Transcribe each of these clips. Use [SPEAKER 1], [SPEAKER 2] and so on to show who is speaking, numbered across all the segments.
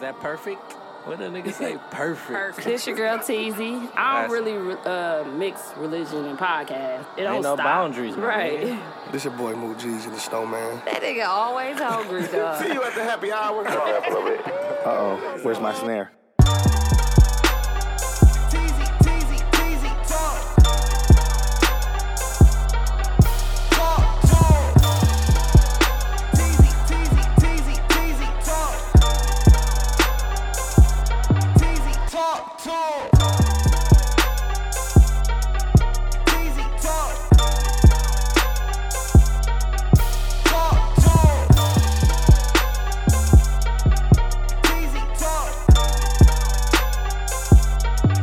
[SPEAKER 1] that perfect? What the nigga say? Perfect.
[SPEAKER 2] Perfect.
[SPEAKER 3] This your girl Teasy. I don't really uh, mix religion and podcast. It don't
[SPEAKER 1] Ain't no
[SPEAKER 3] stop.
[SPEAKER 1] boundaries, man.
[SPEAKER 3] Right.
[SPEAKER 4] This your boy Moot G's and the Snowman.
[SPEAKER 2] That nigga always hungry, dog.
[SPEAKER 5] See you at the happy hour.
[SPEAKER 6] Uh oh, where's my snare?
[SPEAKER 7] Teasy, teasy, teasy, talk. Talk, talk. Teasy, teasy, teasy, teasy, talk. Teasy, talk, talk. Teasy, talk. Talk, talk. Teasy, talk.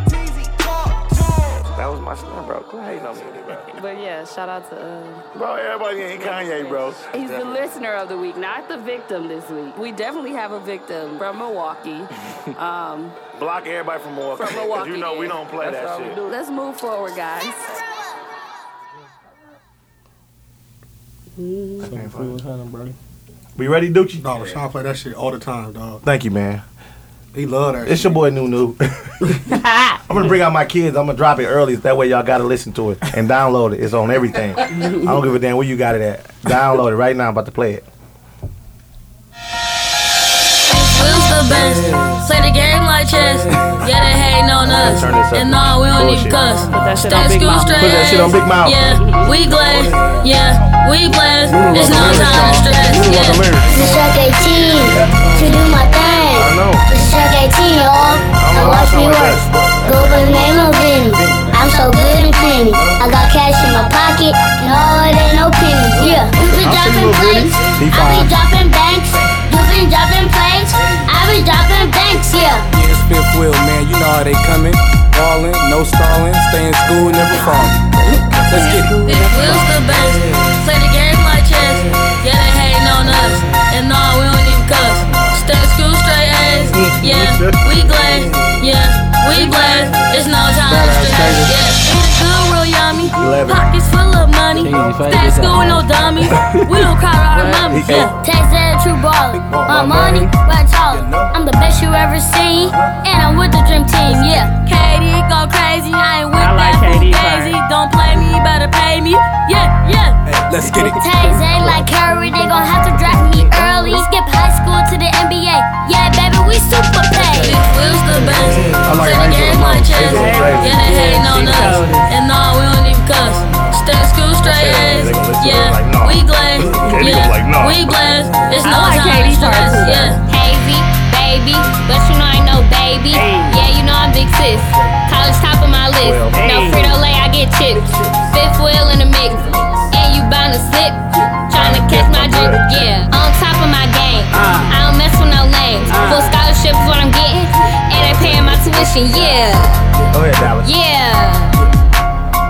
[SPEAKER 7] Teasy, talk, talk.
[SPEAKER 1] That was my son, bro. Quit hating on me, bro.
[SPEAKER 3] But yeah, shout out to. Uh,
[SPEAKER 5] Bro, everybody ain't Kanye, bro.
[SPEAKER 3] he's the listener of the week, not the victim this week. We definitely have a victim from Milwaukee. Um,
[SPEAKER 5] Block everybody from Milwaukee.
[SPEAKER 2] From
[SPEAKER 5] 'cause
[SPEAKER 2] Milwaukee,
[SPEAKER 5] you know we
[SPEAKER 2] yeah.
[SPEAKER 5] don't play
[SPEAKER 1] That's all
[SPEAKER 5] that
[SPEAKER 1] we
[SPEAKER 5] shit.
[SPEAKER 1] do.
[SPEAKER 3] Let's move forward, guys.
[SPEAKER 8] We ready, Doochie?
[SPEAKER 4] Dog, Sean play that shit all the time, dog.
[SPEAKER 8] Thank you, man.
[SPEAKER 4] He love that
[SPEAKER 8] It's
[SPEAKER 4] shit.
[SPEAKER 8] your boy Nunu. I'm gonna bring out my kids. I'm gonna drop it early. That way y'all gotta listen to it and download it. It's on everything. I don't give a damn where you got it at. Download it right now. I'm about to play it.
[SPEAKER 9] Who's the best? Play the game like chess. Yeah, they hating on us.
[SPEAKER 8] Turn this up.
[SPEAKER 9] And no, we don't
[SPEAKER 8] Bullshit.
[SPEAKER 9] even cuss.
[SPEAKER 3] that shit on
[SPEAKER 9] Stay
[SPEAKER 3] Big
[SPEAKER 9] school
[SPEAKER 3] Mouth.
[SPEAKER 9] straight.
[SPEAKER 8] Put that shit on Big Mouth.
[SPEAKER 9] Yeah, we glad. Yeah, we blessed. It's
[SPEAKER 8] the
[SPEAKER 9] no time
[SPEAKER 8] lyrics,
[SPEAKER 9] to
[SPEAKER 8] y'all.
[SPEAKER 9] stress.
[SPEAKER 8] Nunu want the
[SPEAKER 9] Yeah.
[SPEAKER 8] lyrics.
[SPEAKER 10] It's track 18 to do my thing.
[SPEAKER 8] I know.
[SPEAKER 10] It's track 18, y'all. Now watch me work. Go by the name of Benny. I'm so good and clean. I got cash in my pocket. No, it ain't no pennies. Yeah. You be
[SPEAKER 8] I'll see you,
[SPEAKER 10] dropping
[SPEAKER 8] little
[SPEAKER 10] plates.
[SPEAKER 8] Benny. He
[SPEAKER 10] I be
[SPEAKER 8] fine.
[SPEAKER 10] dropping banks. You be dropping plates. I be dropping banks. Yeah.
[SPEAKER 7] It's fifth wheel, man. You know how they coming. Ballin', no stallin', stay in school, never fallin'. Let's get it.
[SPEAKER 9] This feels the best. Play the game like chess. Yeah, they hating on us. And no, we don't even cuss. Stay school straight A's. Yeah, we glad. Yeah, we glad. It's no time to stress. Yeah, good real yummy.
[SPEAKER 8] Eleven.
[SPEAKER 9] Pockets full of money.
[SPEAKER 1] Jeez, if I
[SPEAKER 9] Stay
[SPEAKER 1] did
[SPEAKER 9] school
[SPEAKER 1] that.
[SPEAKER 9] with no dummies. We don't cry to our mummies.
[SPEAKER 8] He-
[SPEAKER 9] Yeah.
[SPEAKER 10] Tax that a true baller. My money, right taller. I'm the best you ever seen. And I'm with the dream team. Yeah.
[SPEAKER 9] Katie go crazy, I ain't with
[SPEAKER 3] I like
[SPEAKER 9] that
[SPEAKER 3] KD
[SPEAKER 9] crazy. Don't play me, better pay me. Yeah, yeah.
[SPEAKER 7] Let's get it.
[SPEAKER 10] Tags ain't like Curry, they gon' have to draft me early. Skip high school to the NBA. Yeah, baby, we super
[SPEAKER 9] Big
[SPEAKER 10] paid.
[SPEAKER 9] Will's the best.
[SPEAKER 8] I like
[SPEAKER 9] Say the
[SPEAKER 8] Hazel
[SPEAKER 9] game
[SPEAKER 8] alone.
[SPEAKER 9] like chess.
[SPEAKER 8] Hazel crazy.
[SPEAKER 9] Yeah, they hating on
[SPEAKER 3] She
[SPEAKER 9] us.
[SPEAKER 3] told
[SPEAKER 9] And no, we don't even cuss. Stay in school straight A's.
[SPEAKER 8] they gonna listen to
[SPEAKER 9] Yeah,
[SPEAKER 8] her like, nah.
[SPEAKER 9] we glad.
[SPEAKER 8] Katie was
[SPEAKER 9] Yeah,
[SPEAKER 8] like, nah.
[SPEAKER 9] we blessed. It's
[SPEAKER 3] I
[SPEAKER 9] no
[SPEAKER 3] like
[SPEAKER 9] time to
[SPEAKER 3] Katie's
[SPEAKER 9] stress.
[SPEAKER 3] part.
[SPEAKER 9] Yeah.
[SPEAKER 10] Baby, baby, but you know I ain't no baby. Yeah, you know I'm big sis. College top of my list.
[SPEAKER 8] Well,
[SPEAKER 10] No Frito Lay, I get chips. Fifth wheel in the mix, and you bound to slip. Tryna catch my drip, yeah. On top of my game, I don't mess with no lames. Full scholarship is what I'm getting, and they paying my tuition, yeah,
[SPEAKER 8] Go ahead, Dallas.
[SPEAKER 10] yeah.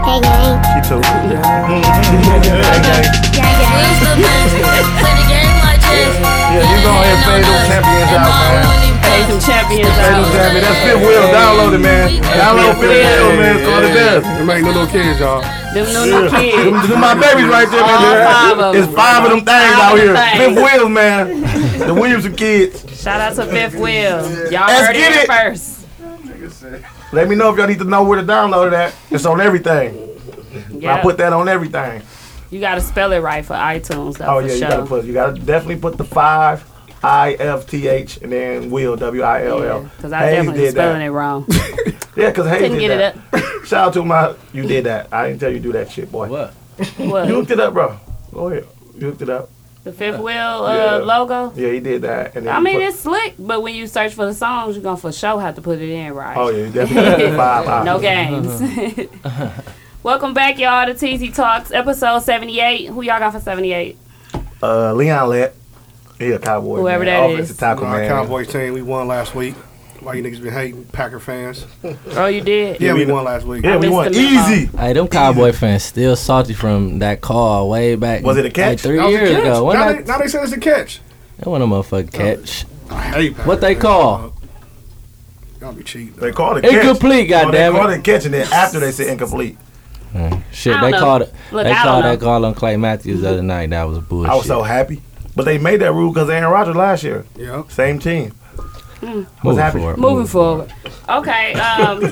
[SPEAKER 10] Hey gang.
[SPEAKER 8] You too. Okay.
[SPEAKER 9] Will's the best. Play the game like chess. Yeah,
[SPEAKER 8] you go ahead and fade those champions out, man.
[SPEAKER 3] Hey, some champions out.
[SPEAKER 8] Damn it, that's Fifth Wheel. Download it, man. Download Fifth Wheel, man. It's all the best.
[SPEAKER 4] It make no little kids, y'all.
[SPEAKER 3] Them new kids.
[SPEAKER 8] Them, them my babies right there, man.
[SPEAKER 3] All five of
[SPEAKER 8] it's
[SPEAKER 3] them.
[SPEAKER 8] five of them things
[SPEAKER 3] Five
[SPEAKER 8] out
[SPEAKER 3] of
[SPEAKER 8] here.
[SPEAKER 3] them
[SPEAKER 8] Fifth Wheels, man. The Williamson kids.
[SPEAKER 3] Shout out to Fifth Wheel. Y'all
[SPEAKER 8] Let's
[SPEAKER 3] heard
[SPEAKER 8] get
[SPEAKER 3] it,
[SPEAKER 8] it.
[SPEAKER 3] first.
[SPEAKER 8] Let me know if y'all need to know where to download it at. It's on everything. I
[SPEAKER 3] Yep.
[SPEAKER 8] put that on everything.
[SPEAKER 3] you gotta spell it right for iTunes though.
[SPEAKER 8] Oh
[SPEAKER 3] for
[SPEAKER 8] yeah, you
[SPEAKER 3] sure.
[SPEAKER 8] gotta put you gotta definitely put the five I F T H and then Will W I L L.
[SPEAKER 3] Because I definitely
[SPEAKER 8] did
[SPEAKER 3] spelling
[SPEAKER 8] that.
[SPEAKER 3] it wrong.
[SPEAKER 8] Yeah, because Hayes
[SPEAKER 3] Couldn't
[SPEAKER 8] did
[SPEAKER 3] get it
[SPEAKER 8] that.
[SPEAKER 3] up.
[SPEAKER 8] Shout out to my you did that. I didn't tell you to do that shit, boy.
[SPEAKER 1] What?
[SPEAKER 8] You
[SPEAKER 3] What?
[SPEAKER 8] hooked it up, bro. Go ahead. You hooked it up.
[SPEAKER 3] The Fifth Wheel
[SPEAKER 8] Yeah.
[SPEAKER 3] uh, logo.
[SPEAKER 8] Yeah, he did that. And then
[SPEAKER 3] I
[SPEAKER 8] you
[SPEAKER 3] mean,
[SPEAKER 8] put-
[SPEAKER 3] it's slick, but when you search for the songs, you're gonna for sure have to put it in right.
[SPEAKER 8] Oh yeah, you definitely put the five I.
[SPEAKER 3] No games. Welcome back, y'all, to TZ Talks, episode 78. Who y'all got for 78?
[SPEAKER 8] Uh, Leon Lett. He a cowboy.
[SPEAKER 3] Whoever
[SPEAKER 8] man.
[SPEAKER 3] that
[SPEAKER 8] Offensive
[SPEAKER 3] is.
[SPEAKER 8] tackle,
[SPEAKER 4] Our
[SPEAKER 8] man.
[SPEAKER 4] Cowboys team, we won last week. Why you niggas been hating Packer fans?
[SPEAKER 3] Oh, you did?
[SPEAKER 4] Yeah, we won last week.
[SPEAKER 8] Yeah, we
[SPEAKER 3] missed
[SPEAKER 8] won
[SPEAKER 3] the memo.
[SPEAKER 8] easy.
[SPEAKER 1] Hey, them Cowboy fans still salty from that call way back.
[SPEAKER 8] Was it a
[SPEAKER 1] Like
[SPEAKER 8] catch?
[SPEAKER 1] three
[SPEAKER 4] That was a
[SPEAKER 1] years
[SPEAKER 4] catch.
[SPEAKER 1] ago. When
[SPEAKER 4] Now, they,
[SPEAKER 1] that,
[SPEAKER 4] now they said it's a catch.
[SPEAKER 1] that one a motherfucking catch.
[SPEAKER 4] I hate Packer
[SPEAKER 1] What they
[SPEAKER 4] fans,
[SPEAKER 1] call?
[SPEAKER 4] dog. Y'all be cheating.
[SPEAKER 8] They called it
[SPEAKER 1] Incomplete,
[SPEAKER 8] Catch. No,
[SPEAKER 1] goddamn
[SPEAKER 8] they called
[SPEAKER 1] it.
[SPEAKER 8] it catch, and then after they said incomplete,
[SPEAKER 1] Shit,
[SPEAKER 3] I don't
[SPEAKER 1] they
[SPEAKER 3] know.
[SPEAKER 1] called it.
[SPEAKER 3] Look,
[SPEAKER 1] they
[SPEAKER 3] I
[SPEAKER 1] called
[SPEAKER 3] don't
[SPEAKER 1] that call on Clay Matthews the other night. That was bullshit.
[SPEAKER 8] I was so happy. But they made that rule because Aaron Rodgers last year,
[SPEAKER 4] Yeah.
[SPEAKER 8] same team.
[SPEAKER 3] Hmm.
[SPEAKER 8] What's
[SPEAKER 1] Moving
[SPEAKER 8] happening?
[SPEAKER 1] forward.
[SPEAKER 3] Moving forward. Okay. Um,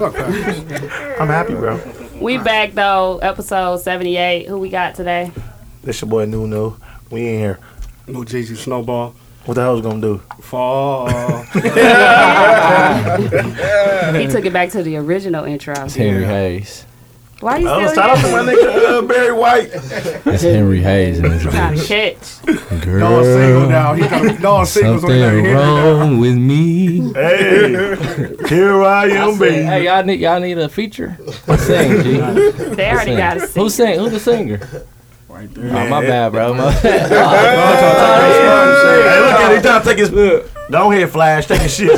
[SPEAKER 8] I'm happy, bro.
[SPEAKER 3] we back though. Episode seventy eight. Who we got today?
[SPEAKER 8] This your boy Nuno. We in here.
[SPEAKER 4] New Jeezy Snowball.
[SPEAKER 8] What the hell's gonna do?
[SPEAKER 4] Fall.
[SPEAKER 3] He took it back to the original intro.
[SPEAKER 1] It's Henry Hayes.
[SPEAKER 3] Why you
[SPEAKER 8] Oh,
[SPEAKER 3] still
[SPEAKER 8] shout out
[SPEAKER 3] here?
[SPEAKER 8] to my nigga uh, Barry White.
[SPEAKER 1] It's Henry Hayes in this
[SPEAKER 3] Trying
[SPEAKER 1] bitch.
[SPEAKER 3] to catch.
[SPEAKER 4] No single
[SPEAKER 1] Girl,
[SPEAKER 4] now. He got no singles on
[SPEAKER 1] something
[SPEAKER 4] that.
[SPEAKER 1] wrong with me.
[SPEAKER 8] Hey, here I am, baby.
[SPEAKER 1] Hey, y'all need y'all need a feature. Sing, G.
[SPEAKER 3] They already got a
[SPEAKER 1] Who
[SPEAKER 3] six.
[SPEAKER 1] sing? Who's the singer?
[SPEAKER 4] Right there.
[SPEAKER 1] Oh, my bad, bro. My
[SPEAKER 8] Hey, look at him. He trying to take his. Don't hit flash. Take his shit. He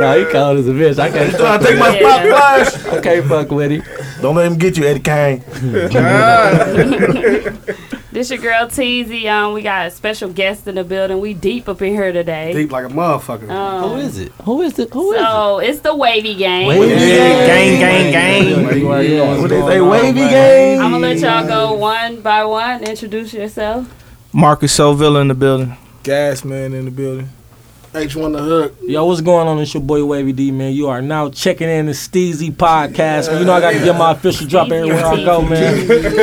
[SPEAKER 1] nah, he cold as a bitch. I can't,
[SPEAKER 8] trying to take my spot, flash.
[SPEAKER 1] I can't fuck with him.
[SPEAKER 8] Don't let him get you, Eddie Kane.
[SPEAKER 3] This your girl Teasy. Um, we got a special guest in the building. We deep up in here today. Um,
[SPEAKER 4] Deep like a motherfucker.
[SPEAKER 3] Oh.
[SPEAKER 1] Who is it? Who is it? Who is
[SPEAKER 3] So it's the Wavy Gang.
[SPEAKER 1] it?
[SPEAKER 8] Yeah, gang, gang, gang.
[SPEAKER 4] Like,
[SPEAKER 1] Yeah,
[SPEAKER 4] you know
[SPEAKER 1] yeah.
[SPEAKER 8] What
[SPEAKER 4] what's
[SPEAKER 8] they
[SPEAKER 4] going
[SPEAKER 8] say,
[SPEAKER 4] on,
[SPEAKER 8] wavy
[SPEAKER 4] man.
[SPEAKER 8] gang.
[SPEAKER 3] I'm gonna let y'all go one by one. Introduce yourself.
[SPEAKER 7] Marcus Sovilla in the building.
[SPEAKER 11] Gas man in the building.
[SPEAKER 4] H1 the hook.
[SPEAKER 11] Yo, what's going on? It's your boy Wavy D, man. You are now checking in the Steezy podcast. Man. You know I got to get my official drop
[SPEAKER 3] Steezy or
[SPEAKER 11] everywhere I
[SPEAKER 3] Teezy?
[SPEAKER 11] go, man.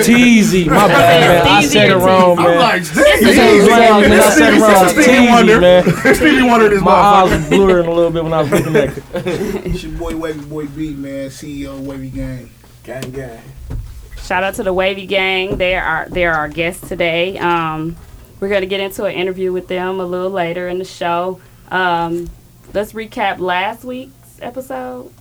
[SPEAKER 11] Teezy, my bad, man. I
[SPEAKER 3] Steezy
[SPEAKER 11] said it
[SPEAKER 3] or
[SPEAKER 11] wrong,
[SPEAKER 4] I'm
[SPEAKER 11] man.
[SPEAKER 4] like, Stevie
[SPEAKER 11] Teezy, man. I said it wrong.
[SPEAKER 4] Stevie
[SPEAKER 11] Teezy,
[SPEAKER 4] Wonder.
[SPEAKER 11] man.
[SPEAKER 4] Stevie Wonder this
[SPEAKER 11] My
[SPEAKER 4] motherfucker.
[SPEAKER 11] eyes was blurring a little bit when I was looking at it.
[SPEAKER 6] It's your boy Wavy Boy B, man.
[SPEAKER 12] E
[SPEAKER 6] CEO Wavy Gang. Gang gang.
[SPEAKER 3] Shout out to the Wavy Gang. They are they're our guests today. Um, we're gonna get into an interview with them a little later in the show. Um, let's recap last week's episode.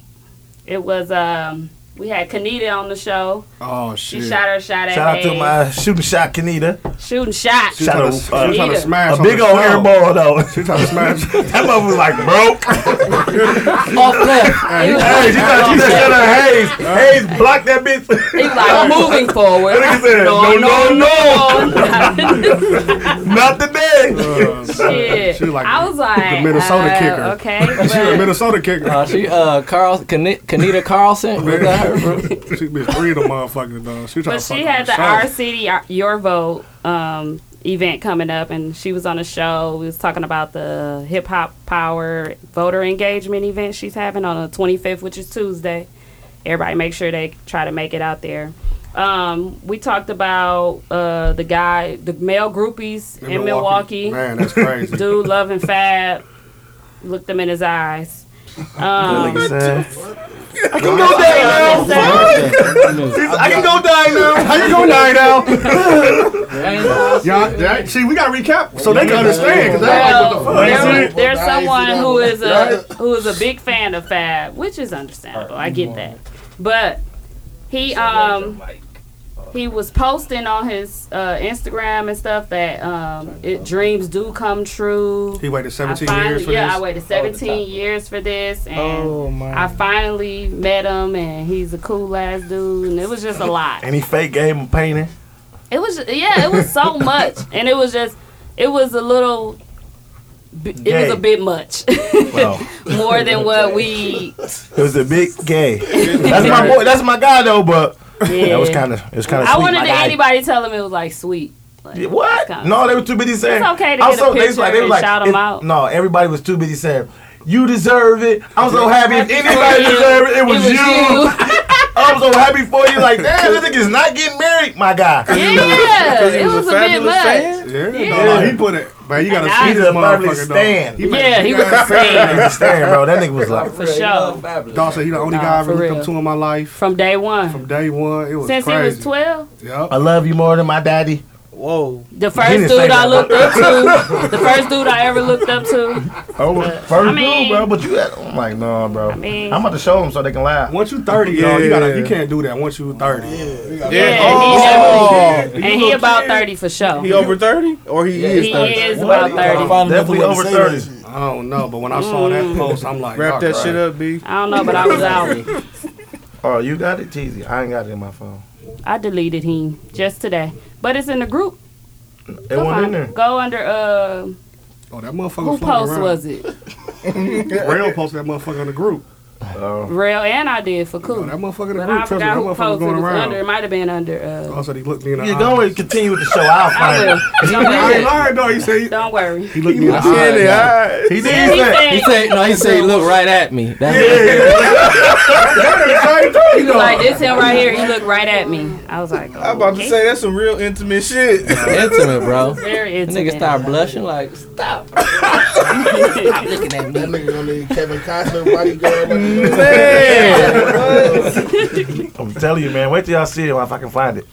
[SPEAKER 3] It was um, we had Kanita on the show.
[SPEAKER 4] Oh,
[SPEAKER 3] She
[SPEAKER 4] shit.
[SPEAKER 3] shot her shot at
[SPEAKER 8] Shout out to
[SPEAKER 3] Hayes.
[SPEAKER 8] my shooting shot, Kanita.
[SPEAKER 3] shooting shot.
[SPEAKER 4] She was trying to, she was trying to
[SPEAKER 3] Anita.
[SPEAKER 4] smash
[SPEAKER 8] uh, A
[SPEAKER 4] on
[SPEAKER 8] big
[SPEAKER 4] the
[SPEAKER 8] old
[SPEAKER 4] show.
[SPEAKER 8] airball, though.
[SPEAKER 4] She was trying to smash.
[SPEAKER 8] That mother was like broke.
[SPEAKER 1] Off left.
[SPEAKER 8] Hey, she thought she just said her Hayes. Hayes blocked that bitch. That
[SPEAKER 3] He's like moving forward.
[SPEAKER 8] nigga said, no, no, no, not today.
[SPEAKER 4] Uh,
[SPEAKER 3] Shit.
[SPEAKER 4] She was like,
[SPEAKER 3] I was like,
[SPEAKER 4] Minnesota
[SPEAKER 3] uh,
[SPEAKER 4] kicker.
[SPEAKER 3] Okay,
[SPEAKER 4] she a
[SPEAKER 3] but
[SPEAKER 4] Minnesota kicker.
[SPEAKER 1] Uh, she uh Carl Kani- Kanita Carlson. Was that her?
[SPEAKER 4] she been three of them motherfuckers, dog. She trying
[SPEAKER 3] but
[SPEAKER 4] to fuck
[SPEAKER 3] she
[SPEAKER 4] with
[SPEAKER 3] had the
[SPEAKER 4] show.
[SPEAKER 3] Our City Our- uh, Your Vote um, event coming up, and she was on a show. We was talking about the hip hop power voter engagement event she's having on the 25th, which is Tuesday. Everybody, make sure they try to make it out there. Um, we talked about uh, the guy, the male groupies in, Milwaukee.
[SPEAKER 4] Man, that's crazy.
[SPEAKER 3] Dude, love and fab. Looked them in his eyes. Um,
[SPEAKER 8] I can go die now. I can go die now. I can go die now.
[SPEAKER 4] Y'all, that, see, we got to recap so they can understand. 'cause that-
[SPEAKER 3] Well, there- there's someone who is a
[SPEAKER 4] Right.
[SPEAKER 3] who is a big fan of Fab, which is understandable. I get that, but he um he was posting on his uh, Instagram and stuff that um it, dreams do come true.
[SPEAKER 4] he waited
[SPEAKER 3] I
[SPEAKER 4] 17 years
[SPEAKER 3] finally,
[SPEAKER 4] for
[SPEAKER 3] yeah, I
[SPEAKER 4] this.
[SPEAKER 3] waited 17 years for this, and
[SPEAKER 8] Oh.
[SPEAKER 3] I finally met him, and he's a cool ass dude, and it was just a lot.
[SPEAKER 8] And he fake gave him a painting.
[SPEAKER 3] It was yeah, it was so much, and it was just it was a little. bi- It was
[SPEAKER 8] Gay.
[SPEAKER 3] a bit much,
[SPEAKER 8] Wow.
[SPEAKER 3] more than what we.
[SPEAKER 8] It was a big gay. That's my boy. That's my guy though. But that was
[SPEAKER 3] Yeah.
[SPEAKER 8] kind of it was kind of.
[SPEAKER 3] I wanted to anybody tell him it was like sweet. Like,
[SPEAKER 8] What?
[SPEAKER 3] kinda-
[SPEAKER 8] No, they were too busy saying.
[SPEAKER 3] It's okay to
[SPEAKER 8] I'm
[SPEAKER 3] get a
[SPEAKER 8] they was
[SPEAKER 3] picture and shout 'em
[SPEAKER 8] it-
[SPEAKER 3] out.
[SPEAKER 8] No, everybody was too busy saying. You deserve it. I'm so happy. If anybody
[SPEAKER 3] you.
[SPEAKER 8] deserve it, it was,
[SPEAKER 3] was
[SPEAKER 8] you. I'm so happy for you. Like, damn, this nigga's not getting married, my guy.
[SPEAKER 3] yeah, it was a, bit much.
[SPEAKER 4] Yeah, dawg, he put it. Man, you got to
[SPEAKER 3] And
[SPEAKER 4] see
[SPEAKER 3] I-
[SPEAKER 8] He's
[SPEAKER 4] this
[SPEAKER 8] a public
[SPEAKER 4] motherfucker,
[SPEAKER 8] stand.
[SPEAKER 4] dog.
[SPEAKER 3] Yeah, he was
[SPEAKER 8] I
[SPEAKER 3] saying
[SPEAKER 8] understand, bro. That nigga was like,
[SPEAKER 3] for sure
[SPEAKER 4] Dawg said, you the only
[SPEAKER 3] Nah,
[SPEAKER 4] guy I
[SPEAKER 3] for
[SPEAKER 4] ever looked
[SPEAKER 3] real.
[SPEAKER 4] up to in my life.
[SPEAKER 3] from day one.
[SPEAKER 4] From day one, it was
[SPEAKER 3] Since he
[SPEAKER 4] crazy.
[SPEAKER 3] was 12,
[SPEAKER 4] Yep.
[SPEAKER 8] I love you more than my daddy.
[SPEAKER 11] Whoa.
[SPEAKER 3] the
[SPEAKER 8] He
[SPEAKER 3] first
[SPEAKER 8] didn't say
[SPEAKER 3] dude I
[SPEAKER 8] that.
[SPEAKER 3] looked up to, the first dude I ever looked up to.
[SPEAKER 8] Oh, first
[SPEAKER 3] I mean-
[SPEAKER 8] dude, bro. But you, had, I'm like, no, bro. I
[SPEAKER 3] mean-
[SPEAKER 8] am about to show them so they can laugh.
[SPEAKER 4] Once you 30, dawg, you, gotta, you can't do that once you 30.
[SPEAKER 8] Oh,
[SPEAKER 3] Yeah, he never, and he about 30 for sure.
[SPEAKER 11] He over 30? Or he is
[SPEAKER 3] He is about 30.
[SPEAKER 8] Definitely over thirty.
[SPEAKER 4] I don't know, but when I saw
[SPEAKER 3] Mm.
[SPEAKER 4] that post, I'm like,
[SPEAKER 11] Wrap
[SPEAKER 4] dawg,
[SPEAKER 11] that
[SPEAKER 4] right.
[SPEAKER 11] shit up, B.
[SPEAKER 3] I don't know, but I was out.
[SPEAKER 8] Oh, you got it, Teasy. I ain't got it in my phone.
[SPEAKER 3] I deleted him just today, but it's in the group.
[SPEAKER 8] It wasn't in there.
[SPEAKER 3] Go under uh,
[SPEAKER 4] Oh, that motherfucker
[SPEAKER 3] who
[SPEAKER 4] floating
[SPEAKER 3] post
[SPEAKER 4] around.
[SPEAKER 3] was it?
[SPEAKER 4] Rail posted that motherfucker on the group.
[SPEAKER 13] Oh.
[SPEAKER 3] Rail and I did for cool. that
[SPEAKER 4] motherfucker in the
[SPEAKER 3] but
[SPEAKER 4] group,
[SPEAKER 3] I
[SPEAKER 4] trust me,
[SPEAKER 3] forgot
[SPEAKER 4] that
[SPEAKER 3] who
[SPEAKER 4] motherfucker
[SPEAKER 3] posted
[SPEAKER 4] going
[SPEAKER 3] it was
[SPEAKER 4] around.
[SPEAKER 3] under. It might have been under. Uh,
[SPEAKER 4] Also, he looked me in the
[SPEAKER 8] You
[SPEAKER 4] eye.
[SPEAKER 8] go and continue with the show. I'll find it.
[SPEAKER 4] He ain't lying though. He said
[SPEAKER 3] Don't worry.
[SPEAKER 4] he looked me in the
[SPEAKER 1] He said it,
[SPEAKER 4] eye.
[SPEAKER 1] alright.
[SPEAKER 4] He
[SPEAKER 1] He said, he said, no, he said, he looked right at me.
[SPEAKER 3] he was like this him right here. He looked right at me. I was like,
[SPEAKER 13] I'm about to say that's some real intimate shit.
[SPEAKER 1] intimate, bro.
[SPEAKER 3] Very
[SPEAKER 1] That nigga
[SPEAKER 3] intimate.
[SPEAKER 1] start blushing like,
[SPEAKER 6] Stop looking at me. That nigga on the Kevin Costner bodyguard.
[SPEAKER 8] I'm telling you, man. Wait till y'all see it. If I can find it,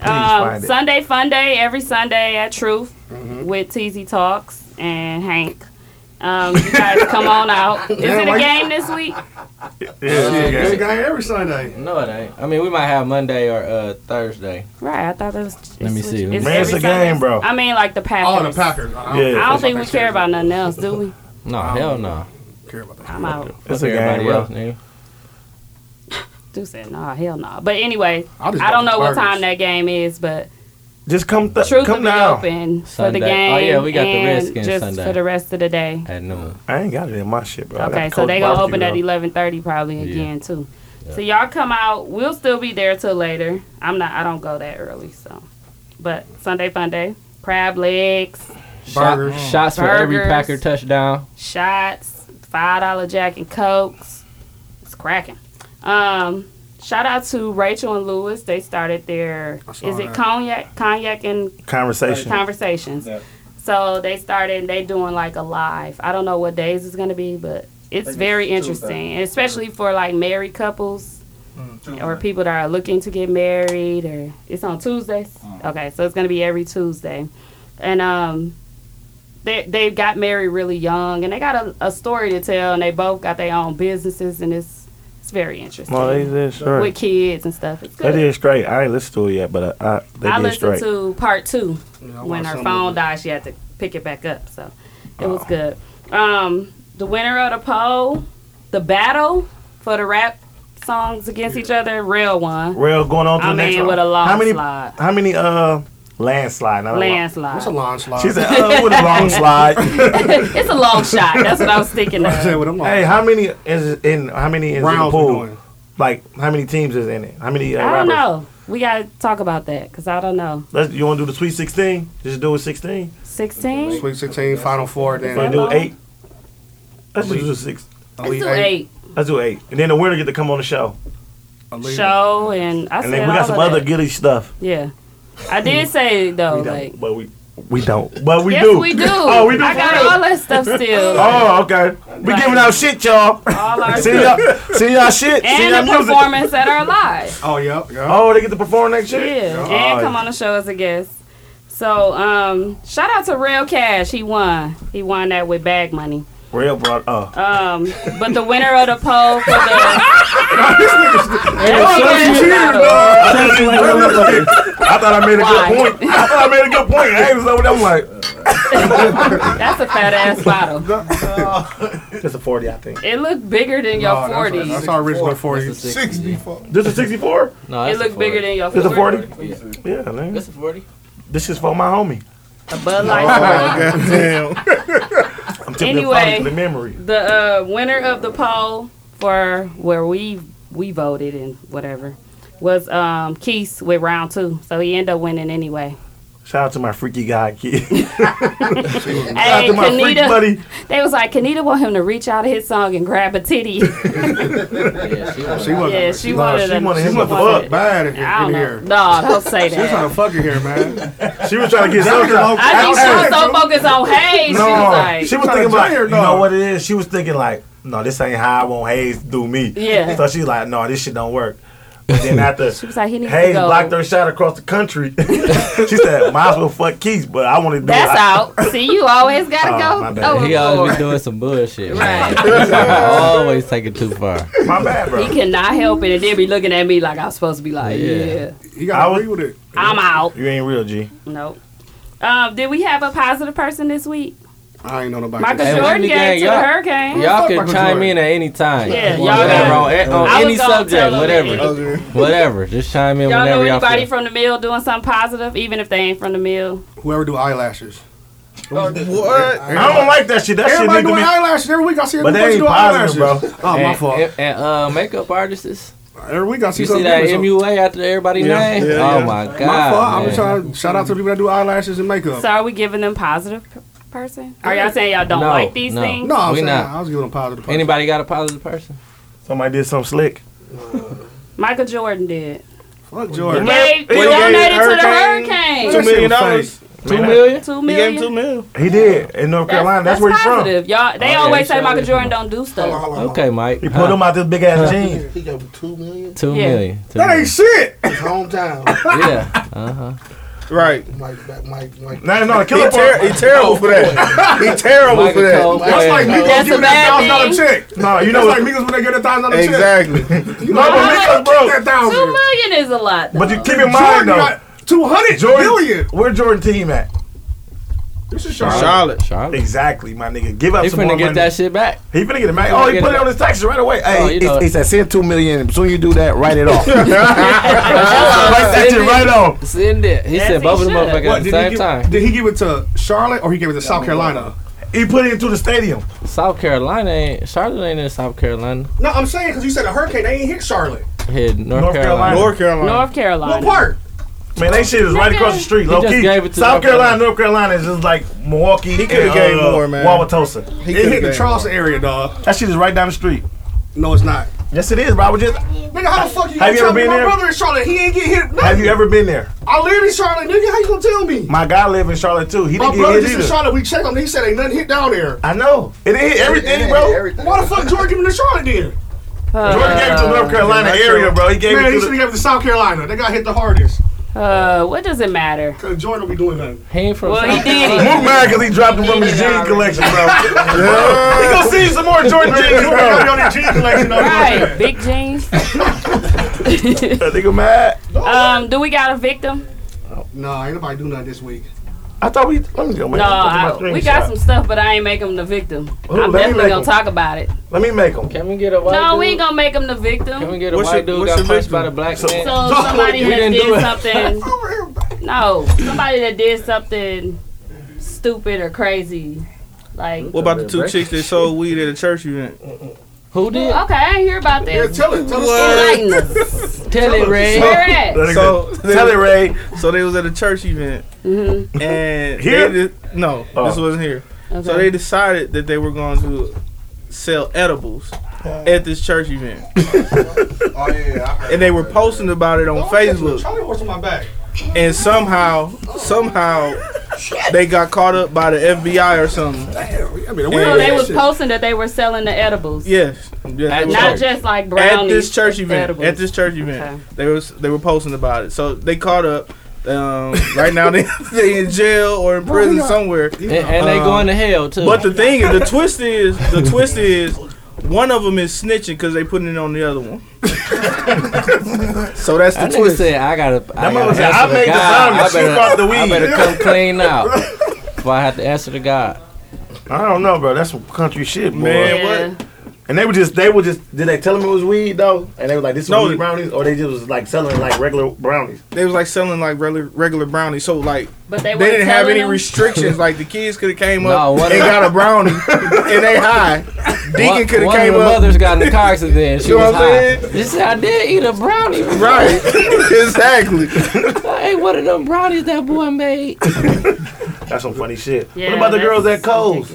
[SPEAKER 8] please
[SPEAKER 3] um,
[SPEAKER 8] find it.
[SPEAKER 3] Sunday Fun Day every Sunday at Truth with TZ Talks and Hank. Um, you guys come on out. Is
[SPEAKER 4] Damn,
[SPEAKER 3] it
[SPEAKER 4] why
[SPEAKER 3] a
[SPEAKER 4] you-
[SPEAKER 3] game this week?
[SPEAKER 4] Shit,
[SPEAKER 1] yeah.
[SPEAKER 4] we got it every Sunday.
[SPEAKER 1] No, it ain't. I mean, we might have Monday or uh, Thursday.
[SPEAKER 3] Right, I thought that was.
[SPEAKER 1] Let me see.
[SPEAKER 3] It's every Sunday. I mean, like the Packers.
[SPEAKER 1] Oh, the Packers.
[SPEAKER 3] I
[SPEAKER 1] Yeah.
[SPEAKER 3] don't, I don't think we care about nothing else, do we?
[SPEAKER 1] No, hell no.
[SPEAKER 4] Care about that.
[SPEAKER 3] I'm out.
[SPEAKER 1] Fuck
[SPEAKER 8] a game,
[SPEAKER 1] everybody
[SPEAKER 8] bro.
[SPEAKER 1] else, nigga.
[SPEAKER 3] Do said no, hell no. But anyway, I,
[SPEAKER 8] I just
[SPEAKER 3] don't
[SPEAKER 8] got
[SPEAKER 3] know what
[SPEAKER 8] burgers.
[SPEAKER 3] time that game is, but
[SPEAKER 8] Just come, th-
[SPEAKER 3] Truth
[SPEAKER 8] come
[SPEAKER 3] will be
[SPEAKER 8] down.
[SPEAKER 3] open for
[SPEAKER 1] Sunday.
[SPEAKER 3] the
[SPEAKER 1] Oh,
[SPEAKER 3] game.
[SPEAKER 1] yeah, we got the
[SPEAKER 3] and
[SPEAKER 1] Redskins
[SPEAKER 3] just
[SPEAKER 1] Sunday.
[SPEAKER 3] for the rest of the day.
[SPEAKER 1] At noon.
[SPEAKER 8] I ain't got it in my shit, bro. I got
[SPEAKER 3] Okay,
[SPEAKER 8] the
[SPEAKER 3] so
[SPEAKER 8] Coach
[SPEAKER 3] they gonna
[SPEAKER 8] Barbecue,
[SPEAKER 3] open at
[SPEAKER 8] though.
[SPEAKER 3] eleven thirty probably again too. So y'all come out. We'll still be there till later. I'm not. I don't go that early. So, but Sunday fun day. Crab legs.
[SPEAKER 1] Shot, shots for every
[SPEAKER 3] Burgers,
[SPEAKER 1] Packer touchdown.
[SPEAKER 3] Shots. Five dollar Jack and cokes. It's cracking. Um, shout out to Rachel and Lewis. They started their. Is
[SPEAKER 8] saw
[SPEAKER 3] it
[SPEAKER 8] that.
[SPEAKER 3] cognac? Cognac and uh,
[SPEAKER 8] Conversation.
[SPEAKER 3] Conversations. So they started. They doing like a live. I don't know what days it's gonna be, but it's
[SPEAKER 2] Like
[SPEAKER 3] very
[SPEAKER 2] Tuesday.
[SPEAKER 3] interesting, and especially for like married couples or people that are looking to get married. Or it's on Tuesdays. Okay, so it's gonna be every Tuesday, and um, they they got married really young, and they got a, a story to tell, and they both got their own businesses, and it's it's very interesting.
[SPEAKER 8] Well, they did straight.
[SPEAKER 3] With kids and stuff. It's
[SPEAKER 8] They
[SPEAKER 3] e- good.
[SPEAKER 8] did straight. I ain't listened to it yet, but I, I they
[SPEAKER 3] I
[SPEAKER 8] did
[SPEAKER 3] listened
[SPEAKER 8] straight.
[SPEAKER 3] to part two
[SPEAKER 8] I
[SPEAKER 3] when
[SPEAKER 8] watched
[SPEAKER 3] her
[SPEAKER 8] some
[SPEAKER 3] phone
[SPEAKER 8] of Ah.
[SPEAKER 3] died. She had to pick it back up, so it was good. Um, the winner of the poll, the battle for the rap songs against each other, real one.
[SPEAKER 8] Real going on to
[SPEAKER 3] I
[SPEAKER 8] the next
[SPEAKER 3] mean,
[SPEAKER 8] one.
[SPEAKER 3] with a
[SPEAKER 8] how many?
[SPEAKER 3] landslide.
[SPEAKER 8] How many? Uh, landslide. not a lot.
[SPEAKER 3] Landslide. What's a long slide?
[SPEAKER 8] She said, uh, with a long slide.
[SPEAKER 3] it's a long shot. That's what I was thinking of.
[SPEAKER 8] Hey, how many is in? How many is in the
[SPEAKER 3] Rounds we
[SPEAKER 8] pool? Like, how many teams is in it? How many? Uh,
[SPEAKER 3] I don't
[SPEAKER 8] rappers?
[SPEAKER 3] know. We gotta talk about that because I don't know.
[SPEAKER 8] Let's, you want to do the Sweet 16? Just do it 16.
[SPEAKER 3] Sixteen.
[SPEAKER 4] Sweet 16, Final Four. Then
[SPEAKER 8] Let's do eight. Let's just do six.
[SPEAKER 4] Let's do eight.
[SPEAKER 8] Let's do eight, and then the winner get to come on the show.
[SPEAKER 3] Show and I
[SPEAKER 8] and
[SPEAKER 3] said
[SPEAKER 8] then we
[SPEAKER 3] all
[SPEAKER 8] got some
[SPEAKER 3] of
[SPEAKER 8] other
[SPEAKER 3] that.
[SPEAKER 8] gilly stuff.
[SPEAKER 3] Yeah, I did say though,
[SPEAKER 8] We don't,
[SPEAKER 3] like
[SPEAKER 8] but we we don't, but we
[SPEAKER 3] yes,
[SPEAKER 8] do.
[SPEAKER 3] we do.
[SPEAKER 8] Oh, we do.
[SPEAKER 3] I
[SPEAKER 8] for
[SPEAKER 3] got
[SPEAKER 8] real?
[SPEAKER 3] all that stuff still.
[SPEAKER 8] Oh, okay. We
[SPEAKER 3] Right.
[SPEAKER 8] giving out shit, y'all.
[SPEAKER 3] All our
[SPEAKER 8] see
[SPEAKER 3] shit.
[SPEAKER 8] y'all, see y'all shit. see
[SPEAKER 3] and
[SPEAKER 8] y'all
[SPEAKER 3] a
[SPEAKER 8] music.
[SPEAKER 3] performance at our live.
[SPEAKER 8] Oh, yep. Oh, they get to perform next
[SPEAKER 3] Yeah,
[SPEAKER 8] year.
[SPEAKER 3] and come on the show as a guest. So, um, shout out to Real Cash. He won. He won that with bag money.
[SPEAKER 8] Real brought. Oh,
[SPEAKER 3] Um, but the winner of the poll for the
[SPEAKER 8] I thought I made a
[SPEAKER 3] Why?
[SPEAKER 8] good point. I thought I made a good point. I was over there. I'm like,
[SPEAKER 3] that's a fat ass bottle.
[SPEAKER 8] it's a 40, I think.
[SPEAKER 3] It looked bigger than
[SPEAKER 4] No,
[SPEAKER 3] your
[SPEAKER 4] that's-
[SPEAKER 3] forty.
[SPEAKER 4] that's our original 40.
[SPEAKER 1] That's a 60.
[SPEAKER 4] 64.
[SPEAKER 8] This is 64?
[SPEAKER 1] No,
[SPEAKER 3] It looked bigger than your
[SPEAKER 8] This a 40?
[SPEAKER 3] 40.
[SPEAKER 8] Yeah, man.
[SPEAKER 1] That's a 40.
[SPEAKER 8] This is for my homie.
[SPEAKER 3] A Bud
[SPEAKER 8] Oh,
[SPEAKER 3] Light.
[SPEAKER 8] goddamn. I'm tipping the phone
[SPEAKER 3] Anyway.
[SPEAKER 8] for the memory.
[SPEAKER 3] The uh, winner of the poll for where we we voted and whatever was um, Keith with round two, so he ended up winning anyway.
[SPEAKER 8] Shout out to my freaky guy kid. Shout out
[SPEAKER 3] Hey,
[SPEAKER 8] to my freak
[SPEAKER 3] Kanita,
[SPEAKER 8] buddy.
[SPEAKER 3] they was like, Kanita want him to reach out of his song and grab a titty.
[SPEAKER 4] She wanted.
[SPEAKER 3] Yeah, she wanted
[SPEAKER 4] She
[SPEAKER 3] him.
[SPEAKER 4] wanted
[SPEAKER 3] She
[SPEAKER 4] him to
[SPEAKER 3] wanted-
[SPEAKER 4] fuck bad in,
[SPEAKER 3] I don't
[SPEAKER 4] in
[SPEAKER 3] know.
[SPEAKER 4] here.
[SPEAKER 3] No, don't say
[SPEAKER 4] She was
[SPEAKER 3] that.
[SPEAKER 4] trying to fuck in here, man.
[SPEAKER 8] she was trying to get
[SPEAKER 4] That was
[SPEAKER 8] something.
[SPEAKER 4] all-
[SPEAKER 3] I think she was so
[SPEAKER 4] Hey,
[SPEAKER 3] focused on Hayes.
[SPEAKER 8] no,
[SPEAKER 3] Oh. she was like,
[SPEAKER 8] thinking about, you know what it is? She was thinking like, no, this ain't how I want Hayes to do me.
[SPEAKER 3] Yeah.
[SPEAKER 8] So she like, no, this shit don't work. But then after
[SPEAKER 3] She was like, he needs to
[SPEAKER 8] Hayes
[SPEAKER 3] go.
[SPEAKER 8] blocked her shot across the country, she said, might as well fuck Keith, but I want to do it.
[SPEAKER 3] That's out. See, you always gotta
[SPEAKER 8] Oh,
[SPEAKER 3] go.
[SPEAKER 8] my bad.
[SPEAKER 3] Oh,
[SPEAKER 1] He always be doing some bullshit. man. always take it too far.
[SPEAKER 8] My bad,
[SPEAKER 3] he cannot help it, and then be looking at me like I'm supposed to be like,
[SPEAKER 1] Yeah.
[SPEAKER 3] yeah,
[SPEAKER 4] You
[SPEAKER 8] gotta
[SPEAKER 4] agree with it.
[SPEAKER 3] I'm out.
[SPEAKER 8] You ain't real, G.
[SPEAKER 3] Nope. Um, did we have a positive person this week?
[SPEAKER 4] I ain't know nobody.
[SPEAKER 3] Michael
[SPEAKER 1] Hey,
[SPEAKER 3] Jordan
[SPEAKER 1] Whitney
[SPEAKER 3] came
[SPEAKER 1] gang,
[SPEAKER 3] to
[SPEAKER 1] y'all-
[SPEAKER 3] the hurricane.
[SPEAKER 1] Y'all can chime in at any time.
[SPEAKER 3] Yeah,
[SPEAKER 1] Y'all
[SPEAKER 3] y'all
[SPEAKER 1] got
[SPEAKER 3] got-
[SPEAKER 1] on, on
[SPEAKER 3] I was gonna
[SPEAKER 1] any
[SPEAKER 3] tell
[SPEAKER 1] subject,
[SPEAKER 3] them
[SPEAKER 1] whatever, whatever. Just chime in
[SPEAKER 3] Y'all know
[SPEAKER 1] whenever y'all
[SPEAKER 3] anybody
[SPEAKER 1] feel.
[SPEAKER 3] from the mill doing something positive, even if they ain't from the mill?
[SPEAKER 4] Whoever do eyelashes.
[SPEAKER 13] Oh, what?
[SPEAKER 8] I don't like that shit. That shit
[SPEAKER 6] Everybody
[SPEAKER 8] need to
[SPEAKER 6] doing
[SPEAKER 8] be-
[SPEAKER 6] eyelashes every week. I see
[SPEAKER 8] But they
[SPEAKER 6] everybody
[SPEAKER 8] ain't
[SPEAKER 6] doing eyelashes,
[SPEAKER 8] positive, bro.
[SPEAKER 6] Oh my
[SPEAKER 1] And-
[SPEAKER 6] fault.
[SPEAKER 1] And, and, uh, makeup artists.
[SPEAKER 6] Every week I see
[SPEAKER 1] You see
[SPEAKER 6] something
[SPEAKER 1] that
[SPEAKER 6] different, so-
[SPEAKER 1] MUA after everybody name? oh my god!
[SPEAKER 6] My fault. I'm just
[SPEAKER 1] man.
[SPEAKER 6] trying to shout out to the people that do eyelashes and makeup.
[SPEAKER 3] So are we giving them positive p- person? Are y'all saying y'all don't
[SPEAKER 1] No,
[SPEAKER 3] like these
[SPEAKER 1] no.
[SPEAKER 3] things?
[SPEAKER 6] No, I'm
[SPEAKER 1] We
[SPEAKER 6] saying
[SPEAKER 1] not.
[SPEAKER 6] I was giving them positive. Person.
[SPEAKER 1] Anybody got a positive person?
[SPEAKER 8] Somebody did something slick.
[SPEAKER 3] Michael Jordan did.
[SPEAKER 6] Fuck
[SPEAKER 8] Jordan.
[SPEAKER 3] Gave,
[SPEAKER 8] What he
[SPEAKER 3] donated
[SPEAKER 8] gave
[SPEAKER 3] to the
[SPEAKER 8] Hurricane?
[SPEAKER 3] hurricane.
[SPEAKER 8] Two million dollars. Two
[SPEAKER 3] Two
[SPEAKER 8] million?
[SPEAKER 3] million. Two million. He gave two million.
[SPEAKER 8] He did in North Carolina. That's, where he's from.
[SPEAKER 3] positive. Y'all, they
[SPEAKER 1] Oh,
[SPEAKER 8] Okay,
[SPEAKER 3] always say
[SPEAKER 8] so-
[SPEAKER 3] Michael Jordan don't do stuff.
[SPEAKER 1] Okay, Mike.
[SPEAKER 8] He pulled him out this big ass jeans.
[SPEAKER 14] He got two million.
[SPEAKER 1] Two
[SPEAKER 3] Yeah.
[SPEAKER 1] million. Two
[SPEAKER 14] That
[SPEAKER 1] million.
[SPEAKER 14] ain't shit. His hometown.
[SPEAKER 1] yeah. Uh huh.
[SPEAKER 13] Right.
[SPEAKER 14] Mike, Mike, Mike, Mike. Oh,
[SPEAKER 8] No, no, the
[SPEAKER 13] He,
[SPEAKER 8] killer
[SPEAKER 13] ter-
[SPEAKER 8] part.
[SPEAKER 13] he terrible for that. He terrible
[SPEAKER 8] Michael
[SPEAKER 13] for that.
[SPEAKER 8] Cole
[SPEAKER 13] That's
[SPEAKER 8] playing.
[SPEAKER 13] like me
[SPEAKER 8] That's
[SPEAKER 13] going
[SPEAKER 8] a
[SPEAKER 13] giving
[SPEAKER 8] bad
[SPEAKER 13] that thousand dollar
[SPEAKER 8] thing.
[SPEAKER 13] check.
[SPEAKER 8] No, you
[SPEAKER 13] That's
[SPEAKER 8] know
[SPEAKER 13] like
[SPEAKER 8] what-
[SPEAKER 13] me
[SPEAKER 6] Niggas when they get a thousand dollar check.
[SPEAKER 13] Exactly.
[SPEAKER 6] You
[SPEAKER 8] No, but niggas, bro.
[SPEAKER 6] That
[SPEAKER 3] Two
[SPEAKER 6] thousand.
[SPEAKER 3] million is a lot. Though.
[SPEAKER 8] But you keep
[SPEAKER 6] Jordan
[SPEAKER 8] in mind though,
[SPEAKER 6] got two hundred million.
[SPEAKER 8] where Jordan team at?
[SPEAKER 6] This is
[SPEAKER 8] Charlotte. Exactly, my nigga. Give up
[SPEAKER 1] He
[SPEAKER 8] some
[SPEAKER 1] finna
[SPEAKER 8] more
[SPEAKER 1] get
[SPEAKER 8] money.
[SPEAKER 1] that shit back.
[SPEAKER 8] He finna get it back.
[SPEAKER 1] He finna
[SPEAKER 8] Oh, he
[SPEAKER 1] get
[SPEAKER 8] put
[SPEAKER 1] it
[SPEAKER 8] it on
[SPEAKER 1] back.
[SPEAKER 8] his taxes right away. Hey,
[SPEAKER 1] Oh, you know
[SPEAKER 8] it's,
[SPEAKER 1] it.
[SPEAKER 8] it's that send two million. Soon you do that, write it off. write that
[SPEAKER 1] Send
[SPEAKER 8] shit
[SPEAKER 1] it.
[SPEAKER 8] right off.
[SPEAKER 1] Send it. He said both of them motherfuckers at the same time.
[SPEAKER 6] Did he give it to Charlotte or he gave it to South Carolina?
[SPEAKER 8] He put it into the stadium.
[SPEAKER 1] South Carolina ain't Charlotte ain't in South Carolina.
[SPEAKER 6] No, I'm saying because you said a hurricane, they ain't hit Charlotte.
[SPEAKER 1] Head North, Carolina.
[SPEAKER 8] North Carolina. North Carolina.
[SPEAKER 3] North Carolina.
[SPEAKER 6] What part?
[SPEAKER 8] Man, that shit is right across the street.
[SPEAKER 1] He
[SPEAKER 8] Low
[SPEAKER 1] just
[SPEAKER 8] key.
[SPEAKER 1] gave it to
[SPEAKER 8] South
[SPEAKER 1] North
[SPEAKER 8] Carolina, North Carolina is just like Milwaukee. He
[SPEAKER 13] coulda gave
[SPEAKER 6] uh,
[SPEAKER 13] more, man.
[SPEAKER 8] Wauwatosa.
[SPEAKER 13] He
[SPEAKER 8] It
[SPEAKER 13] coulda
[SPEAKER 8] hit the
[SPEAKER 13] gave
[SPEAKER 8] Charleston
[SPEAKER 6] area, dog.
[SPEAKER 8] That shit is right down the street.
[SPEAKER 6] No, it's not.
[SPEAKER 8] Yes, it is. Bro, I was just.
[SPEAKER 6] Nigga, how the fuck you
[SPEAKER 8] Have
[SPEAKER 6] gonna
[SPEAKER 8] you
[SPEAKER 6] tell
[SPEAKER 8] ever
[SPEAKER 6] me
[SPEAKER 8] been
[SPEAKER 6] my
[SPEAKER 8] there?
[SPEAKER 6] brother in Charlotte? He ain't get hit. nothing?
[SPEAKER 8] Have you ever been there?
[SPEAKER 6] I live in Charlotte, nigga. How you gonna tell me?
[SPEAKER 8] My guy live in Charlotte too. He
[SPEAKER 6] My
[SPEAKER 8] didn't get
[SPEAKER 6] brother
[SPEAKER 8] hit
[SPEAKER 6] just in
[SPEAKER 8] either.
[SPEAKER 6] Charlotte. We checked him. He said ain't nothing hit down there.
[SPEAKER 8] I know. It didn't hit everything, bro.
[SPEAKER 6] Why the fuck Jordan giving to Charlotte then?
[SPEAKER 8] Jordan gave it to North Carolina area, bro. He gave
[SPEAKER 6] Man, he
[SPEAKER 8] it to
[SPEAKER 6] should
[SPEAKER 8] the,
[SPEAKER 6] have gave it to South Carolina. They got hit the hardest.
[SPEAKER 3] Uh, what does it matter?
[SPEAKER 6] Cause Jordan will be doing nothing.
[SPEAKER 1] He ain't from
[SPEAKER 3] Well,
[SPEAKER 1] South
[SPEAKER 3] he did.
[SPEAKER 1] Carolina.
[SPEAKER 8] Mook mad because he dropped him from his jean collection, bro. We gonna see some more Jordan jeans, bro.
[SPEAKER 3] Right, big jeans.
[SPEAKER 8] That nigga mad.
[SPEAKER 3] Um, do we got a victim?
[SPEAKER 6] No, ain't nobody do nothing this week.
[SPEAKER 8] I thought we. Let me go, Oh, man.
[SPEAKER 3] no, I,
[SPEAKER 8] Let me
[SPEAKER 3] we
[SPEAKER 8] screenshot.
[SPEAKER 3] got some stuff, but I ain't make him the victim.
[SPEAKER 8] Who-
[SPEAKER 3] I'm
[SPEAKER 8] let me
[SPEAKER 3] definitely
[SPEAKER 8] make
[SPEAKER 3] gonna
[SPEAKER 8] him.
[SPEAKER 3] talk about it.
[SPEAKER 8] Let me make them.
[SPEAKER 1] Can we get a white
[SPEAKER 3] no,
[SPEAKER 1] dude?
[SPEAKER 3] we ain't gonna make him the victim.
[SPEAKER 1] Can we get a white dude got punched by the black man?
[SPEAKER 3] So somebody
[SPEAKER 1] We
[SPEAKER 3] that
[SPEAKER 1] didn't do
[SPEAKER 3] did
[SPEAKER 1] it.
[SPEAKER 3] something. No, somebody that did something stupid or crazy, like
[SPEAKER 13] What about the two chicks that sold weed at a church event?
[SPEAKER 1] Who did?
[SPEAKER 3] Okay, I didn't hear about this.
[SPEAKER 6] tell it, tell
[SPEAKER 3] Enlighten us.
[SPEAKER 1] Tell it, Ray.
[SPEAKER 3] Where at?
[SPEAKER 13] So
[SPEAKER 8] Tell it, Ray.
[SPEAKER 13] So they was at a church event,
[SPEAKER 1] Mm-hmm.
[SPEAKER 13] and
[SPEAKER 8] Here?
[SPEAKER 13] they did- no,
[SPEAKER 8] Oh.
[SPEAKER 13] this wasn't here.
[SPEAKER 3] Okay.
[SPEAKER 13] So they decided that they were going to sell edibles at this church event,
[SPEAKER 14] Oh yeah, I heard.
[SPEAKER 13] and they were posting about it on Facebook.
[SPEAKER 6] Charlie horse on my back.
[SPEAKER 13] And somehow, somehow, they got caught up by the FBI or something.
[SPEAKER 6] I mean,
[SPEAKER 3] So they was posting that they were selling the edibles.
[SPEAKER 13] Yes. yes they
[SPEAKER 3] At
[SPEAKER 13] were
[SPEAKER 3] Not
[SPEAKER 13] posting.
[SPEAKER 3] just like
[SPEAKER 13] At
[SPEAKER 3] brownies,
[SPEAKER 13] this church
[SPEAKER 3] it's
[SPEAKER 13] event.
[SPEAKER 3] edibles.
[SPEAKER 13] At this church event. They was they were posting about it. So they caught up. Um, right now they they in jail or in prison somewhere.
[SPEAKER 1] And, and they
[SPEAKER 13] Um,
[SPEAKER 1] going to hell too.
[SPEAKER 13] But the thing is, the twist is, the twist is, one of them is snitching because they putting it on the other one. so that's the
[SPEAKER 1] That nigga
[SPEAKER 13] twist.
[SPEAKER 1] said, I gotta. I,
[SPEAKER 13] That
[SPEAKER 1] gotta
[SPEAKER 13] mother said,
[SPEAKER 1] answer
[SPEAKER 13] "I
[SPEAKER 1] to
[SPEAKER 13] made the
[SPEAKER 1] God.
[SPEAKER 13] brownies,
[SPEAKER 1] I
[SPEAKER 13] she
[SPEAKER 1] better-
[SPEAKER 13] bought the
[SPEAKER 1] I
[SPEAKER 13] weed."
[SPEAKER 1] better come clean out before I have to answer to God.
[SPEAKER 8] I don't know, bro. That's some country shit, boy.
[SPEAKER 13] Man,
[SPEAKER 3] what?
[SPEAKER 8] And they were just, they were just, did they tell him it was weed though? And they were like, this is
[SPEAKER 13] No.
[SPEAKER 8] weed brownies, or they just was like selling like regular brownies.
[SPEAKER 13] They was like selling like regular regular brownies. So like,
[SPEAKER 3] But
[SPEAKER 13] they,
[SPEAKER 3] they weren't
[SPEAKER 13] didn't have
[SPEAKER 3] telling
[SPEAKER 13] any
[SPEAKER 3] them?
[SPEAKER 13] restrictions. Like the kids could have came
[SPEAKER 1] No,
[SPEAKER 13] up
[SPEAKER 1] one
[SPEAKER 13] and
[SPEAKER 1] of-
[SPEAKER 13] got a brownie, and they high. Deacon could have
[SPEAKER 1] One
[SPEAKER 13] came
[SPEAKER 1] of the
[SPEAKER 13] up.
[SPEAKER 1] mothers got in the car accident. She
[SPEAKER 13] You know
[SPEAKER 1] was
[SPEAKER 13] what I'm
[SPEAKER 1] high.
[SPEAKER 13] saying?
[SPEAKER 1] This I did eat a brownie.
[SPEAKER 13] Right, exactly.
[SPEAKER 1] I ate one of them brownies that boy made.
[SPEAKER 8] That's some funny shit.
[SPEAKER 3] Yeah,
[SPEAKER 8] what about the
[SPEAKER 3] that's
[SPEAKER 8] girls at Coles?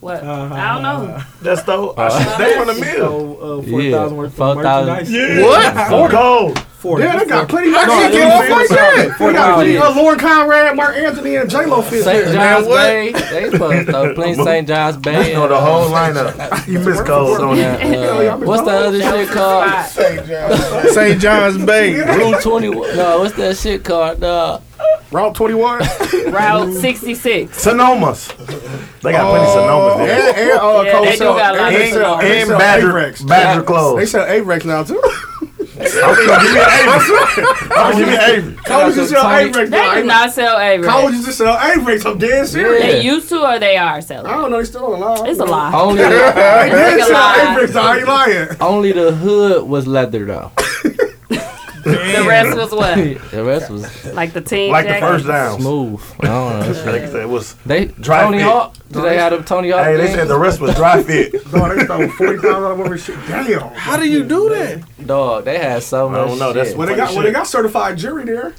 [SPEAKER 3] What?
[SPEAKER 6] Uh-huh.
[SPEAKER 3] I don't know.
[SPEAKER 8] That's though.
[SPEAKER 1] Uh,
[SPEAKER 8] they from the mill.
[SPEAKER 11] So, uh,
[SPEAKER 1] Yeah,
[SPEAKER 11] 4,000 worth of
[SPEAKER 1] 4,000.
[SPEAKER 11] merchandise.
[SPEAKER 1] Yeah.
[SPEAKER 13] What?
[SPEAKER 8] Four Coles.
[SPEAKER 11] Four.
[SPEAKER 6] Yeah, they got plenty.
[SPEAKER 13] I
[SPEAKER 6] I
[SPEAKER 13] can't
[SPEAKER 6] can't
[SPEAKER 13] get off like
[SPEAKER 6] that.
[SPEAKER 11] Four
[SPEAKER 6] We got plenty.
[SPEAKER 11] thousand.
[SPEAKER 6] Uh, Lauren Conrad, Mark Anthony, and J Lo fit
[SPEAKER 1] St.
[SPEAKER 6] there.
[SPEAKER 1] John's
[SPEAKER 6] what?
[SPEAKER 1] Bay. They supposed to throw Plain St. John's Bay.
[SPEAKER 8] You know the whole lineup. You miss Coles on
[SPEAKER 1] Yeah,
[SPEAKER 8] you.
[SPEAKER 1] uh, what's the other shit called?
[SPEAKER 13] St. John's Bay.
[SPEAKER 1] Blue 21. No, what's that shit called? Uh,
[SPEAKER 6] Route 21.
[SPEAKER 3] Route 66.
[SPEAKER 8] Sonomas. They
[SPEAKER 13] Oh,
[SPEAKER 8] got plenty Sonomas
[SPEAKER 6] And,
[SPEAKER 8] there.
[SPEAKER 6] and, uh,
[SPEAKER 3] Yeah,
[SPEAKER 6] Coles
[SPEAKER 3] they do
[SPEAKER 6] sell-
[SPEAKER 3] got a lot of
[SPEAKER 6] and,
[SPEAKER 3] stuff.
[SPEAKER 6] sell-
[SPEAKER 8] And
[SPEAKER 6] sell
[SPEAKER 8] Badger,
[SPEAKER 6] A-Rex.
[SPEAKER 8] Badger
[SPEAKER 6] They
[SPEAKER 8] clothes.
[SPEAKER 6] sell A-Rex now, too.
[SPEAKER 8] I'm gonna give you Avery.
[SPEAKER 6] Coles just sell
[SPEAKER 1] Tony-
[SPEAKER 6] A-Rex
[SPEAKER 3] They do
[SPEAKER 6] now.
[SPEAKER 3] not sell
[SPEAKER 6] Coles
[SPEAKER 3] A-Rex.
[SPEAKER 6] used to sell A-Rex. I'm dead serious.
[SPEAKER 3] They used to or they are selling.
[SPEAKER 6] I don't know. They still alive.
[SPEAKER 3] It's a lie.
[SPEAKER 1] only,
[SPEAKER 6] They
[SPEAKER 1] the,
[SPEAKER 6] did
[SPEAKER 3] It's a
[SPEAKER 6] sell
[SPEAKER 3] lie.
[SPEAKER 6] A-Rex. I ain't lying.
[SPEAKER 1] only the hood was leather though.
[SPEAKER 3] The rest was what?
[SPEAKER 1] the rest was
[SPEAKER 3] Like the team. jacket?
[SPEAKER 1] Smooth. I don't know. That's
[SPEAKER 8] Like I said, it was
[SPEAKER 1] they
[SPEAKER 8] dry
[SPEAKER 1] Tony
[SPEAKER 8] fit.
[SPEAKER 1] Hawk. Did they have them Tony Hawk?
[SPEAKER 8] Hey, they said the rest was dry fit.
[SPEAKER 1] Dog, they throw forty thousand dollars worth of shit. Damn. How
[SPEAKER 4] do you do that?
[SPEAKER 1] Dog, they had so much. shit.
[SPEAKER 4] when they got when they got certified jury there.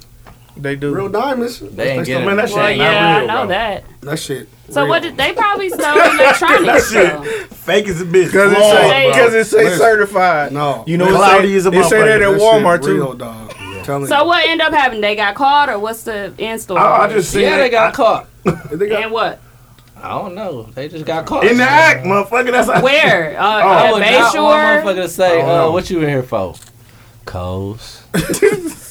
[SPEAKER 13] They do
[SPEAKER 4] real diamonds.
[SPEAKER 1] They ain't
[SPEAKER 4] still-
[SPEAKER 1] get
[SPEAKER 4] man,
[SPEAKER 1] it.
[SPEAKER 4] that shit
[SPEAKER 1] Well,
[SPEAKER 4] ain't not
[SPEAKER 3] yeah, I
[SPEAKER 4] real,
[SPEAKER 3] know
[SPEAKER 4] bro.
[SPEAKER 3] that.
[SPEAKER 4] That shit.
[SPEAKER 3] So
[SPEAKER 4] real.
[SPEAKER 3] what did they probably stole electronics? though.
[SPEAKER 8] fake as a bitch.
[SPEAKER 13] Because it
[SPEAKER 4] Flawed,
[SPEAKER 13] say,
[SPEAKER 4] bro.
[SPEAKER 13] cause it say
[SPEAKER 4] Listen.
[SPEAKER 13] certified.
[SPEAKER 4] No.
[SPEAKER 13] You know what
[SPEAKER 4] Cloudy
[SPEAKER 13] it
[SPEAKER 4] as
[SPEAKER 13] say?
[SPEAKER 4] a
[SPEAKER 13] It say
[SPEAKER 4] motherfucker.
[SPEAKER 13] that at
[SPEAKER 4] That shit
[SPEAKER 13] Walmart
[SPEAKER 4] real,
[SPEAKER 13] too.
[SPEAKER 4] dog. Telling
[SPEAKER 3] So what ended up happening? They got caught, or what's the end story?
[SPEAKER 4] I- I just seen
[SPEAKER 1] Yeah, they
[SPEAKER 4] it.
[SPEAKER 1] got caught.
[SPEAKER 3] and what?
[SPEAKER 1] I don't know. They just got caught.
[SPEAKER 8] In the act, motherfucker. That's Oh,
[SPEAKER 3] Where? Uh,
[SPEAKER 1] I
[SPEAKER 3] at
[SPEAKER 1] would
[SPEAKER 3] Bay
[SPEAKER 1] not want
[SPEAKER 3] Shore?
[SPEAKER 1] motherfucker to say,
[SPEAKER 3] I don't know.
[SPEAKER 1] uh, "What you in here for?" Coles.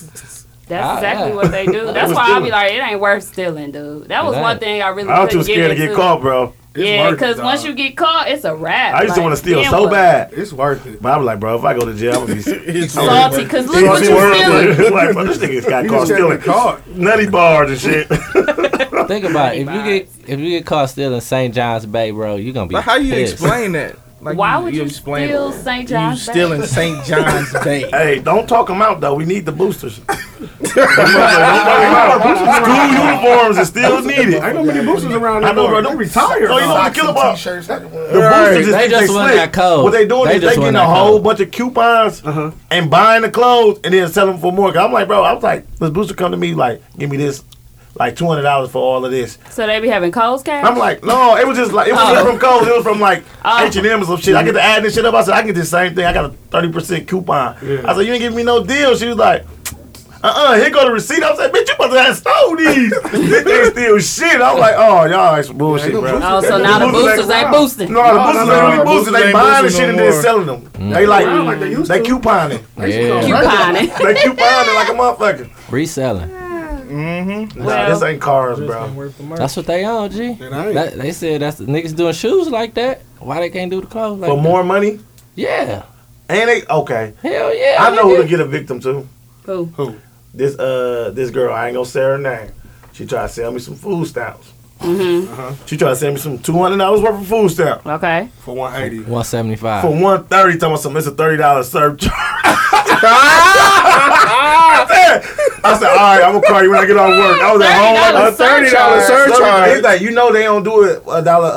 [SPEAKER 3] That's
[SPEAKER 1] Ah,
[SPEAKER 3] exactly
[SPEAKER 1] yeah.
[SPEAKER 3] what they do.
[SPEAKER 1] They
[SPEAKER 3] That's
[SPEAKER 1] was
[SPEAKER 3] why I'll be
[SPEAKER 1] stealing.
[SPEAKER 3] like, it ain't worth stealing, dude. That was
[SPEAKER 8] It
[SPEAKER 3] one
[SPEAKER 8] ain't.
[SPEAKER 3] thing I really.
[SPEAKER 8] I'm too
[SPEAKER 3] couldn't
[SPEAKER 8] scared to get
[SPEAKER 3] into.
[SPEAKER 8] caught, bro.
[SPEAKER 3] Yeah, because once you get caught, it's a wrap.
[SPEAKER 8] I used to
[SPEAKER 3] Like,
[SPEAKER 8] want to steal
[SPEAKER 3] then
[SPEAKER 8] so
[SPEAKER 3] what?
[SPEAKER 8] bad. It's worth it. But I'm like, bro, if I go to jail, I'm gonna be it's
[SPEAKER 3] salty, 'cause look what you
[SPEAKER 8] stealing. like, bro, this nigga's got
[SPEAKER 1] You
[SPEAKER 8] caught
[SPEAKER 1] just got
[SPEAKER 8] stealing
[SPEAKER 1] caught.
[SPEAKER 8] nutty bars and shit.
[SPEAKER 1] Think about it. If you get if you get caught stealing St. John's Bay, bro, you gonna be.
[SPEAKER 13] Like, how you
[SPEAKER 1] pissed.
[SPEAKER 13] explain that? Like,
[SPEAKER 3] Why
[SPEAKER 8] Mm,
[SPEAKER 3] would you
[SPEAKER 13] explain
[SPEAKER 3] steal
[SPEAKER 13] it.
[SPEAKER 3] St. John's
[SPEAKER 13] You stealing
[SPEAKER 3] Bay?
[SPEAKER 13] St. John's Bay?
[SPEAKER 8] Hey, don't talk them out though. We need the boosters.
[SPEAKER 4] School
[SPEAKER 8] uniforms is still needed.
[SPEAKER 4] Ain't no many boosters around
[SPEAKER 8] I know, bro.
[SPEAKER 4] anymore. Don't retire.
[SPEAKER 8] So you know what the
[SPEAKER 4] Socks
[SPEAKER 8] killer
[SPEAKER 4] and
[SPEAKER 8] part?
[SPEAKER 4] t-shirts.
[SPEAKER 8] The boosters is
[SPEAKER 1] They
[SPEAKER 8] they
[SPEAKER 1] just
[SPEAKER 8] they
[SPEAKER 1] want
[SPEAKER 8] slick.
[SPEAKER 1] that code.
[SPEAKER 8] What they doing
[SPEAKER 1] They
[SPEAKER 8] is they
[SPEAKER 1] just
[SPEAKER 8] getting
[SPEAKER 1] want
[SPEAKER 8] a
[SPEAKER 1] that
[SPEAKER 8] whole
[SPEAKER 1] code.
[SPEAKER 8] bunch of coupons and buying the clothes and then selling for more. 'Cause I'm like, bro, I was like, this booster come to me like, give me this, like two hundred dollars for all of this.
[SPEAKER 3] So they be having cold cash.
[SPEAKER 8] I'm like, no, it was just like it was
[SPEAKER 3] Oh.
[SPEAKER 8] from Kohl's. It was from like H and M or some shit. I get to add this shit up. I said I get this same thing. I got a thirty percent coupon. I said you ain't giving me no deal. She was like, uh uh here go the receipt. I said, bitch, you must have stole these. this thing steal shit. I was like, oh y'all like some bullshit, bro.
[SPEAKER 3] Oh, so now the boosters ain't boosting.
[SPEAKER 8] No, the boosters
[SPEAKER 4] no,
[SPEAKER 8] ain't
[SPEAKER 4] no,
[SPEAKER 8] really boosting.
[SPEAKER 4] the boosters
[SPEAKER 8] They
[SPEAKER 4] ain't
[SPEAKER 8] buying the
[SPEAKER 4] boosting
[SPEAKER 8] shit
[SPEAKER 4] no
[SPEAKER 8] and then
[SPEAKER 4] more.
[SPEAKER 8] selling them.
[SPEAKER 4] Mm.
[SPEAKER 8] They like,
[SPEAKER 4] Wow, like they used
[SPEAKER 8] they couponing.
[SPEAKER 3] Couponing.
[SPEAKER 8] they couponing like a motherfucker.
[SPEAKER 1] Reselling.
[SPEAKER 8] Mm-hmm. Nah, this ain't cars, bro.
[SPEAKER 1] That's what they on, G. That, they said that's the niggas doing shoes like that. Why they can't do the clothes like
[SPEAKER 8] For
[SPEAKER 1] that?
[SPEAKER 8] more money?
[SPEAKER 1] Yeah.
[SPEAKER 8] And they okay.
[SPEAKER 1] Hell Oh, yeah,
[SPEAKER 8] I know who
[SPEAKER 1] nigga.
[SPEAKER 8] to get a victim to.
[SPEAKER 3] Who?
[SPEAKER 8] Who? This uh this girl, I ain't gonna say her name. She tried to sell me some food stamps.
[SPEAKER 3] Mm-hmm.
[SPEAKER 8] She tried to sell me some two hundred dollars worth of food stamps.
[SPEAKER 3] Okay.
[SPEAKER 8] Uh-huh. For one eighty.
[SPEAKER 1] One seventy five.
[SPEAKER 8] For one thirty, talking about some it's a thirty dollar surcharge. I said, I said, all right, I'm gonna call you when I get off work. I was at home.
[SPEAKER 13] $30 surcharge.
[SPEAKER 8] It's like, you know they don't do it a dollar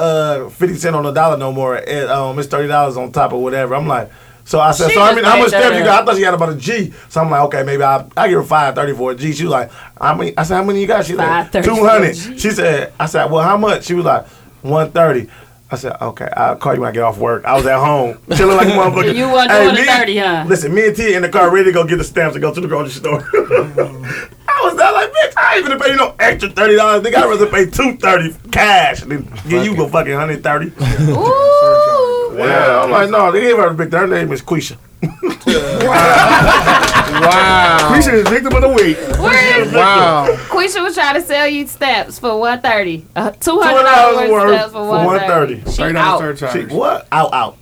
[SPEAKER 8] uh fifty cent on a dollar no more. It, um, it's thirty dollars on top of whatever. I'm like, so I said,
[SPEAKER 13] She
[SPEAKER 8] so I
[SPEAKER 13] just
[SPEAKER 8] mean, how
[SPEAKER 13] made
[SPEAKER 8] much
[SPEAKER 13] that
[SPEAKER 8] stuff you
[SPEAKER 13] up.
[SPEAKER 8] got? I thought she had about a G. So I'm like, okay, maybe I I give her five thirty for a G. She was like, I mean, I said, how many you got? She like
[SPEAKER 13] $5.30
[SPEAKER 8] two
[SPEAKER 13] for a
[SPEAKER 8] hundred. She said, I said, well, how much? She was like, one thirty. I said, okay, I'll call you when I get off work. I was at home, chilling like a motherfucker.
[SPEAKER 3] You wasn't doing the 30, huh?
[SPEAKER 8] Listen, me and T in the car ready to go get the stamps and go to the grocery store. I was there like, bitch, I ain't gonna pay you no extra thirty dollars. Nigga, I'd rather pay two thirty cash than give you a fucking hundred thirty.
[SPEAKER 3] Ooh.
[SPEAKER 8] Yeah, I'm like, no, they gave her a big. Her name is Quisha.
[SPEAKER 13] wow.
[SPEAKER 4] Quisha is victim of the week.
[SPEAKER 3] Where is
[SPEAKER 13] Wow.
[SPEAKER 3] Quisha was trying to sell you steps for one thirty. Uh, Two hundred
[SPEAKER 8] $200
[SPEAKER 3] dollars
[SPEAKER 8] worth
[SPEAKER 3] worth of steps for one thirty.
[SPEAKER 8] $130.
[SPEAKER 3] She out.
[SPEAKER 8] She, what? Out, out.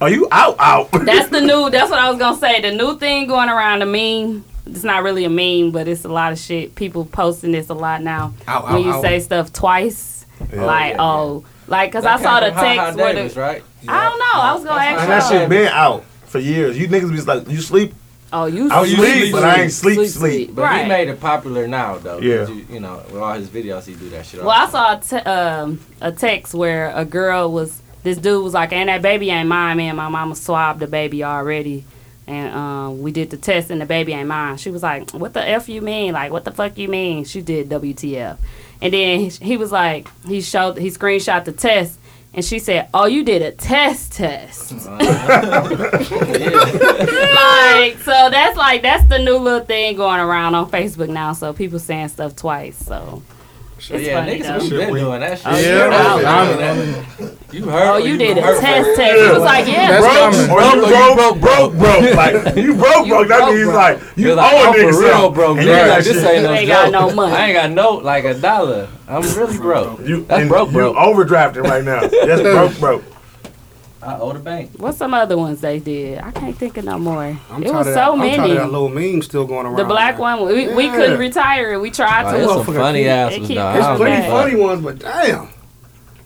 [SPEAKER 8] Are you out, out?
[SPEAKER 3] That's the new. That's what I was gonna say. The new thing going around. The meme. It's not really a meme, but it's a lot of shit. People posting this a lot now.
[SPEAKER 1] Ow, ow,
[SPEAKER 3] when you
[SPEAKER 1] ow.
[SPEAKER 3] say stuff twice,
[SPEAKER 1] Yeah.
[SPEAKER 3] like
[SPEAKER 1] Yeah,
[SPEAKER 3] oh, like because I
[SPEAKER 1] That
[SPEAKER 3] saw
[SPEAKER 1] came
[SPEAKER 3] the
[SPEAKER 1] from Ha Ha
[SPEAKER 3] text where the.
[SPEAKER 1] Davis, right?
[SPEAKER 3] I don't know. I was gonna ask
[SPEAKER 8] And
[SPEAKER 3] you.
[SPEAKER 8] that shit been out for years. You niggas be like, you sleep?
[SPEAKER 3] Oh, you
[SPEAKER 8] I sleep,
[SPEAKER 1] sleep,
[SPEAKER 8] but I ain't
[SPEAKER 1] sleep.
[SPEAKER 8] sleep, sleep.
[SPEAKER 1] But he made it popular now, though. 'cause
[SPEAKER 8] Yeah.
[SPEAKER 1] You, you know, with all his videos, he do that shit. all
[SPEAKER 3] Well, I saw a, te- um, a text where a girl was. This dude was like, "And that baby ain't mine, man. My mama swabbed the baby already, and um, we did the test, and the baby ain't mine." She was like, "What the f you mean? Like, what the fuck you mean?" She did WTF, and then he- he was like, he showed, he screenshot the test, and she said, "Oh, you did a test test." like, so that's like that's the new little thing going around on Facebook now. So people saying stuff twice. So it's
[SPEAKER 1] But yeah,
[SPEAKER 3] funny
[SPEAKER 1] niggas, we
[SPEAKER 3] though.
[SPEAKER 1] been doing that shit.
[SPEAKER 3] Oh, you heard
[SPEAKER 1] Yeah.
[SPEAKER 3] about
[SPEAKER 1] You heard.
[SPEAKER 3] Oh,
[SPEAKER 1] or
[SPEAKER 3] you did a
[SPEAKER 1] heard
[SPEAKER 3] test
[SPEAKER 1] about
[SPEAKER 3] test.
[SPEAKER 1] it.
[SPEAKER 3] It was like, yeah,
[SPEAKER 1] That's
[SPEAKER 8] broke,
[SPEAKER 1] coming.
[SPEAKER 8] or you
[SPEAKER 1] Broke,
[SPEAKER 8] broke, broke, broke, broke. Like you broke, broke. That means like you
[SPEAKER 1] You're like,
[SPEAKER 8] owe
[SPEAKER 1] I'm
[SPEAKER 8] a nigga
[SPEAKER 1] for real
[SPEAKER 8] something.
[SPEAKER 1] broke.
[SPEAKER 8] And
[SPEAKER 1] bro.
[SPEAKER 8] you
[SPEAKER 1] Like,
[SPEAKER 8] like,
[SPEAKER 1] this
[SPEAKER 8] shit.
[SPEAKER 1] ain't no
[SPEAKER 3] You ain't got
[SPEAKER 1] joke.
[SPEAKER 3] no money.
[SPEAKER 1] I ain't got no like a dollar. I'm really broke.
[SPEAKER 8] You,
[SPEAKER 1] That's
[SPEAKER 8] and
[SPEAKER 1] broke,
[SPEAKER 8] You
[SPEAKER 1] broke.
[SPEAKER 8] overdrafting right now. That's broke, broke.
[SPEAKER 1] I owe the bank.
[SPEAKER 3] What's some other ones they did? I can't think of no more.
[SPEAKER 4] I'm
[SPEAKER 3] it
[SPEAKER 4] tired
[SPEAKER 3] was
[SPEAKER 4] of that-
[SPEAKER 3] so
[SPEAKER 4] I'm tired
[SPEAKER 3] many.
[SPEAKER 4] of that little meme still going around.
[SPEAKER 3] The black one, we, we
[SPEAKER 4] Yeah.
[SPEAKER 3] couldn't retire it. We tried
[SPEAKER 1] Nah,
[SPEAKER 3] to.
[SPEAKER 1] there's Oh, some funny
[SPEAKER 3] It
[SPEAKER 1] ass ones,
[SPEAKER 3] keep-
[SPEAKER 1] dog. I
[SPEAKER 4] There's
[SPEAKER 1] don't
[SPEAKER 4] plenty
[SPEAKER 1] give a
[SPEAKER 4] funny
[SPEAKER 1] fuck.
[SPEAKER 4] ones, but damn.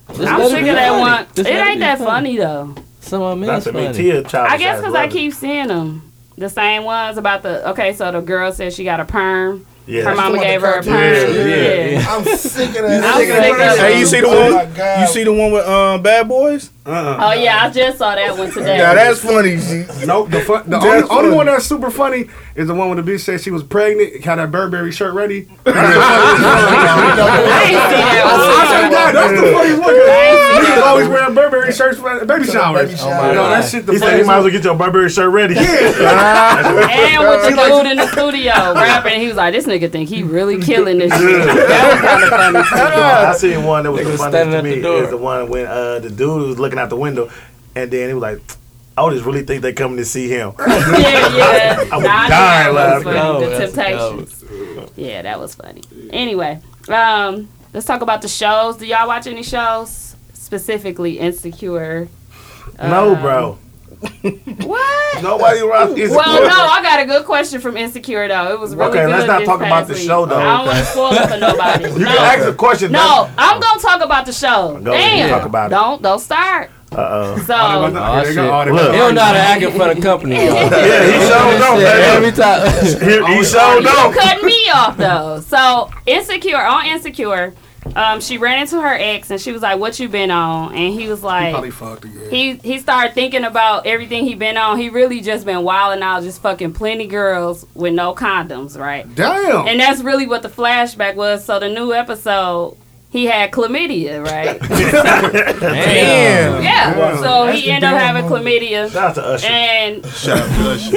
[SPEAKER 1] Just let
[SPEAKER 3] I'm
[SPEAKER 1] it
[SPEAKER 3] sick
[SPEAKER 1] be
[SPEAKER 3] of that
[SPEAKER 1] funny.
[SPEAKER 3] one.
[SPEAKER 1] Just
[SPEAKER 3] it
[SPEAKER 1] let
[SPEAKER 3] ain't
[SPEAKER 1] be
[SPEAKER 3] that
[SPEAKER 1] funny.
[SPEAKER 3] funny though.
[SPEAKER 1] Some of them
[SPEAKER 8] That's
[SPEAKER 1] is
[SPEAKER 8] a big
[SPEAKER 1] funny.
[SPEAKER 8] Tia child.
[SPEAKER 3] I guess because I keep seeing them. The same ones about the okay. So the girl said she got a perm.
[SPEAKER 8] Yeah.
[SPEAKER 3] Her mama
[SPEAKER 8] She
[SPEAKER 3] gave her a
[SPEAKER 8] want the
[SPEAKER 3] perm.
[SPEAKER 8] cartoon.
[SPEAKER 3] Yeah.
[SPEAKER 8] Yeah, yeah.
[SPEAKER 6] I'm sick of
[SPEAKER 3] I'm
[SPEAKER 6] that.
[SPEAKER 3] sick of that.
[SPEAKER 13] Hey, you see the
[SPEAKER 6] Oh my
[SPEAKER 13] one? You see the one with um, Bad Boys? Uh-uh.
[SPEAKER 3] Oh yeah, I just saw that one today.
[SPEAKER 4] Yeah, that's funny. Nope. The, fun, the
[SPEAKER 13] That's
[SPEAKER 4] only, only
[SPEAKER 13] funny.
[SPEAKER 4] one that's super funny is the one when the bitch said she was pregnant, had that Burberry shirt ready. I turned down. That's the funniest one. 'cause Niggas always wearing Burberry shirts for baby Oh showers. no, that shit. The
[SPEAKER 8] Oh He said you might as well get your Burberry shirt ready.
[SPEAKER 3] And with the dude in the studio rapping, he was like, "This nigga think he really killing this shit." That was kind of funny.
[SPEAKER 8] I seen one that was the
[SPEAKER 1] standing
[SPEAKER 8] funniest to
[SPEAKER 1] at the
[SPEAKER 8] me
[SPEAKER 1] door.
[SPEAKER 8] is the one when uh, the dude was looking out the window, and then he was like, "I just really think they coming to see him."
[SPEAKER 3] yeah, yeah.
[SPEAKER 8] I was
[SPEAKER 3] Nah, I knew
[SPEAKER 8] dying
[SPEAKER 3] that was
[SPEAKER 8] laughing.
[SPEAKER 3] funny.
[SPEAKER 8] No,
[SPEAKER 3] The
[SPEAKER 8] that's-
[SPEAKER 3] Temptations. Yeah, that was funny. Anyway, um, let's talk about the shows. Do y'all watch any shows specifically Insecure?
[SPEAKER 8] No,
[SPEAKER 3] Um,
[SPEAKER 8] bro.
[SPEAKER 3] What?
[SPEAKER 8] Nobody rocks Insecure.
[SPEAKER 3] Well, no, I got a good question from Insecure though. It was really
[SPEAKER 8] Okay,
[SPEAKER 3] good
[SPEAKER 8] let's not
[SPEAKER 3] this
[SPEAKER 8] talk about
[SPEAKER 3] past
[SPEAKER 8] the
[SPEAKER 3] week.
[SPEAKER 8] show though.
[SPEAKER 3] I don't want to spoil it for nobody.
[SPEAKER 8] You can ask a question.
[SPEAKER 3] No, I'm gonna talk about the show.
[SPEAKER 8] Go
[SPEAKER 3] Damn,
[SPEAKER 8] ahead, talk about it.
[SPEAKER 3] don't don't start.
[SPEAKER 8] Uh
[SPEAKER 3] So
[SPEAKER 1] Oh, shit. He
[SPEAKER 8] Look.
[SPEAKER 1] don't know how to act in front of company. yeah,
[SPEAKER 8] he showed up,
[SPEAKER 1] Every time.
[SPEAKER 8] He, he
[SPEAKER 3] Oh, You
[SPEAKER 8] showed up.
[SPEAKER 3] cut me off though. So insecure, on insecure, um, she ran into her ex and she was like, "What you been on?" And he was
[SPEAKER 6] He
[SPEAKER 3] like,
[SPEAKER 6] probably fucked again.
[SPEAKER 3] he he started thinking about everything he been on. He really just been wilding out, just fucking plenty girls with no condoms, right?
[SPEAKER 4] Damn.
[SPEAKER 3] And that's really what the flashback was. So the new episode, he had chlamydia, right?
[SPEAKER 8] Damn.
[SPEAKER 3] yeah.
[SPEAKER 8] Wow.
[SPEAKER 3] So
[SPEAKER 8] That's
[SPEAKER 3] he
[SPEAKER 8] the
[SPEAKER 3] ended up
[SPEAKER 8] damn
[SPEAKER 3] having chlamydia.
[SPEAKER 8] Shout out to Usher.
[SPEAKER 3] And
[SPEAKER 13] Shout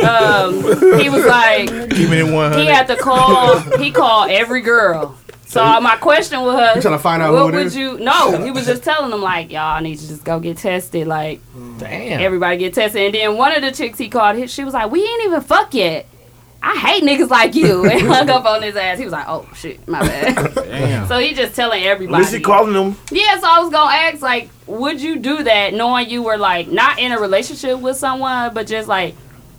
[SPEAKER 3] um, he was like,
[SPEAKER 13] Keeping it one
[SPEAKER 3] he
[SPEAKER 13] hundred.
[SPEAKER 3] had to call. He called every girl. So my question was, her,
[SPEAKER 4] You tryna find out
[SPEAKER 3] what
[SPEAKER 4] who it
[SPEAKER 3] would
[SPEAKER 4] is?
[SPEAKER 3] you? No, he was just telling them like, y'all need to just go get tested. Like,
[SPEAKER 1] damn,
[SPEAKER 3] everybody get tested. And then one of the chicks he called, he- she was like, we ain't even fuck yet. I hate niggas like you, and hung up on his ass. He was like, oh shit, my bad.
[SPEAKER 8] Damn.
[SPEAKER 3] so he just telling
[SPEAKER 8] At
[SPEAKER 3] everybody.
[SPEAKER 8] least he calling them.
[SPEAKER 3] Yeah, so I was gonna ask, like, would you do that knowing you were like not in a relationship with someone, but just like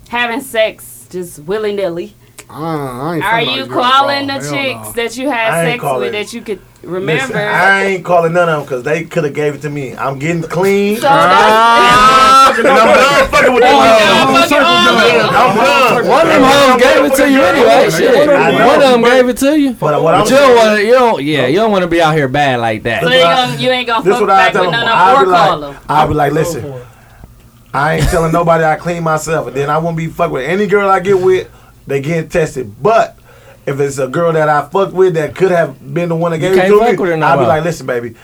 [SPEAKER 3] having sex just willy nilly?
[SPEAKER 4] Uh, I ain't
[SPEAKER 3] Are
[SPEAKER 4] talking
[SPEAKER 3] you
[SPEAKER 4] about girls at
[SPEAKER 3] calling
[SPEAKER 4] all.
[SPEAKER 3] the
[SPEAKER 4] Hell
[SPEAKER 3] chicks
[SPEAKER 4] no.
[SPEAKER 3] that you
[SPEAKER 8] I
[SPEAKER 3] had
[SPEAKER 8] ain't
[SPEAKER 3] sex
[SPEAKER 8] calling.
[SPEAKER 3] with that you could
[SPEAKER 8] Listen,
[SPEAKER 3] remember?
[SPEAKER 8] I ain't calling none of them because they could have gave it to me. I'm getting clean.
[SPEAKER 3] So
[SPEAKER 8] Ah,
[SPEAKER 3] that's-
[SPEAKER 8] and I'm done fucking with them. hoes. I'm done.
[SPEAKER 1] One of them hoes gave it to you anyway. Shit.
[SPEAKER 8] I know.
[SPEAKER 1] One of them gave it to you.
[SPEAKER 8] But,
[SPEAKER 1] you
[SPEAKER 8] what I'm
[SPEAKER 1] don't want to. You don't. Yeah, you don't want to be out here bad like that.
[SPEAKER 3] so you, gonna, you ain't gonna
[SPEAKER 8] This
[SPEAKER 3] fuck
[SPEAKER 8] what I
[SPEAKER 3] back with
[SPEAKER 8] tell them.
[SPEAKER 3] none of
[SPEAKER 8] I'll
[SPEAKER 3] them
[SPEAKER 8] be
[SPEAKER 3] or call them.
[SPEAKER 8] like, oh. I'll be like, listen, I ain't telling nobody I clean myself, and then I won't be fucked with any girl I get with. They getting tested, but if it's a girl that I fuck with that could have been the one that
[SPEAKER 1] You
[SPEAKER 8] gave it
[SPEAKER 1] can't
[SPEAKER 8] to
[SPEAKER 1] fuck with her
[SPEAKER 8] me,
[SPEAKER 1] no
[SPEAKER 8] I'll be
[SPEAKER 1] more.
[SPEAKER 8] like, listen, baby,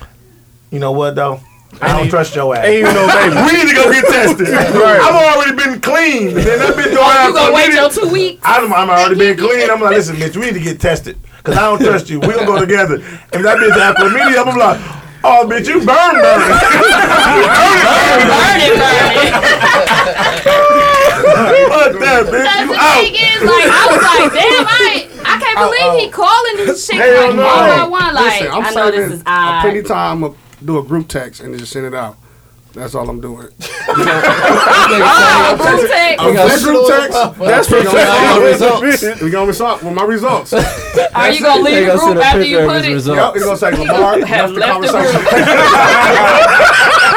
[SPEAKER 8] you know what though. I don't trust your ass.
[SPEAKER 13] ain't even no baby.
[SPEAKER 8] We need to go get tested.
[SPEAKER 13] Right.
[SPEAKER 8] I've already been clean. And then that bitch don't
[SPEAKER 3] Oh,
[SPEAKER 8] have
[SPEAKER 3] you gonna wait
[SPEAKER 8] chlamydia.
[SPEAKER 3] your two weeks?
[SPEAKER 8] I'm, I'm already been clean. I'm like, listen, bitch, we need to get tested because I don't trust you. We gonna go together. If that bitch after me, I'm gonna be like, oh, bitch, you burn, burn. Fuck that, bitch. You
[SPEAKER 3] The thing is,
[SPEAKER 8] out.
[SPEAKER 3] like, I was like, damn, I, I can't
[SPEAKER 8] Oh,
[SPEAKER 3] believe he calling these chicks
[SPEAKER 4] Hell
[SPEAKER 3] like
[SPEAKER 4] no.
[SPEAKER 3] one by one. Like,
[SPEAKER 4] Listen, I'm
[SPEAKER 3] I know this
[SPEAKER 4] saving
[SPEAKER 3] is
[SPEAKER 4] a
[SPEAKER 3] odd.
[SPEAKER 4] Plenty time I'm do a group text and just send it out. That's all I'm doing.
[SPEAKER 3] Oh, group text.
[SPEAKER 4] A
[SPEAKER 1] That's
[SPEAKER 4] group text. That's
[SPEAKER 1] We
[SPEAKER 4] for
[SPEAKER 1] gonna see our results.
[SPEAKER 4] We gonna result with my results.
[SPEAKER 3] Are you gonna leave the group after you put it?
[SPEAKER 4] Yup, it's gonna say Lamar left the conversation.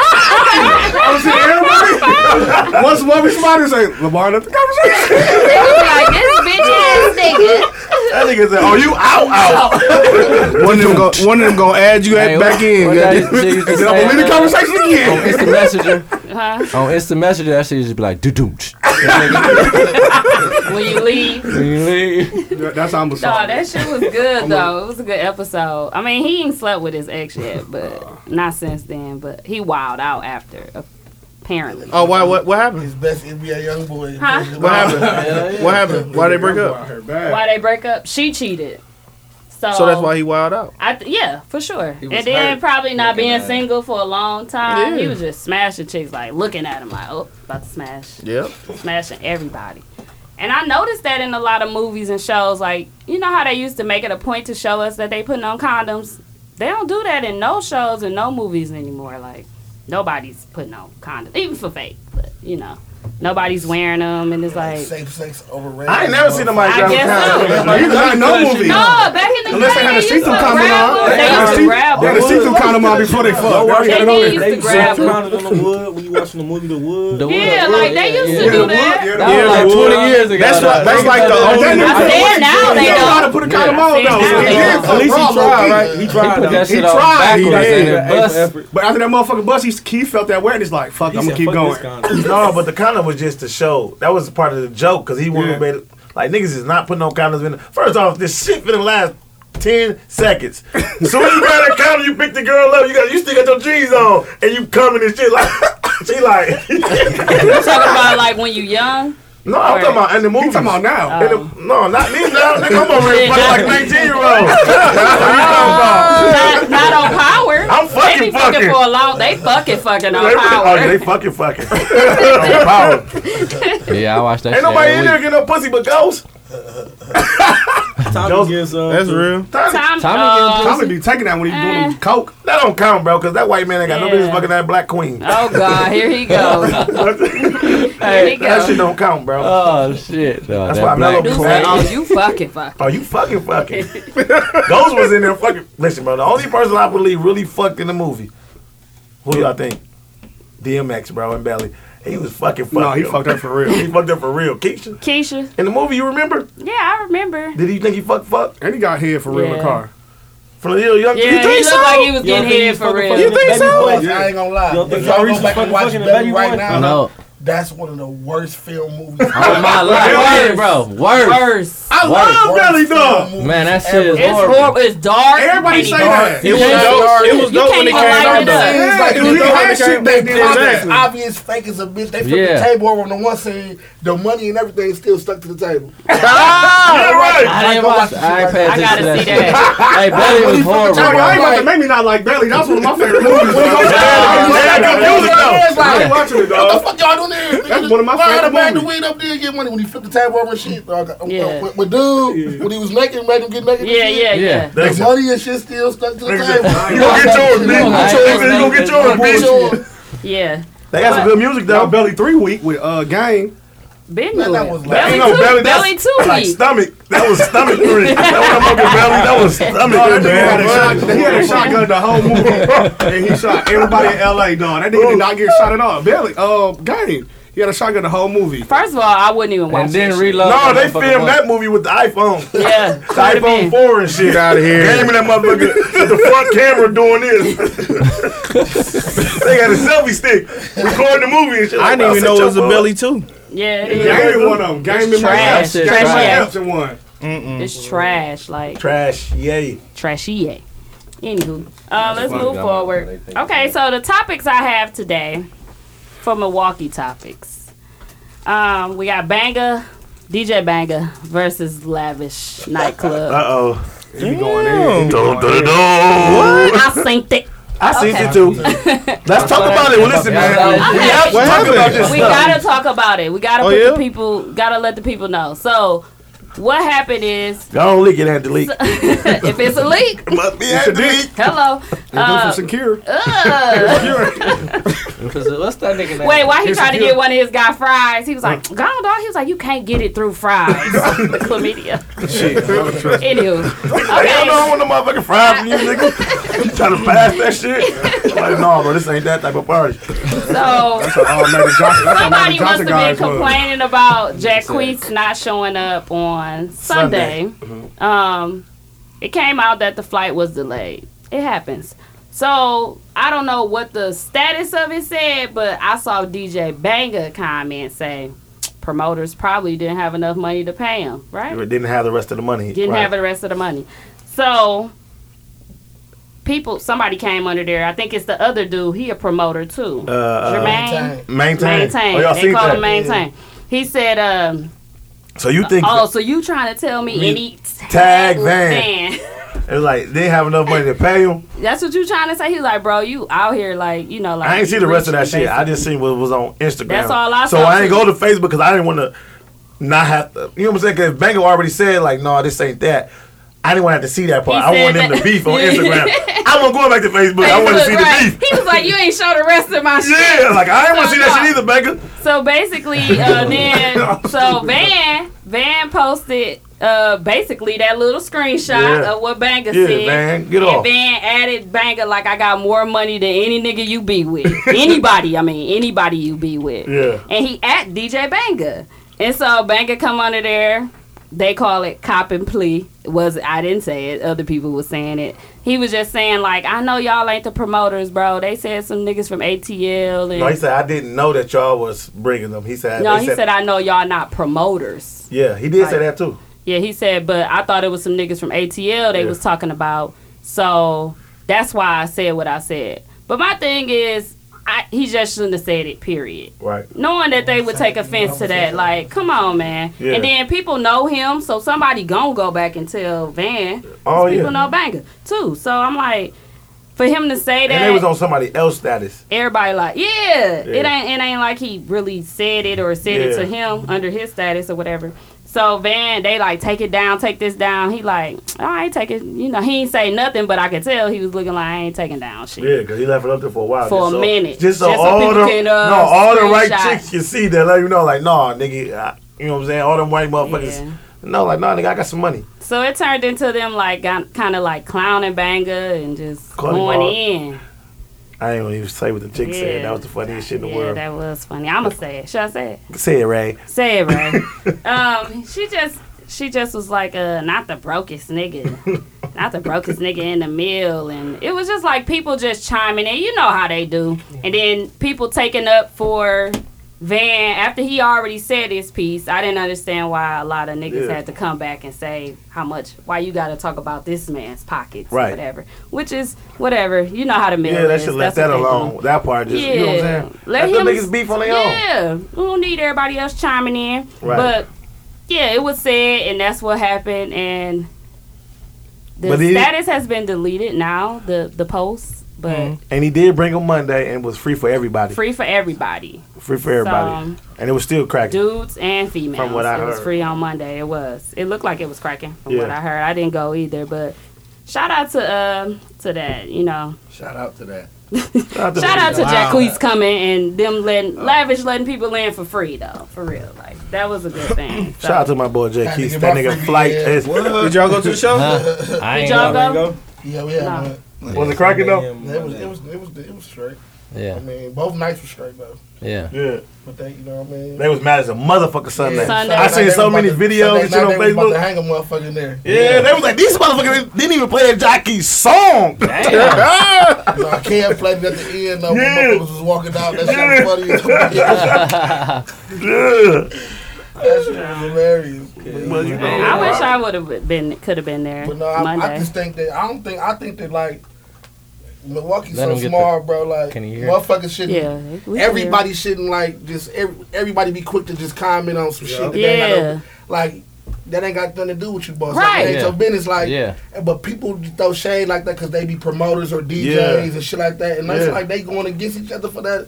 [SPEAKER 4] I'm seeing everybody. Once one responded, say Lamar left the conversation.
[SPEAKER 3] They would be like, this bitch ass nigga.
[SPEAKER 8] That nigga said, oh, you out, out.
[SPEAKER 13] One of them go. One of them gonna add you at- back in.
[SPEAKER 1] what that
[SPEAKER 13] goddamn.
[SPEAKER 1] shit used to
[SPEAKER 13] And
[SPEAKER 3] "Oh,
[SPEAKER 1] say,
[SPEAKER 13] I'm gonna leave the
[SPEAKER 1] uh,
[SPEAKER 13] conversation
[SPEAKER 1] On
[SPEAKER 13] again.
[SPEAKER 1] instant messenger,
[SPEAKER 3] Huh?
[SPEAKER 1] on instant messenger, that shit just be like, doo doomch.
[SPEAKER 3] When you leave.
[SPEAKER 4] That's how I'm
[SPEAKER 3] No,
[SPEAKER 4] gonna solve
[SPEAKER 3] that
[SPEAKER 4] it.
[SPEAKER 3] shit was good though. It was a good episode. I mean, he ain't slept with his ex yet, but not since then. But he wild out after, apparently.
[SPEAKER 13] Oh, why? What? What happened?
[SPEAKER 14] His best NBA young boy.
[SPEAKER 3] Huh?
[SPEAKER 13] What happened? What happened? Why they break up?
[SPEAKER 3] Why they break up? She cheated. So,
[SPEAKER 13] So that's why he wild out.
[SPEAKER 3] I th- yeah, for sure.
[SPEAKER 13] He
[SPEAKER 3] And
[SPEAKER 13] was
[SPEAKER 3] then
[SPEAKER 13] hurt
[SPEAKER 3] probably not
[SPEAKER 13] looking
[SPEAKER 3] being
[SPEAKER 13] at her.
[SPEAKER 3] single for a long time.
[SPEAKER 13] Yeah.
[SPEAKER 3] He was just smashing chicks, like looking at him, like, oh, about to smash.
[SPEAKER 13] Yep.
[SPEAKER 3] Smashing everybody. And I noticed that in a lot of movies and shows. Like, you know how they used to make it a point to show us that they putting on condoms? They don't do that in no shows and no movies anymore. Like, nobody's putting on condoms, even for fake, but you know. Nobody's wearing them, and it's like
[SPEAKER 14] safe sex overrated.
[SPEAKER 8] I ain't never seen nobody
[SPEAKER 3] I
[SPEAKER 8] grab a
[SPEAKER 3] guess
[SPEAKER 8] condom.
[SPEAKER 3] so.
[SPEAKER 8] Like, you not no movie.
[SPEAKER 3] No, back in the
[SPEAKER 8] Unless
[SPEAKER 3] day,
[SPEAKER 8] they had a
[SPEAKER 3] used
[SPEAKER 8] see-through
[SPEAKER 3] to
[SPEAKER 8] condom
[SPEAKER 3] grab
[SPEAKER 8] on.
[SPEAKER 3] them.
[SPEAKER 8] They
[SPEAKER 3] They
[SPEAKER 8] had a
[SPEAKER 3] used to
[SPEAKER 8] see-
[SPEAKER 3] grab
[SPEAKER 8] they had a
[SPEAKER 3] them.
[SPEAKER 8] see-through condom on before they fuck. Don't worry,
[SPEAKER 3] They
[SPEAKER 8] got it on
[SPEAKER 3] used
[SPEAKER 8] there.
[SPEAKER 3] to grab them.
[SPEAKER 11] Pounded on the wood when you watching the movie The Wood.
[SPEAKER 1] The
[SPEAKER 3] Yeah, like they used to do that.
[SPEAKER 1] That was like uh, 20 years ago. though.
[SPEAKER 8] That's what- that's like the only-
[SPEAKER 1] That
[SPEAKER 8] I
[SPEAKER 1] nigga-
[SPEAKER 8] said now they
[SPEAKER 1] Yeah.
[SPEAKER 8] don't. Try to put a condom on, though.
[SPEAKER 1] Yeah.
[SPEAKER 8] He did
[SPEAKER 1] At least he
[SPEAKER 8] something
[SPEAKER 1] tried,
[SPEAKER 8] wrong,
[SPEAKER 1] right? He tried.
[SPEAKER 8] put
[SPEAKER 1] though.
[SPEAKER 8] that shit on backwards and it bust.
[SPEAKER 4] But after that motherfucker bust, he, he felt that awareness like, fuck, I'm gonna keep going.
[SPEAKER 8] no, but the condom was just to show. That was part of the joke because he wanted to make it, like niggas is not putting no condoms in. the- First off, this shit for the last ten seconds. So when you got a condom, you pick the girl up. You got you still got your jeans on and you coming and shit like she like.
[SPEAKER 3] You talking about like when you young?
[SPEAKER 8] No, I'm talking about in the movie. talking about now. no, not me now. Nigga, I'm over here fucking like 19 year old.
[SPEAKER 3] Not, not on power.
[SPEAKER 8] I'm fucking
[SPEAKER 3] they be fucking,
[SPEAKER 8] fucking.
[SPEAKER 3] for a long. They fucking fucking on
[SPEAKER 8] Oh, yeah,
[SPEAKER 3] power.
[SPEAKER 8] they fucking fucking.
[SPEAKER 1] Yeah, I watched that
[SPEAKER 8] Ain't
[SPEAKER 1] shit.
[SPEAKER 8] nobody
[SPEAKER 1] every
[SPEAKER 8] in
[SPEAKER 1] week.
[SPEAKER 8] there getting no pussy but ghosts.
[SPEAKER 11] Tommy gets uh,
[SPEAKER 13] That's real.
[SPEAKER 8] Tommy,
[SPEAKER 3] Tom- Tommy gets-
[SPEAKER 8] Tommy be taking that when he's
[SPEAKER 3] Eh.
[SPEAKER 8] doing the coke. That don't count, bro, because that white man ain't got no
[SPEAKER 3] Yeah.
[SPEAKER 8] business fucking that black queen.
[SPEAKER 3] Oh God, here he goes. Here he
[SPEAKER 8] that shit
[SPEAKER 3] goes.
[SPEAKER 8] don't count, bro.
[SPEAKER 1] Oh shit! No,
[SPEAKER 8] That's
[SPEAKER 1] that
[SPEAKER 8] why
[SPEAKER 1] black-
[SPEAKER 8] Mellow
[SPEAKER 3] Dude,
[SPEAKER 8] black.
[SPEAKER 3] oh, you fucking fuck.
[SPEAKER 8] Oh, you fucking fucking. Ghost was in there fucking. Listen, bro, the only person I believe really fucked in the movie. Who do y'all think? DMX, bro, and Belly. He was fucking fucking.
[SPEAKER 4] No, he fucked her for real.
[SPEAKER 8] he fucked up for real. Keisha.
[SPEAKER 3] Keisha.
[SPEAKER 8] In the movie, you remember?
[SPEAKER 3] Yeah, I remember.
[SPEAKER 8] Did he think he fucked fuck?
[SPEAKER 4] And he got head for real in
[SPEAKER 3] Yeah.
[SPEAKER 4] the car.
[SPEAKER 8] From the little young
[SPEAKER 3] Yeah,
[SPEAKER 8] you think
[SPEAKER 3] he looked
[SPEAKER 8] so?
[SPEAKER 3] like he was
[SPEAKER 8] You don't
[SPEAKER 3] getting
[SPEAKER 8] think he
[SPEAKER 3] hit
[SPEAKER 8] was
[SPEAKER 3] for
[SPEAKER 8] fucking
[SPEAKER 3] real.
[SPEAKER 8] fucking- You think
[SPEAKER 14] Baby
[SPEAKER 8] so?
[SPEAKER 14] Boy, I ain't gonna lie.
[SPEAKER 11] Y'all think
[SPEAKER 14] If y'all
[SPEAKER 11] Tyrese
[SPEAKER 14] go back
[SPEAKER 11] fucking
[SPEAKER 14] and watch
[SPEAKER 11] fucking the
[SPEAKER 14] Belly
[SPEAKER 11] baby boy?
[SPEAKER 14] right now,
[SPEAKER 1] No.
[SPEAKER 14] that's one of the worst film movies.
[SPEAKER 1] Oh my life, yeah, bro. Worse.
[SPEAKER 3] Worse.
[SPEAKER 1] I
[SPEAKER 8] love Belly
[SPEAKER 14] dog.
[SPEAKER 1] Man, that shit is
[SPEAKER 3] It's
[SPEAKER 1] horrible.
[SPEAKER 3] horrible. It's dark.
[SPEAKER 4] Everybody
[SPEAKER 3] It's
[SPEAKER 4] say
[SPEAKER 3] dark.
[SPEAKER 4] that.
[SPEAKER 13] It was dope. It
[SPEAKER 3] You
[SPEAKER 13] was dope
[SPEAKER 3] can't
[SPEAKER 13] when it
[SPEAKER 3] even
[SPEAKER 13] came
[SPEAKER 3] light
[SPEAKER 13] out
[SPEAKER 3] it
[SPEAKER 13] though.
[SPEAKER 3] up.
[SPEAKER 14] It's like
[SPEAKER 4] Yeah,
[SPEAKER 14] the
[SPEAKER 4] we
[SPEAKER 14] dog
[SPEAKER 4] had
[SPEAKER 14] that
[SPEAKER 4] shit
[SPEAKER 14] came
[SPEAKER 4] back
[SPEAKER 14] back
[SPEAKER 4] then.
[SPEAKER 14] then.
[SPEAKER 4] Exactly.
[SPEAKER 14] Obvious fake as a bitch. They flipped
[SPEAKER 1] Yeah.
[SPEAKER 14] the table over on the one scene. The money and everything still stuck to the table.
[SPEAKER 8] Yeah, right.
[SPEAKER 1] Ah, I didn't
[SPEAKER 14] Go
[SPEAKER 1] watch.
[SPEAKER 14] watch the
[SPEAKER 1] I ain't paying
[SPEAKER 3] I gotta
[SPEAKER 1] attention to
[SPEAKER 3] see
[SPEAKER 1] that. shit. Hey,
[SPEAKER 14] What
[SPEAKER 1] Belly was
[SPEAKER 14] he fucking
[SPEAKER 1] horrible.
[SPEAKER 14] talking
[SPEAKER 4] Tony,
[SPEAKER 1] bro.
[SPEAKER 4] I ain't about to
[SPEAKER 14] Like-
[SPEAKER 4] make me not like Belly. That's one of my favorite movies. dog.
[SPEAKER 8] Yeah,
[SPEAKER 4] Yeah,
[SPEAKER 8] yeah,
[SPEAKER 4] confused it, though.
[SPEAKER 14] It's like-
[SPEAKER 4] I ain't watching it,
[SPEAKER 14] What the
[SPEAKER 4] dog.
[SPEAKER 14] fuck y'all doing there?
[SPEAKER 4] That's one of my
[SPEAKER 14] Why
[SPEAKER 4] favorite
[SPEAKER 14] the man the
[SPEAKER 4] movies.
[SPEAKER 14] weed up there and get money when he flipped the table over and shit. dog? Uh,
[SPEAKER 3] Yeah.
[SPEAKER 14] With, with dude, when he was naked, made him get naked. and
[SPEAKER 3] Yeah,
[SPEAKER 14] shit.
[SPEAKER 3] yeah,
[SPEAKER 1] Yeah.
[SPEAKER 3] yeah.
[SPEAKER 14] The
[SPEAKER 8] Niggas-
[SPEAKER 14] money and shit still stuck to the
[SPEAKER 8] niggas-
[SPEAKER 14] table.
[SPEAKER 8] You gonna get yours, bitch. You
[SPEAKER 1] I-
[SPEAKER 8] gonna get yours, bitch.
[SPEAKER 3] Yeah.
[SPEAKER 8] They got some good music,
[SPEAKER 4] Y'all
[SPEAKER 8] though.
[SPEAKER 4] Belly three week with uh gang.
[SPEAKER 3] Been
[SPEAKER 14] Man,
[SPEAKER 3] doing
[SPEAKER 14] that
[SPEAKER 3] it.
[SPEAKER 14] was like-
[SPEAKER 8] That
[SPEAKER 3] Belly
[SPEAKER 8] ain't no
[SPEAKER 3] too-
[SPEAKER 8] belly.
[SPEAKER 3] Belly
[SPEAKER 8] That's
[SPEAKER 3] too
[SPEAKER 8] like
[SPEAKER 3] weak.
[SPEAKER 8] stomach. That was stomach three. That was smoking belly. That was stomach
[SPEAKER 4] Dog, Oh, that
[SPEAKER 8] three,
[SPEAKER 4] nigga had a
[SPEAKER 8] man.
[SPEAKER 4] shot- he had a shotgun the whole movie, and he shot everybody in L.A. Dog, that nigga did not get shot at all. Belly, uh, gang, he had a shotgun the whole movie.
[SPEAKER 3] First of all, I wouldn't even watch
[SPEAKER 1] And then
[SPEAKER 3] that
[SPEAKER 1] reload.
[SPEAKER 8] No,
[SPEAKER 1] that
[SPEAKER 8] they
[SPEAKER 1] motherfucker
[SPEAKER 8] filmed
[SPEAKER 1] once.
[SPEAKER 8] that movie with the iPhone.
[SPEAKER 3] shit. Yeah.
[SPEAKER 8] The iPhone 4 and shit. Get out of here. Game in that motherfucker. the front camera doing this. they got a selfie stick recording the movie and shit.
[SPEAKER 13] I didn't even know it was a
[SPEAKER 8] belly.
[SPEAKER 13] belly too.
[SPEAKER 3] Yeah, it is.
[SPEAKER 4] Gang in one of them. Gang in my
[SPEAKER 3] trash.
[SPEAKER 4] house. Gang in my
[SPEAKER 3] Trash.
[SPEAKER 4] house in one.
[SPEAKER 3] It's trash. Like
[SPEAKER 8] Trash. Yay.
[SPEAKER 3] trashy. Anywho, uh, let's
[SPEAKER 1] fucking
[SPEAKER 3] move
[SPEAKER 1] dumb. They
[SPEAKER 3] forward.
[SPEAKER 1] think
[SPEAKER 3] Okay, so the topics I have today for Milwaukee topics. Um, we got Banga, DJ Banga versus Lavish Nightclub.
[SPEAKER 8] Uh oh.
[SPEAKER 4] He going in.
[SPEAKER 8] Dun, dun, dun,
[SPEAKER 3] I synced it.
[SPEAKER 8] I seen
[SPEAKER 3] Okay.
[SPEAKER 8] it too. Let's talk about it. Well, listen, man. We
[SPEAKER 3] Okay.
[SPEAKER 8] have to
[SPEAKER 13] What
[SPEAKER 8] talk about
[SPEAKER 13] happened?
[SPEAKER 8] this
[SPEAKER 3] we
[SPEAKER 8] stuff.
[SPEAKER 3] gotta talk about it. We gotta
[SPEAKER 13] Oh,
[SPEAKER 3] put
[SPEAKER 13] yeah?
[SPEAKER 3] the people. Gotta let the people know. So, what happened is,
[SPEAKER 8] Y'all don't leak it, Anthony. Leak.
[SPEAKER 3] if it's a leak,
[SPEAKER 8] Must be Anthony.
[SPEAKER 3] hello.
[SPEAKER 4] Go
[SPEAKER 3] Uh,
[SPEAKER 4] for secure.
[SPEAKER 3] ugh.
[SPEAKER 1] What's that nigga name?
[SPEAKER 3] Wait, why he tried to get one of his guy fries? He was like, "God, dog." He was like, "You can't get it through fries." Chlamydia. Anywho,
[SPEAKER 8] Like, y'all
[SPEAKER 3] okay. Uh,
[SPEAKER 8] know I want no motherfucking fries from you, nigga. You trying to pass that shit? Like, no, bro, this ain't that type of party.
[SPEAKER 3] So
[SPEAKER 4] Oh, Magic Johnson. That's how
[SPEAKER 3] somebody
[SPEAKER 4] Magic
[SPEAKER 3] must
[SPEAKER 4] Johnson
[SPEAKER 3] have been
[SPEAKER 4] guys was.
[SPEAKER 3] complaining about Jacquees not showing up on Sunday. Um, it came out that the flight was delayed. It happens. So I don't know what the status of it said, but I saw DJ Banger comment say promoters probably didn't have enough money to pay him. Right?
[SPEAKER 8] They didn't have the rest of the money.
[SPEAKER 3] Didn't
[SPEAKER 8] right.
[SPEAKER 3] have the rest of the money. So people somebody came under there. I think it's the other dude. He a promoter too.
[SPEAKER 8] Uh,
[SPEAKER 3] Jermaine.
[SPEAKER 8] Maintain.
[SPEAKER 3] Maintain.
[SPEAKER 8] Oh, y'all
[SPEAKER 3] they
[SPEAKER 8] seen
[SPEAKER 3] call him
[SPEAKER 8] that?
[SPEAKER 3] maintain. He said, um,
[SPEAKER 8] So you think
[SPEAKER 3] "Oh, so you trying to tell me any
[SPEAKER 8] tag van?
[SPEAKER 3] fan?
[SPEAKER 8] It's like they have enough money to pay them.
[SPEAKER 3] That's what you trying to say?" He's like, "Bro, you out here like you know like."
[SPEAKER 8] I ain't see the rest of that shit. I
[SPEAKER 3] basically.
[SPEAKER 8] just seen what was on Instagram.
[SPEAKER 3] That's all I
[SPEAKER 8] So
[SPEAKER 3] saw,
[SPEAKER 8] I ain't
[SPEAKER 3] too.
[SPEAKER 8] go to Facebook because I didn't want to not have to. You know what I'm saying? Because Bango already said like, no, this ain't that. I didn't want to have to see that part.
[SPEAKER 3] He
[SPEAKER 8] I
[SPEAKER 3] said
[SPEAKER 8] want them
[SPEAKER 3] that-
[SPEAKER 8] to beef on Instagram. I wasn't going back to Facebook. I want to
[SPEAKER 3] Look,
[SPEAKER 8] see
[SPEAKER 3] right.
[SPEAKER 8] the beef.
[SPEAKER 3] He was like, you ain't show the rest of my shit.
[SPEAKER 8] Yeah, like I didn't want
[SPEAKER 3] So,
[SPEAKER 8] to see that
[SPEAKER 3] no.
[SPEAKER 8] shit either, Becca.
[SPEAKER 3] So basically, uh, then so Van Van posted uh, basically that little screenshot
[SPEAKER 8] Yeah.
[SPEAKER 3] of what Banger
[SPEAKER 8] Yeah,
[SPEAKER 3] said.
[SPEAKER 8] Van, get
[SPEAKER 3] and
[SPEAKER 8] off.
[SPEAKER 3] Van added Banger like I got more money than any nigga you be with. anybody, I mean anybody you be with.
[SPEAKER 8] Yeah.
[SPEAKER 3] And he at DJ Banger. And so Banger come under there. They call it cop and plea. It Was I didn't say it. Other people was saying it. He was just saying like, I know y'all ain't the promoters, bro. They said some niggas from ATL and
[SPEAKER 8] No, he said I didn't know that y'all was bringing them. He said
[SPEAKER 3] no,
[SPEAKER 8] they
[SPEAKER 3] he said, I know y'all not promoters.
[SPEAKER 8] Yeah, he did say
[SPEAKER 3] Like-
[SPEAKER 8] that too.
[SPEAKER 3] Yeah, he said, but I thought it was some niggas from ATL they
[SPEAKER 8] Yeah.
[SPEAKER 3] was talking about. So that's why I said what I said. But my thing is, I, he just shouldn't have said it, period.
[SPEAKER 8] Right.
[SPEAKER 3] Knowing that they would take offense to that, like, come on, man.
[SPEAKER 8] Yeah.
[SPEAKER 3] And then people know him, so somebody gonna go back and tell Van. 'cause
[SPEAKER 8] Oh,
[SPEAKER 3] people
[SPEAKER 8] yeah.
[SPEAKER 3] know Banger too. So I'm like, for him to say that,
[SPEAKER 8] And they was on somebody else's status.
[SPEAKER 3] everybody like, yeah, it
[SPEAKER 8] Yeah.
[SPEAKER 3] ain't it ain't like he really said it or said it
[SPEAKER 8] Yeah.
[SPEAKER 3] to him under his status or whatever. So Van, they like take it down, take this down. He like, "Oh, I ain't taking, you know, he ain't say nothing, but I could tell he was looking like I ain't taking down shit.
[SPEAKER 8] Yeah, because he left it up there for a while.
[SPEAKER 3] For
[SPEAKER 8] just
[SPEAKER 3] a
[SPEAKER 8] so-
[SPEAKER 3] minute.
[SPEAKER 8] Just so,
[SPEAKER 3] Just so
[SPEAKER 8] all
[SPEAKER 3] people
[SPEAKER 8] the
[SPEAKER 3] can,
[SPEAKER 8] no,
[SPEAKER 3] uh,
[SPEAKER 8] all the right
[SPEAKER 3] screenshot.
[SPEAKER 8] chicks can see that. Let you know, like, nah, nigga, I, you know what I'm saying? All them white motherfuckers. No, like, nah, nigga, I got some money.
[SPEAKER 3] So it turned into them like kind of like clowning banger and just
[SPEAKER 8] Calling
[SPEAKER 3] going
[SPEAKER 8] all-
[SPEAKER 3] in.
[SPEAKER 8] I ain't gonna even say what the chick
[SPEAKER 3] Yeah.
[SPEAKER 8] said. That was the funniest shit in the
[SPEAKER 3] Yeah,
[SPEAKER 8] world.
[SPEAKER 3] that was funny. I'ma say it. Should I say it?
[SPEAKER 8] Say it, Ray.
[SPEAKER 3] Say it, Ray. um, she just she just was like, uh, not the brokest nigga, not the brokest nigga in the mill, and it was just like people just chiming in. You know how they do, and then people taking up for Van after he already said his piece. I didn't understand why a lot of niggas
[SPEAKER 15] Yeah.
[SPEAKER 3] had to come back and say how much why you got to talk about this man's pockets, or
[SPEAKER 8] Right.
[SPEAKER 3] Whatever, which is whatever. You know how the mill
[SPEAKER 8] Yeah, that
[SPEAKER 3] is.
[SPEAKER 8] should let
[SPEAKER 3] That's what
[SPEAKER 8] that
[SPEAKER 3] they do.
[SPEAKER 8] alone. That part just, you know what I'm saying?
[SPEAKER 3] Let,
[SPEAKER 8] them
[SPEAKER 3] him
[SPEAKER 8] niggas beef on their own.
[SPEAKER 3] Yeah, we don't need everybody else chiming in.
[SPEAKER 8] Right.
[SPEAKER 3] But yeah, it was said, and that's what happened. And the
[SPEAKER 8] But it-
[SPEAKER 3] status has been deleted now. The the post, but
[SPEAKER 6] Mm-hmm.
[SPEAKER 8] And he did bring him Monday and was free for everybody. Free,
[SPEAKER 3] free for everybody,
[SPEAKER 8] for everybody.
[SPEAKER 3] So,
[SPEAKER 8] and it was still cracking.
[SPEAKER 3] dudes and females.
[SPEAKER 8] From what I
[SPEAKER 3] it was
[SPEAKER 8] heard.
[SPEAKER 3] free on Monday. It was. It looked like it was cracking from what
[SPEAKER 8] Yeah.
[SPEAKER 3] I heard. I didn't go either, but shout out to um to that. You know,
[SPEAKER 6] Shout out to that.
[SPEAKER 8] Shout
[SPEAKER 3] Shout out to
[SPEAKER 6] Wow.
[SPEAKER 3] Jacquees coming and them
[SPEAKER 14] Oh.
[SPEAKER 3] letting lavish letting people in for free though, for real. Like that was a good thing. So,
[SPEAKER 8] Shout out to my boy Jay
[SPEAKER 6] That
[SPEAKER 8] Keith.
[SPEAKER 6] nigga
[SPEAKER 8] That
[SPEAKER 6] my
[SPEAKER 8] nigga
[SPEAKER 6] freaking
[SPEAKER 8] flight
[SPEAKER 6] ass.
[SPEAKER 8] is.
[SPEAKER 6] What? Did y'all go to the show? Huh. I ain't go. I didn't
[SPEAKER 14] Yeah, we had
[SPEAKER 6] Nah.
[SPEAKER 14] one.
[SPEAKER 8] Was it cracking though?
[SPEAKER 14] It was, it was, it was, it was straight.
[SPEAKER 8] Yeah.
[SPEAKER 14] I mean, both nights were straight though.
[SPEAKER 8] Yeah. Yeah.
[SPEAKER 14] But they, you know what I mean.
[SPEAKER 8] They was mad as a motherfucker Sunday.
[SPEAKER 14] Yeah. Sunday
[SPEAKER 8] I
[SPEAKER 14] night
[SPEAKER 8] seen
[SPEAKER 14] they
[SPEAKER 8] so
[SPEAKER 14] was
[SPEAKER 8] many
[SPEAKER 14] about to-
[SPEAKER 8] videos
[SPEAKER 14] Sunday
[SPEAKER 8] and shit on
[SPEAKER 14] night they was about to
[SPEAKER 8] Facebook.
[SPEAKER 14] hang a motherfucker in there.
[SPEAKER 8] Yeah, they was like, these motherfuckers didn't even play that jockey song.
[SPEAKER 14] So I can't play it at the end. No,
[SPEAKER 8] Yeah.
[SPEAKER 14] motherfuckers was walking out. That shit was funny.
[SPEAKER 8] yeah.
[SPEAKER 14] That shit was hilarious.
[SPEAKER 8] Well, you know,
[SPEAKER 3] I wish I would have been could have been there
[SPEAKER 14] But no, I,
[SPEAKER 3] Monday.
[SPEAKER 14] I just think that I don't think I think that like Milwaukee's
[SPEAKER 1] Let
[SPEAKER 14] so
[SPEAKER 1] him get
[SPEAKER 14] small,
[SPEAKER 1] the-
[SPEAKER 14] bro. Like
[SPEAKER 1] Can you hear?
[SPEAKER 14] motherfuckers shouldn't.
[SPEAKER 1] Yeah,
[SPEAKER 3] we can
[SPEAKER 14] everybody shouldn't like just every, everybody be quick to just comment on some shit. That
[SPEAKER 3] Yeah.
[SPEAKER 14] Ain't got no, like that ain't got nothing to do with you, boss. Like,
[SPEAKER 3] Right.
[SPEAKER 14] that ain't your
[SPEAKER 3] Yeah.
[SPEAKER 14] business. Like,
[SPEAKER 1] Yeah.
[SPEAKER 14] but people throw shade like that because they be promoters or DJs
[SPEAKER 8] Yeah.
[SPEAKER 14] and shit like that, and that's
[SPEAKER 8] Yeah.
[SPEAKER 14] like they going against each other for that.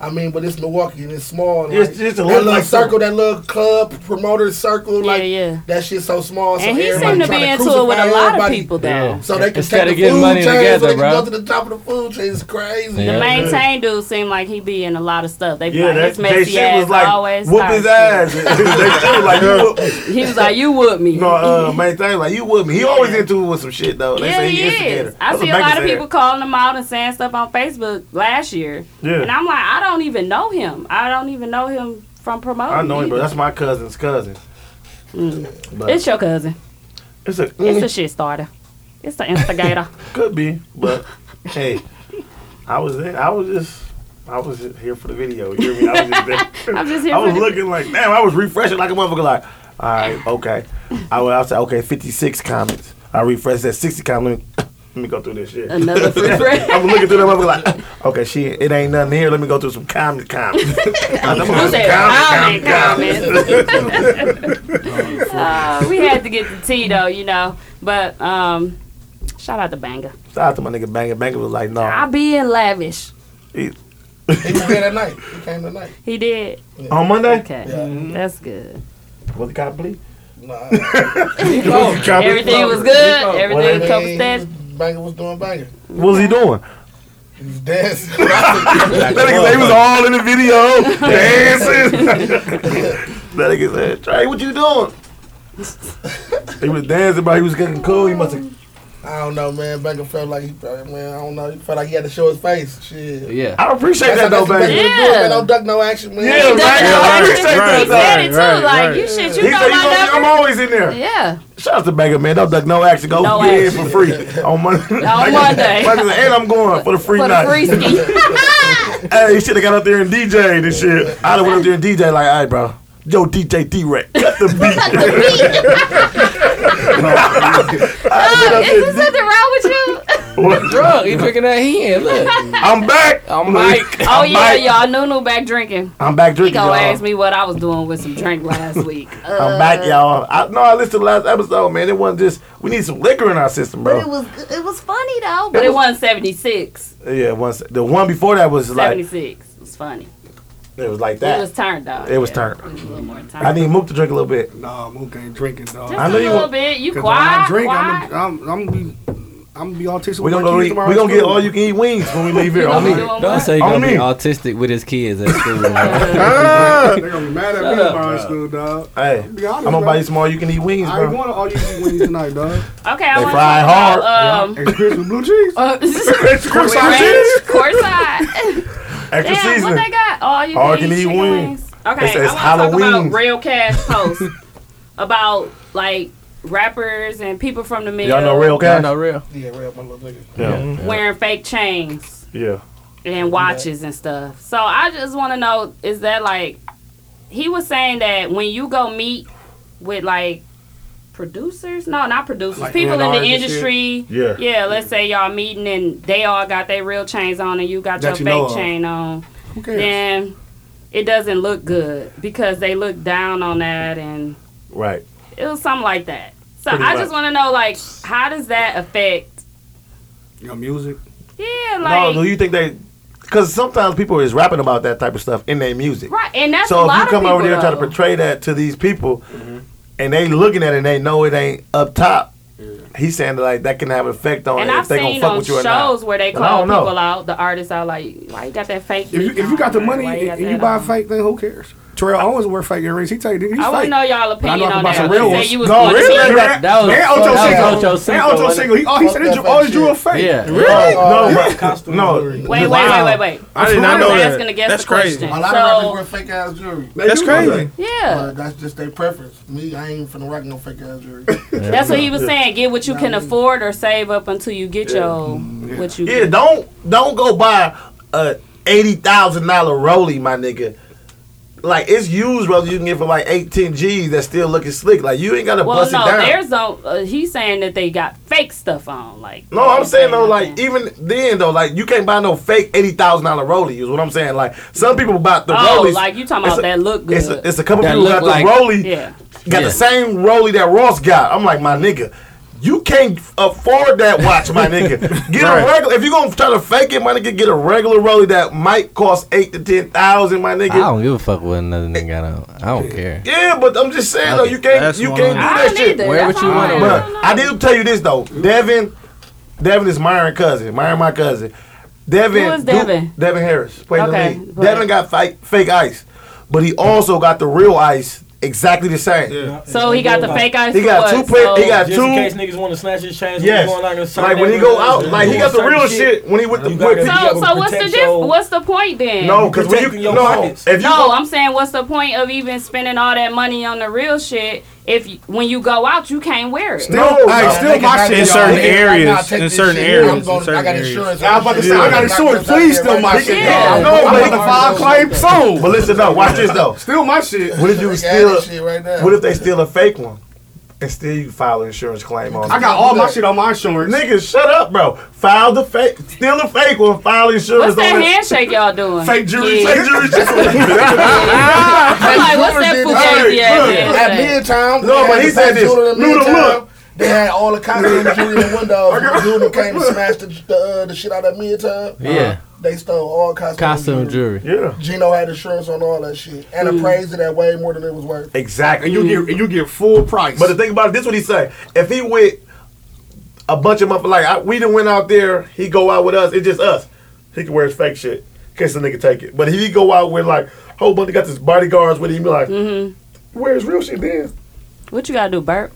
[SPEAKER 14] I mean, but it's Milwaukee and it's small. Like,
[SPEAKER 8] It's- it's a
[SPEAKER 14] that
[SPEAKER 8] little
[SPEAKER 14] little
[SPEAKER 8] like-
[SPEAKER 14] circle, that little club promoter circle, like that shit's so small. so
[SPEAKER 3] And he
[SPEAKER 14] everybody
[SPEAKER 3] seemed to
[SPEAKER 14] tryna
[SPEAKER 3] be into it with a
[SPEAKER 14] crucify
[SPEAKER 3] lot of
[SPEAKER 14] everybody.
[SPEAKER 3] people though.
[SPEAKER 14] So they can
[SPEAKER 1] Instead
[SPEAKER 14] take
[SPEAKER 1] of
[SPEAKER 14] the
[SPEAKER 1] getting
[SPEAKER 14] food
[SPEAKER 1] money
[SPEAKER 14] chain,
[SPEAKER 1] together,
[SPEAKER 14] so they can
[SPEAKER 1] bro.
[SPEAKER 14] go to the top of the food chain. It's crazy.
[SPEAKER 3] The maintain dude seemed like he be in a lot of stuff. They be
[SPEAKER 8] Yeah,
[SPEAKER 3] like,
[SPEAKER 8] that,
[SPEAKER 3] his
[SPEAKER 8] they
[SPEAKER 3] messy
[SPEAKER 8] shit
[SPEAKER 3] ass
[SPEAKER 8] was like,
[SPEAKER 3] always
[SPEAKER 8] whoop
[SPEAKER 3] tired.
[SPEAKER 8] his ass. they shit was like, you whoop
[SPEAKER 3] He was like, you whoop me.
[SPEAKER 8] No, uh, main thing, like, you whoop me. He always into it with some shit, though. They
[SPEAKER 3] Yeah,
[SPEAKER 8] say he,
[SPEAKER 3] he
[SPEAKER 8] instigator.
[SPEAKER 3] is. I
[SPEAKER 8] That's
[SPEAKER 3] see a
[SPEAKER 8] what
[SPEAKER 3] lot
[SPEAKER 8] Baker
[SPEAKER 3] of people
[SPEAKER 8] said.
[SPEAKER 3] calling him out and saying stuff on Facebook last year.
[SPEAKER 8] Yeah.
[SPEAKER 3] And I'm like, I don't even know him. I don't even know him from promoting.
[SPEAKER 8] I know him, but
[SPEAKER 3] either.
[SPEAKER 8] that's my cousin's cousin. But
[SPEAKER 3] Mm. It's your cousin.
[SPEAKER 8] It's a,
[SPEAKER 14] Mm-hmm.
[SPEAKER 8] mm.
[SPEAKER 3] It's a shit starter. It's the instigator.
[SPEAKER 8] Could be, but hey, I was there. I was just. I was just here for the video. You hear me? I was just there.
[SPEAKER 3] I'm just here
[SPEAKER 8] I
[SPEAKER 3] for
[SPEAKER 8] was
[SPEAKER 3] the-
[SPEAKER 8] looking like, damn, I was refreshing like a motherfucker. Like, all right, okay. I was, I was like, okay, 56 comments. I refreshed that 60 comments. Let me go through this shit.
[SPEAKER 3] Another refresh.
[SPEAKER 8] I'm looking through that motherfucker like, okay, shit, it ain't nothing here. Let me go through some comment comments. I'm gonna go
[SPEAKER 3] Who
[SPEAKER 8] through
[SPEAKER 3] said
[SPEAKER 8] comment,
[SPEAKER 3] comment,
[SPEAKER 8] comment.
[SPEAKER 3] Uh, we had to get the tea though, you know. But um, shout out to Banger.
[SPEAKER 8] Shout out to my nigga Banger. Banger was like, no.
[SPEAKER 3] I be in lavish.
[SPEAKER 14] He was there that night. He came that night.
[SPEAKER 3] He did.
[SPEAKER 8] On Monday?
[SPEAKER 3] Okay, that's good.
[SPEAKER 8] Was it complete?
[SPEAKER 14] Nah.
[SPEAKER 3] Everything was good. Everything was couple steps.
[SPEAKER 14] Banger was doing banger.
[SPEAKER 8] What was he doing?
[SPEAKER 14] He was dancing.
[SPEAKER 8] that nigga, they was all in the video dancing. that nigga said, "Trey, what you doing?" he was dancing, bro. He was getting cool. He must have.
[SPEAKER 14] I don't know, man. Banger felt like he, probably- man, I don't know. He felt like he had to show his face. Shit.
[SPEAKER 1] Yeah.
[SPEAKER 8] I appreciate
[SPEAKER 14] That's
[SPEAKER 8] that
[SPEAKER 14] how
[SPEAKER 8] though,
[SPEAKER 14] that's
[SPEAKER 8] baby.
[SPEAKER 14] what Banger was doing, man. Don't duck no action, man.
[SPEAKER 8] Yeah, He ducked right, no I action. appreciate that,
[SPEAKER 3] He said it too.
[SPEAKER 8] right,
[SPEAKER 3] like
[SPEAKER 8] right.
[SPEAKER 3] you should. You
[SPEAKER 8] He
[SPEAKER 3] know
[SPEAKER 8] said he
[SPEAKER 3] my
[SPEAKER 8] gonna-
[SPEAKER 3] number.
[SPEAKER 8] I'm always in there.
[SPEAKER 3] Yeah.
[SPEAKER 8] Shout out to Bagger Man. Don't duck no action. Go
[SPEAKER 3] No
[SPEAKER 8] get in
[SPEAKER 3] action.
[SPEAKER 8] for free on Monday.
[SPEAKER 3] On Monday.
[SPEAKER 8] and I'm going for the free
[SPEAKER 3] For the
[SPEAKER 8] night.
[SPEAKER 3] free ski.
[SPEAKER 8] hey, should have got up there and DJ and shit. I'd have went up there and DJ like, all right, bro. Yo, DJ D-Rex, cut the beat.
[SPEAKER 3] Uh, is there something wrong with you?
[SPEAKER 1] Drug, he drinking that hand. Look,
[SPEAKER 8] I'm back.
[SPEAKER 1] I'm Mike.
[SPEAKER 3] Oh yeah, y'all. Nunu back drinking.
[SPEAKER 8] I'm back
[SPEAKER 3] He
[SPEAKER 8] drinking,
[SPEAKER 3] gonna
[SPEAKER 8] y'all.
[SPEAKER 3] ask me what I was doing with some drink last week.
[SPEAKER 8] I'm back, y'all. I know I listened to the last episode, man. It wasn't just we need some liquor in our system,
[SPEAKER 3] But it
[SPEAKER 8] bro.
[SPEAKER 3] was it was funny though. But it wasn't seventy six.
[SPEAKER 8] Yeah, once the one before that was
[SPEAKER 3] Seventy
[SPEAKER 8] like
[SPEAKER 3] six. It was funny.
[SPEAKER 8] it was like that.
[SPEAKER 3] It was turned though.
[SPEAKER 8] It was turned. I need Mook to drink a little bit.
[SPEAKER 4] No, Mook ain't drinking, dog.
[SPEAKER 8] Just I know a you little want-
[SPEAKER 3] bit. You
[SPEAKER 4] 'Cause When I
[SPEAKER 3] quiet,
[SPEAKER 4] drink,
[SPEAKER 3] quiet.
[SPEAKER 4] I'm, I'm, I'm, gonna be, I'm gonna be autistic.
[SPEAKER 8] We gonna
[SPEAKER 4] like
[SPEAKER 8] go
[SPEAKER 4] you
[SPEAKER 8] eat-
[SPEAKER 4] tomorrow
[SPEAKER 8] we gonna
[SPEAKER 4] at
[SPEAKER 8] get
[SPEAKER 4] school.
[SPEAKER 8] all you can eat wings when we leave here.
[SPEAKER 4] You
[SPEAKER 8] On
[SPEAKER 4] gonna
[SPEAKER 8] me.
[SPEAKER 4] be doing
[SPEAKER 1] Don't say you're
[SPEAKER 8] on
[SPEAKER 1] gonna be
[SPEAKER 8] me.
[SPEAKER 1] autistic with his kids at school.
[SPEAKER 4] Ah, They're gonna be mad at me tomorrow at school, dog.
[SPEAKER 8] Hey, I'm
[SPEAKER 4] Be honest,
[SPEAKER 8] gonna
[SPEAKER 4] bro.
[SPEAKER 8] buy you some all you can eat wings,
[SPEAKER 4] I ain't
[SPEAKER 8] bro.
[SPEAKER 4] want all you can eat wings tonight, dog.
[SPEAKER 3] Okay, I want
[SPEAKER 8] They
[SPEAKER 3] to
[SPEAKER 8] fry
[SPEAKER 3] talk
[SPEAKER 8] hard.
[SPEAKER 3] about um,
[SPEAKER 4] Extra uh, Christmas blue cheese.
[SPEAKER 3] Uh,
[SPEAKER 4] Extra Christmas blue cheese.
[SPEAKER 3] ranch, Corsair.
[SPEAKER 8] Extra
[SPEAKER 3] Damn,
[SPEAKER 8] seasoning.
[SPEAKER 3] what they got? All you
[SPEAKER 8] All
[SPEAKER 3] can eat, chicken wings. Okay,
[SPEAKER 8] It
[SPEAKER 3] I want to
[SPEAKER 8] says
[SPEAKER 3] talk
[SPEAKER 8] Halloween.
[SPEAKER 3] about real cash posts about like rappers and people from the middle.
[SPEAKER 8] Y'all know real cash.
[SPEAKER 1] real.
[SPEAKER 14] Yeah, real, my little nigga.
[SPEAKER 8] Yeah.
[SPEAKER 3] Wearing fake chains
[SPEAKER 8] Yeah.
[SPEAKER 3] and watches and stuff. So I just want to know: is that like he was saying that when you go meet with like producers? No, not producers.
[SPEAKER 2] Like
[SPEAKER 3] people in
[SPEAKER 2] A&Rs
[SPEAKER 3] the
[SPEAKER 2] and shit?
[SPEAKER 3] industry.
[SPEAKER 2] Yeah.
[SPEAKER 3] Yeah. Let's say y'all meeting and they all got their real chains on and you got
[SPEAKER 2] That you
[SPEAKER 3] your
[SPEAKER 2] know
[SPEAKER 3] fake
[SPEAKER 2] of.
[SPEAKER 3] chain on.
[SPEAKER 2] cares?
[SPEAKER 3] Then it doesn't look good because they look down on that and
[SPEAKER 8] Right.
[SPEAKER 3] it was something like that. So
[SPEAKER 4] Pretty
[SPEAKER 3] I
[SPEAKER 4] much.
[SPEAKER 3] just want to know, like, how does that affect?
[SPEAKER 4] Your music.
[SPEAKER 3] Yeah,
[SPEAKER 8] No,
[SPEAKER 3] like
[SPEAKER 8] do you think they? Because sometimes people is rapping about that type of stuff in their music.
[SPEAKER 3] right, and that's a
[SPEAKER 8] so
[SPEAKER 3] lot
[SPEAKER 8] if you come
[SPEAKER 3] of people,
[SPEAKER 8] over there and try to
[SPEAKER 3] though.
[SPEAKER 8] portray that to these people,
[SPEAKER 4] Mm-hmm.
[SPEAKER 8] and they looking at it and they know it ain't up top, he's saying that, like that can have an effect on
[SPEAKER 3] And
[SPEAKER 8] it
[SPEAKER 3] I've
[SPEAKER 8] if they gonna
[SPEAKER 3] seen
[SPEAKER 8] fuck
[SPEAKER 3] on
[SPEAKER 8] with you or not.
[SPEAKER 3] shows where they
[SPEAKER 8] And I
[SPEAKER 3] call
[SPEAKER 8] don't know.
[SPEAKER 3] people out, the artists out, like, why you got that fake?
[SPEAKER 4] If you, if you got the money and you buy a fake, then who cares? Terrell Owens wear fake earrings. He tell you, nigga, he's
[SPEAKER 3] I wanna
[SPEAKER 4] fake.
[SPEAKER 3] know y'all
[SPEAKER 4] But I know I
[SPEAKER 3] opinion
[SPEAKER 4] can
[SPEAKER 3] on
[SPEAKER 4] buy
[SPEAKER 3] that.
[SPEAKER 4] some
[SPEAKER 3] You
[SPEAKER 4] real
[SPEAKER 3] said
[SPEAKER 4] ones.
[SPEAKER 3] you was
[SPEAKER 4] no,
[SPEAKER 3] going to
[SPEAKER 4] really?
[SPEAKER 3] see-
[SPEAKER 4] That,
[SPEAKER 1] That was-
[SPEAKER 4] and Ocho
[SPEAKER 1] that was
[SPEAKER 4] Cinco.
[SPEAKER 1] Ocho Cinco,
[SPEAKER 4] And Ocho
[SPEAKER 1] wasn't it?
[SPEAKER 4] Cinco. He, all he said is,
[SPEAKER 1] Fuck
[SPEAKER 4] oh, he drew a
[SPEAKER 1] that
[SPEAKER 4] fake.
[SPEAKER 1] shit. Yeah. Uh,
[SPEAKER 4] Really?
[SPEAKER 6] Uh,
[SPEAKER 8] No,
[SPEAKER 4] Yeah.
[SPEAKER 8] bro. no.
[SPEAKER 3] Wait, wait, wait,
[SPEAKER 8] Wow.
[SPEAKER 3] wait, wait.
[SPEAKER 8] I did not
[SPEAKER 3] I'm
[SPEAKER 8] know
[SPEAKER 3] just
[SPEAKER 8] that.
[SPEAKER 3] asking to guess
[SPEAKER 8] That's
[SPEAKER 3] the
[SPEAKER 8] crazy.
[SPEAKER 3] question.
[SPEAKER 14] A lot
[SPEAKER 3] So-
[SPEAKER 14] of rappers wear fake ass jewelry.
[SPEAKER 3] They That's do wear crazy. that. Yeah.
[SPEAKER 14] But that's just their preference. Me, I ain't finna rock no fake ass jewelry.
[SPEAKER 3] That's what he was saying. Get what you can afford or save up until you get your what you.
[SPEAKER 8] Yeah, don't don't go buy a eighty thousand dollar rollie, my nigga. Like it's used rollie you can get for like eighteen G's that's still looking slick. Like you ain't gotta
[SPEAKER 3] Well,
[SPEAKER 8] bust
[SPEAKER 3] no,
[SPEAKER 8] it down.
[SPEAKER 3] there's no. Uh, he's saying that they got fake stuff on, like
[SPEAKER 8] No, I'm saying though, like even then though, like you can't buy no fake eighty thousand dollar rollie. Is what I'm saying. Like some people bought the
[SPEAKER 3] oh,
[SPEAKER 8] rollies.
[SPEAKER 3] like you talking
[SPEAKER 8] it's
[SPEAKER 3] about
[SPEAKER 8] a-
[SPEAKER 3] that look good.
[SPEAKER 8] It's a, it's a couple
[SPEAKER 1] That
[SPEAKER 8] people
[SPEAKER 1] look
[SPEAKER 8] got the
[SPEAKER 1] like-
[SPEAKER 8] rollie.
[SPEAKER 3] yeah.
[SPEAKER 8] Got
[SPEAKER 1] Yeah.
[SPEAKER 8] the same rollie that Ross got. I'm like, my nigga, you can't afford that watch, my nigga. Get
[SPEAKER 4] Right.
[SPEAKER 8] a regular. If you're gonna try to fake it, my nigga, get a regular rollie that might cost eight to ten thousand, my
[SPEAKER 1] I
[SPEAKER 8] nigga.
[SPEAKER 1] don't give a fuck what another nigga got on. I don't care.
[SPEAKER 8] Yeah, but I'm just saying though, you can't you
[SPEAKER 1] what
[SPEAKER 8] can't do
[SPEAKER 1] I'm-
[SPEAKER 8] that shit.
[SPEAKER 1] either. Wear That's what you why I wanna wear.
[SPEAKER 8] But I did tell you this though, Devin. Devin is Myron cousin. Myron my cousin. Devin.
[SPEAKER 3] Who is
[SPEAKER 8] Du-
[SPEAKER 3] Devin?
[SPEAKER 8] Devin Harris. Played
[SPEAKER 3] Okay,
[SPEAKER 8] in the league.
[SPEAKER 3] but-
[SPEAKER 8] Devin got fake, fake ice, but he also got the real ice exactly the same.
[SPEAKER 3] So Oh, he got the fake ice.
[SPEAKER 8] He got
[SPEAKER 3] for
[SPEAKER 8] two
[SPEAKER 3] what?
[SPEAKER 8] pla- he
[SPEAKER 3] So-
[SPEAKER 8] got
[SPEAKER 11] Just in case
[SPEAKER 8] two.
[SPEAKER 11] niggas want to snatch his chains,
[SPEAKER 8] Yes.
[SPEAKER 11] when he going out
[SPEAKER 8] Like when he go out, like he got the real shit when he went the
[SPEAKER 11] gotta-
[SPEAKER 8] with.
[SPEAKER 3] So, so what's the diff- What's the point then?
[SPEAKER 8] No, because when you
[SPEAKER 11] protecting your
[SPEAKER 8] no,
[SPEAKER 11] pockets.
[SPEAKER 8] if you
[SPEAKER 3] no,
[SPEAKER 8] go-
[SPEAKER 3] I'm saying what's the point of even spending all that money on the real shit if you, when you go out you can't wear it?
[SPEAKER 8] No,
[SPEAKER 13] Hey,
[SPEAKER 8] no,
[SPEAKER 13] still
[SPEAKER 8] nigga,
[SPEAKER 13] my
[SPEAKER 8] not
[SPEAKER 13] shit
[SPEAKER 8] y'all.
[SPEAKER 13] in certain
[SPEAKER 8] Nigga,
[SPEAKER 13] areas,
[SPEAKER 8] right now, take
[SPEAKER 13] in
[SPEAKER 8] this
[SPEAKER 13] certain
[SPEAKER 8] shit.
[SPEAKER 13] areas,
[SPEAKER 8] I'm
[SPEAKER 13] in
[SPEAKER 8] going-
[SPEAKER 13] certain
[SPEAKER 8] I got
[SPEAKER 13] areas.
[SPEAKER 8] insurance.
[SPEAKER 4] I was about to say, I got insurance. Please steal Oh, my shit.
[SPEAKER 8] Yeah.
[SPEAKER 4] dog.
[SPEAKER 8] No,
[SPEAKER 4] I'm
[SPEAKER 8] but-
[SPEAKER 4] about to five claim soon.
[SPEAKER 8] But listen though, watch this though.
[SPEAKER 4] Steal my shit.
[SPEAKER 8] What if you
[SPEAKER 4] Look at
[SPEAKER 8] steal?
[SPEAKER 4] that shit right now.
[SPEAKER 8] what if they steal a fake one, and still you file an insurance claim on?
[SPEAKER 4] I
[SPEAKER 8] it?
[SPEAKER 4] got all my shit on my insurance.
[SPEAKER 8] Niggas, shut up, bro. File the fake, steal the fake one, file insurance
[SPEAKER 3] What's that
[SPEAKER 8] on it.
[SPEAKER 3] handshake y'all doing?
[SPEAKER 8] Fake jury,
[SPEAKER 3] Yeah.
[SPEAKER 8] fake jury.
[SPEAKER 3] I'm like, what's that
[SPEAKER 14] Jewelers did
[SPEAKER 3] fugazi ass
[SPEAKER 14] that. Hey, look,
[SPEAKER 3] handshake?
[SPEAKER 14] At midtown,
[SPEAKER 8] No,
[SPEAKER 14] they
[SPEAKER 8] but
[SPEAKER 14] had
[SPEAKER 8] he
[SPEAKER 14] the same
[SPEAKER 8] said this.
[SPEAKER 14] jeweler at
[SPEAKER 8] Noodle
[SPEAKER 14] Midtown.
[SPEAKER 8] look.
[SPEAKER 14] They had all the cops in the jury in the windows. The dude who came and smashed the the, uh, the shit out of me time.
[SPEAKER 3] Uh-huh.
[SPEAKER 1] Yeah.
[SPEAKER 14] They stole all costume,
[SPEAKER 1] Costume jewelry.
[SPEAKER 8] Yeah.
[SPEAKER 14] Gino had insurance on all that shit and appraised it at way more than it was worth.
[SPEAKER 8] Exactly.
[SPEAKER 14] And you get-
[SPEAKER 8] you get full price. But the thing about it, this what he say. If he went a bunch of motherfuckers, like I, we done went out there, he go out with us, it's just us. He can wear his fake shit. In case the nigga take it. But if he go out with like whole bunch of got his bodyguards with him, he be like, Where's real shit then?
[SPEAKER 3] What you gotta do, Bert?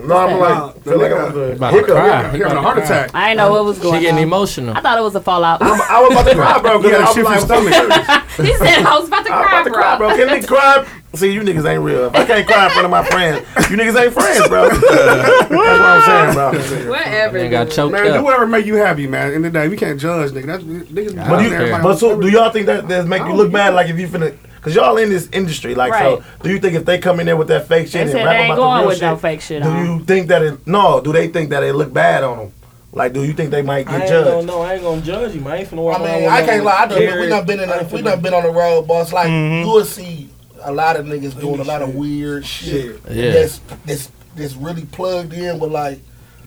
[SPEAKER 8] No, I'm
[SPEAKER 3] Nah,
[SPEAKER 8] like, feel like I'm
[SPEAKER 1] He
[SPEAKER 8] gonna
[SPEAKER 1] about to
[SPEAKER 8] hiccup,
[SPEAKER 1] cry.
[SPEAKER 8] hiccup,
[SPEAKER 1] He
[SPEAKER 8] hiccup,
[SPEAKER 1] about to
[SPEAKER 8] heart
[SPEAKER 1] cry.
[SPEAKER 8] attack.
[SPEAKER 3] I didn't know what was going
[SPEAKER 1] She getting
[SPEAKER 3] on.
[SPEAKER 1] emotional.
[SPEAKER 3] I thought it was a fallout.
[SPEAKER 8] I was about to cry, bro.
[SPEAKER 1] You gotta
[SPEAKER 8] Because
[SPEAKER 1] shit
[SPEAKER 8] I'm
[SPEAKER 1] from
[SPEAKER 8] like,
[SPEAKER 1] stomach.
[SPEAKER 3] he said I was about to
[SPEAKER 8] I'm
[SPEAKER 3] cry,
[SPEAKER 8] about to cry, bro. Can they cry? See, you niggas ain't real. If I can't cry in front of my friends, you niggas ain't friends, bro. That's what I'm saying, bro.
[SPEAKER 3] Whatever.
[SPEAKER 1] They got choked
[SPEAKER 4] man, do
[SPEAKER 1] up.
[SPEAKER 4] whatever make you happy, man. In the day, we can't judge, nigga. That's niggas.
[SPEAKER 8] But, do you,
[SPEAKER 4] everybody.
[SPEAKER 8] but so, do y'all think that that make you look bad? Like if you finna, cause y'all in this industry, like
[SPEAKER 3] Right.
[SPEAKER 8] so. Do you think if they come in there with that fake shit
[SPEAKER 3] They
[SPEAKER 8] and
[SPEAKER 3] said
[SPEAKER 8] rap
[SPEAKER 3] they ain't
[SPEAKER 8] about the
[SPEAKER 3] going
[SPEAKER 8] real
[SPEAKER 3] with
[SPEAKER 8] shit,
[SPEAKER 3] no fake shit
[SPEAKER 8] do
[SPEAKER 3] on.
[SPEAKER 8] you think that it? No, do they think that it look bad on them? Like, do you think they might
[SPEAKER 11] I
[SPEAKER 8] get
[SPEAKER 11] ain't gonna
[SPEAKER 8] judged?
[SPEAKER 11] know. I ain't gonna judge you. Man. I ain't finna walk
[SPEAKER 14] I
[SPEAKER 11] around
[SPEAKER 14] mean,
[SPEAKER 11] with
[SPEAKER 14] I
[SPEAKER 11] no
[SPEAKER 14] can't lie. I done, we
[SPEAKER 11] carrot.
[SPEAKER 14] done been in a, we done been on the road, boss. Like
[SPEAKER 6] Mm-hmm.
[SPEAKER 11] Mhm.
[SPEAKER 14] you will see a lot of niggas doing a lot of weird shit.
[SPEAKER 11] Yeah.
[SPEAKER 14] That's that's that's really plugged in with like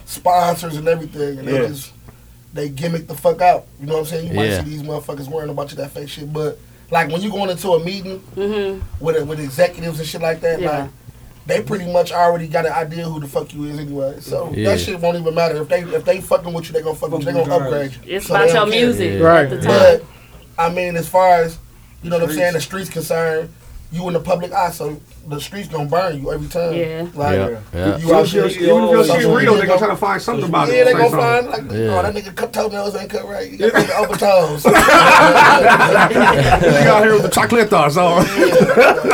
[SPEAKER 14] sponsors and everything, and
[SPEAKER 6] Yeah.
[SPEAKER 14] they just they gimmick the fuck out. You know what I'm saying? You
[SPEAKER 6] Yeah.
[SPEAKER 14] might see these motherfuckers wearing a bunch of that fake shit, but like when you going into a meeting with with executives and shit like that,
[SPEAKER 6] Yeah.
[SPEAKER 14] like. They pretty much already got an idea who the fuck you is anyway, so
[SPEAKER 6] Yeah.
[SPEAKER 14] that shit won't even matter if they if they fucking with you, they gonna fuck with you, they gonna upgrade you.
[SPEAKER 3] It's
[SPEAKER 14] they
[SPEAKER 3] about
[SPEAKER 14] don't
[SPEAKER 3] your
[SPEAKER 14] care.
[SPEAKER 3] music Yeah. at the time.
[SPEAKER 14] But I mean, as far as you know, what I'm
[SPEAKER 6] Streets.
[SPEAKER 14] saying, the streets concerned, you in the public eye, so the streets gonna burn you every time.
[SPEAKER 6] Yeah.
[SPEAKER 14] like
[SPEAKER 6] Yeah, yeah.
[SPEAKER 14] you out here,
[SPEAKER 6] Even if your- even if your shit real, they gonna
[SPEAKER 4] try to find something about it
[SPEAKER 14] Yeah, they
[SPEAKER 4] to
[SPEAKER 14] gonna
[SPEAKER 4] say
[SPEAKER 14] find like,
[SPEAKER 4] something.
[SPEAKER 14] oh,
[SPEAKER 4] Yeah.
[SPEAKER 14] that nigga cut toenails ain't cut right. You got the upper toes.
[SPEAKER 4] Nigga out here with the chocolatas on.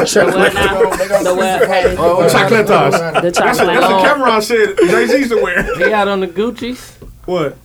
[SPEAKER 14] The
[SPEAKER 3] web.
[SPEAKER 4] Oh, chocolatas.
[SPEAKER 1] The
[SPEAKER 4] That's a,
[SPEAKER 1] chocolate
[SPEAKER 4] that's a
[SPEAKER 1] on.
[SPEAKER 4] Cameron shit. Jay Z used to wear.
[SPEAKER 1] He got on the Gucci's.
[SPEAKER 4] What?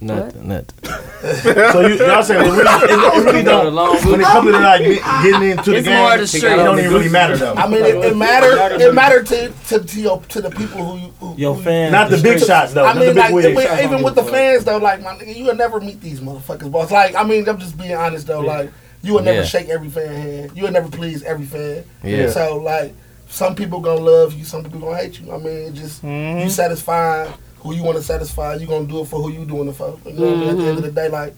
[SPEAKER 1] Nothing. Nothing.
[SPEAKER 8] so you, y'all saying it really, it, it really don't. When it comes to like get- getting into the
[SPEAKER 14] It's
[SPEAKER 8] game,
[SPEAKER 14] more the
[SPEAKER 8] it don't even really matter though.
[SPEAKER 14] I mean, it, it mattered. It mattered to to to, your, to the people who you. Who,
[SPEAKER 11] Yo, fam.
[SPEAKER 8] Not the big shots though.
[SPEAKER 14] I mean,
[SPEAKER 8] not
[SPEAKER 14] like
[SPEAKER 8] the big wigs.
[SPEAKER 14] even- even with the fans though, like my nigga, you'll never meet these motherfuckers, boss. Like I mean, I'm just being honest though. Like you will never
[SPEAKER 8] Yeah.
[SPEAKER 14] shake every fan hand. You will never please every fan.
[SPEAKER 8] Yeah.
[SPEAKER 14] So like, some people gonna love you, some people gonna hate you. I mean, it just you satisfying who you want to satisfy. You gonna do it for who you doing it for. You know what I mean? At the end of the day, like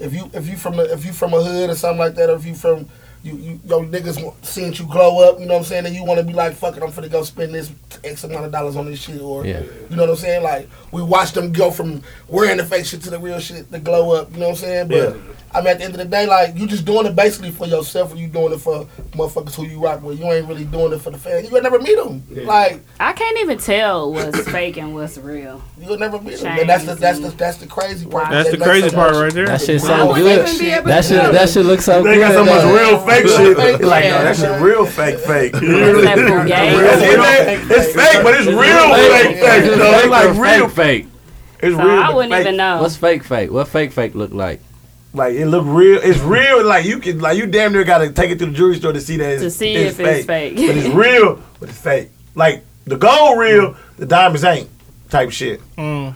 [SPEAKER 14] if you if you from the, if you from a hood or something like that, or if you from you, you your niggas wa- seeing you grow up, you know what I'm saying, and you want to be like, fuck it, I'm finna go spend this X amount of dollars on this shit, or
[SPEAKER 1] Yeah.
[SPEAKER 14] you know what I'm saying? Like we watch them go from wearing the fake shit to the real shit, the glow up, you know what I'm saying? But
[SPEAKER 8] Yeah.
[SPEAKER 14] I mean, at the end of the day, like you just doing it basically for yourself, or you doing it for motherfuckers who you rock with. You ain't really doing it for the fans. You'll never meet them. Like
[SPEAKER 3] I can't even tell what's fake and what's real.
[SPEAKER 14] You'll never meet them. And that's the that's the that's the crazy part.
[SPEAKER 13] That's
[SPEAKER 14] They
[SPEAKER 13] the
[SPEAKER 14] make
[SPEAKER 13] crazy
[SPEAKER 14] so
[SPEAKER 13] part
[SPEAKER 14] much-
[SPEAKER 13] right there.
[SPEAKER 1] That shit so good. That shit. That shit looks so
[SPEAKER 8] They
[SPEAKER 1] good.
[SPEAKER 8] got so much
[SPEAKER 1] though.
[SPEAKER 8] real fake shit. Like, no,
[SPEAKER 1] Yeah.
[SPEAKER 8] that shit real fake, fake. It's
[SPEAKER 1] that Bugatti?
[SPEAKER 8] it's fake, but it's real fake, fake.
[SPEAKER 1] It's
[SPEAKER 8] though. It's
[SPEAKER 1] fake
[SPEAKER 8] like
[SPEAKER 1] or
[SPEAKER 8] real
[SPEAKER 1] fake, fake.
[SPEAKER 8] It's
[SPEAKER 3] So real, I but wouldn't fake. even know.
[SPEAKER 1] What's fake, fake? What fake, fake look like?
[SPEAKER 8] Like it look real. It's real. Like you can, like you damn near gotta take it to the jewelry store to see that it's,
[SPEAKER 3] To see
[SPEAKER 8] it's
[SPEAKER 3] if it's fake.
[SPEAKER 8] but it's real, but it's fake. Like the gold real, the diamonds ain't type shit.
[SPEAKER 13] Mm.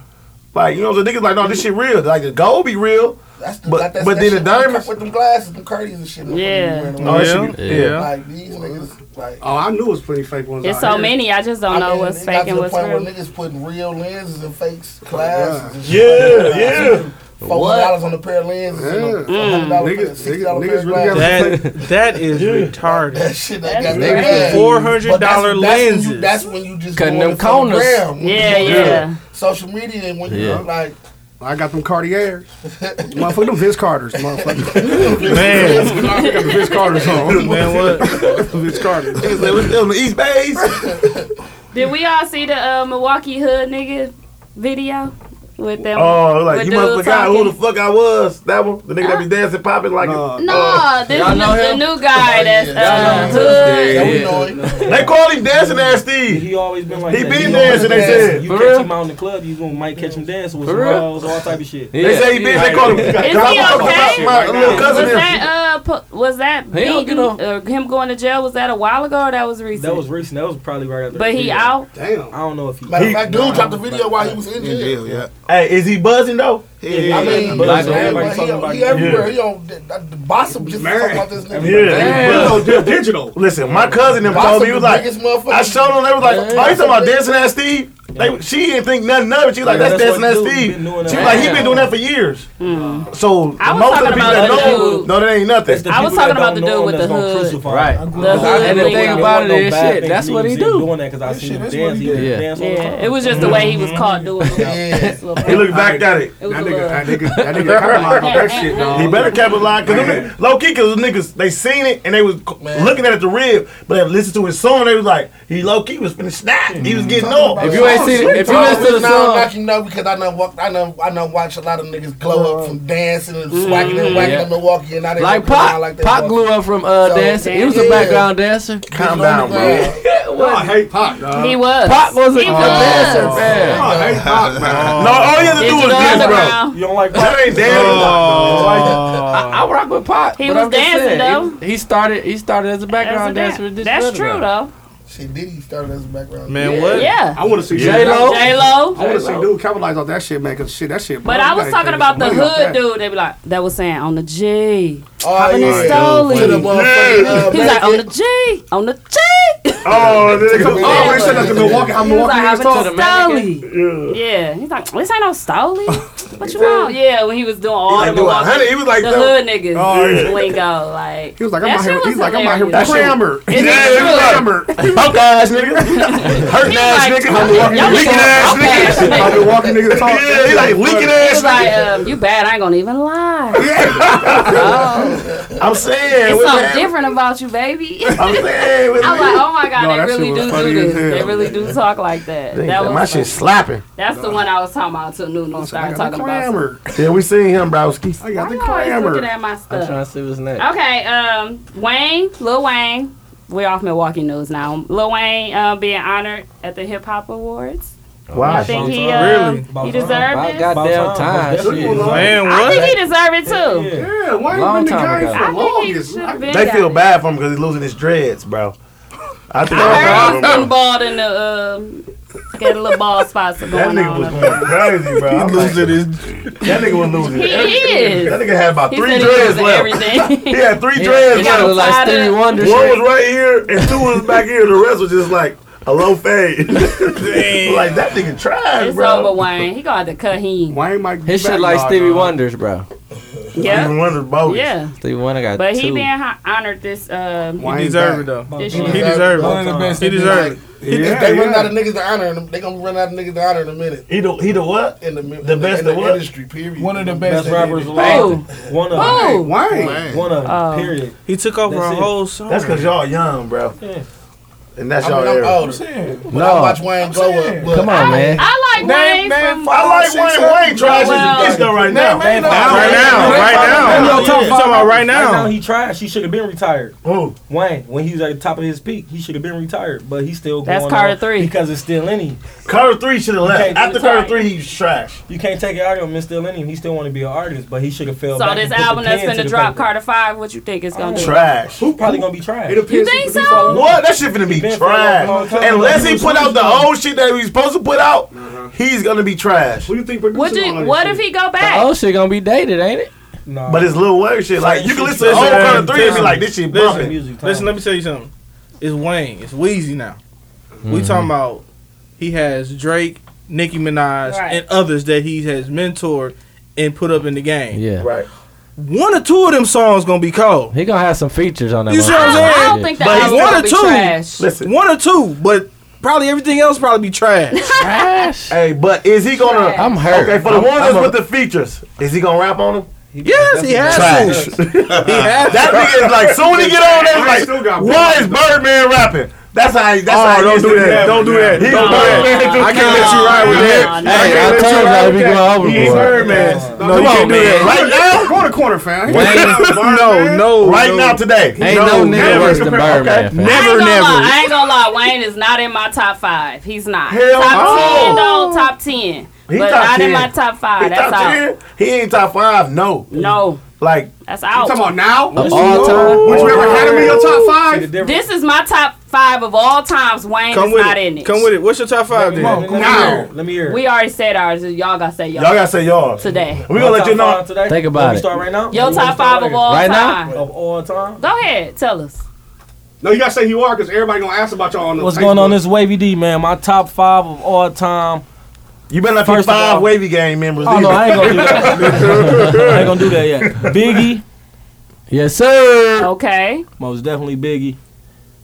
[SPEAKER 8] Like you know, the niggas like, no, this shit real. Like the gold be real,
[SPEAKER 14] That's the,
[SPEAKER 8] but
[SPEAKER 14] like, that's,
[SPEAKER 8] but
[SPEAKER 14] that
[SPEAKER 8] then the
[SPEAKER 14] shit come
[SPEAKER 8] diamonds.
[SPEAKER 14] with them glasses, them curdies and shit.
[SPEAKER 3] Yeah.
[SPEAKER 8] Oh, that shit be- yeah.
[SPEAKER 14] Like these niggas, like
[SPEAKER 4] Oh, I knew it was plenty fake ones.
[SPEAKER 3] It's
[SPEAKER 4] out
[SPEAKER 3] so
[SPEAKER 4] here.
[SPEAKER 3] many. I just don't know
[SPEAKER 14] mean,
[SPEAKER 3] what's
[SPEAKER 14] it
[SPEAKER 3] fake
[SPEAKER 14] got to
[SPEAKER 3] and
[SPEAKER 14] the
[SPEAKER 3] what's
[SPEAKER 14] point
[SPEAKER 3] real.
[SPEAKER 14] Where niggas putting real lenses and fake glasses. and shit
[SPEAKER 8] Yeah,
[SPEAKER 14] like that.
[SPEAKER 8] yeah.
[SPEAKER 14] Forty dollars on a pair of lenses. And a hundred dollar pair,
[SPEAKER 13] Niggas-
[SPEAKER 14] sixty dollar pair of glasses.
[SPEAKER 13] That that is retarded.
[SPEAKER 14] That shit that got
[SPEAKER 13] Four hundred dollar
[SPEAKER 14] But that's- that's when
[SPEAKER 13] lenses.
[SPEAKER 14] you- That's when you just
[SPEAKER 13] Cutting
[SPEAKER 14] going
[SPEAKER 13] them
[SPEAKER 14] for the
[SPEAKER 13] corners.
[SPEAKER 14] gram, when you
[SPEAKER 13] Yeah,
[SPEAKER 14] going for
[SPEAKER 13] yeah.
[SPEAKER 14] the Social media and when you
[SPEAKER 4] Yeah.
[SPEAKER 14] like.
[SPEAKER 4] I got them Cartiers. motherfucker, them Vince Carters, motherfucker.
[SPEAKER 13] Man.
[SPEAKER 4] I got the Vince Carters on.
[SPEAKER 13] Man,
[SPEAKER 4] what? Vince Carters.
[SPEAKER 8] Niggas like, what's them, East Bays?
[SPEAKER 3] Did we all see the uh, Milwaukee hood nigga video with them?
[SPEAKER 8] Oh, like
[SPEAKER 3] with
[SPEAKER 8] you
[SPEAKER 3] dude
[SPEAKER 8] must forgot
[SPEAKER 3] talking?
[SPEAKER 8] who the fuck I was. That one, the nigga that be dancing, popping like.
[SPEAKER 3] No, Oh, this
[SPEAKER 8] Y'all
[SPEAKER 3] is
[SPEAKER 8] know
[SPEAKER 3] the
[SPEAKER 8] him?
[SPEAKER 3] new guy that's uh, hood.
[SPEAKER 8] They call him Dancing Ass Steve.
[SPEAKER 11] He always been like
[SPEAKER 8] He
[SPEAKER 11] that.
[SPEAKER 8] been
[SPEAKER 11] always
[SPEAKER 8] dancing, they
[SPEAKER 11] dancing.
[SPEAKER 8] said.
[SPEAKER 11] You
[SPEAKER 8] For
[SPEAKER 11] catch
[SPEAKER 8] real?
[SPEAKER 11] him out in the club, you gonna might catch him dancing with
[SPEAKER 8] For
[SPEAKER 11] some
[SPEAKER 8] real?
[SPEAKER 11] rolls, all type of shit.
[SPEAKER 8] They Yeah. say he been- they call him- Is he okay? My little cousin
[SPEAKER 3] was
[SPEAKER 8] is-
[SPEAKER 3] that uh, pu- was that
[SPEAKER 11] He don't
[SPEAKER 3] beating,
[SPEAKER 11] get off.
[SPEAKER 3] uh, him going to jail? Was that a while ago or that was recent?
[SPEAKER 11] That was recent. That was probably right after.
[SPEAKER 3] But
[SPEAKER 11] the
[SPEAKER 3] he
[SPEAKER 11] video.
[SPEAKER 3] out?
[SPEAKER 11] Damn. I don't know if he.
[SPEAKER 14] Matter of
[SPEAKER 11] He-
[SPEAKER 14] fact,
[SPEAKER 11] nah,
[SPEAKER 14] dude dropped a
[SPEAKER 11] but-
[SPEAKER 14] video while he was in jail.
[SPEAKER 8] yeah. Hey, is he buzzing though?
[SPEAKER 14] I mean,
[SPEAKER 8] Buzzing.
[SPEAKER 14] he, everywhere. he, he everywhere. He on the, the Bossum just talking about this nigga.
[SPEAKER 8] Yeah, digital. Listen, my cousin them
[SPEAKER 14] Boss
[SPEAKER 8] told
[SPEAKER 14] is
[SPEAKER 8] me he was
[SPEAKER 14] the
[SPEAKER 8] like,
[SPEAKER 14] biggest motherfucker.
[SPEAKER 8] I showed him. They was like, oh,
[SPEAKER 14] Yeah.
[SPEAKER 8] "Are you talking about dancing ass Steve?" They, she didn't think nothing of it. She was like,
[SPEAKER 11] Yeah,
[SPEAKER 8] that's
[SPEAKER 11] that's
[SPEAKER 8] that's, that's
[SPEAKER 11] what
[SPEAKER 8] Steve.
[SPEAKER 11] dude been doing
[SPEAKER 8] She
[SPEAKER 11] that.
[SPEAKER 8] was like, he been doing that for years. So most
[SPEAKER 3] I was
[SPEAKER 8] of
[SPEAKER 3] talking
[SPEAKER 8] the people
[SPEAKER 3] about
[SPEAKER 8] that
[SPEAKER 3] the
[SPEAKER 8] know,
[SPEAKER 3] dude-
[SPEAKER 8] no, that ain't nothing.
[SPEAKER 3] I was talking about the dude with the hood.
[SPEAKER 11] Right.
[SPEAKER 3] The hood
[SPEAKER 11] And the thing
[SPEAKER 3] lingo.
[SPEAKER 11] about it is, shit, that's what he do. Doing that because I seen him dance. He
[SPEAKER 3] Yeah.
[SPEAKER 11] dance all the time.
[SPEAKER 3] it was just the way he
[SPEAKER 8] Mm-hmm.
[SPEAKER 3] was caught doing it.
[SPEAKER 8] He looked back at it.
[SPEAKER 3] It was
[SPEAKER 4] That
[SPEAKER 3] a
[SPEAKER 4] nigga,
[SPEAKER 3] little-
[SPEAKER 4] that nigga, that nigga capitalized on that shit, dog.
[SPEAKER 8] He better capitalize because low key because niggas they seen it and they was c- looking at it the rib, but they listened to his song. They was like, he low key was finna snap. He was getting off.
[SPEAKER 14] now, now you know because I know walk, I know I know watch a lot of niggas glow up from dancing and swacking and
[SPEAKER 1] Mhm.
[SPEAKER 14] whacking
[SPEAKER 1] Yeah.
[SPEAKER 14] in Milwaukee and I didn't
[SPEAKER 1] Like
[SPEAKER 14] know people
[SPEAKER 1] Pac,
[SPEAKER 14] like that.
[SPEAKER 1] Pac blew up from uh,
[SPEAKER 14] So,
[SPEAKER 1] dancing. He was a
[SPEAKER 14] yeah.
[SPEAKER 1] background dancer. Calm down, bro.
[SPEAKER 4] No, I hate Pac, dog.
[SPEAKER 3] He was.
[SPEAKER 1] Pac was a
[SPEAKER 3] He
[SPEAKER 1] a
[SPEAKER 3] was.
[SPEAKER 1] dancer, man.
[SPEAKER 4] No, I hate Pac, man.
[SPEAKER 8] No, all you have to do is dance, bro.
[SPEAKER 3] Underground.
[SPEAKER 11] You don't like
[SPEAKER 8] That ain't dancing.
[SPEAKER 1] I, I rock with Pac.
[SPEAKER 3] He
[SPEAKER 1] but
[SPEAKER 3] was
[SPEAKER 1] I'm just
[SPEAKER 3] dancing,
[SPEAKER 1] saying, He, he started. He started as a background
[SPEAKER 3] dan-
[SPEAKER 1] dancer. This
[SPEAKER 3] That's
[SPEAKER 1] other
[SPEAKER 3] true
[SPEAKER 1] guy.
[SPEAKER 3] though.
[SPEAKER 14] She did. He started as a background.
[SPEAKER 13] Man,
[SPEAKER 4] Yeah.
[SPEAKER 13] what?
[SPEAKER 3] Yeah.
[SPEAKER 4] I want to see
[SPEAKER 13] J-Lo.
[SPEAKER 4] I want to see
[SPEAKER 3] J-Lo.
[SPEAKER 4] dude capitalize on that shit, man. Cause shit, that shit.
[SPEAKER 3] But I was talking about the hood dude. They be like, that was saying on the G.
[SPEAKER 14] Oh,
[SPEAKER 3] Hopping
[SPEAKER 14] yeah.
[SPEAKER 3] and Stoli.
[SPEAKER 14] To the motherfucking, uh,
[SPEAKER 3] he was like, on the
[SPEAKER 14] basket.
[SPEAKER 3] G. On the G.
[SPEAKER 8] Oh, nigga.
[SPEAKER 4] Oh, they said that to Milwaukee. How
[SPEAKER 3] He was
[SPEAKER 4] Milwaukee
[SPEAKER 3] like,
[SPEAKER 4] is
[SPEAKER 3] hopping
[SPEAKER 4] talking.
[SPEAKER 3] to Stoli. Yeah. He's like, this ain't no Stoli. What you want? Yeah, when he was doing all
[SPEAKER 4] like,
[SPEAKER 3] the
[SPEAKER 4] do a hundred. He was like
[SPEAKER 3] the
[SPEAKER 4] the-
[SPEAKER 3] hood niggas
[SPEAKER 4] Oh, yeah.
[SPEAKER 3] lingo. Like,
[SPEAKER 4] He was like,
[SPEAKER 3] that
[SPEAKER 4] I'm out
[SPEAKER 3] shit
[SPEAKER 4] here.
[SPEAKER 3] was
[SPEAKER 4] He's like, I'm out here.
[SPEAKER 3] hilarious.
[SPEAKER 4] Crammer.
[SPEAKER 3] It is
[SPEAKER 4] Yeah,
[SPEAKER 3] true.
[SPEAKER 4] crammer.
[SPEAKER 8] Punk ass nigga. Hurting ass nigga.
[SPEAKER 3] Y'all was
[SPEAKER 8] Leaking ass nigga.
[SPEAKER 4] I've been walking niggas talk.
[SPEAKER 8] Yeah, he like leaking
[SPEAKER 3] He was
[SPEAKER 8] ass
[SPEAKER 3] like,
[SPEAKER 8] nigga.
[SPEAKER 3] um, you bad. I ain't gonna even lie. Oh.
[SPEAKER 8] I'm saying.
[SPEAKER 3] It's
[SPEAKER 8] what
[SPEAKER 3] something
[SPEAKER 8] happened?
[SPEAKER 3] different about you, baby. I'm
[SPEAKER 8] I'm
[SPEAKER 3] like,
[SPEAKER 8] saying. what happened?
[SPEAKER 3] oh my god,
[SPEAKER 8] No, that
[SPEAKER 3] they really
[SPEAKER 8] shit was
[SPEAKER 3] do
[SPEAKER 8] funny
[SPEAKER 3] do this.
[SPEAKER 8] as hell.
[SPEAKER 3] They really do talk like that.
[SPEAKER 8] Dang,
[SPEAKER 3] that was
[SPEAKER 8] my shit slapping.
[SPEAKER 3] That's the one I was talking about until Nuno started talking about. Some.
[SPEAKER 8] Yeah, we seen him, Browski.
[SPEAKER 4] I got the
[SPEAKER 3] Oh, he's looking
[SPEAKER 4] crammer.
[SPEAKER 3] at my
[SPEAKER 1] I'm trying
[SPEAKER 3] stuff.
[SPEAKER 1] to see what's next.
[SPEAKER 3] Okay, um, Wayne, Lil Wayne. We're off Milwaukee news now. Lil Wayne uh, being honored at the Hip Hop Awards.
[SPEAKER 1] Oh,
[SPEAKER 8] Why?
[SPEAKER 3] I think he uh, he deserved
[SPEAKER 1] About
[SPEAKER 3] it.
[SPEAKER 1] goddamn time. shit.
[SPEAKER 13] Man,
[SPEAKER 3] I think he deserved it too.
[SPEAKER 4] Yeah, why you
[SPEAKER 1] Long
[SPEAKER 4] been the
[SPEAKER 1] time
[SPEAKER 4] game
[SPEAKER 1] ago.
[SPEAKER 4] for
[SPEAKER 3] I think he
[SPEAKER 4] longest?
[SPEAKER 3] should have been.
[SPEAKER 8] They
[SPEAKER 3] got
[SPEAKER 8] feel
[SPEAKER 3] it.
[SPEAKER 8] bad for him because he's losing his dreads, bro. I think that's
[SPEAKER 3] I heard
[SPEAKER 8] the
[SPEAKER 3] he's
[SPEAKER 8] problem,
[SPEAKER 3] been
[SPEAKER 8] bro.
[SPEAKER 3] bald in the uh, got a little bald spots going
[SPEAKER 8] That nigga
[SPEAKER 3] on.
[SPEAKER 8] was going crazy, bro. I'm like,
[SPEAKER 13] losing his.
[SPEAKER 8] that nigga was losing.
[SPEAKER 3] He
[SPEAKER 8] everything.
[SPEAKER 3] is.
[SPEAKER 8] That nigga had about
[SPEAKER 3] He
[SPEAKER 8] three
[SPEAKER 3] said he
[SPEAKER 8] dreads
[SPEAKER 3] losing
[SPEAKER 8] left.
[SPEAKER 3] everything.
[SPEAKER 8] he had three
[SPEAKER 1] Yeah,
[SPEAKER 8] dreads
[SPEAKER 1] he
[SPEAKER 8] left.
[SPEAKER 1] got like
[SPEAKER 3] Tied
[SPEAKER 1] Stevie
[SPEAKER 3] up.
[SPEAKER 1] Wonder.
[SPEAKER 8] One was
[SPEAKER 1] shit.
[SPEAKER 8] right here and two was back here. The rest was just like a low fade. like that nigga tried,
[SPEAKER 3] It's
[SPEAKER 8] bro.
[SPEAKER 3] over, Wayne. He gonna have to cut him.
[SPEAKER 4] Wayne might. be
[SPEAKER 1] His shit
[SPEAKER 4] back,
[SPEAKER 1] like
[SPEAKER 4] dog,
[SPEAKER 1] Stevie
[SPEAKER 4] dog.
[SPEAKER 1] Wonder's, bro.
[SPEAKER 3] Yeah,
[SPEAKER 8] Even one of the bogus.
[SPEAKER 3] yeah.
[SPEAKER 1] Stevie Wonder got
[SPEAKER 3] But he
[SPEAKER 1] two.
[SPEAKER 3] being ho- honored this. Um,
[SPEAKER 4] Wayne
[SPEAKER 13] He deserved it
[SPEAKER 4] back.
[SPEAKER 13] though.
[SPEAKER 3] this
[SPEAKER 13] He
[SPEAKER 3] year.
[SPEAKER 13] deserved
[SPEAKER 11] One of the
[SPEAKER 13] it.
[SPEAKER 11] best
[SPEAKER 13] He deserved it.
[SPEAKER 14] He just-
[SPEAKER 4] Yeah,
[SPEAKER 14] they running
[SPEAKER 4] yeah.
[SPEAKER 14] out of niggas to honor him. They gonna run out of niggas to honor in a minute.
[SPEAKER 8] He the he the what?
[SPEAKER 14] In the mi-
[SPEAKER 8] The
[SPEAKER 14] in
[SPEAKER 8] best
[SPEAKER 14] in the
[SPEAKER 8] of what?
[SPEAKER 14] industry. Period.
[SPEAKER 6] One of the
[SPEAKER 11] Best
[SPEAKER 6] best,
[SPEAKER 11] rappers
[SPEAKER 3] Who?
[SPEAKER 11] alive. One
[SPEAKER 3] Who?
[SPEAKER 11] of them.
[SPEAKER 3] Oh.
[SPEAKER 4] Wayne.
[SPEAKER 11] One of
[SPEAKER 12] Oh.
[SPEAKER 11] them. Period.
[SPEAKER 13] He took over a
[SPEAKER 11] That's it.
[SPEAKER 13] whole song.
[SPEAKER 8] That's because y'all young, bro. And that's
[SPEAKER 14] I
[SPEAKER 8] y'all
[SPEAKER 14] mean, I'm
[SPEAKER 8] era.
[SPEAKER 14] older.
[SPEAKER 6] saying.
[SPEAKER 14] When I watch Wayne glow up, but
[SPEAKER 1] Come on, man.
[SPEAKER 3] I like Wayne. from,
[SPEAKER 8] I like
[SPEAKER 6] Six,
[SPEAKER 8] Wayne.
[SPEAKER 6] seven.
[SPEAKER 8] Wayne trash
[SPEAKER 3] Well,
[SPEAKER 8] as a bitch though right now.
[SPEAKER 6] man, no.
[SPEAKER 8] Right now,
[SPEAKER 13] That's
[SPEAKER 8] right
[SPEAKER 13] your top
[SPEAKER 8] now.
[SPEAKER 13] five. talking about right now.
[SPEAKER 11] Right now he tried. She should have been retired.
[SPEAKER 8] Who?
[SPEAKER 11] Wayne, when he was at the top of his peak, he should have been retired, but he's still
[SPEAKER 3] That's
[SPEAKER 11] going
[SPEAKER 3] Carter
[SPEAKER 11] on
[SPEAKER 3] three.
[SPEAKER 11] because it's still in him.
[SPEAKER 8] Carter three should have left.
[SPEAKER 11] can't do
[SPEAKER 8] After
[SPEAKER 11] it.
[SPEAKER 8] Carter three, he's trash.
[SPEAKER 11] You can't take it out of him. It's still in him. He still want to be an artist, but he should have failed.
[SPEAKER 3] so this album that's finna drop, Carter Five. What you think it's gonna do?
[SPEAKER 8] Trash.
[SPEAKER 11] Who probably gonna be trash?
[SPEAKER 3] You think so?
[SPEAKER 8] What? That shit finna be
[SPEAKER 11] Been for a long
[SPEAKER 8] trash.
[SPEAKER 11] time.
[SPEAKER 8] Unless he put out the old shit that he's supposed to put out, he's gonna be trash.
[SPEAKER 4] Who you think produced
[SPEAKER 3] What
[SPEAKER 4] all
[SPEAKER 3] do?
[SPEAKER 4] this
[SPEAKER 3] What
[SPEAKER 4] shit?
[SPEAKER 3] if he go
[SPEAKER 1] The
[SPEAKER 3] back?
[SPEAKER 1] old shit gonna be dated, ain't it?
[SPEAKER 11] Nah.
[SPEAKER 8] But it's Lil Wayne shit. Like you can listen to
[SPEAKER 13] Listen,
[SPEAKER 8] old Carter
[SPEAKER 13] listen,
[SPEAKER 8] three and be like, this shit
[SPEAKER 13] Listen,
[SPEAKER 8] bumping.
[SPEAKER 11] music.
[SPEAKER 13] listen, let me tell you something. It's Wayne. It's Wheezy now. We
[SPEAKER 1] Mm-hmm.
[SPEAKER 13] talking about he has Drake, Nicki Minaj,
[SPEAKER 3] Right.
[SPEAKER 13] and others that he has mentored and put up in the game.
[SPEAKER 1] Yeah.
[SPEAKER 8] Right.
[SPEAKER 13] One or two of them songs gonna be cold.
[SPEAKER 1] He gonna have some features on that.
[SPEAKER 13] You see what I'm
[SPEAKER 1] motherfucker.
[SPEAKER 13] saying?
[SPEAKER 3] I don't think that
[SPEAKER 13] But
[SPEAKER 3] album's
[SPEAKER 13] one
[SPEAKER 3] gonna
[SPEAKER 13] or
[SPEAKER 3] be
[SPEAKER 13] two.
[SPEAKER 3] trash.
[SPEAKER 8] Listen.
[SPEAKER 13] One or two, but probably everything else probably be trash.
[SPEAKER 1] Trash.
[SPEAKER 8] Hey, but is he gonna?
[SPEAKER 3] Trash.
[SPEAKER 1] I'm hurt.
[SPEAKER 8] Okay, for the
[SPEAKER 1] I'm-
[SPEAKER 8] ones
[SPEAKER 1] I'm
[SPEAKER 8] that's
[SPEAKER 1] a-
[SPEAKER 8] with the features, is he gonna rap on them?
[SPEAKER 13] yes, he has
[SPEAKER 8] Trash.
[SPEAKER 13] to. He has
[SPEAKER 8] That nigga is like, soon he get on
[SPEAKER 4] I
[SPEAKER 8] there,
[SPEAKER 4] still
[SPEAKER 8] he's
[SPEAKER 4] got
[SPEAKER 8] like, why is Birdman rapping? That's how. he- That's how. he
[SPEAKER 13] don't
[SPEAKER 8] used
[SPEAKER 13] do
[SPEAKER 8] to
[SPEAKER 13] that. Don't do that.
[SPEAKER 8] He
[SPEAKER 13] Don't
[SPEAKER 8] was
[SPEAKER 13] do that.
[SPEAKER 8] Birdman through
[SPEAKER 13] I can't let you ride with
[SPEAKER 8] Birdman.
[SPEAKER 13] that.
[SPEAKER 1] Hey, I told you I'd be going
[SPEAKER 8] He ain't
[SPEAKER 1] overboard.
[SPEAKER 8] Birdman.
[SPEAKER 4] No,
[SPEAKER 8] No,
[SPEAKER 4] you
[SPEAKER 8] you
[SPEAKER 4] can't
[SPEAKER 8] can't do
[SPEAKER 4] Right
[SPEAKER 8] that
[SPEAKER 4] now, go to the corner, fam.
[SPEAKER 1] Wayne-
[SPEAKER 13] No, no,
[SPEAKER 8] right
[SPEAKER 13] no.
[SPEAKER 8] now. Right now, today.
[SPEAKER 1] Ain't no, nigga
[SPEAKER 8] never.
[SPEAKER 1] worse than
[SPEAKER 8] Okay.
[SPEAKER 1] Birdman. fam.
[SPEAKER 3] I ain't
[SPEAKER 13] Never,
[SPEAKER 3] gonna
[SPEAKER 13] never.
[SPEAKER 3] Lie. I ain't gonna lie. Wayne is not in my top five. He's not.
[SPEAKER 8] Hell
[SPEAKER 3] top
[SPEAKER 8] no.
[SPEAKER 3] ten though. Top ten.
[SPEAKER 8] He
[SPEAKER 3] but
[SPEAKER 8] top
[SPEAKER 3] not
[SPEAKER 8] 10.
[SPEAKER 3] in my top five.
[SPEAKER 8] He
[SPEAKER 3] Ah, That's
[SPEAKER 8] top
[SPEAKER 3] out.
[SPEAKER 8] ten. He ain't top five. No.
[SPEAKER 3] No,
[SPEAKER 8] Like
[SPEAKER 3] that's
[SPEAKER 4] You
[SPEAKER 3] out.
[SPEAKER 4] talking about now?
[SPEAKER 1] Of all time.
[SPEAKER 4] Would you ever had him in your top five?
[SPEAKER 3] This is my top five of all times. Wayne
[SPEAKER 13] Come
[SPEAKER 3] is
[SPEAKER 13] with
[SPEAKER 3] not in
[SPEAKER 13] it.
[SPEAKER 3] it.
[SPEAKER 13] Come with it. What's your top five
[SPEAKER 11] Come on,
[SPEAKER 13] then?
[SPEAKER 11] come
[SPEAKER 4] Now.
[SPEAKER 11] on. Let me hear. it.
[SPEAKER 3] We already said ours. Y'all gotta say y'all,
[SPEAKER 8] y'all gotta say y'all.
[SPEAKER 3] today.
[SPEAKER 8] We gonna let
[SPEAKER 11] Top
[SPEAKER 8] you know.
[SPEAKER 11] five today?
[SPEAKER 1] Think about
[SPEAKER 11] Let me
[SPEAKER 1] it.
[SPEAKER 11] Start right now.
[SPEAKER 3] Your
[SPEAKER 11] Let me
[SPEAKER 3] top
[SPEAKER 11] start
[SPEAKER 3] five
[SPEAKER 11] right
[SPEAKER 3] of
[SPEAKER 11] here.
[SPEAKER 3] all
[SPEAKER 1] Right now?
[SPEAKER 3] time.
[SPEAKER 11] of all time.
[SPEAKER 3] Go ahead, tell us.
[SPEAKER 4] No, you gotta say you are because everybody gonna ask about y'all on the
[SPEAKER 11] What's going on
[SPEAKER 4] Facebook.
[SPEAKER 11] this wavy D man? My top five of all time.
[SPEAKER 8] You better not pick five wavy gang members.
[SPEAKER 11] Oh no, I ain't gonna do that. I ain't gonna do that yet. Biggie. Yes, sir.
[SPEAKER 3] Okay.
[SPEAKER 11] Most definitely Biggie.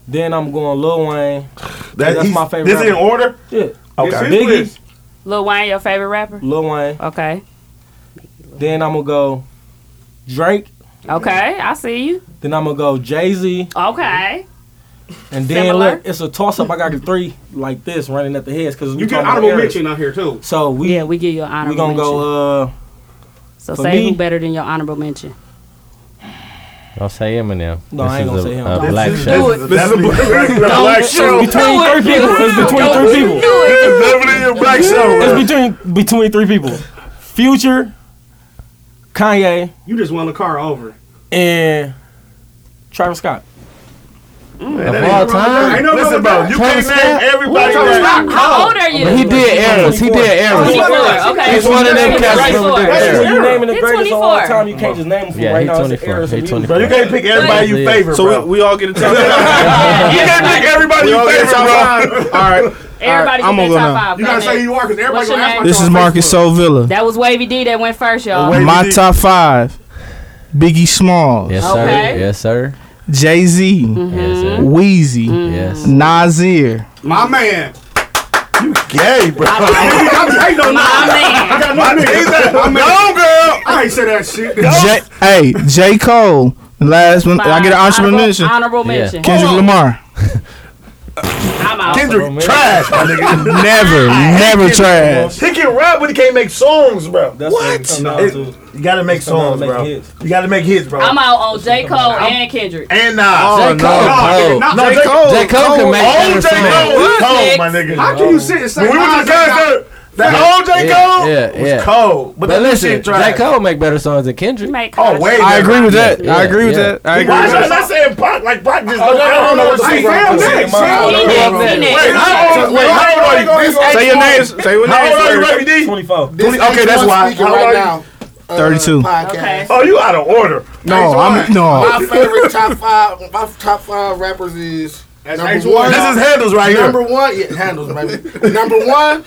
[SPEAKER 11] Then I'm going Lil Wayne. that's
[SPEAKER 8] he's-
[SPEAKER 11] my favorite.
[SPEAKER 8] this in
[SPEAKER 11] rapper.
[SPEAKER 8] order?
[SPEAKER 11] Yeah.
[SPEAKER 8] Okay. This is
[SPEAKER 11] Biggie.
[SPEAKER 3] Lil Wayne, your favorite rapper?
[SPEAKER 11] Lil Wayne.
[SPEAKER 3] Okay.
[SPEAKER 11] Then I'm gonna go Drake.
[SPEAKER 3] Okay, I see you.
[SPEAKER 11] Then I'm gonna go Jay Z.
[SPEAKER 3] Okay.
[SPEAKER 11] And then
[SPEAKER 3] Similar.
[SPEAKER 11] look, it's a toss up. I got three like this running at the heads because
[SPEAKER 4] You get honorable mention out here too.
[SPEAKER 11] So we
[SPEAKER 3] yeah we get your honorable.
[SPEAKER 11] We gonna go. Uh,
[SPEAKER 3] So
[SPEAKER 11] for
[SPEAKER 3] say
[SPEAKER 11] me-
[SPEAKER 3] who better than your honorable mention.
[SPEAKER 1] Don't say Eminem.
[SPEAKER 11] No, I ain't gonna say him.
[SPEAKER 1] A
[SPEAKER 11] This
[SPEAKER 1] black
[SPEAKER 11] is-
[SPEAKER 1] show.
[SPEAKER 11] this is- this is a black- this is a black Don't show. do it. Between three people. It's between
[SPEAKER 1] Don't
[SPEAKER 11] three
[SPEAKER 1] do
[SPEAKER 11] people.
[SPEAKER 1] it.
[SPEAKER 8] Definitely a black show. bro.
[SPEAKER 11] It's between between three people: Future, Kanye,
[SPEAKER 4] You just won the car over.
[SPEAKER 11] and Travis Scott. Mm,
[SPEAKER 8] Of that ain't all wrong. time? Ain't nothing Listen, wrong with bro, that. you can't Travis name Scott? everybody
[SPEAKER 11] Travis
[SPEAKER 8] that-
[SPEAKER 11] Scott?
[SPEAKER 8] How old
[SPEAKER 3] are
[SPEAKER 1] He did eras. He did eras.
[SPEAKER 11] Oh, Okay.
[SPEAKER 1] He's one of them
[SPEAKER 11] He's
[SPEAKER 1] cats from
[SPEAKER 11] 24.
[SPEAKER 1] different
[SPEAKER 11] That's
[SPEAKER 1] eras.
[SPEAKER 11] when you naming the He's greatest of all 24. time, you can't just name him from
[SPEAKER 1] yeah,
[SPEAKER 11] right
[SPEAKER 1] he
[SPEAKER 11] now. It's an
[SPEAKER 1] 24.
[SPEAKER 11] eras
[SPEAKER 1] He
[SPEAKER 11] of music.
[SPEAKER 1] 24.
[SPEAKER 8] Bro, you can't pick everybody you
[SPEAKER 1] Yeah.
[SPEAKER 8] favor,
[SPEAKER 13] So
[SPEAKER 8] bro.
[SPEAKER 13] we, we all get a top
[SPEAKER 8] You can't pick everybody
[SPEAKER 13] We
[SPEAKER 8] you
[SPEAKER 13] all get
[SPEAKER 8] favor,
[SPEAKER 13] top
[SPEAKER 8] bro.
[SPEAKER 13] five. All right.
[SPEAKER 3] Everybody get
[SPEAKER 13] I'm gonna
[SPEAKER 3] their
[SPEAKER 13] go
[SPEAKER 3] top
[SPEAKER 13] now.
[SPEAKER 3] five.
[SPEAKER 4] You gotta
[SPEAKER 3] Come
[SPEAKER 4] say
[SPEAKER 3] in.
[SPEAKER 4] you are because everybody
[SPEAKER 3] What's
[SPEAKER 4] gonna
[SPEAKER 3] your
[SPEAKER 4] ask
[SPEAKER 3] name?
[SPEAKER 4] about
[SPEAKER 13] This
[SPEAKER 4] y'all
[SPEAKER 13] is
[SPEAKER 4] on
[SPEAKER 13] Marcus
[SPEAKER 4] Facebook.
[SPEAKER 13] Sovilla.
[SPEAKER 3] That was Wavy D that went first, y'all.
[SPEAKER 13] My top five: Biggie Smalls.
[SPEAKER 1] Yes, sir.
[SPEAKER 3] Okay.
[SPEAKER 1] Yes, sir.
[SPEAKER 13] Jay Z, Wheezy,
[SPEAKER 1] Yes.
[SPEAKER 13] Nasir.
[SPEAKER 4] My man.
[SPEAKER 8] Gay, bro.
[SPEAKER 4] I ain't
[SPEAKER 8] My
[SPEAKER 4] no man. I got
[SPEAKER 8] My
[SPEAKER 4] no
[SPEAKER 8] man.
[SPEAKER 4] My
[SPEAKER 8] Go, girl.
[SPEAKER 4] I ain't say that shit.
[SPEAKER 13] J- hey, J. Cole. The Last one, I get an honorable
[SPEAKER 3] Honorable-
[SPEAKER 13] mention.
[SPEAKER 3] honorable Yeah. mention.
[SPEAKER 13] Kendrick
[SPEAKER 3] Hold on.
[SPEAKER 13] Lamar.
[SPEAKER 8] Kendrick trash, my nigga.
[SPEAKER 13] Never,
[SPEAKER 8] I hate
[SPEAKER 13] never
[SPEAKER 8] Kendrick,
[SPEAKER 13] trash.
[SPEAKER 8] bro. He can rap, but he can't make songs, bro.
[SPEAKER 11] what it
[SPEAKER 8] what?
[SPEAKER 11] comes down
[SPEAKER 8] It-
[SPEAKER 11] to.
[SPEAKER 8] you gotta make
[SPEAKER 11] comes down to
[SPEAKER 8] songs, bro.
[SPEAKER 11] making
[SPEAKER 8] You gotta make hits, bro.
[SPEAKER 3] I'm out on J. Cole and Kendrick.
[SPEAKER 8] And nah.
[SPEAKER 4] Oh, J. Cole. no, no.
[SPEAKER 8] Not
[SPEAKER 4] No,
[SPEAKER 8] J.
[SPEAKER 4] J. Oh,
[SPEAKER 8] Cole.
[SPEAKER 4] J. Cole can make
[SPEAKER 8] Old
[SPEAKER 4] better
[SPEAKER 8] J. Cole was
[SPEAKER 4] songs.
[SPEAKER 8] cold, my nigga.
[SPEAKER 4] How can you sit and say
[SPEAKER 8] When we went to the
[SPEAKER 4] Nas ain't got-
[SPEAKER 8] concert, that old J. Cole
[SPEAKER 1] yeah, yeah.
[SPEAKER 8] was cold. But that new
[SPEAKER 1] listen,
[SPEAKER 8] shit
[SPEAKER 1] J.
[SPEAKER 8] trash.
[SPEAKER 1] Cole make better songs than Kendrick.
[SPEAKER 8] Oh, way
[SPEAKER 13] I
[SPEAKER 8] better.
[SPEAKER 13] agree with that. I agree with
[SPEAKER 1] yeah.
[SPEAKER 13] that. I agree
[SPEAKER 8] Why
[SPEAKER 13] with
[SPEAKER 8] is y'all
[SPEAKER 13] that.
[SPEAKER 8] not saying Pac? Like, Pac just.
[SPEAKER 13] Oh,
[SPEAKER 8] I don't know what to say.
[SPEAKER 13] hey,
[SPEAKER 8] bro.
[SPEAKER 13] Sam Nix,
[SPEAKER 8] Wait,
[SPEAKER 13] Sam Nix,
[SPEAKER 8] how
[SPEAKER 13] Sam Nix.
[SPEAKER 8] old- wait, how old are you?
[SPEAKER 13] Say your names. Say your
[SPEAKER 8] How
[SPEAKER 13] names.
[SPEAKER 8] old are you,
[SPEAKER 13] sir.
[SPEAKER 8] Ravi D?
[SPEAKER 11] 24.
[SPEAKER 13] This okay, that's why.
[SPEAKER 14] Speaking
[SPEAKER 8] How old
[SPEAKER 14] right
[SPEAKER 8] are
[SPEAKER 14] now. uh,
[SPEAKER 13] 32.
[SPEAKER 14] podcast.
[SPEAKER 8] Oh, you out of order.
[SPEAKER 13] No, I'm
[SPEAKER 8] Oh.
[SPEAKER 14] My
[SPEAKER 13] no.
[SPEAKER 14] favorite top five, my top five rappers is number
[SPEAKER 8] H1.
[SPEAKER 14] one.
[SPEAKER 8] This is Handles right here.
[SPEAKER 14] Number one, yeah, handles baby. number one,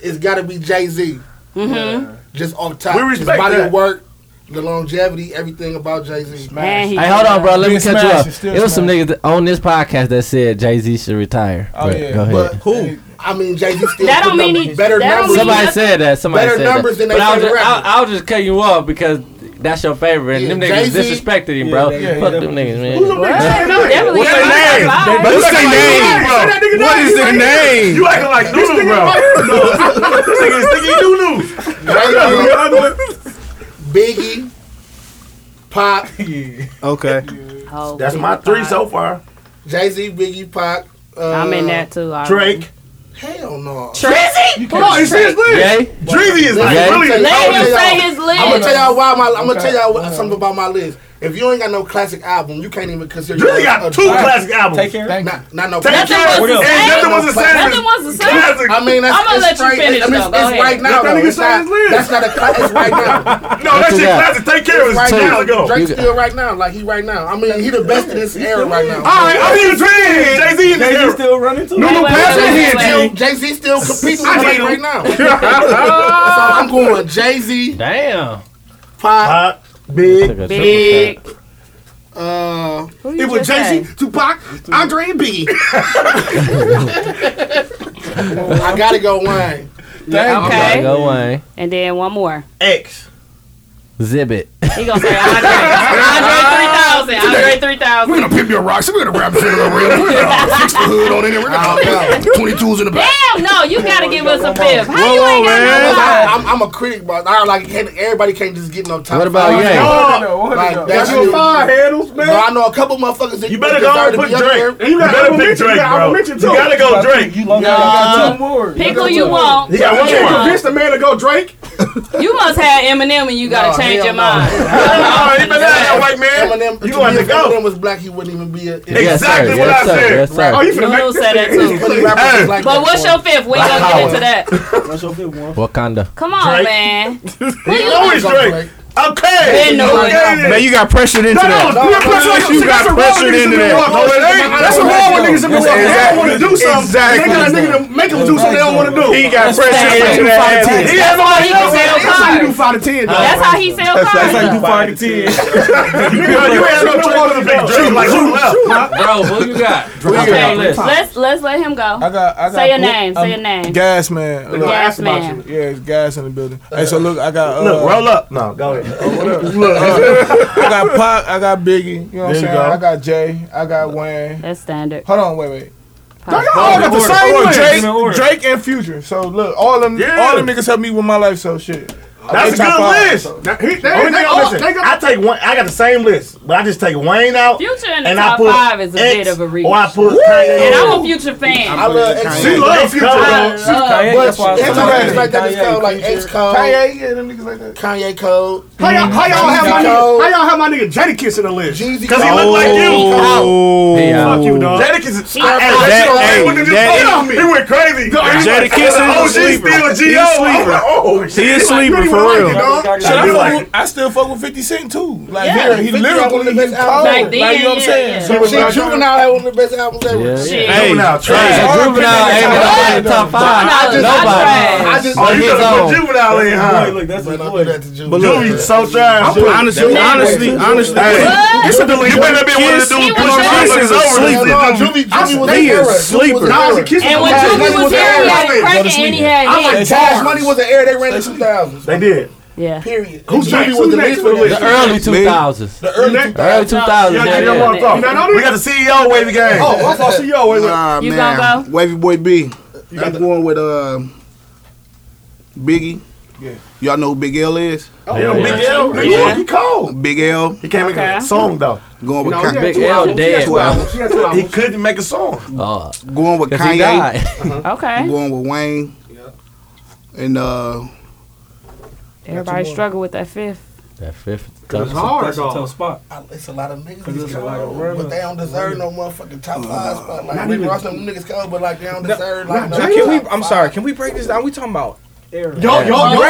[SPEAKER 14] it's got to be Jay Z. Mm-hmm. Just off top,
[SPEAKER 8] We
[SPEAKER 14] his
[SPEAKER 8] respect
[SPEAKER 14] body
[SPEAKER 8] that.
[SPEAKER 14] of work, the longevity, everything about Jay Z.
[SPEAKER 1] Hey, hold on, bro. Let me cut you up. There was some niggas that- on this podcast that said Jay Z should retire.
[SPEAKER 14] Oh,
[SPEAKER 1] But
[SPEAKER 14] yeah.
[SPEAKER 1] Go
[SPEAKER 14] But
[SPEAKER 1] ahead.
[SPEAKER 14] who? I mean, Jay Z still
[SPEAKER 3] That
[SPEAKER 14] put
[SPEAKER 3] don't mean
[SPEAKER 14] numbers-
[SPEAKER 3] he-
[SPEAKER 14] better
[SPEAKER 3] that don't
[SPEAKER 14] numbers.
[SPEAKER 1] Somebody said that. Somebody
[SPEAKER 14] better
[SPEAKER 1] said
[SPEAKER 14] numbers
[SPEAKER 1] that.
[SPEAKER 14] than they
[SPEAKER 1] But I was,
[SPEAKER 14] favorite
[SPEAKER 1] just,
[SPEAKER 14] rapper.
[SPEAKER 1] I, I was just cutting you off because that's your favorite. And them niggas
[SPEAKER 14] Jay-Z-
[SPEAKER 1] disrespected him, bro. Fuck them niggas, man.
[SPEAKER 8] What's their name?
[SPEAKER 13] What's their name?
[SPEAKER 8] name?
[SPEAKER 13] What is their name?
[SPEAKER 8] You acting like Nunu, bro. This nigga is thinking Nunu.
[SPEAKER 14] Biggie, Pop.
[SPEAKER 13] Okay.
[SPEAKER 8] That's my three so far.
[SPEAKER 14] Jay Z, Biggie, Pac. Uh,
[SPEAKER 3] I'm in that too. alright.
[SPEAKER 8] Drake.
[SPEAKER 14] Hell no.
[SPEAKER 3] Drizzy?
[SPEAKER 14] Come on, it's his
[SPEAKER 1] Yay?
[SPEAKER 14] list.
[SPEAKER 8] Drizzy is like
[SPEAKER 14] Let me
[SPEAKER 8] really.
[SPEAKER 14] tell you-
[SPEAKER 8] Let
[SPEAKER 14] I'ma
[SPEAKER 8] him
[SPEAKER 14] tell
[SPEAKER 8] say
[SPEAKER 14] y'all-
[SPEAKER 8] his
[SPEAKER 14] I'ma
[SPEAKER 8] list.
[SPEAKER 14] tell y'all why my I'm gonna tell y'all what- something about my list. If you ain't got no classic album, you can't even consider.
[SPEAKER 8] Drizzy
[SPEAKER 14] yourself
[SPEAKER 8] got
[SPEAKER 14] a-
[SPEAKER 8] two classic albums. Take
[SPEAKER 11] care.
[SPEAKER 14] Not, not no.
[SPEAKER 8] Take
[SPEAKER 14] classic.
[SPEAKER 8] Care. Nothing was the And same. nothing was the same. Nothing was the same. Classic.
[SPEAKER 14] I mean, that's,
[SPEAKER 8] I'ma
[SPEAKER 14] it's
[SPEAKER 8] let you
[SPEAKER 14] straight-
[SPEAKER 8] finish,
[SPEAKER 14] I mean,
[SPEAKER 8] though.
[SPEAKER 14] it's,
[SPEAKER 8] Go
[SPEAKER 14] it's
[SPEAKER 8] ahead.
[SPEAKER 14] right
[SPEAKER 8] Let
[SPEAKER 14] now.
[SPEAKER 8] that
[SPEAKER 14] though.
[SPEAKER 8] nigga
[SPEAKER 14] It's
[SPEAKER 8] say
[SPEAKER 14] not-
[SPEAKER 8] his list.
[SPEAKER 14] That's not a classic. It's right now.
[SPEAKER 8] No, that
[SPEAKER 14] After
[SPEAKER 8] shit
[SPEAKER 14] that.
[SPEAKER 8] classic. Take care
[SPEAKER 14] It's
[SPEAKER 8] of his
[SPEAKER 14] right
[SPEAKER 8] two
[SPEAKER 14] now.
[SPEAKER 8] years ago.
[SPEAKER 14] Drake's still right now. Like he right now. I mean, he the best in this era right now.
[SPEAKER 8] All right, I'm even saying Jay Z in this era.
[SPEAKER 11] still running to
[SPEAKER 8] Nunu pass it here, G.
[SPEAKER 14] Jay Z still competing with
[SPEAKER 8] I
[SPEAKER 14] Drake
[SPEAKER 8] hate him.
[SPEAKER 14] right now. so I'm going Jay Z,
[SPEAKER 1] Damn.
[SPEAKER 14] Pop,
[SPEAKER 8] Big.
[SPEAKER 14] Big. Uh,
[SPEAKER 4] It was Jay Z, Tupac, Andre, and Biggie.
[SPEAKER 14] I gotta go Wayne.
[SPEAKER 1] Damn.
[SPEAKER 3] Okay.
[SPEAKER 1] Go away.
[SPEAKER 3] And then one more.
[SPEAKER 8] X.
[SPEAKER 1] Zip it.
[SPEAKER 3] He gonna say Andre. Andre 3000. Andre 3000.
[SPEAKER 4] We're gonna pimp your rocks. We're gonna wrap shit up real quick. We're gonna fix the hood on it. And we're gonna twenty twos in the back.
[SPEAKER 3] Damn, no, you gotta give us a fifth. How
[SPEAKER 14] Oh, Whoa,
[SPEAKER 3] you
[SPEAKER 14] whoa,
[SPEAKER 3] ain't got no
[SPEAKER 14] man.
[SPEAKER 3] five?
[SPEAKER 14] I'm, I'm a critic, but I don't like can't- everybody can't just get no top.
[SPEAKER 1] What about
[SPEAKER 14] five.
[SPEAKER 1] Ye?
[SPEAKER 14] No, like, that's
[SPEAKER 4] That's your five handles, man.
[SPEAKER 14] No, I know a couple motherfuckers. That
[SPEAKER 8] You better go
[SPEAKER 14] deserve
[SPEAKER 8] and
[SPEAKER 14] to
[SPEAKER 8] put
[SPEAKER 14] be up there.
[SPEAKER 8] Drake. You better pick Drake, bro. You gotta go Drake.
[SPEAKER 11] You love
[SPEAKER 14] Nah.
[SPEAKER 11] more.
[SPEAKER 3] Pick who you want.
[SPEAKER 8] He got
[SPEAKER 4] You can't
[SPEAKER 8] one more.
[SPEAKER 4] convince the man to go Drake.
[SPEAKER 3] You must have Eminem and you gotta
[SPEAKER 14] No,
[SPEAKER 3] change
[SPEAKER 14] hell
[SPEAKER 3] your
[SPEAKER 14] no.
[SPEAKER 3] mind.
[SPEAKER 8] Oh, he better have that white man.
[SPEAKER 14] Eminem,
[SPEAKER 8] You gonna have to
[SPEAKER 14] if
[SPEAKER 8] go.
[SPEAKER 14] Eminem was black, he wouldn't even be a.
[SPEAKER 1] Yes, sir.
[SPEAKER 8] Exactly what
[SPEAKER 1] Yes,
[SPEAKER 8] I
[SPEAKER 1] sir.
[SPEAKER 8] said.
[SPEAKER 1] Yes, sir.
[SPEAKER 4] Oh, you finna
[SPEAKER 3] Lulu
[SPEAKER 4] make
[SPEAKER 3] said that too.
[SPEAKER 14] Really rappers
[SPEAKER 8] Hey.
[SPEAKER 14] is black
[SPEAKER 3] But what's your
[SPEAKER 14] before.
[SPEAKER 3] fifth? We ain't gonna get into that.
[SPEAKER 11] What's your fifth one?
[SPEAKER 1] Wakanda.
[SPEAKER 3] Come on,
[SPEAKER 8] Drake.
[SPEAKER 3] man.
[SPEAKER 8] He always
[SPEAKER 14] Go
[SPEAKER 8] Drake. Okay.
[SPEAKER 15] Man, no, man, you got pressured into
[SPEAKER 4] No, no,
[SPEAKER 15] that.
[SPEAKER 4] no, no, no,
[SPEAKER 15] you
[SPEAKER 4] no,
[SPEAKER 15] got
[SPEAKER 4] that's what
[SPEAKER 15] pressured
[SPEAKER 4] niggas in
[SPEAKER 15] into that.
[SPEAKER 4] Milwaukee. No, it ain't. That's what wrong with niggas in Milwaukee. They don't wanna do something.
[SPEAKER 15] Exactly.
[SPEAKER 4] They got a nigga to make them do something they don't wanna do.
[SPEAKER 15] He got
[SPEAKER 4] That's
[SPEAKER 15] pressured
[SPEAKER 4] facts.
[SPEAKER 15] into
[SPEAKER 4] Five
[SPEAKER 15] that.
[SPEAKER 4] to ten. He has nobody else. That's how you do five to ten. dog.
[SPEAKER 3] That's how he sell cars.
[SPEAKER 4] five to ten. You you ain't no choice to pick Drake. Like, who else?
[SPEAKER 1] Bro, who you got?
[SPEAKER 3] Okay, let's let's let him go. I
[SPEAKER 16] got, I got
[SPEAKER 3] say your
[SPEAKER 16] blue-
[SPEAKER 3] name.
[SPEAKER 16] um,
[SPEAKER 3] say your name.
[SPEAKER 16] Gas man.
[SPEAKER 3] Look, Gas ask about man.
[SPEAKER 16] You. Yeah, it's gas in the building. Hey, so look, I got. Uh,
[SPEAKER 8] Look, roll up. No, go ahead.
[SPEAKER 16] Look, uh, I got Pac, I got Biggie. You know what I'm
[SPEAKER 8] There you
[SPEAKER 16] saying?
[SPEAKER 8] go.
[SPEAKER 16] I got Jay, I got Wayne.
[SPEAKER 3] That's standard.
[SPEAKER 16] Hold on, wait, wait.
[SPEAKER 3] Y'all all
[SPEAKER 16] got the same
[SPEAKER 13] order.
[SPEAKER 16] ones.
[SPEAKER 13] In
[SPEAKER 16] Drake,
[SPEAKER 13] order.
[SPEAKER 16] Drake and Future. So look, all them,
[SPEAKER 8] Yeah.
[SPEAKER 16] all them niggas helped me with my life. So shit.
[SPEAKER 8] That's a
[SPEAKER 16] They top
[SPEAKER 8] good
[SPEAKER 16] five,
[SPEAKER 8] list.
[SPEAKER 16] so-
[SPEAKER 8] That- he- they- Only
[SPEAKER 16] they
[SPEAKER 8] thing
[SPEAKER 16] all-
[SPEAKER 8] I listen,
[SPEAKER 16] they got-
[SPEAKER 8] I take one. I got the same list, but I just take Wayne out.
[SPEAKER 3] Future in the
[SPEAKER 8] and I
[SPEAKER 3] top
[SPEAKER 8] put
[SPEAKER 3] five is a
[SPEAKER 8] X,
[SPEAKER 3] bit of a reach.
[SPEAKER 8] Or I put
[SPEAKER 3] Woo!
[SPEAKER 8] Kanye.
[SPEAKER 3] And I'm a future fan.
[SPEAKER 8] I love X. She
[SPEAKER 14] love
[SPEAKER 8] loves
[SPEAKER 14] Future.
[SPEAKER 8] Future.
[SPEAKER 14] I
[SPEAKER 8] She's
[SPEAKER 14] love-
[SPEAKER 8] Kanye,
[SPEAKER 14] But
[SPEAKER 8] that's why I
[SPEAKER 14] it's
[SPEAKER 8] love
[SPEAKER 14] all
[SPEAKER 8] Kanye.
[SPEAKER 14] right, like that. It's
[SPEAKER 8] Kanye,
[SPEAKER 14] called like X code.
[SPEAKER 4] Kanye,
[SPEAKER 14] yeah, them niggas like that. Kanye code.
[SPEAKER 4] How y'all, how y'all have my nigga? How y'all have my nigga Jadakiss in the list? Because he look like you.
[SPEAKER 15] Oh,
[SPEAKER 4] Fuck you, dog.
[SPEAKER 8] Jadakiss.
[SPEAKER 4] I- I-
[SPEAKER 15] that-
[SPEAKER 4] I-
[SPEAKER 15] hey,
[SPEAKER 4] what did you
[SPEAKER 15] that-
[SPEAKER 4] say on me?
[SPEAKER 8] He went crazy.
[SPEAKER 4] No, he was like,
[SPEAKER 15] Jadakiss is a
[SPEAKER 4] oh, she's
[SPEAKER 15] sleeper.
[SPEAKER 4] still
[SPEAKER 15] He
[SPEAKER 4] a G.O.
[SPEAKER 15] a sleeper.
[SPEAKER 4] Oh, shit.
[SPEAKER 15] He a
[SPEAKER 4] Like,
[SPEAKER 15] sleeper,
[SPEAKER 4] you don't
[SPEAKER 15] for
[SPEAKER 4] even
[SPEAKER 15] real.
[SPEAKER 4] like it, dog.
[SPEAKER 16] Shit, I,
[SPEAKER 15] You
[SPEAKER 16] fuck
[SPEAKER 15] like
[SPEAKER 16] with- I still fuck with 50 Cent too. Like
[SPEAKER 14] Yeah,
[SPEAKER 16] he, he
[SPEAKER 14] 50 Cent was one
[SPEAKER 16] lyrically,
[SPEAKER 14] of the
[SPEAKER 16] he's
[SPEAKER 14] best albums.
[SPEAKER 16] cold.
[SPEAKER 14] Back
[SPEAKER 16] Like, you know what I'm saying?
[SPEAKER 14] So she juvenile had one of the best albums ever.
[SPEAKER 16] Yeah.
[SPEAKER 14] Shit.
[SPEAKER 16] Hey, Juvenile
[SPEAKER 15] trash. Juvenile ain't in nobody top five. Nobody.
[SPEAKER 14] I just,
[SPEAKER 15] Oh, you
[SPEAKER 14] I
[SPEAKER 15] gonna
[SPEAKER 14] just,
[SPEAKER 15] put Juvenile in, huh?
[SPEAKER 14] Look, that's but I do that to Juvenile.
[SPEAKER 15] But look,
[SPEAKER 14] Juvenile
[SPEAKER 15] so trash.
[SPEAKER 14] I'm putting-
[SPEAKER 13] honestly,
[SPEAKER 14] Juvenile.
[SPEAKER 13] honestly, honestly.
[SPEAKER 14] Hey,
[SPEAKER 13] you
[SPEAKER 14] should have
[SPEAKER 13] better not been one of the dudes pushing motherfuckers over.
[SPEAKER 14] No, Juvie, Juvie was
[SPEAKER 13] He
[SPEAKER 14] an
[SPEAKER 13] is
[SPEAKER 14] era.
[SPEAKER 13] sleeper.
[SPEAKER 14] Nah, was a kid.
[SPEAKER 13] And when
[SPEAKER 14] Cash
[SPEAKER 13] Juvie
[SPEAKER 14] Money
[SPEAKER 13] was
[SPEAKER 14] an
[SPEAKER 13] here,
[SPEAKER 14] era.
[SPEAKER 13] he had
[SPEAKER 14] Go to
[SPEAKER 13] crack and
[SPEAKER 14] sleep.
[SPEAKER 13] he had
[SPEAKER 14] I'm like,
[SPEAKER 13] hits.
[SPEAKER 14] Cash Money was an era. They ran in 2000s.
[SPEAKER 8] They did.
[SPEAKER 3] Yeah.
[SPEAKER 14] Period.
[SPEAKER 8] Who's
[SPEAKER 14] Juvie
[SPEAKER 8] next?
[SPEAKER 14] was
[SPEAKER 8] Who's
[SPEAKER 14] the
[SPEAKER 8] next
[SPEAKER 14] least
[SPEAKER 8] on the
[SPEAKER 14] one.
[SPEAKER 8] list?
[SPEAKER 1] The early 2000s.
[SPEAKER 14] The early 2000s.
[SPEAKER 1] Early 2000s.
[SPEAKER 8] Yeah,
[SPEAKER 1] Yeah,
[SPEAKER 8] you don't
[SPEAKER 1] yeah,
[SPEAKER 8] want to
[SPEAKER 1] yeah.
[SPEAKER 8] talk. We got the
[SPEAKER 6] E
[SPEAKER 8] CEO wavy game.
[SPEAKER 4] Oh, I thought CEO wavy.
[SPEAKER 6] Nah,
[SPEAKER 4] You
[SPEAKER 6] man.
[SPEAKER 4] gonna
[SPEAKER 6] Wavy boy B. I'm going with uh, Biggie.
[SPEAKER 4] Yeah.
[SPEAKER 6] Y'all know who Big L is?
[SPEAKER 8] Oh, Yeah, yeah. Big L. Big L, he cold.
[SPEAKER 6] Big L. He
[SPEAKER 8] can't make a Okay. song, though.
[SPEAKER 6] Going with
[SPEAKER 8] No,
[SPEAKER 6] Kanye.
[SPEAKER 8] he had two Big L albums. dead,
[SPEAKER 6] Two
[SPEAKER 8] bro.
[SPEAKER 6] albums.
[SPEAKER 8] He had two albums. He couldn't make a song.
[SPEAKER 1] Uh,
[SPEAKER 6] going with
[SPEAKER 1] 'cause he
[SPEAKER 6] Kanye.
[SPEAKER 1] died.
[SPEAKER 3] Okay.
[SPEAKER 6] Going with Wayne. And uh,
[SPEAKER 3] Everybody struggle with that fifth.
[SPEAKER 1] That fifth.
[SPEAKER 6] It's hard,
[SPEAKER 16] That's a
[SPEAKER 6] dog.
[SPEAKER 16] tough spot.
[SPEAKER 14] I- It's a lot of
[SPEAKER 16] Cause
[SPEAKER 14] niggas,
[SPEAKER 16] it's
[SPEAKER 14] that's
[SPEAKER 16] a lot of
[SPEAKER 14] cold,
[SPEAKER 16] women.
[SPEAKER 14] but they don't deserve no motherfucking
[SPEAKER 8] Uh,
[SPEAKER 14] top five spot. Like
[SPEAKER 16] not
[SPEAKER 14] Rick
[SPEAKER 16] even-
[SPEAKER 14] Ross, them niggas cold, but like they don't deserve like no.
[SPEAKER 13] Now, can we? I'm sorry. Can we break this down? We talking about era.
[SPEAKER 14] Y'all- y'all- y'all- All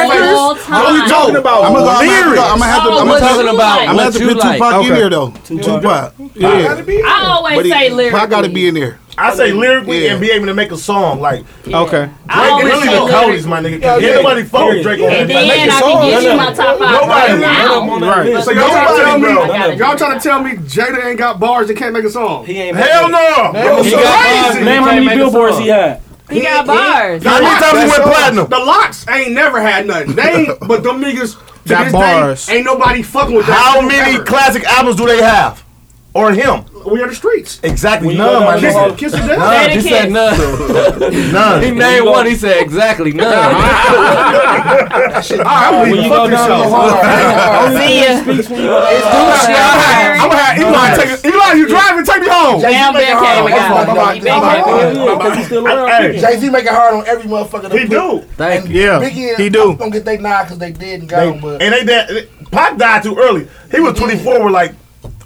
[SPEAKER 13] records? Are we talking about
[SPEAKER 6] I'm gonna, go- I'm gonna,
[SPEAKER 13] lyrics?
[SPEAKER 6] I'm gonna have to. I'm gonna talk- I'm gonna have to put Tupac in
[SPEAKER 13] Okay.
[SPEAKER 6] there though. Tupac. Yeah.
[SPEAKER 3] I always
[SPEAKER 6] But he-
[SPEAKER 3] say
[SPEAKER 6] Pac
[SPEAKER 3] lyrics.
[SPEAKER 6] gotta be in there.
[SPEAKER 8] I say lyrically
[SPEAKER 6] Yeah.
[SPEAKER 8] and be able to make a song. Like,
[SPEAKER 13] Okay.
[SPEAKER 3] I
[SPEAKER 8] Drake
[SPEAKER 3] always
[SPEAKER 8] really
[SPEAKER 3] say
[SPEAKER 8] the coldest, my nigga.
[SPEAKER 13] Yeah,
[SPEAKER 8] Can't
[SPEAKER 13] yeah.
[SPEAKER 8] Nobody fuck with Drake on
[SPEAKER 3] And
[SPEAKER 8] that.
[SPEAKER 3] then I can get you my top five.
[SPEAKER 8] Nobody.
[SPEAKER 3] right now.
[SPEAKER 8] Right.
[SPEAKER 4] So y'all trying to tell me,
[SPEAKER 8] Nobody, bro.
[SPEAKER 4] y'all trying to tell me Jada ain't got bars and can't make a song? He ain't.
[SPEAKER 8] Hell no.
[SPEAKER 4] Bro,
[SPEAKER 8] He
[SPEAKER 4] so
[SPEAKER 8] got
[SPEAKER 4] crazy.
[SPEAKER 8] bars and Name he how can't many make a billboards song. he had.
[SPEAKER 3] He, got bars.
[SPEAKER 4] The Locks-
[SPEAKER 8] times he went platinum?
[SPEAKER 4] The locks ain't never had nothing. They ain't, but them niggas to
[SPEAKER 8] Got
[SPEAKER 4] this
[SPEAKER 8] bars.
[SPEAKER 4] day ain't nobody fucking with that.
[SPEAKER 8] How
[SPEAKER 4] shit
[SPEAKER 8] many
[SPEAKER 4] ever.
[SPEAKER 8] classic albums do they have? Or him?
[SPEAKER 4] We are the streets.
[SPEAKER 8] Exactly.
[SPEAKER 4] When you
[SPEAKER 8] None,
[SPEAKER 4] go
[SPEAKER 8] my
[SPEAKER 4] down the hall-
[SPEAKER 8] nigga.
[SPEAKER 4] Kiss or
[SPEAKER 8] None.
[SPEAKER 4] death? Say it
[SPEAKER 8] He
[SPEAKER 4] again.
[SPEAKER 8] said none. None.
[SPEAKER 1] He named one. He said exactly none.
[SPEAKER 4] I'm
[SPEAKER 1] leaving. Fuck this
[SPEAKER 3] See ya.
[SPEAKER 4] I'm gonna have Eli take it. Eli, you driving? Take me home.
[SPEAKER 3] Damn, Ben came
[SPEAKER 14] Jay Z make it hard on every motherfucker. He
[SPEAKER 8] do.
[SPEAKER 1] Thank
[SPEAKER 14] and
[SPEAKER 8] you. Yeah,
[SPEAKER 14] Biggie and
[SPEAKER 8] he do.
[SPEAKER 14] Pac Don't get they nod because they dead and
[SPEAKER 8] They-
[SPEAKER 14] gone. But
[SPEAKER 8] and they did. Pac died too early. He was 24 with like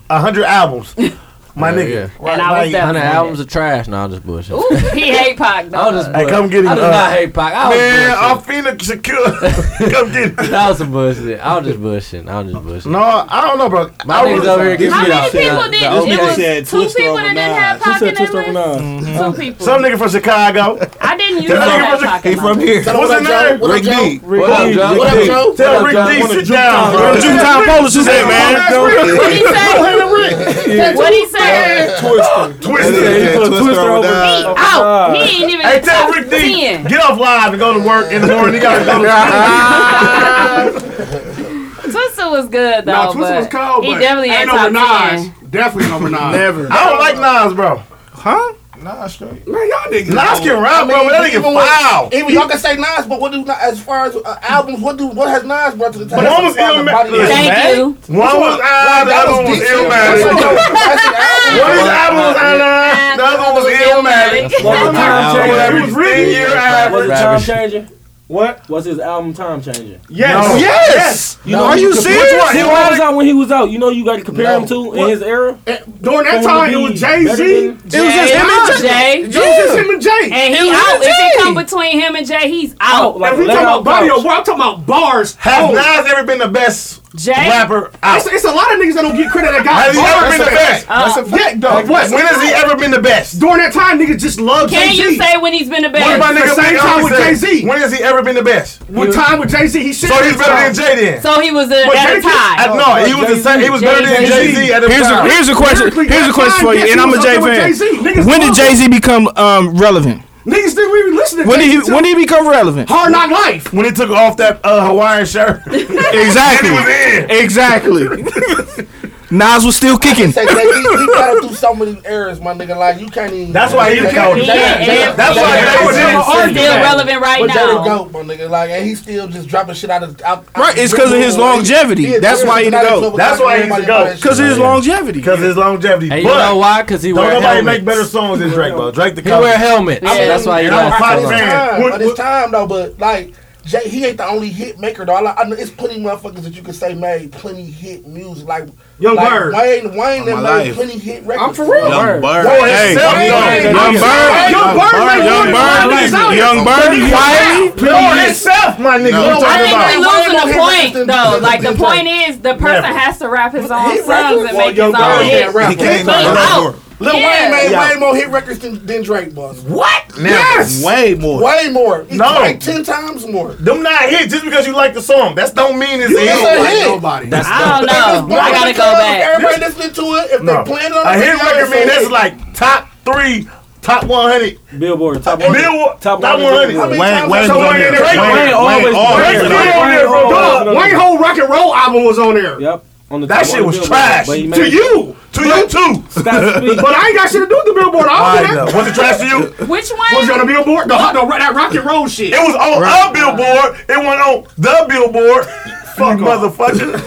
[SPEAKER 8] 100 albums. My
[SPEAKER 1] Yeah,
[SPEAKER 8] nigga.
[SPEAKER 1] yeah.
[SPEAKER 3] And I was
[SPEAKER 1] Hundred
[SPEAKER 3] definitely-
[SPEAKER 1] albums of trash. No, I'm just bullshit.
[SPEAKER 3] Ooh, he hate Pac though.
[SPEAKER 1] I was just
[SPEAKER 8] Hey, come get him.
[SPEAKER 1] I do
[SPEAKER 8] uh,
[SPEAKER 1] not hate Pac. I was
[SPEAKER 8] man,
[SPEAKER 1] bullshit.
[SPEAKER 8] I'm finna secure. come get
[SPEAKER 1] That
[SPEAKER 8] him.
[SPEAKER 1] was some bullshit. I was just bullshitting. I was just bullshitting.
[SPEAKER 8] No, I don't know, bro.
[SPEAKER 1] My
[SPEAKER 8] I
[SPEAKER 1] niggas
[SPEAKER 8] was-
[SPEAKER 1] over here giving
[SPEAKER 8] How
[SPEAKER 1] me
[SPEAKER 8] many
[SPEAKER 1] that
[SPEAKER 8] people
[SPEAKER 1] shit. The
[SPEAKER 8] did- it
[SPEAKER 1] old
[SPEAKER 8] was
[SPEAKER 1] niggas
[SPEAKER 3] two people that didn't have Pac in that list. Two people.
[SPEAKER 8] Some nigga from Chicago.
[SPEAKER 3] I didn't use
[SPEAKER 8] Tell
[SPEAKER 3] that
[SPEAKER 8] that nigga
[SPEAKER 3] Pac.
[SPEAKER 8] from Chicago. He from here. What's his name?
[SPEAKER 6] Rick D.
[SPEAKER 8] What up, Joe?
[SPEAKER 6] What up, Joe?
[SPEAKER 8] Tell Rick D, sit down, bro.
[SPEAKER 15] Where the Juvenile Polish is at, man?
[SPEAKER 3] What he say? What he say?
[SPEAKER 8] Twister. Twister. He put a Twister over
[SPEAKER 3] Out. oh, He ain't even
[SPEAKER 8] Hey,
[SPEAKER 3] in the
[SPEAKER 8] tell
[SPEAKER 3] top
[SPEAKER 8] Rick D,
[SPEAKER 3] 10.
[SPEAKER 8] get off live and go to work in the morning. He gotta go to
[SPEAKER 3] Twister was good though.
[SPEAKER 4] No, Twister
[SPEAKER 3] but
[SPEAKER 4] was cold,
[SPEAKER 3] He
[SPEAKER 4] but
[SPEAKER 3] definitely
[SPEAKER 4] ain't
[SPEAKER 3] ain't
[SPEAKER 4] over
[SPEAKER 3] top
[SPEAKER 4] Nas.
[SPEAKER 3] ten.
[SPEAKER 4] Definitely number nine.
[SPEAKER 8] Never. I don't like Nas, bro.
[SPEAKER 13] Huh?
[SPEAKER 14] Nah, straight.
[SPEAKER 4] Man, y'all niggas.
[SPEAKER 8] Nas can rap, bro, but that nigga
[SPEAKER 14] even when-
[SPEAKER 8] foul.
[SPEAKER 14] Even y'all can say Nas, but what do not as far as uh, albums? What do what has Nas brought to the table?
[SPEAKER 8] But one was
[SPEAKER 14] As far as
[SPEAKER 8] Illmatic.
[SPEAKER 14] body of-
[SPEAKER 8] Thank Illmatic? you. One was I,
[SPEAKER 14] Like,
[SPEAKER 8] the
[SPEAKER 14] that
[SPEAKER 8] other one was
[SPEAKER 14] decent.
[SPEAKER 8] Illmatic.
[SPEAKER 14] That's like, yo, that's an album.
[SPEAKER 8] One of his albums was I, the other one was Illmatic.
[SPEAKER 11] What's
[SPEAKER 8] One
[SPEAKER 11] the
[SPEAKER 8] of
[SPEAKER 11] time
[SPEAKER 8] them
[SPEAKER 11] changer?
[SPEAKER 8] was written year
[SPEAKER 11] Was
[SPEAKER 8] after.
[SPEAKER 11] the time changer? What? Was his album time changer?
[SPEAKER 8] Yes. No. Yes.
[SPEAKER 11] You
[SPEAKER 8] No.
[SPEAKER 11] know,
[SPEAKER 8] Are you
[SPEAKER 11] could-
[SPEAKER 8] serious?
[SPEAKER 11] Which one? His
[SPEAKER 8] Illmatic?
[SPEAKER 11] albums out when he was out. You know, you got to compare him to in his era.
[SPEAKER 8] Eh,
[SPEAKER 4] During that
[SPEAKER 11] For him to
[SPEAKER 4] time, it
[SPEAKER 11] be
[SPEAKER 4] was Jay Z.
[SPEAKER 11] better than- It was just him and Jay.
[SPEAKER 4] It was just him and Jay.
[SPEAKER 3] And he out. If he come between him and Jay, he's out.
[SPEAKER 4] if we talking about body of work, I'm talking about bars.
[SPEAKER 8] Has
[SPEAKER 4] Oh.
[SPEAKER 8] Nas ever been the best
[SPEAKER 3] Jay?
[SPEAKER 8] Rapper out.
[SPEAKER 4] It's, it's a lot of niggas that don't get credit that got
[SPEAKER 8] Has he
[SPEAKER 4] bars.
[SPEAKER 8] ever been the best?
[SPEAKER 4] That's a fact.
[SPEAKER 8] Uh,
[SPEAKER 4] That's a fact.
[SPEAKER 8] Yeah,
[SPEAKER 4] Like, what?
[SPEAKER 8] when has he ever been the best?
[SPEAKER 4] During that time, niggas just love Jay
[SPEAKER 3] Can
[SPEAKER 4] Z.
[SPEAKER 3] you say when he's been the best?
[SPEAKER 8] What about
[SPEAKER 4] The
[SPEAKER 8] niggas
[SPEAKER 4] same
[SPEAKER 8] like
[SPEAKER 4] time
[SPEAKER 8] Elvis
[SPEAKER 4] with
[SPEAKER 8] said?
[SPEAKER 4] Jay-Z.
[SPEAKER 8] When has he ever been the best?
[SPEAKER 4] With time with Jay Z, he should.
[SPEAKER 8] So he's better than Jay then.
[SPEAKER 3] So he was at,
[SPEAKER 8] But
[SPEAKER 3] at a
[SPEAKER 8] Jay-Z-
[SPEAKER 3] time.
[SPEAKER 8] I- no, he was the same. He was better than Jay Z at the
[SPEAKER 17] Here's a,
[SPEAKER 8] time.
[SPEAKER 17] here's a question. Here's a question for you, and I'm a Jay fan. When did Jay Z become um, relevant?
[SPEAKER 4] Niggas didn't even listen to
[SPEAKER 17] When did
[SPEAKER 4] Jay-Z
[SPEAKER 17] he When did he become relevant?
[SPEAKER 4] Hard Knock Life.
[SPEAKER 8] When he took off that uh, Hawaiian shirt.
[SPEAKER 17] Exactly. exactly. Nas was still kicking.
[SPEAKER 14] Say, say, he, he got through so many errors, my nigga. Like you can't even.
[SPEAKER 8] That's why he the goat. That's why they would never argue that.
[SPEAKER 14] but Jay the goat, my nigga. Like, and he's still just dropping shit out of. Out, out
[SPEAKER 17] Right, it's because of his longevity. That's why he the goat.
[SPEAKER 8] That's why he's the goat.
[SPEAKER 17] Because of his longevity.
[SPEAKER 8] Because his longevity.
[SPEAKER 1] Hey, you
[SPEAKER 8] but
[SPEAKER 1] know why? 'Cause he
[SPEAKER 8] don't
[SPEAKER 1] wear a
[SPEAKER 8] nobody
[SPEAKER 1] helmet.
[SPEAKER 8] make better songs than Drake, bro. Drake the
[SPEAKER 1] He
[SPEAKER 8] coach.
[SPEAKER 1] wear a helmet. Yeah. That's why he
[SPEAKER 8] I'm a
[SPEAKER 1] lasts
[SPEAKER 8] Fox
[SPEAKER 1] so long.
[SPEAKER 8] fan.
[SPEAKER 14] time,
[SPEAKER 8] What-
[SPEAKER 14] but it's time though. But like Jay, he ain't the only hit maker though. I, like- I know it's plenty motherfuckers that you can say made plenty hit music. Like
[SPEAKER 4] Young
[SPEAKER 14] like
[SPEAKER 4] Bird.
[SPEAKER 14] Wayne, Wayne,
[SPEAKER 4] On
[SPEAKER 14] them
[SPEAKER 4] my
[SPEAKER 14] made
[SPEAKER 4] life.
[SPEAKER 14] plenty hit records. I'm
[SPEAKER 4] for real.
[SPEAKER 14] Young
[SPEAKER 4] Bird. Hey, Young Bird. Young Bird. Young Bird made more than Wayne out here. Pretty wild.
[SPEAKER 8] Yo, itself, my nigga.
[SPEAKER 4] No,
[SPEAKER 8] What you
[SPEAKER 4] I
[SPEAKER 8] talking
[SPEAKER 3] We're losing
[SPEAKER 8] about?
[SPEAKER 4] think they
[SPEAKER 14] Why
[SPEAKER 3] the
[SPEAKER 14] won't
[SPEAKER 3] point,
[SPEAKER 14] he
[SPEAKER 3] though.
[SPEAKER 14] listen
[SPEAKER 3] Like, the
[SPEAKER 14] to
[SPEAKER 3] point is, the person
[SPEAKER 14] Never.
[SPEAKER 3] has to rap his
[SPEAKER 14] He
[SPEAKER 3] own songs
[SPEAKER 14] records?
[SPEAKER 3] and make his
[SPEAKER 14] Young
[SPEAKER 3] own
[SPEAKER 14] Bird
[SPEAKER 3] hits.
[SPEAKER 14] can't rap.
[SPEAKER 3] He out.
[SPEAKER 14] Lil
[SPEAKER 3] Yeah.
[SPEAKER 14] Wayne made
[SPEAKER 3] Yeah.
[SPEAKER 14] way more hit records than, than Drake was.
[SPEAKER 8] What?
[SPEAKER 14] Yes.
[SPEAKER 17] Way more.
[SPEAKER 14] Way more.
[SPEAKER 8] No.
[SPEAKER 14] Like ten times more.
[SPEAKER 8] Them not hit just because you like the song. That don't mean it's
[SPEAKER 14] You
[SPEAKER 8] a
[SPEAKER 14] ain't
[SPEAKER 8] hit.
[SPEAKER 14] a hit.
[SPEAKER 8] That's
[SPEAKER 14] I don't know. I gotta go back. Everybody listening to it, if
[SPEAKER 8] No.
[SPEAKER 14] they plan on
[SPEAKER 8] A
[SPEAKER 14] it,
[SPEAKER 8] hit
[SPEAKER 14] they
[SPEAKER 8] record
[SPEAKER 14] always
[SPEAKER 8] mean
[SPEAKER 14] say
[SPEAKER 8] that's
[SPEAKER 14] hit.
[SPEAKER 8] like top three, top 100.
[SPEAKER 11] Billboard, top
[SPEAKER 8] 100. Billboard, top 100.
[SPEAKER 4] How many times
[SPEAKER 8] Wayne
[SPEAKER 4] has
[SPEAKER 8] was on
[SPEAKER 4] Wayne
[SPEAKER 8] there.
[SPEAKER 4] been
[SPEAKER 8] Drake-
[SPEAKER 4] on there?
[SPEAKER 8] Wayne always
[SPEAKER 4] Drake's
[SPEAKER 8] been
[SPEAKER 4] been on there, bro. Dog, Wayne whole Rock and Roll album was on there.
[SPEAKER 11] Yep. On the
[SPEAKER 4] top
[SPEAKER 8] That shit
[SPEAKER 4] one
[SPEAKER 8] was
[SPEAKER 4] Billboard,
[SPEAKER 8] trash.
[SPEAKER 4] but he
[SPEAKER 8] To
[SPEAKER 4] made-
[SPEAKER 8] you. To you too.
[SPEAKER 4] But I ain't got shit to do with the Billboard. I
[SPEAKER 8] I
[SPEAKER 4] don't do
[SPEAKER 8] know.
[SPEAKER 4] that.
[SPEAKER 8] Was it trash to you?
[SPEAKER 3] Which one?
[SPEAKER 4] Was it on the Billboard? The, the, that rock and roll shit.
[SPEAKER 8] It was on a billboard. It went on the billboard. Fuck motherfucker.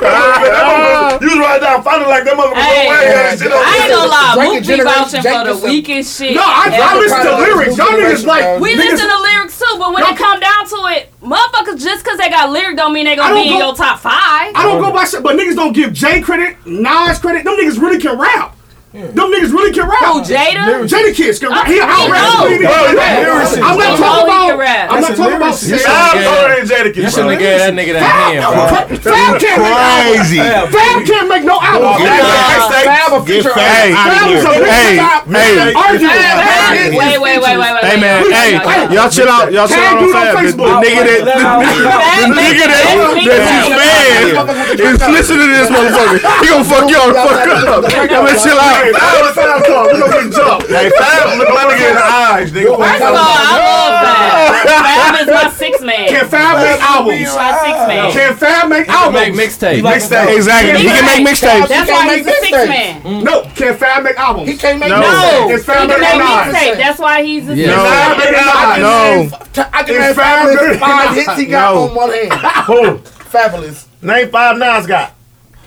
[SPEAKER 8] you was riding down finding like that motherfucker.
[SPEAKER 3] Hey,
[SPEAKER 8] Wayne had shit on
[SPEAKER 3] I ain't gonna lie,
[SPEAKER 8] Drake
[SPEAKER 3] Mook be
[SPEAKER 8] generation-
[SPEAKER 3] vouching
[SPEAKER 8] Drake
[SPEAKER 3] for the
[SPEAKER 8] is a-
[SPEAKER 3] weakest shit.
[SPEAKER 8] No, I- I
[SPEAKER 3] ever.
[SPEAKER 8] listen to lyrics. Y'all niggas like-
[SPEAKER 3] we
[SPEAKER 8] niggas-
[SPEAKER 3] listen to lyrics too, but when it come down to it, motherfuckers just cause they got lyric don't mean they
[SPEAKER 4] I
[SPEAKER 3] gonna
[SPEAKER 4] don't
[SPEAKER 3] be in
[SPEAKER 4] go-
[SPEAKER 3] your top five.
[SPEAKER 4] I don't go by shit, but niggas don't give Jay credit, Nas credit. Them niggas really can rap. Them niggas really can rap.
[SPEAKER 3] Who, Jada?
[SPEAKER 4] Jada Kiss can rap.
[SPEAKER 3] Oh,
[SPEAKER 4] He out rap.
[SPEAKER 3] he
[SPEAKER 4] He
[SPEAKER 3] know.
[SPEAKER 4] can rap.
[SPEAKER 3] Bro, lyricist.
[SPEAKER 4] I'm not
[SPEAKER 3] Oh, he can
[SPEAKER 4] talking about.
[SPEAKER 3] rap.
[SPEAKER 4] I'm not
[SPEAKER 3] That's a
[SPEAKER 4] talking about.
[SPEAKER 3] lyricist. You
[SPEAKER 1] shouldn't have
[SPEAKER 4] Fab Fab
[SPEAKER 1] gave- You shouldn't have gave that nigga that hand, bro.
[SPEAKER 4] Fab can't make
[SPEAKER 1] Crazy.
[SPEAKER 4] album. Fab can't make no album.
[SPEAKER 1] Get
[SPEAKER 4] Fab-
[SPEAKER 1] Fab.
[SPEAKER 4] Fab a
[SPEAKER 17] Get
[SPEAKER 4] feature
[SPEAKER 17] Fab
[SPEAKER 4] artist.
[SPEAKER 17] outta
[SPEAKER 4] Fab was a
[SPEAKER 17] here.
[SPEAKER 4] big
[SPEAKER 17] Hey,
[SPEAKER 4] top
[SPEAKER 17] hey.
[SPEAKER 4] man. Arguing.
[SPEAKER 17] Hey,
[SPEAKER 4] Fab
[SPEAKER 17] hey,
[SPEAKER 4] is
[SPEAKER 17] wait, wait,
[SPEAKER 4] his
[SPEAKER 17] wait,
[SPEAKER 4] features.
[SPEAKER 17] wait, wait, Hey, wait, man, y'all- hey, y'all- y'all chill out, y'all chill
[SPEAKER 4] Tag
[SPEAKER 17] out on
[SPEAKER 4] dude
[SPEAKER 17] Fab. The- the
[SPEAKER 4] Facebook.
[SPEAKER 17] nigga that- the- the nigga that- that you fan is listening to this motherfucker. He gonna fuck y'all the fuck up. Y'all let's chill out.
[SPEAKER 8] We gonna get jumped. Hey, Fab, look my nigga in the eyes, nigga.
[SPEAKER 3] First of all, I love Fab. Fab is my six man.
[SPEAKER 4] Can Fab make albums?
[SPEAKER 3] He's my six man.
[SPEAKER 4] Can Fab make albums? He can make
[SPEAKER 1] mixtapes.
[SPEAKER 4] Mixtapes.
[SPEAKER 17] Exactly. He can make mixtapes.
[SPEAKER 3] That's why he's a six man.
[SPEAKER 4] No, can Fab make albums? He
[SPEAKER 14] can't
[SPEAKER 4] make
[SPEAKER 3] No, he
[SPEAKER 4] Can
[SPEAKER 3] can
[SPEAKER 4] Fab make
[SPEAKER 3] make
[SPEAKER 4] albums?
[SPEAKER 3] mixtape. That's why he's a
[SPEAKER 4] Yeah.
[SPEAKER 3] six
[SPEAKER 4] No.
[SPEAKER 3] man.
[SPEAKER 14] I can name- I can
[SPEAKER 8] It's
[SPEAKER 14] name
[SPEAKER 8] Fab
[SPEAKER 14] fabulous
[SPEAKER 8] Fab.
[SPEAKER 14] five hits he got
[SPEAKER 8] No.
[SPEAKER 14] on one hand.
[SPEAKER 8] Who?
[SPEAKER 14] Fabulous.
[SPEAKER 8] Name five Nas got.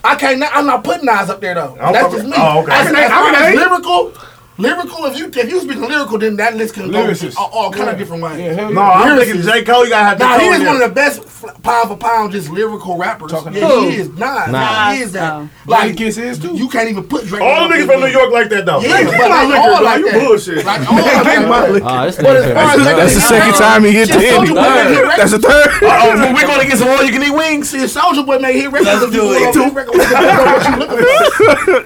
[SPEAKER 14] I can't. I'm not putting Nas up there though.
[SPEAKER 8] I'm
[SPEAKER 14] That's
[SPEAKER 8] fucking-
[SPEAKER 14] just me.
[SPEAKER 8] oh, okay.
[SPEAKER 14] As,
[SPEAKER 8] Okay,
[SPEAKER 14] as far
[SPEAKER 8] okay.
[SPEAKER 14] as lyrical, lyrical. If you if you speaking lyrical, then that list can go all, all kind of Oh, different ways.
[SPEAKER 8] No, I'm thinking J. Cole. You gotta have J.
[SPEAKER 14] Nah, he
[SPEAKER 8] Cole
[SPEAKER 14] is
[SPEAKER 8] in
[SPEAKER 14] one
[SPEAKER 8] there.
[SPEAKER 14] of the best f- pound for pound just lyrical rappers. yeah,
[SPEAKER 8] about
[SPEAKER 14] he
[SPEAKER 8] who?
[SPEAKER 14] is. Nah, nah,
[SPEAKER 8] Nah.
[SPEAKER 14] he is that. Like Kiss is too. You can't even put Drake.
[SPEAKER 8] All the niggas from New York like that, though.
[SPEAKER 14] Yeah,
[SPEAKER 8] Nigga,
[SPEAKER 14] but
[SPEAKER 8] my
[SPEAKER 14] like
[SPEAKER 8] liquor,
[SPEAKER 14] all
[SPEAKER 8] bro,
[SPEAKER 14] like
[SPEAKER 8] you
[SPEAKER 14] that.
[SPEAKER 8] bullshit.
[SPEAKER 6] Oh,
[SPEAKER 14] Like all like
[SPEAKER 8] Nigga, my liquor.
[SPEAKER 17] That's the second time he hit
[SPEAKER 14] Just
[SPEAKER 17] ten.
[SPEAKER 14] told you what they hit
[SPEAKER 17] That's the third.
[SPEAKER 6] Oh,
[SPEAKER 8] Uh-oh, but we Oh, gonna get some more. You can eat wings.
[SPEAKER 14] See, Soldier Boy made hit records.
[SPEAKER 8] Let's
[SPEAKER 14] if you
[SPEAKER 8] do
[SPEAKER 14] want
[SPEAKER 8] it.
[SPEAKER 14] a hit record, it depends on what you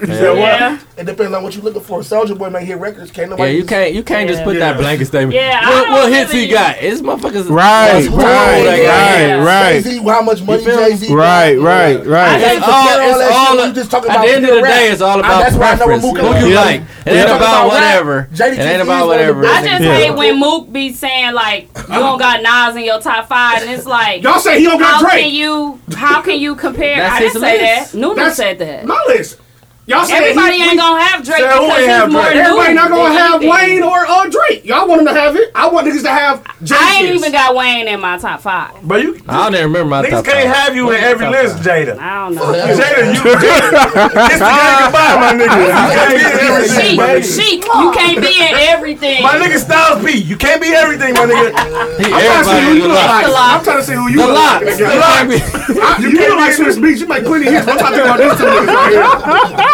[SPEAKER 14] looking for.
[SPEAKER 1] You said what?
[SPEAKER 14] Yeah. It depends on what you're looking for. Soldier Boy made hit records. Can't
[SPEAKER 1] Yeah,
[SPEAKER 14] nobody.
[SPEAKER 1] you can't you can't just put that blanket statement.
[SPEAKER 14] Yeah, I
[SPEAKER 1] what
[SPEAKER 14] don't
[SPEAKER 1] what hits he
[SPEAKER 14] really-
[SPEAKER 1] got? It's motherfuckers.
[SPEAKER 17] Right,
[SPEAKER 1] That's cool, like,
[SPEAKER 17] right,
[SPEAKER 1] yeah.
[SPEAKER 17] right,
[SPEAKER 14] Jay-Z, how much money Jay-Z
[SPEAKER 17] right, right, right. Oh,
[SPEAKER 1] That's all- it's all- at the end of the day, it's all about preference. Who you like? It ain't about whatever. It ain't about whatever.
[SPEAKER 3] I just hate when Mook be saying like you don't got Nas in your top five, and it's like
[SPEAKER 4] Y'all say he don't got
[SPEAKER 3] how
[SPEAKER 4] Drake.
[SPEAKER 3] Can you how can you compare?
[SPEAKER 4] That's
[SPEAKER 3] I
[SPEAKER 4] his
[SPEAKER 3] didn't say
[SPEAKER 4] list.
[SPEAKER 3] that. Nuna
[SPEAKER 4] That's-
[SPEAKER 3] said that.
[SPEAKER 4] My list. Y'all say
[SPEAKER 3] Everybody
[SPEAKER 4] he-
[SPEAKER 3] ain't
[SPEAKER 4] we-
[SPEAKER 3] gonna have Drake
[SPEAKER 4] Say who
[SPEAKER 3] because
[SPEAKER 4] ain't
[SPEAKER 3] he's
[SPEAKER 4] have
[SPEAKER 3] more
[SPEAKER 4] Drake?
[SPEAKER 3] new
[SPEAKER 4] Everybody not gonna
[SPEAKER 3] than
[SPEAKER 4] have
[SPEAKER 3] anything.
[SPEAKER 4] Wayne or uh, Drake. Y'all want them to have it. I want niggas to have. Jay
[SPEAKER 3] I ain't
[SPEAKER 4] Kiss.
[SPEAKER 3] even got Wayne in my top five.
[SPEAKER 8] But you,
[SPEAKER 1] I don't even remember my
[SPEAKER 8] Niggas
[SPEAKER 1] top
[SPEAKER 8] can't
[SPEAKER 1] five.
[SPEAKER 8] have you in
[SPEAKER 1] What's
[SPEAKER 8] every
[SPEAKER 1] top
[SPEAKER 8] list, Jada.
[SPEAKER 3] I don't know.
[SPEAKER 8] Jada, you. Jada. Kiss the gang goodbye, my nigga. You can't be in everything,
[SPEAKER 3] Sheik,
[SPEAKER 8] my nigga.
[SPEAKER 3] Sheik, you can't be in everything.
[SPEAKER 8] My nigga Styles B, you can't be everything, my nigga.
[SPEAKER 4] I'm trying to see who you look like. I'm trying to see who you
[SPEAKER 8] The
[SPEAKER 4] look
[SPEAKER 8] lot.
[SPEAKER 4] like.
[SPEAKER 8] The
[SPEAKER 4] Nigga.
[SPEAKER 8] lot.
[SPEAKER 4] I- You look like Swiss Beats. You make plenty of hits. I'm talking about this two niggas right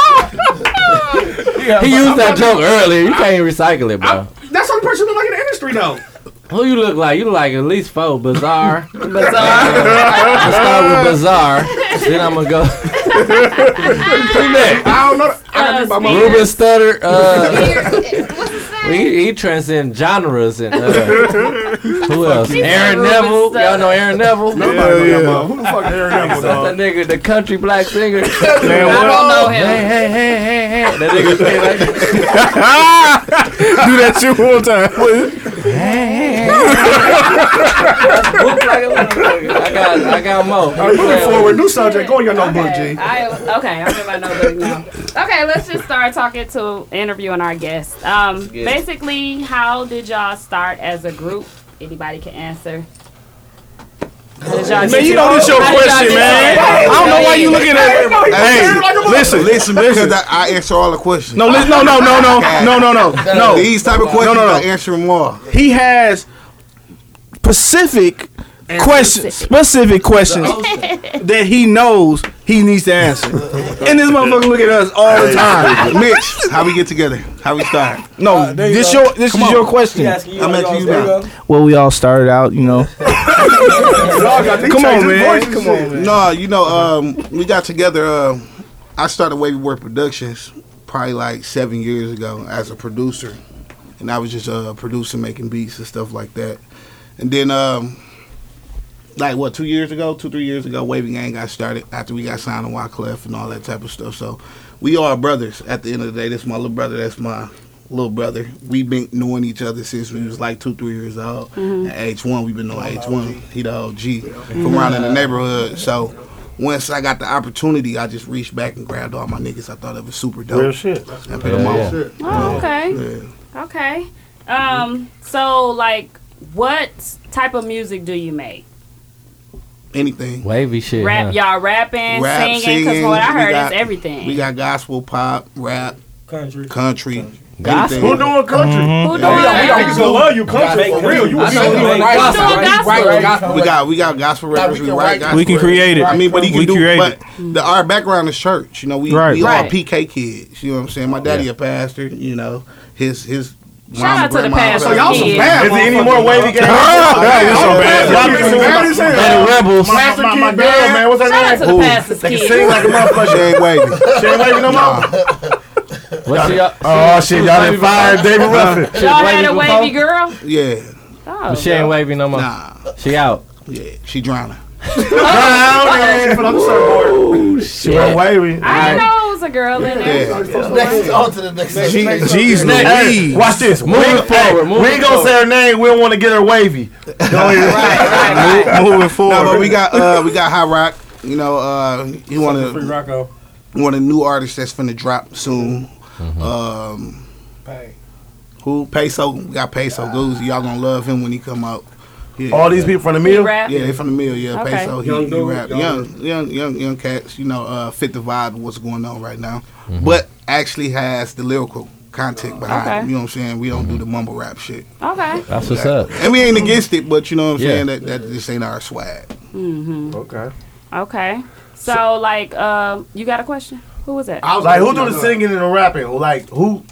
[SPEAKER 1] He used that joke earlier. You can't even recycle it, bro.
[SPEAKER 4] here. That's the only person look like in the industry though.
[SPEAKER 1] Who uh, you look like? You look like at least four bizarre. Bizarre. Let's start with bizarre. then I'm gonna go.
[SPEAKER 4] I don't know. I got my
[SPEAKER 1] Ruben Studdard. Uh, he, he transcends genres and uh, who else? Aaron Neville. Y'all know Aaron Neville.
[SPEAKER 4] Nobody know that motherfucker. Who the fuck Aaron
[SPEAKER 1] That
[SPEAKER 4] Neville, dog?
[SPEAKER 1] nigga, the country black singer. Man,
[SPEAKER 4] what?
[SPEAKER 1] Hey, hey, hey, hey, hey. That nigga play like
[SPEAKER 17] Do that shit one more time.
[SPEAKER 1] I got, I got more.
[SPEAKER 4] All right, moving forward, new subject. Go on your notebook, G.
[SPEAKER 3] I okay. I'm in my notebook now. Okay, let's just start talking to interviewing our guests. Um,
[SPEAKER 2] Good.
[SPEAKER 3] basically, how did y'all start as a group? Anybody can answer. How did y'all
[SPEAKER 17] Man,
[SPEAKER 3] get
[SPEAKER 17] you know
[SPEAKER 3] your-
[SPEAKER 17] this your
[SPEAKER 3] how did y'all
[SPEAKER 17] question,
[SPEAKER 3] get
[SPEAKER 17] man.
[SPEAKER 3] your-
[SPEAKER 17] I don't know why you looking at. Hey, listen,
[SPEAKER 12] listen, listen. Because I, I answer all the questions.
[SPEAKER 17] No, listen, no, no, no, no, no, no, no, no.
[SPEAKER 12] These type of
[SPEAKER 17] No,
[SPEAKER 12] questions,
[SPEAKER 17] no, no.
[SPEAKER 12] I answer them all.
[SPEAKER 17] He has Pacific questions, specific questions that he knows he needs to answer. and this motherfucker look at us all the time.
[SPEAKER 12] Mitch, how we get together? How we start?
[SPEAKER 17] No,
[SPEAKER 12] Ah, there you
[SPEAKER 17] this
[SPEAKER 12] go.
[SPEAKER 17] your this
[SPEAKER 12] Come
[SPEAKER 17] is
[SPEAKER 12] on.
[SPEAKER 17] your question.
[SPEAKER 12] He asking you, I'm asking you now.
[SPEAKER 17] Well, we all started out, you know. Come on, man. Come on, man.
[SPEAKER 12] No, you know, um, we got together. Um, I started Wavy Word Productions probably like seven years ago as a producer, and I was just uh, producing, making beats and stuff like that. And then, um, like what, two years ago, two three years ago, Wavy Gang got started after we got signed to Wyclef and all that type of stuff. So we are brothers at the end of the day. That's my little brother. That's my little brother. We've been knowing each other since we was like two, three years old.
[SPEAKER 3] Mm-hmm.
[SPEAKER 6] Mhm.
[SPEAKER 12] At age one, we've been knowing age one. He the OG from around
[SPEAKER 8] Mm-hmm.
[SPEAKER 12] in the neighborhood. So once I got the opportunity, I just reached back and grabbed all my niggas. I thought it was super dope.
[SPEAKER 8] Real shit.
[SPEAKER 12] And put them
[SPEAKER 8] Yeah,
[SPEAKER 12] on.
[SPEAKER 8] yeah.
[SPEAKER 3] Oh, okay. Okay. Um, so like, what type of music do you make?
[SPEAKER 12] Anything.
[SPEAKER 1] Wavy shit.
[SPEAKER 3] Rap, y'all rapping,
[SPEAKER 12] Rap,
[SPEAKER 3] singing, 'cause singing. Because what I
[SPEAKER 12] we
[SPEAKER 3] heard
[SPEAKER 12] got-
[SPEAKER 3] is everything.
[SPEAKER 12] We got gospel, pop, rap,
[SPEAKER 11] country,
[SPEAKER 12] country.
[SPEAKER 1] Gospel?
[SPEAKER 12] anything.
[SPEAKER 1] Who doing
[SPEAKER 8] country?
[SPEAKER 3] Who
[SPEAKER 12] Yeah,
[SPEAKER 8] doing
[SPEAKER 12] we got-
[SPEAKER 8] country?
[SPEAKER 12] we got-
[SPEAKER 8] Niggas love you country, for real. You
[SPEAKER 12] I
[SPEAKER 8] was
[SPEAKER 12] know
[SPEAKER 8] saying
[SPEAKER 12] we
[SPEAKER 8] right
[SPEAKER 12] write gospel,
[SPEAKER 8] gospel. Doing
[SPEAKER 12] right?
[SPEAKER 8] gospel.
[SPEAKER 12] Right gospel. We got we got gospel rappers. We write gospel.
[SPEAKER 17] We can create it.
[SPEAKER 12] I mean, but he can
[SPEAKER 17] We
[SPEAKER 12] do.
[SPEAKER 17] create
[SPEAKER 12] But
[SPEAKER 17] it.
[SPEAKER 12] the, our background is church. You know, we
[SPEAKER 17] Right.
[SPEAKER 12] we all
[SPEAKER 17] Right.
[SPEAKER 12] PK kids. You know what I'm saying? My daddy a pastor. You know, his his.
[SPEAKER 3] Shout out
[SPEAKER 12] mama,
[SPEAKER 3] to the
[SPEAKER 12] grandma,
[SPEAKER 3] pastor
[SPEAKER 12] all that.
[SPEAKER 3] kids. So y'all some bad
[SPEAKER 12] Is there any
[SPEAKER 8] motherfuckers.
[SPEAKER 12] more wavy gang?
[SPEAKER 8] Y'all some bad motherfuckers.
[SPEAKER 12] Bad rebels.
[SPEAKER 8] My, my, my girl, man, what's her name?
[SPEAKER 12] Ooh.
[SPEAKER 8] They can sing like a motherfucker.
[SPEAKER 12] She ain't wavy.
[SPEAKER 8] She ain't waving no more.
[SPEAKER 1] What's y'all?
[SPEAKER 8] Oh shit, y'all didn't fire David Ruffin.
[SPEAKER 3] Y'all had a wavy girl.
[SPEAKER 12] Yeah.
[SPEAKER 1] But Oh. she ain't wavy no more.
[SPEAKER 12] Nah.
[SPEAKER 1] She out.
[SPEAKER 12] Yeah, she drowning.
[SPEAKER 3] Oh,
[SPEAKER 8] She went wavy.
[SPEAKER 3] I didn't know it was a girl in there.
[SPEAKER 14] Next, on to the next.
[SPEAKER 8] Jeez,
[SPEAKER 17] Jeez Louise.
[SPEAKER 8] Watch this.
[SPEAKER 17] Moving
[SPEAKER 8] we ain't-
[SPEAKER 17] forward,
[SPEAKER 8] hey,
[SPEAKER 17] moving
[SPEAKER 8] we ain't gonna
[SPEAKER 17] forward.
[SPEAKER 8] say her name. We don't want to get her wavy.
[SPEAKER 12] moving forward. but we got uh, we got High Rock. You know, uh, he want to one of the new artists that's finna drop soon.
[SPEAKER 8] Mm-hmm.
[SPEAKER 12] Um, who Peso? We got Peso Goose. Y'all gonna love him when he come out. Yeah,
[SPEAKER 8] All these people from the mill.
[SPEAKER 12] Yeah, they from the mill. Yeah,
[SPEAKER 8] Okay.
[SPEAKER 12] Peso. He,
[SPEAKER 8] Young
[SPEAKER 12] he
[SPEAKER 8] dude,
[SPEAKER 12] rap.
[SPEAKER 8] young
[SPEAKER 12] Young, young, young, young cats. You know, uh, fit the vibe of what's going on right now.
[SPEAKER 8] Mm-hmm.
[SPEAKER 12] But actually has the lyrical content behind.
[SPEAKER 3] Okay.
[SPEAKER 12] It, you know what I'm saying? We
[SPEAKER 8] Mm-hmm.
[SPEAKER 12] don't do the mumble rap shit.
[SPEAKER 3] Okay.
[SPEAKER 1] That's what's up.
[SPEAKER 12] And we ain't against it, but you know what I'm
[SPEAKER 1] Yeah.
[SPEAKER 12] saying? That that just ain't our swag.
[SPEAKER 3] Mm-hmm.
[SPEAKER 8] Okay.
[SPEAKER 3] Okay. So like, um, you got a question? Who was that?
[SPEAKER 8] Like
[SPEAKER 12] oh,
[SPEAKER 8] who do the singing and the rapping? Like who?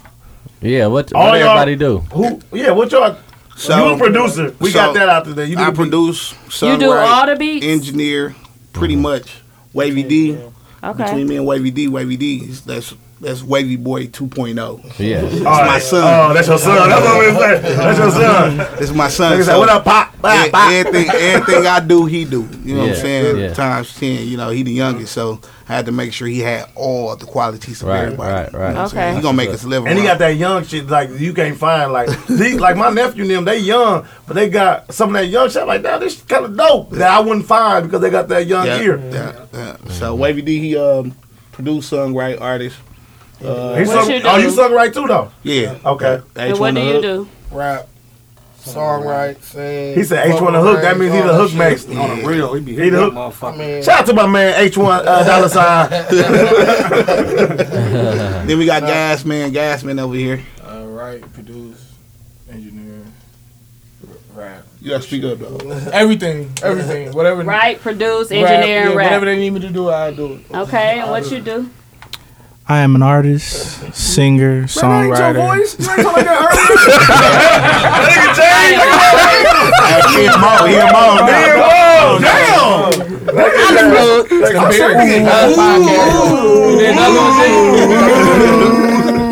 [SPEAKER 1] Yeah, what,
[SPEAKER 8] All
[SPEAKER 1] what
[SPEAKER 8] y'all-
[SPEAKER 1] everybody do?
[SPEAKER 8] Who? Yeah, what y'all?
[SPEAKER 12] So-
[SPEAKER 8] you a producer? We
[SPEAKER 12] so,
[SPEAKER 8] got that out today. You do
[SPEAKER 12] I
[SPEAKER 8] the beat.
[SPEAKER 12] produce,
[SPEAKER 8] You do
[SPEAKER 12] songwrite,
[SPEAKER 8] all the beats?
[SPEAKER 12] engineer, pretty
[SPEAKER 8] Mm-hmm.
[SPEAKER 12] much. Wavy D.
[SPEAKER 3] Okay.
[SPEAKER 12] Between me and Wavy D, Wavy D, is- that's that's Wavy Boy 2.0.
[SPEAKER 1] Yeah.
[SPEAKER 12] It's
[SPEAKER 8] All
[SPEAKER 12] my
[SPEAKER 8] right.
[SPEAKER 12] son.
[SPEAKER 8] Oh, that's your son. That's what I'm saying. That's your son.
[SPEAKER 12] That's my son.
[SPEAKER 8] Nigga said,
[SPEAKER 12] So
[SPEAKER 8] "What up, Pop? Pop,
[SPEAKER 12] e-
[SPEAKER 8] Pop."
[SPEAKER 12] Everything, everything I do, he do. You know what
[SPEAKER 1] Yeah,
[SPEAKER 12] I'm saying?
[SPEAKER 1] yeah.
[SPEAKER 12] Times ten. You know, he the youngest, so I had to make sure he had all the qualities of
[SPEAKER 1] Right,
[SPEAKER 12] everybody.
[SPEAKER 1] right,
[SPEAKER 12] You know what
[SPEAKER 1] right.
[SPEAKER 12] I'm saying?
[SPEAKER 1] Okay.
[SPEAKER 12] He gonna make us live.
[SPEAKER 8] And he
[SPEAKER 12] right.
[SPEAKER 8] got that young shit like you can't find like these like my nephew and them they young but they got some of that young shit I'm like that this kind of dope that I wouldn't find because they got that young
[SPEAKER 12] Yeah,
[SPEAKER 8] ear.
[SPEAKER 12] yeah, yeah. So Wavy D, he um, produced, songwriter, artist. Uh,
[SPEAKER 8] He sung, oh, you sung right too though.
[SPEAKER 12] Yeah.
[SPEAKER 8] Okay.
[SPEAKER 12] And what H1 do the you Hook.
[SPEAKER 3] do?
[SPEAKER 14] Rap, songwrite, sing.
[SPEAKER 8] He said H1 the hook. That means he the hook master.
[SPEAKER 14] On
[SPEAKER 8] the real, he,
[SPEAKER 14] hitting
[SPEAKER 8] the
[SPEAKER 14] that
[SPEAKER 8] hook.
[SPEAKER 14] I mean,
[SPEAKER 8] Shout out to my man H1 uh, dollar sign.
[SPEAKER 12] then we got Gas Man, Gas Man over here.
[SPEAKER 6] Uh, write, produce, engineer, r- rap.
[SPEAKER 12] You gotta speak up, though.
[SPEAKER 6] Everything, everything, whatever.
[SPEAKER 3] Right, produce,
[SPEAKER 6] Rap,
[SPEAKER 3] engineer,
[SPEAKER 6] yeah,
[SPEAKER 3] rap.
[SPEAKER 6] Whatever they need me to do, I do it.
[SPEAKER 3] Okay, and what you do?
[SPEAKER 13] I am an artist, singer, songwriter.
[SPEAKER 8] He a mo, he a mo. Damn, on.
[SPEAKER 14] He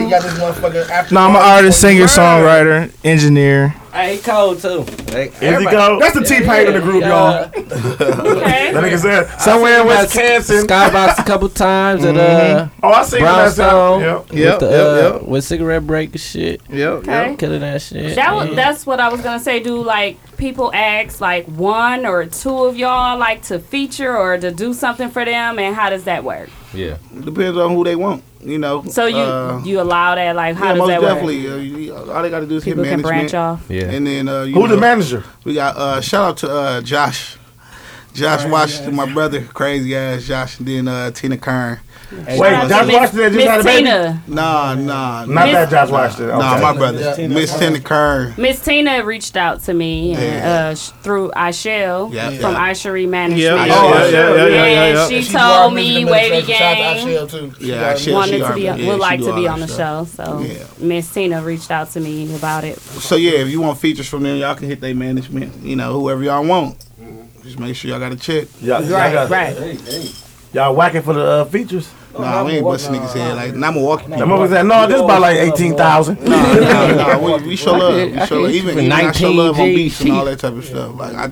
[SPEAKER 14] got this motherfucker after.
[SPEAKER 13] No, I'm an artist, singer, songwriter, engineer.
[SPEAKER 1] Hey, he cold too. Like, everybody-
[SPEAKER 8] cold?
[SPEAKER 4] That's the
[SPEAKER 1] Yeah,
[SPEAKER 4] T Pain of the group,
[SPEAKER 1] yeah.
[SPEAKER 4] y'all.
[SPEAKER 8] That nigga said
[SPEAKER 1] Somewhere in
[SPEAKER 8] Wisconsin.
[SPEAKER 1] Skybox a couple times at
[SPEAKER 6] Mm-hmm.
[SPEAKER 1] uh.
[SPEAKER 8] Mhm. Oh, I seen him last time.
[SPEAKER 1] Brownstone.
[SPEAKER 8] Yep.
[SPEAKER 1] With
[SPEAKER 8] Yep,
[SPEAKER 1] the,
[SPEAKER 8] yep,
[SPEAKER 1] uh, With cigarette break and shit.
[SPEAKER 4] Yep.
[SPEAKER 3] Okay. yep.
[SPEAKER 1] Killing that shit.
[SPEAKER 3] That was,
[SPEAKER 1] Yeah.
[SPEAKER 3] that's what I was gonna say. Do like people ask like one or two of y'all like to feature or to do something for them, and how does that work?
[SPEAKER 1] Yeah.
[SPEAKER 12] Depends on who they want, you know.
[SPEAKER 3] So you
[SPEAKER 12] Uh,
[SPEAKER 3] you allow that? Like how
[SPEAKER 12] yeah,
[SPEAKER 3] does
[SPEAKER 12] most
[SPEAKER 3] that
[SPEAKER 12] definitely.
[SPEAKER 3] work?
[SPEAKER 12] Uh, you- all they got to do is
[SPEAKER 3] People
[SPEAKER 12] hit
[SPEAKER 3] can
[SPEAKER 12] management.
[SPEAKER 3] branch off.
[SPEAKER 1] Yeah.
[SPEAKER 12] And then uh, you
[SPEAKER 8] Who the
[SPEAKER 12] know,
[SPEAKER 8] manager?
[SPEAKER 12] We got uh, shout out to uh, Josh. Josh Washington, my brother, crazy ass Josh, and then uh, Tina Kern.
[SPEAKER 8] Wait, Shout out Josh to Miss- Washington that just Miss had a baby? Tina.
[SPEAKER 12] Nah, nah,
[SPEAKER 8] Not Miss- that Josh Washington,
[SPEAKER 12] Nah,
[SPEAKER 8] okay.
[SPEAKER 12] my brother,
[SPEAKER 8] Yeah.
[SPEAKER 12] Miss Tina Kern.
[SPEAKER 3] Miss Tina reached out to me and, uh, sh- through Ishelle
[SPEAKER 12] Yeah,
[SPEAKER 3] from
[SPEAKER 12] yeah.
[SPEAKER 3] Ishery Management.
[SPEAKER 12] Yeah, yeah, yeah, yeah, yeah, yeah, yeah.
[SPEAKER 3] She
[SPEAKER 12] She's
[SPEAKER 3] told
[SPEAKER 12] wild
[SPEAKER 3] me
[SPEAKER 12] music
[SPEAKER 3] Wavy
[SPEAKER 12] administration. Shout out to
[SPEAKER 3] Gang
[SPEAKER 12] Ishelle, too. She Yeah, got- Ishelle,
[SPEAKER 3] wanted
[SPEAKER 12] she
[SPEAKER 3] to
[SPEAKER 12] our
[SPEAKER 3] be
[SPEAKER 12] man. Yeah,
[SPEAKER 3] would
[SPEAKER 12] she
[SPEAKER 3] like
[SPEAKER 12] do
[SPEAKER 3] to
[SPEAKER 12] all
[SPEAKER 3] be
[SPEAKER 12] that
[SPEAKER 3] on the show.
[SPEAKER 12] stuff.
[SPEAKER 3] So
[SPEAKER 12] Yeah.
[SPEAKER 3] Miss Tina reached out to me about it.
[SPEAKER 12] So yeah, if you want features from them, y'all can hit their management. You know, whoever y'all want, just make sure y'all got a check.
[SPEAKER 8] Mm-hmm. Y'all- y'all Right, got- right. Y'all whacking for the uh, features?
[SPEAKER 12] Nah, we ain't busting niggas head like not Milwaukee.
[SPEAKER 8] That motherfucker said, no, this about like 18,000.
[SPEAKER 12] Nah, nah, nah. We, we show
[SPEAKER 8] I
[SPEAKER 12] love.
[SPEAKER 8] could-
[SPEAKER 12] We
[SPEAKER 8] I
[SPEAKER 12] show
[SPEAKER 8] could
[SPEAKER 12] love.
[SPEAKER 8] hit you
[SPEAKER 12] Even,
[SPEAKER 8] for
[SPEAKER 12] even I show
[SPEAKER 8] 19
[SPEAKER 12] love on
[SPEAKER 8] G's
[SPEAKER 12] beats and all
[SPEAKER 8] cheap.
[SPEAKER 12] that type of stuff. Like I,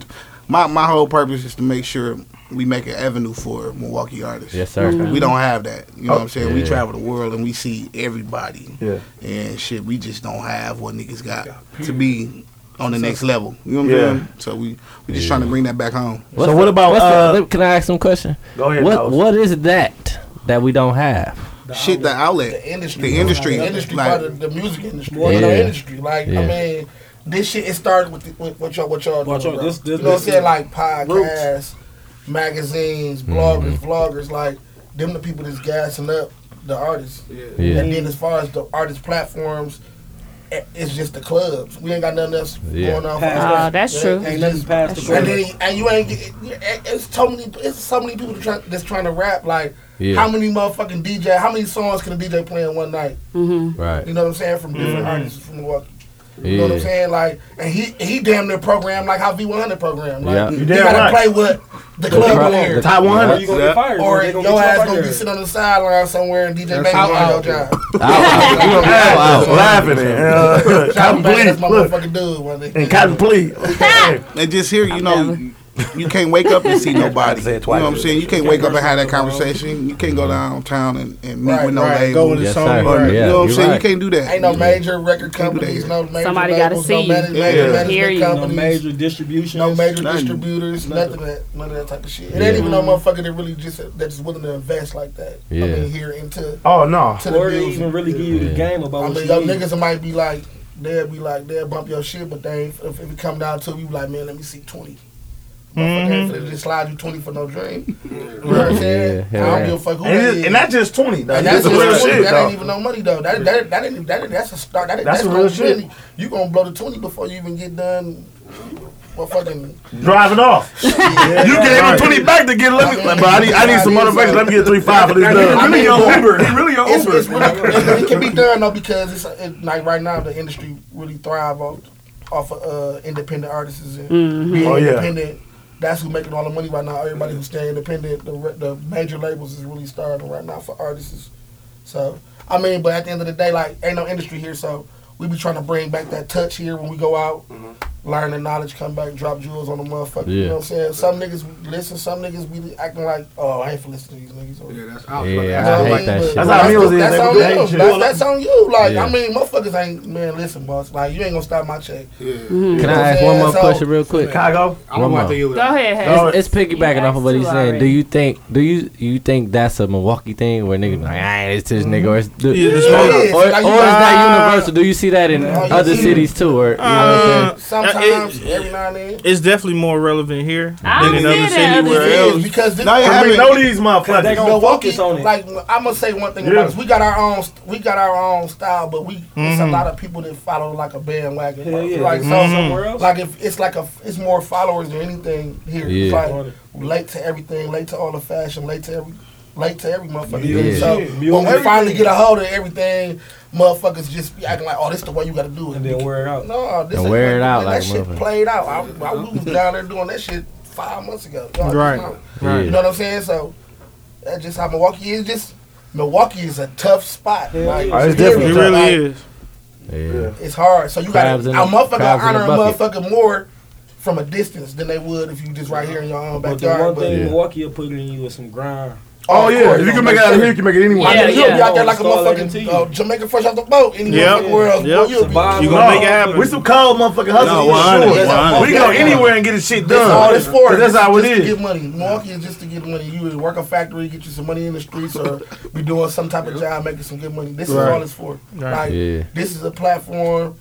[SPEAKER 12] my my whole purpose is to make sure we make an avenue for Milwaukee artists.
[SPEAKER 1] Yes, sir. Mhm.
[SPEAKER 12] We don't have that. You know what I'm saying? We
[SPEAKER 1] Yeah.
[SPEAKER 12] travel the world and we see everybody.
[SPEAKER 8] Yeah.
[SPEAKER 12] And shit, we just don't have what niggas got to be on the next level. You know what I'm
[SPEAKER 8] Yeah.
[SPEAKER 12] saying? So we we just trying to bring that back home.
[SPEAKER 1] What's the- what's
[SPEAKER 8] uh,
[SPEAKER 1] the, can I ask some question?
[SPEAKER 12] uh, Go ahead,
[SPEAKER 1] What
[SPEAKER 12] Dallas.
[SPEAKER 1] What is that that we don't have?
[SPEAKER 12] shit, the outlet, the
[SPEAKER 14] industry,
[SPEAKER 12] the industry,
[SPEAKER 14] the industry
[SPEAKER 12] like-
[SPEAKER 14] part of the music industry,
[SPEAKER 12] Yeah.
[SPEAKER 14] yeah. the industry. Like
[SPEAKER 12] Yeah.
[SPEAKER 14] I mean, this shit it started with, the, with what y'all what y'all
[SPEAKER 17] Watch
[SPEAKER 14] doing,
[SPEAKER 17] out,
[SPEAKER 14] bro.
[SPEAKER 17] this- this-
[SPEAKER 14] you know what I'm
[SPEAKER 17] this-
[SPEAKER 14] saying? Like podcasts, magazines, bloggers, vloggers. Like them the people that's gassing up the artists.
[SPEAKER 1] Yeah.
[SPEAKER 14] And then as far as the artist platforms. i- It's just the clubs. We ain't got nothing else
[SPEAKER 1] Yeah.
[SPEAKER 14] going on. for
[SPEAKER 3] Past-
[SPEAKER 14] us.
[SPEAKER 3] Oh, that's
[SPEAKER 14] Yeah,
[SPEAKER 3] true.
[SPEAKER 14] it's
[SPEAKER 3] Ain't nothing
[SPEAKER 14] just-
[SPEAKER 3] past the
[SPEAKER 14] And,
[SPEAKER 3] club.
[SPEAKER 14] then, and you ain't. Get, it- it's so many. It's so many people try, that's trying to rap. Like
[SPEAKER 1] Yeah.
[SPEAKER 14] how many motherfucking DJ? How many songs can a DJ play in one night?
[SPEAKER 3] Mm-hmm.
[SPEAKER 1] Right.
[SPEAKER 14] You know what I'm saying? From different
[SPEAKER 1] Mhm.
[SPEAKER 14] artists from Milwaukee. You know what I'm
[SPEAKER 1] Yeah.
[SPEAKER 14] saying? Like, and he he damn near programmed like how V100 programmed. Like,
[SPEAKER 1] Yeah. You
[SPEAKER 14] you
[SPEAKER 1] damn
[SPEAKER 14] gotta
[SPEAKER 1] right.
[SPEAKER 14] play with the
[SPEAKER 1] The
[SPEAKER 14] club
[SPEAKER 1] crowd,
[SPEAKER 14] player.
[SPEAKER 1] the- Top 100.
[SPEAKER 14] Or,
[SPEAKER 1] You gonna get fired. They
[SPEAKER 14] or
[SPEAKER 1] gonna
[SPEAKER 14] your
[SPEAKER 1] get you
[SPEAKER 14] ass
[SPEAKER 1] up
[SPEAKER 14] gonna
[SPEAKER 1] under
[SPEAKER 14] be
[SPEAKER 1] it.
[SPEAKER 14] sitting on the sideline somewhere and DJ
[SPEAKER 1] That's
[SPEAKER 14] Bang
[SPEAKER 1] how I-
[SPEAKER 14] gonna do your job.
[SPEAKER 8] Laughing at uh,
[SPEAKER 14] Shout out
[SPEAKER 8] Cotton
[SPEAKER 14] to Bang,
[SPEAKER 8] Please.
[SPEAKER 14] that's my
[SPEAKER 8] Look,
[SPEAKER 14] motherfucking dude one day.
[SPEAKER 8] and Cotton Please.
[SPEAKER 12] And just here, you know, you can't wake up and see nobody. You know what I'm saying? You can't wake up and have that conversation. You can't go downtown and, and meet
[SPEAKER 14] Right,
[SPEAKER 12] with no
[SPEAKER 14] right.
[SPEAKER 12] label.
[SPEAKER 14] Go with the Yes, song, sir.
[SPEAKER 12] Or,
[SPEAKER 14] right.
[SPEAKER 12] You
[SPEAKER 14] Yeah,
[SPEAKER 12] know what I'm
[SPEAKER 14] you're
[SPEAKER 12] saying?
[SPEAKER 14] right.
[SPEAKER 12] You can't do that.
[SPEAKER 14] Ain't no major record companies, no major
[SPEAKER 3] Somebody gotta
[SPEAKER 14] labels,
[SPEAKER 3] see.
[SPEAKER 14] no manage-
[SPEAKER 12] Yeah.
[SPEAKER 14] major
[SPEAKER 12] Yeah.
[SPEAKER 14] management
[SPEAKER 3] Period.
[SPEAKER 17] No
[SPEAKER 14] companies,
[SPEAKER 17] major distribution.
[SPEAKER 14] no major
[SPEAKER 17] Nothing.
[SPEAKER 14] distributors, nothing, of that, none of that type of shit. It
[SPEAKER 17] Yeah.
[SPEAKER 14] ain't even no motherfucker that really just that's willing to invest like that.
[SPEAKER 17] Yeah.
[SPEAKER 14] I mean, here into
[SPEAKER 8] Oh, no.
[SPEAKER 14] to the
[SPEAKER 17] Or they
[SPEAKER 14] music.
[SPEAKER 17] even really give you the game about
[SPEAKER 14] I
[SPEAKER 17] what
[SPEAKER 14] mean,
[SPEAKER 17] you
[SPEAKER 14] your
[SPEAKER 17] need.
[SPEAKER 14] niggas might be like, they'll be like, they'll bump your shit, but they ain't, if, if it come down to it, you be like, man, let me see 20. Motherfucker
[SPEAKER 3] Mm-hmm.
[SPEAKER 14] ain't finna just slide you 20 for no dream. You know what I'm saying?
[SPEAKER 8] Yeah,
[SPEAKER 14] I don't
[SPEAKER 8] yeah.
[SPEAKER 14] give a fuck who
[SPEAKER 8] And
[SPEAKER 14] that
[SPEAKER 8] it-
[SPEAKER 14] is.
[SPEAKER 8] and that's just 20, though.
[SPEAKER 14] And that's
[SPEAKER 8] That's
[SPEAKER 14] just
[SPEAKER 8] real
[SPEAKER 14] 20.
[SPEAKER 8] shit,
[SPEAKER 14] that
[SPEAKER 8] though.
[SPEAKER 14] ain't even no money, though. That, that, that, ain't, that ain't, that's a start. That, ain't-
[SPEAKER 8] That's
[SPEAKER 14] that's
[SPEAKER 8] real
[SPEAKER 14] no
[SPEAKER 8] shit.
[SPEAKER 14] Really, you gonna blow the 20 before you even get done. Motherfucking.
[SPEAKER 8] Driving off. You gave him 20 back to get, let me, but I need, I need some motherfuckers, let me get 3-5 for this dub.
[SPEAKER 14] I mean,
[SPEAKER 8] He really on
[SPEAKER 14] it's- it's really- it can be done though because it's it, like right now the industry really thrive off off of uh, independent artists and
[SPEAKER 8] Mhm.
[SPEAKER 14] being
[SPEAKER 8] Oh, yeah.
[SPEAKER 14] independent. That's who making all the money right now. Everybody who's staying independent, the re- the major labels is really starving right now for artists. So I mean, but at the end of the day, like ain't no industry here, so we be trying to bring back that touch here when we go out.
[SPEAKER 1] Mm-hmm.
[SPEAKER 14] Learn the knowledge, come back, drop jewels on the motherfucker. You
[SPEAKER 1] Yeah.
[SPEAKER 14] know what I'm saying? Some niggas be- listen, some niggas be acting like, oh, I ain't for listening to these niggas. Yeah, that's
[SPEAKER 1] I was about to Yeah, ask I you hate about that that. shit.
[SPEAKER 14] That's,
[SPEAKER 1] That's how
[SPEAKER 14] that's,
[SPEAKER 1] music is,
[SPEAKER 14] that's
[SPEAKER 1] they do
[SPEAKER 14] on you.
[SPEAKER 1] that
[SPEAKER 14] That's,
[SPEAKER 1] shit.
[SPEAKER 14] that's on you. Like,
[SPEAKER 1] Yeah.
[SPEAKER 14] I mean, motherfuckers ain't, man, listen, boss. Like, you ain't gonna stop my check.
[SPEAKER 1] Can I ask one more question real quick?
[SPEAKER 8] Chicago.
[SPEAKER 14] I
[SPEAKER 1] One
[SPEAKER 14] want
[SPEAKER 1] more.
[SPEAKER 14] to you.
[SPEAKER 3] Go ahead.
[SPEAKER 1] It's, it's piggybacking off of what he's
[SPEAKER 3] two
[SPEAKER 1] saying. Do
[SPEAKER 3] already.
[SPEAKER 1] you think? Do you you think that's a Milwaukee thing where niggas be like, I ain't it's
[SPEAKER 14] Mm-hmm.
[SPEAKER 1] this nigga, or it's, do,
[SPEAKER 13] Yeah, it's
[SPEAKER 1] or,
[SPEAKER 13] Milwaukee.
[SPEAKER 1] or, or is
[SPEAKER 13] Like, you-
[SPEAKER 1] that
[SPEAKER 13] Ah.
[SPEAKER 1] universal? Do you see that in other cities too? Or you know what I'm saying?
[SPEAKER 14] Uh, Sometimes, every now and then.
[SPEAKER 13] Um, It's definitely more relevant here
[SPEAKER 14] I don't
[SPEAKER 13] than in
[SPEAKER 14] see
[SPEAKER 13] other
[SPEAKER 14] that
[SPEAKER 13] cities.
[SPEAKER 14] other
[SPEAKER 13] where
[SPEAKER 14] cities
[SPEAKER 13] else.
[SPEAKER 14] because this-
[SPEAKER 8] Now you have it. know these motherfuckers.
[SPEAKER 14] They
[SPEAKER 13] gonna
[SPEAKER 14] Milwaukee,
[SPEAKER 13] focus on it.
[SPEAKER 14] Like I'm gonna say one thing
[SPEAKER 8] Yeah.
[SPEAKER 14] about us. We got our own. st- We got our own style, but we it's a
[SPEAKER 8] Mhm.
[SPEAKER 14] lot of people that follow like a bandwagon.
[SPEAKER 17] Hell yeah.
[SPEAKER 14] Like so,
[SPEAKER 17] Mhm. Somewhere else?
[SPEAKER 14] like if it's like a it's more followers than anything here. It's
[SPEAKER 17] Yeah.
[SPEAKER 14] like late to everything, late to all the fashion, late to every. Late to every motherfucker.
[SPEAKER 17] Music.
[SPEAKER 14] So
[SPEAKER 17] Music.
[SPEAKER 14] when we finally
[SPEAKER 17] Everything.
[SPEAKER 14] get a hold of everything, motherfuckers just be acting like, "Oh, this the way you got to do it." And then
[SPEAKER 17] wear it out.
[SPEAKER 14] No, this
[SPEAKER 1] And
[SPEAKER 14] ain't
[SPEAKER 1] wear it
[SPEAKER 14] like-
[SPEAKER 1] out
[SPEAKER 14] that
[SPEAKER 1] like a
[SPEAKER 14] shit
[SPEAKER 1] motherfucker.
[SPEAKER 14] played out. I, I, we was down there doing that shit five months ago. Y'all just
[SPEAKER 17] Right.
[SPEAKER 14] know.
[SPEAKER 17] Right.
[SPEAKER 14] You know what I'm saying? So that's just how Milwaukee is. Just Milwaukee is a tough spot. Like,
[SPEAKER 17] Oh, it's
[SPEAKER 14] very
[SPEAKER 17] definitely
[SPEAKER 14] tough.
[SPEAKER 17] tough.
[SPEAKER 14] Like,
[SPEAKER 1] Yeah.
[SPEAKER 14] It's hard. So you got
[SPEAKER 1] Crabs
[SPEAKER 14] to a
[SPEAKER 1] in the-
[SPEAKER 14] motherfucker
[SPEAKER 1] crabs in
[SPEAKER 14] honor
[SPEAKER 1] the
[SPEAKER 14] a
[SPEAKER 1] bucket.
[SPEAKER 14] motherfucker more from a distance than they would if you just right here in your own
[SPEAKER 11] But the one
[SPEAKER 14] backyard. But
[SPEAKER 11] thing Milwaukee will put in you is some grind.
[SPEAKER 14] Oh,
[SPEAKER 8] Oh,
[SPEAKER 14] of
[SPEAKER 8] yeah.
[SPEAKER 14] course.
[SPEAKER 8] If you can make it out of here, you can make it anywhere.
[SPEAKER 14] I mean, you'll be out there like a
[SPEAKER 11] Stall everything
[SPEAKER 14] motherfucking uh, Jamaican fresh off the boat in the
[SPEAKER 8] Yep.
[SPEAKER 14] motherfucking world.
[SPEAKER 8] Yep.
[SPEAKER 14] Boy, you'll be-
[SPEAKER 8] You gonna make it happen. We some cold motherfucking hustlers.
[SPEAKER 14] No,
[SPEAKER 8] for
[SPEAKER 14] 100,
[SPEAKER 8] sure.
[SPEAKER 14] 100.
[SPEAKER 8] We go anywhere and get the shit done.
[SPEAKER 14] That's all it's for.
[SPEAKER 8] 'Cause That's
[SPEAKER 14] Just-
[SPEAKER 8] how it
[SPEAKER 14] just To
[SPEAKER 8] is.
[SPEAKER 14] get money. Milwaukee is just to get money. You either work a factory, get you some money in the streets, or be doing some type of job, making some good money. This is
[SPEAKER 8] Right.
[SPEAKER 14] all it's for.
[SPEAKER 8] Right.
[SPEAKER 14] Like,
[SPEAKER 8] Yeah.
[SPEAKER 14] This is a platform.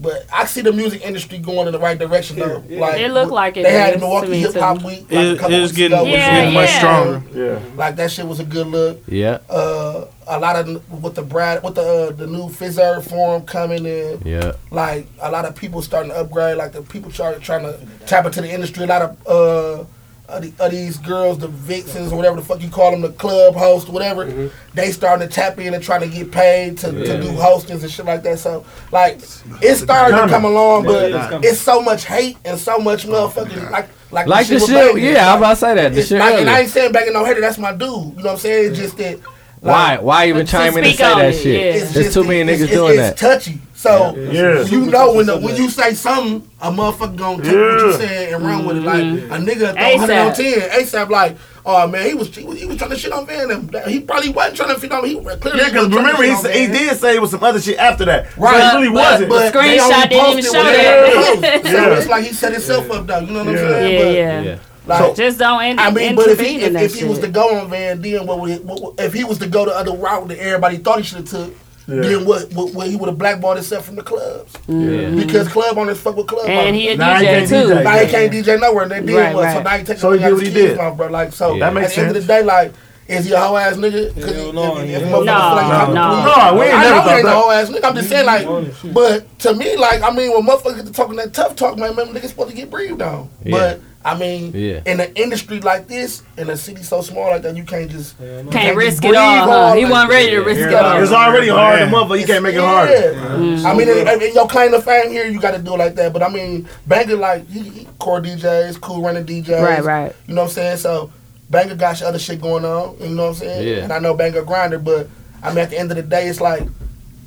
[SPEAKER 14] But I see the music industry going in the right direction though. Like
[SPEAKER 3] It look like it
[SPEAKER 14] They had
[SPEAKER 3] is to
[SPEAKER 14] the Milwaukee
[SPEAKER 3] me,
[SPEAKER 14] Hip Hop
[SPEAKER 3] too.
[SPEAKER 14] Week.
[SPEAKER 13] It-
[SPEAKER 14] like, a couple
[SPEAKER 13] it's
[SPEAKER 14] weeks
[SPEAKER 13] getting-
[SPEAKER 14] ago, which
[SPEAKER 13] it's
[SPEAKER 14] was
[SPEAKER 13] getting
[SPEAKER 14] good.
[SPEAKER 13] much stronger.
[SPEAKER 1] Yeah.
[SPEAKER 14] Like that shit was a good look
[SPEAKER 1] Yeah.
[SPEAKER 14] uh, a lot of with the Brad with the uh, the new Fizzer forum coming in.
[SPEAKER 1] Yeah.
[SPEAKER 14] Like a lot of people starting to upgrade. Like the people try, trying to tap into the industry. A lot of uh, of, the, of these girls, the vixens or whatever the fuck you call them, the club host, whatever. They starting to tap in and trying to get paid to,
[SPEAKER 6] Yeah.
[SPEAKER 14] to do hostings and shit like that. So like it's starting to
[SPEAKER 6] coming.
[SPEAKER 14] come along,
[SPEAKER 6] Yeah,
[SPEAKER 14] but
[SPEAKER 6] it's coming.
[SPEAKER 14] it's so much hate and so much motherfucking like like,
[SPEAKER 1] Like the
[SPEAKER 14] with
[SPEAKER 1] shit,
[SPEAKER 14] Biden.
[SPEAKER 1] yeah, I'm about to say that. The
[SPEAKER 14] It's
[SPEAKER 1] shit
[SPEAKER 14] like- and I
[SPEAKER 1] earlier.
[SPEAKER 14] ain't saying back in no hater. That's my dude. You know what I'm saying? It's just that.
[SPEAKER 1] Why? Why even
[SPEAKER 14] To
[SPEAKER 1] chime in and
[SPEAKER 14] speak
[SPEAKER 1] say
[SPEAKER 14] on
[SPEAKER 1] that
[SPEAKER 14] it, yeah.
[SPEAKER 1] shit?
[SPEAKER 14] It's
[SPEAKER 1] There's too many
[SPEAKER 14] it's,
[SPEAKER 1] niggas
[SPEAKER 14] it's-
[SPEAKER 1] doing
[SPEAKER 14] it's
[SPEAKER 1] that.
[SPEAKER 14] touchy. So
[SPEAKER 1] Yeah. Yeah.
[SPEAKER 14] you know when the, when you say something, a motherfucker gonna take what you
[SPEAKER 1] Yeah.
[SPEAKER 14] saying and run with it. Like
[SPEAKER 3] Mm-hmm.
[SPEAKER 14] a nigga throw
[SPEAKER 6] ASAP.
[SPEAKER 14] 100 on 10 ASAP. Like, oh man, he was he was, he was trying to shit on Van. Dam. He probably wasn't trying to shit on. He clearly
[SPEAKER 8] Yeah, because
[SPEAKER 14] wasn't trying to
[SPEAKER 8] remember,
[SPEAKER 14] shit
[SPEAKER 8] he,
[SPEAKER 14] on
[SPEAKER 8] sa- he
[SPEAKER 14] Van.
[SPEAKER 8] did say it was some other shit after that.
[SPEAKER 14] Right,
[SPEAKER 8] So it really
[SPEAKER 14] but-
[SPEAKER 8] wasn't.
[SPEAKER 14] but they only posted when they posted. So
[SPEAKER 8] Yeah.
[SPEAKER 14] it's like he set himself up though. You know what I'm
[SPEAKER 8] Yeah.
[SPEAKER 14] saying?
[SPEAKER 8] Yeah,
[SPEAKER 14] But-
[SPEAKER 8] yeah. Yeah.
[SPEAKER 14] Like,
[SPEAKER 3] Just don't in-
[SPEAKER 14] I mean, but if he
[SPEAKER 3] intervene
[SPEAKER 14] if,
[SPEAKER 3] in that
[SPEAKER 14] if he was
[SPEAKER 3] shit.
[SPEAKER 14] to go on Van Dien, what would it, what, what- if he was to go the other route that everybody thought he should have took?
[SPEAKER 3] Yeah.
[SPEAKER 14] Then what, what? What he would have blackballed himself from the clubs
[SPEAKER 8] Yeah.
[SPEAKER 3] Mm-hmm.
[SPEAKER 14] because club owners fuck with club
[SPEAKER 3] And
[SPEAKER 14] owners.
[SPEAKER 3] he a Now he DJ can't too. DJ.
[SPEAKER 14] Now he can't DJ nowhere. And they did
[SPEAKER 3] Right,
[SPEAKER 14] what? So
[SPEAKER 3] right.
[SPEAKER 14] now he takes
[SPEAKER 8] So
[SPEAKER 14] away
[SPEAKER 8] he did
[SPEAKER 14] his
[SPEAKER 8] what he
[SPEAKER 14] kids
[SPEAKER 8] did.
[SPEAKER 14] mom, bro. Like so.
[SPEAKER 8] Yeah. That makes
[SPEAKER 14] at the end of the day, like. Is he a hoe ass nigga? 'Cause if- if- if motherfuckers like,
[SPEAKER 8] no,
[SPEAKER 14] I'm a
[SPEAKER 8] no.
[SPEAKER 14] queen,
[SPEAKER 8] No, we ain't
[SPEAKER 14] I
[SPEAKER 8] never
[SPEAKER 14] know
[SPEAKER 8] thought
[SPEAKER 14] he ain't
[SPEAKER 8] that.
[SPEAKER 14] a hoe ass nigga. I'm just saying, like, but to me, like, I mean, when motherfuckers get to talking that tough talk, man, man niggas supposed to get breathed on.
[SPEAKER 6] Yeah.
[SPEAKER 14] But I mean,
[SPEAKER 6] Yeah.
[SPEAKER 14] in an industry like this, in a city so small like that, you can't just you
[SPEAKER 3] Can't
[SPEAKER 14] just
[SPEAKER 3] risk it
[SPEAKER 14] breathe
[SPEAKER 3] all, huh? He
[SPEAKER 14] like
[SPEAKER 3] wasn't
[SPEAKER 14] that.
[SPEAKER 3] ready to risk it all.
[SPEAKER 8] It's already hard to motherfucker. You can't make it harder.
[SPEAKER 14] Yeah. I mean, and, and- and your claim to fame here, you got to do it like that. But I mean, Banger like he, he core DJs, cool running DJs,
[SPEAKER 3] Right, right.
[SPEAKER 14] You know what I'm saying? So Banger got your other shit going on. You know what I'm saying?
[SPEAKER 3] Yeah.
[SPEAKER 14] And I know Banger grinder, but I mean, at the end of the day, it's like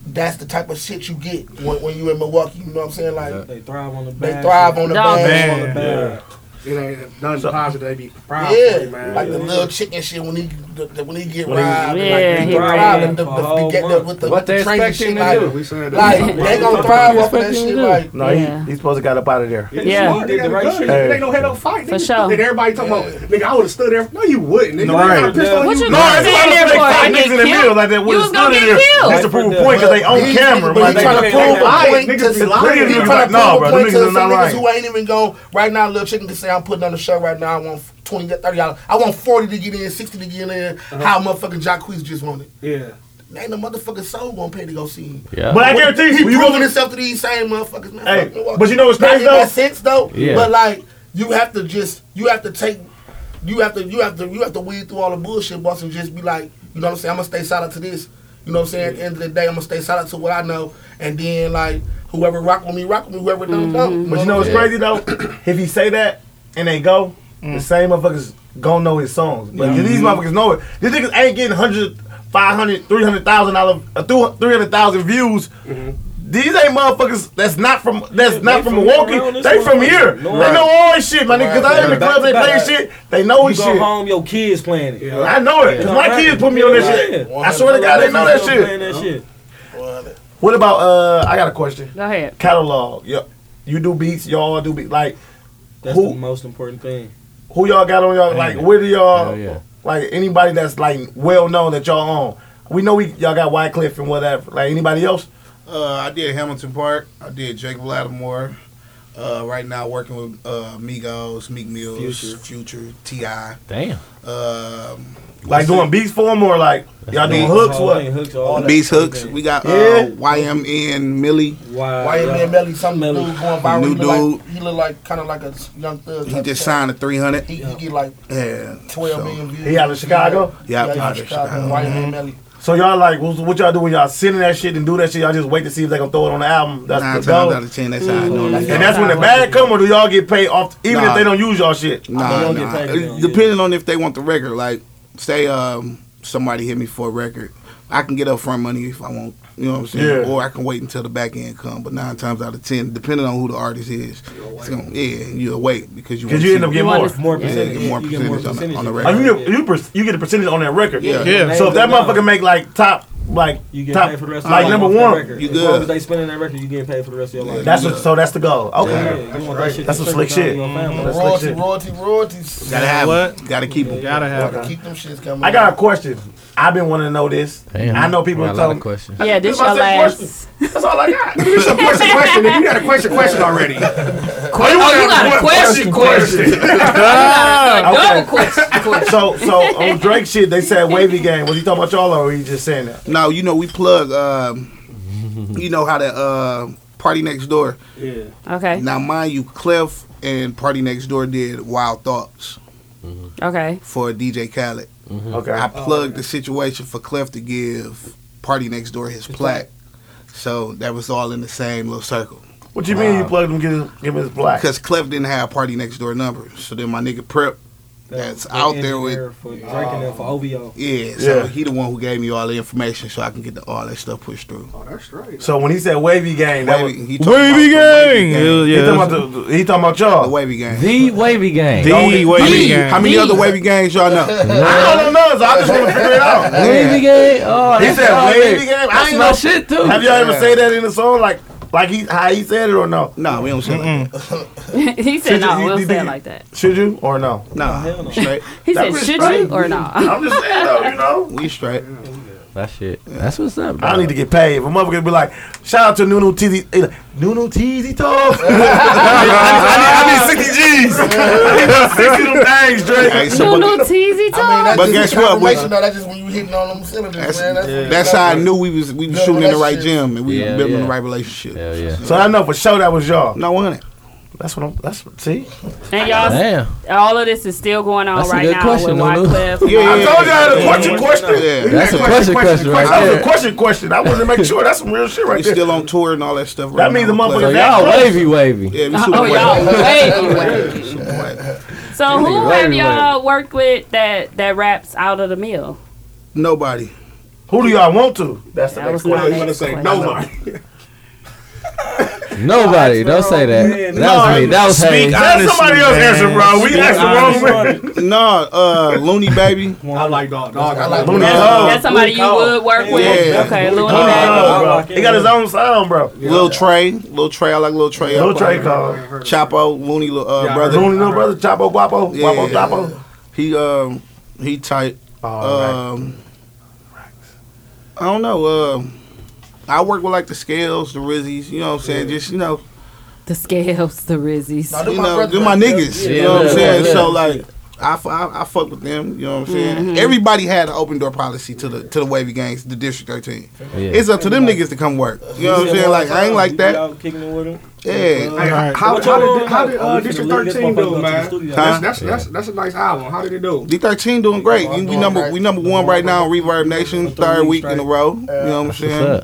[SPEAKER 14] that's the type of shit you get when, when you in Milwaukee. You know what I'm saying? Like
[SPEAKER 11] They thrive on the
[SPEAKER 14] They
[SPEAKER 11] bad
[SPEAKER 14] thrive
[SPEAKER 11] shit.
[SPEAKER 14] on the
[SPEAKER 11] Dog
[SPEAKER 14] bad.
[SPEAKER 11] thrive on the bad.
[SPEAKER 4] It ain't nothing positive. They be proud for you,
[SPEAKER 14] Yeah,
[SPEAKER 4] man.
[SPEAKER 14] like the little chicken shit when he the, the, when he get
[SPEAKER 4] When he-
[SPEAKER 14] robbed,
[SPEAKER 4] Yeah,
[SPEAKER 14] like
[SPEAKER 4] he
[SPEAKER 14] they robbed
[SPEAKER 4] robbed
[SPEAKER 14] and the,
[SPEAKER 4] for
[SPEAKER 14] the,
[SPEAKER 4] a whole
[SPEAKER 14] the, get the,
[SPEAKER 4] month.
[SPEAKER 14] with the,
[SPEAKER 4] What
[SPEAKER 14] with the
[SPEAKER 4] they
[SPEAKER 14] train
[SPEAKER 4] expect
[SPEAKER 14] shit,
[SPEAKER 4] him to
[SPEAKER 14] like,
[SPEAKER 4] do? We said that.
[SPEAKER 14] like they gonna thrive off that shit, like
[SPEAKER 8] No,
[SPEAKER 14] Yeah.
[SPEAKER 8] he, he's supposed to got up out of there.
[SPEAKER 4] Yeah, they smart. They got a gun. They ain't no head up fight.
[SPEAKER 3] For
[SPEAKER 4] nigga.
[SPEAKER 3] sure.
[SPEAKER 4] And everybody talking about, nigga, I would have stood there. No, you wouldn't. Nigga,
[SPEAKER 8] No,
[SPEAKER 4] I
[SPEAKER 8] right.
[SPEAKER 4] got pissed on
[SPEAKER 8] What you
[SPEAKER 4] No,
[SPEAKER 8] gonna
[SPEAKER 4] that's why
[SPEAKER 8] stand
[SPEAKER 4] I
[SPEAKER 8] there
[SPEAKER 4] was
[SPEAKER 8] for?
[SPEAKER 4] like,
[SPEAKER 8] I get killed. You was gonna get killed. Just to prove a point, 'cause they on camera,
[SPEAKER 14] But
[SPEAKER 8] like,
[SPEAKER 14] he
[SPEAKER 8] they
[SPEAKER 14] trying to
[SPEAKER 8] don't-
[SPEAKER 14] prove a
[SPEAKER 8] Lying.
[SPEAKER 14] point
[SPEAKER 8] Niggas
[SPEAKER 14] to
[SPEAKER 8] be
[SPEAKER 14] some
[SPEAKER 8] lying.
[SPEAKER 14] he trying
[SPEAKER 8] Niggas be
[SPEAKER 14] to
[SPEAKER 8] like,
[SPEAKER 14] prove
[SPEAKER 8] nah, bro,
[SPEAKER 14] a
[SPEAKER 8] them
[SPEAKER 14] point to
[SPEAKER 8] niggas is
[SPEAKER 14] some niggas
[SPEAKER 8] not lying.
[SPEAKER 14] who ain't even going right now. Little chicken can say I'm putting on a show right now. I want twenty to thirty dollars. I want forty to get in, sixty to get in. How motherfucking Jacquees just wanted.
[SPEAKER 4] Yeah.
[SPEAKER 14] Ain't no motherfucking soul gonna pay to go see him.
[SPEAKER 8] Yeah. But I guarantee
[SPEAKER 14] he
[SPEAKER 8] you, you
[SPEAKER 14] proving
[SPEAKER 8] go-
[SPEAKER 14] himself to these same motherfuckers, man.
[SPEAKER 8] Hey,
[SPEAKER 14] Fuck Milwaukee.
[SPEAKER 8] but you know what's
[SPEAKER 14] Not
[SPEAKER 8] crazy,
[SPEAKER 14] in
[SPEAKER 8] though?
[SPEAKER 14] that sense though.
[SPEAKER 8] Yeah.
[SPEAKER 14] But like, you have to just, you have to take, you have to, you have to, you have to weed through all the bullshit, boss, and just be like, you know what I'm saying? I'm gonna stay solid to this. You know what I'm saying? At the end of the day, I'm gonna stay solid to what I know, and then like, whoever rock with me, rock with me. Whoever don't, don't.
[SPEAKER 8] But you know what's
[SPEAKER 14] Yeah.
[SPEAKER 8] crazy though? If he say that and they go,
[SPEAKER 11] Mm.
[SPEAKER 8] the same motherfuckers gonna know his songs. But
[SPEAKER 14] Yeah.
[SPEAKER 11] Mm-hmm.
[SPEAKER 8] these motherfuckers know it. These niggas ain't getting 100, 500, 300,000 dollar, uh, thru- 300,000 views.
[SPEAKER 4] Mm-hmm.
[SPEAKER 8] These ain't motherfuckers that's not from that's not from Milwaukee.
[SPEAKER 11] around this
[SPEAKER 8] They from
[SPEAKER 11] motherfucker.
[SPEAKER 8] here.
[SPEAKER 11] No.
[SPEAKER 8] They know all this shit, my nigga. Cause I in the
[SPEAKER 11] Right.
[SPEAKER 8] club, they play shit. They know
[SPEAKER 11] you
[SPEAKER 8] his
[SPEAKER 11] go
[SPEAKER 8] shit.
[SPEAKER 11] home, your kids playing it.
[SPEAKER 8] I know it. 'Cause my kids put me on that shit. I swear to God, they know that
[SPEAKER 11] Playing
[SPEAKER 8] shit.
[SPEAKER 11] that shit.
[SPEAKER 8] What about uh? I got a question.
[SPEAKER 3] Go ahead.
[SPEAKER 8] Catalog. Yep. You do beats. Y'all do beats. Like
[SPEAKER 11] That's
[SPEAKER 8] who?
[SPEAKER 11] the most important thing.
[SPEAKER 8] Who y'all got on y'all?
[SPEAKER 11] Hang
[SPEAKER 8] Like
[SPEAKER 11] it.
[SPEAKER 8] where do y'all?
[SPEAKER 11] Hell yeah.
[SPEAKER 8] Like anybody that's like well known that y'all on. We know we y'all got Wycliffe and whatever. Like anybody else?
[SPEAKER 12] Uh, I did Hamilton Park. I did Jake Lattimore. Uh, right now, working with uh, Migos, Meek Mills,
[SPEAKER 8] Future.
[SPEAKER 12] Future, Ti.
[SPEAKER 8] Damn.
[SPEAKER 12] Um,
[SPEAKER 8] Like doing beats for them or like y'all doing hooks? What?
[SPEAKER 12] Beats hooks. We got uh,
[SPEAKER 8] Yeah.
[SPEAKER 12] YMN Millie.
[SPEAKER 14] Why ain't man Melly some dude going viral?
[SPEAKER 12] New
[SPEAKER 14] he look
[SPEAKER 12] dude.
[SPEAKER 14] like, he look like kind of like a young thug.
[SPEAKER 12] He
[SPEAKER 14] type
[SPEAKER 12] just
[SPEAKER 14] of
[SPEAKER 12] signed a 300.
[SPEAKER 14] He, he get like
[SPEAKER 12] Yeah.
[SPEAKER 14] twelve million views.
[SPEAKER 12] He out of Chicago?
[SPEAKER 14] Yeah,
[SPEAKER 12] Yep,
[SPEAKER 8] Mm-hmm.
[SPEAKER 14] he out of Chicago. Why ain't man Melly?
[SPEAKER 8] So y'all like, what, what y'all do when y'all sending that shit and do that shit? Y'all just wait to see if they gonna throw it on the album. That's
[SPEAKER 12] Nine
[SPEAKER 8] the goal.
[SPEAKER 12] times out of ten, that's how I know.
[SPEAKER 8] And that's when the bag come, or do y'all get paid off even
[SPEAKER 12] Nah.
[SPEAKER 8] if they don't use y'all shit?
[SPEAKER 12] Nah, nah. It- depending on if they want the record. Like, say um, somebody hit me for a record, I can get upfront money if I want. You know what I'm saying?
[SPEAKER 8] Yeah.
[SPEAKER 12] Or I can wait until the back end come. But nine times out of ten, depending on who the artist is, it's gonna, yeah, you'll wait because you
[SPEAKER 8] 'Cause
[SPEAKER 12] want
[SPEAKER 8] you
[SPEAKER 12] to
[SPEAKER 8] end
[SPEAKER 12] see-
[SPEAKER 8] up getting
[SPEAKER 12] Yeah,
[SPEAKER 8] more.
[SPEAKER 12] you get more percentage on the- on the record.
[SPEAKER 8] Oh, you, get, you, per- you get a percentage on that record.
[SPEAKER 12] Yeah. Yeah.
[SPEAKER 8] So if that motherfucker make like top, like
[SPEAKER 11] You get
[SPEAKER 8] top,
[SPEAKER 11] paid for the rest of
[SPEAKER 8] like
[SPEAKER 11] your life
[SPEAKER 8] number
[SPEAKER 11] off that
[SPEAKER 8] one,
[SPEAKER 11] record. as long as they spending that record, you getting paid for the rest of your life.
[SPEAKER 8] That's what, so that's the goal.
[SPEAKER 12] Oh,
[SPEAKER 8] Okay,
[SPEAKER 11] Yeah, you want that shit
[SPEAKER 8] that's
[SPEAKER 11] to
[SPEAKER 8] some slick
[SPEAKER 11] trickle down
[SPEAKER 8] shit.
[SPEAKER 11] to your family.
[SPEAKER 8] That's slick
[SPEAKER 14] Royalty,
[SPEAKER 8] shit.
[SPEAKER 14] royalty, royalties.
[SPEAKER 8] Gotta have 'em. What?
[SPEAKER 12] Gotta keep 'em.
[SPEAKER 14] Gotta
[SPEAKER 8] have 'em.
[SPEAKER 14] Gotta keep them shits coming.
[SPEAKER 8] I got a question. I've been wanting to know this. I know people
[SPEAKER 1] got a lot
[SPEAKER 8] tell
[SPEAKER 1] of
[SPEAKER 8] me-
[SPEAKER 1] questions.
[SPEAKER 3] Yeah, this your
[SPEAKER 8] That's my second
[SPEAKER 3] last.
[SPEAKER 8] question. That's all I got.
[SPEAKER 4] It's a question, question. If you got a question, question already.
[SPEAKER 8] Oh, you got a
[SPEAKER 4] question, question.
[SPEAKER 8] Ah, okay. So, so on Drake shit, they said wavy game. Was he talking about y'all, or were you just saying that?
[SPEAKER 12] No, you know we plug. Um, you know how that uh, party next door.
[SPEAKER 13] Yeah.
[SPEAKER 3] Okay.
[SPEAKER 12] Now, mind you, Clef and Party Next Door did Wild Thoughts
[SPEAKER 3] Mm-hmm. Okay.
[SPEAKER 12] for DJ Khaled.
[SPEAKER 8] Okay.
[SPEAKER 12] I plugged the situation for Clef to give Party Next Door his plaque. So that was all in the same little circle.
[SPEAKER 8] What you mean you plugged him, give, give him his black?
[SPEAKER 12] Because Clef didn't have Party Next Door number. So then my nigga Prep, Mm-hmm. that's out there with.
[SPEAKER 11] for Drake and them for OVO.
[SPEAKER 12] Yeah, so
[SPEAKER 8] Yeah.
[SPEAKER 12] he the one who gave me all the information so I can get the, all that stuff pushed through. Oh, that's straight.
[SPEAKER 8] So when he said wavy game, that was,
[SPEAKER 12] he talking Wavy about the wavy gang. gang.
[SPEAKER 8] He talking about the- he talking about y'all. The
[SPEAKER 12] wavy game.
[SPEAKER 1] The wavy game.
[SPEAKER 12] The wavy gang. How many other wavy gangs y'all know?
[SPEAKER 8] I don't know, so I just want to figure it out.
[SPEAKER 1] Wavy game. Oh,
[SPEAKER 8] he
[SPEAKER 1] that's
[SPEAKER 8] said
[SPEAKER 1] all
[SPEAKER 8] wavy
[SPEAKER 1] it.
[SPEAKER 8] game. I
[SPEAKER 1] That's
[SPEAKER 8] ain't
[SPEAKER 1] my
[SPEAKER 8] know-
[SPEAKER 1] shit too.
[SPEAKER 8] Have y'all ever
[SPEAKER 1] Yeah.
[SPEAKER 8] say that in the song, like like he how he said it or no?
[SPEAKER 12] No, we don't say
[SPEAKER 8] that.
[SPEAKER 3] he said
[SPEAKER 8] Should
[SPEAKER 3] no.
[SPEAKER 8] you-
[SPEAKER 3] We'll
[SPEAKER 8] you
[SPEAKER 3] say it
[SPEAKER 8] think-
[SPEAKER 3] like that.
[SPEAKER 8] Should you or no?
[SPEAKER 12] No, hell no. Straight.
[SPEAKER 3] He
[SPEAKER 8] That
[SPEAKER 3] said,
[SPEAKER 8] was
[SPEAKER 3] "Should
[SPEAKER 8] straight.
[SPEAKER 3] you or no?"
[SPEAKER 8] I'm just saying though, you know.
[SPEAKER 12] We straight.
[SPEAKER 1] That shit. That's what's up.
[SPEAKER 8] I
[SPEAKER 1] dog.
[SPEAKER 8] need to get paid. My motherfucker be like, shout out to Nunu Teezy, eh, Nunu Teezy Toes. I, need- I, need- I need 60 G's. I need 60 of them bags, Drake.
[SPEAKER 12] Hey, so No, but- no,
[SPEAKER 3] Teasy
[SPEAKER 14] I mean, that's
[SPEAKER 12] But
[SPEAKER 14] just
[SPEAKER 12] guess
[SPEAKER 14] confirmation,
[SPEAKER 12] what, we-
[SPEAKER 14] though. That's just when you hitting on them cylinders,
[SPEAKER 12] That's,
[SPEAKER 14] man. That's, when-
[SPEAKER 12] that's how I knew we was we was
[SPEAKER 14] Good
[SPEAKER 12] shooting in the right
[SPEAKER 14] relationship.
[SPEAKER 12] gym and we
[SPEAKER 1] Yeah,
[SPEAKER 12] was building
[SPEAKER 1] yeah.
[SPEAKER 12] the right relationship.
[SPEAKER 1] Hell yeah.
[SPEAKER 8] So I know for sure that was y'all.
[SPEAKER 12] No one.
[SPEAKER 8] That's what I'm. That's what- see.
[SPEAKER 3] And y'all,
[SPEAKER 1] Damn.
[SPEAKER 3] all of this is still going on
[SPEAKER 1] That's a
[SPEAKER 3] right
[SPEAKER 1] good
[SPEAKER 3] now
[SPEAKER 1] question,
[SPEAKER 3] with
[SPEAKER 1] Lulu.
[SPEAKER 3] Wycliffe.
[SPEAKER 1] Yeah, yeah,
[SPEAKER 8] I told you I had a
[SPEAKER 1] yeah.
[SPEAKER 8] question,
[SPEAKER 1] Yeah.
[SPEAKER 8] question.
[SPEAKER 1] Yeah.
[SPEAKER 8] You
[SPEAKER 1] That's
[SPEAKER 8] had
[SPEAKER 1] a question, question right
[SPEAKER 8] That was
[SPEAKER 1] there.
[SPEAKER 8] a question, question. I wanted to make sure that's some real shit right
[SPEAKER 12] we
[SPEAKER 8] there.
[SPEAKER 12] still on tour and all that stuff.
[SPEAKER 8] That means the motherfucker
[SPEAKER 1] So
[SPEAKER 8] that
[SPEAKER 1] y'all
[SPEAKER 8] close.
[SPEAKER 1] wavy wavy.
[SPEAKER 12] Yeah, we
[SPEAKER 3] Oh,
[SPEAKER 12] super
[SPEAKER 3] y'all wavy,
[SPEAKER 12] wavy. Super wavy.
[SPEAKER 3] So
[SPEAKER 12] That nigga
[SPEAKER 3] who
[SPEAKER 12] right
[SPEAKER 3] have
[SPEAKER 12] away.
[SPEAKER 3] y'all worked with that that raps out of the mill?
[SPEAKER 12] Nobody.
[SPEAKER 8] Who do y'all want to? That's the
[SPEAKER 3] That
[SPEAKER 8] next
[SPEAKER 3] was my
[SPEAKER 8] question.
[SPEAKER 3] next
[SPEAKER 8] You wanna say
[SPEAKER 3] question.
[SPEAKER 8] nobody.
[SPEAKER 1] Nobody. Don't say that. That was me. That was Hayes.
[SPEAKER 12] man. No, uh, Looney Baby.
[SPEAKER 4] I like dog. Dog. I like
[SPEAKER 12] Looney
[SPEAKER 4] dog.
[SPEAKER 12] Dog.
[SPEAKER 3] That's somebody you would work with.
[SPEAKER 12] Yeah.
[SPEAKER 3] Okay,
[SPEAKER 12] Looney
[SPEAKER 3] Looney
[SPEAKER 12] Dog.
[SPEAKER 3] Bag.
[SPEAKER 8] bro. He got his own sound, bro.
[SPEAKER 12] Lil Trey, Lil Trey, I like Lil Trey.
[SPEAKER 8] Lil Trey called.
[SPEAKER 12] Chapo, Looney, Lil- uh,
[SPEAKER 8] Yeah,
[SPEAKER 12] brother.
[SPEAKER 8] Looney Lil brother, Chapo, Guapo, Guapo, Chapo. Oh,
[SPEAKER 12] He um, he tight.
[SPEAKER 8] right.
[SPEAKER 12] um, I don't know. Uh, I work with like the scales, the Rizzies. You know what I'm saying? Just you know,
[SPEAKER 3] The scales, the rizzies.
[SPEAKER 14] Nah, them
[SPEAKER 12] you
[SPEAKER 14] my
[SPEAKER 12] know,
[SPEAKER 14] brothers
[SPEAKER 12] they're my
[SPEAKER 14] right there.
[SPEAKER 12] niggas.
[SPEAKER 14] Yeah,
[SPEAKER 12] you know what
[SPEAKER 14] yeah,
[SPEAKER 12] I'm saying?
[SPEAKER 14] yeah.
[SPEAKER 12] So like, I, fu- I, I fuck with them. You know what I'm saying?
[SPEAKER 14] Mhm.
[SPEAKER 12] Everybody had an open door policy to the to the wavy gangs, the District 13.
[SPEAKER 1] Yeah.
[SPEAKER 12] It's up to them niggas to come work. You know what I'm saying? Like I ain't like that.
[SPEAKER 11] Kicking it with him. Uh,
[SPEAKER 12] Yeah.
[SPEAKER 4] How, how, did, how did uh, District 13 do, man? That's, that's, that's, that's a nice album. How did it do?
[SPEAKER 12] D13 doing great. We, we number we number one right now on Reverb Nation, third week in a row. You know what I'm saying?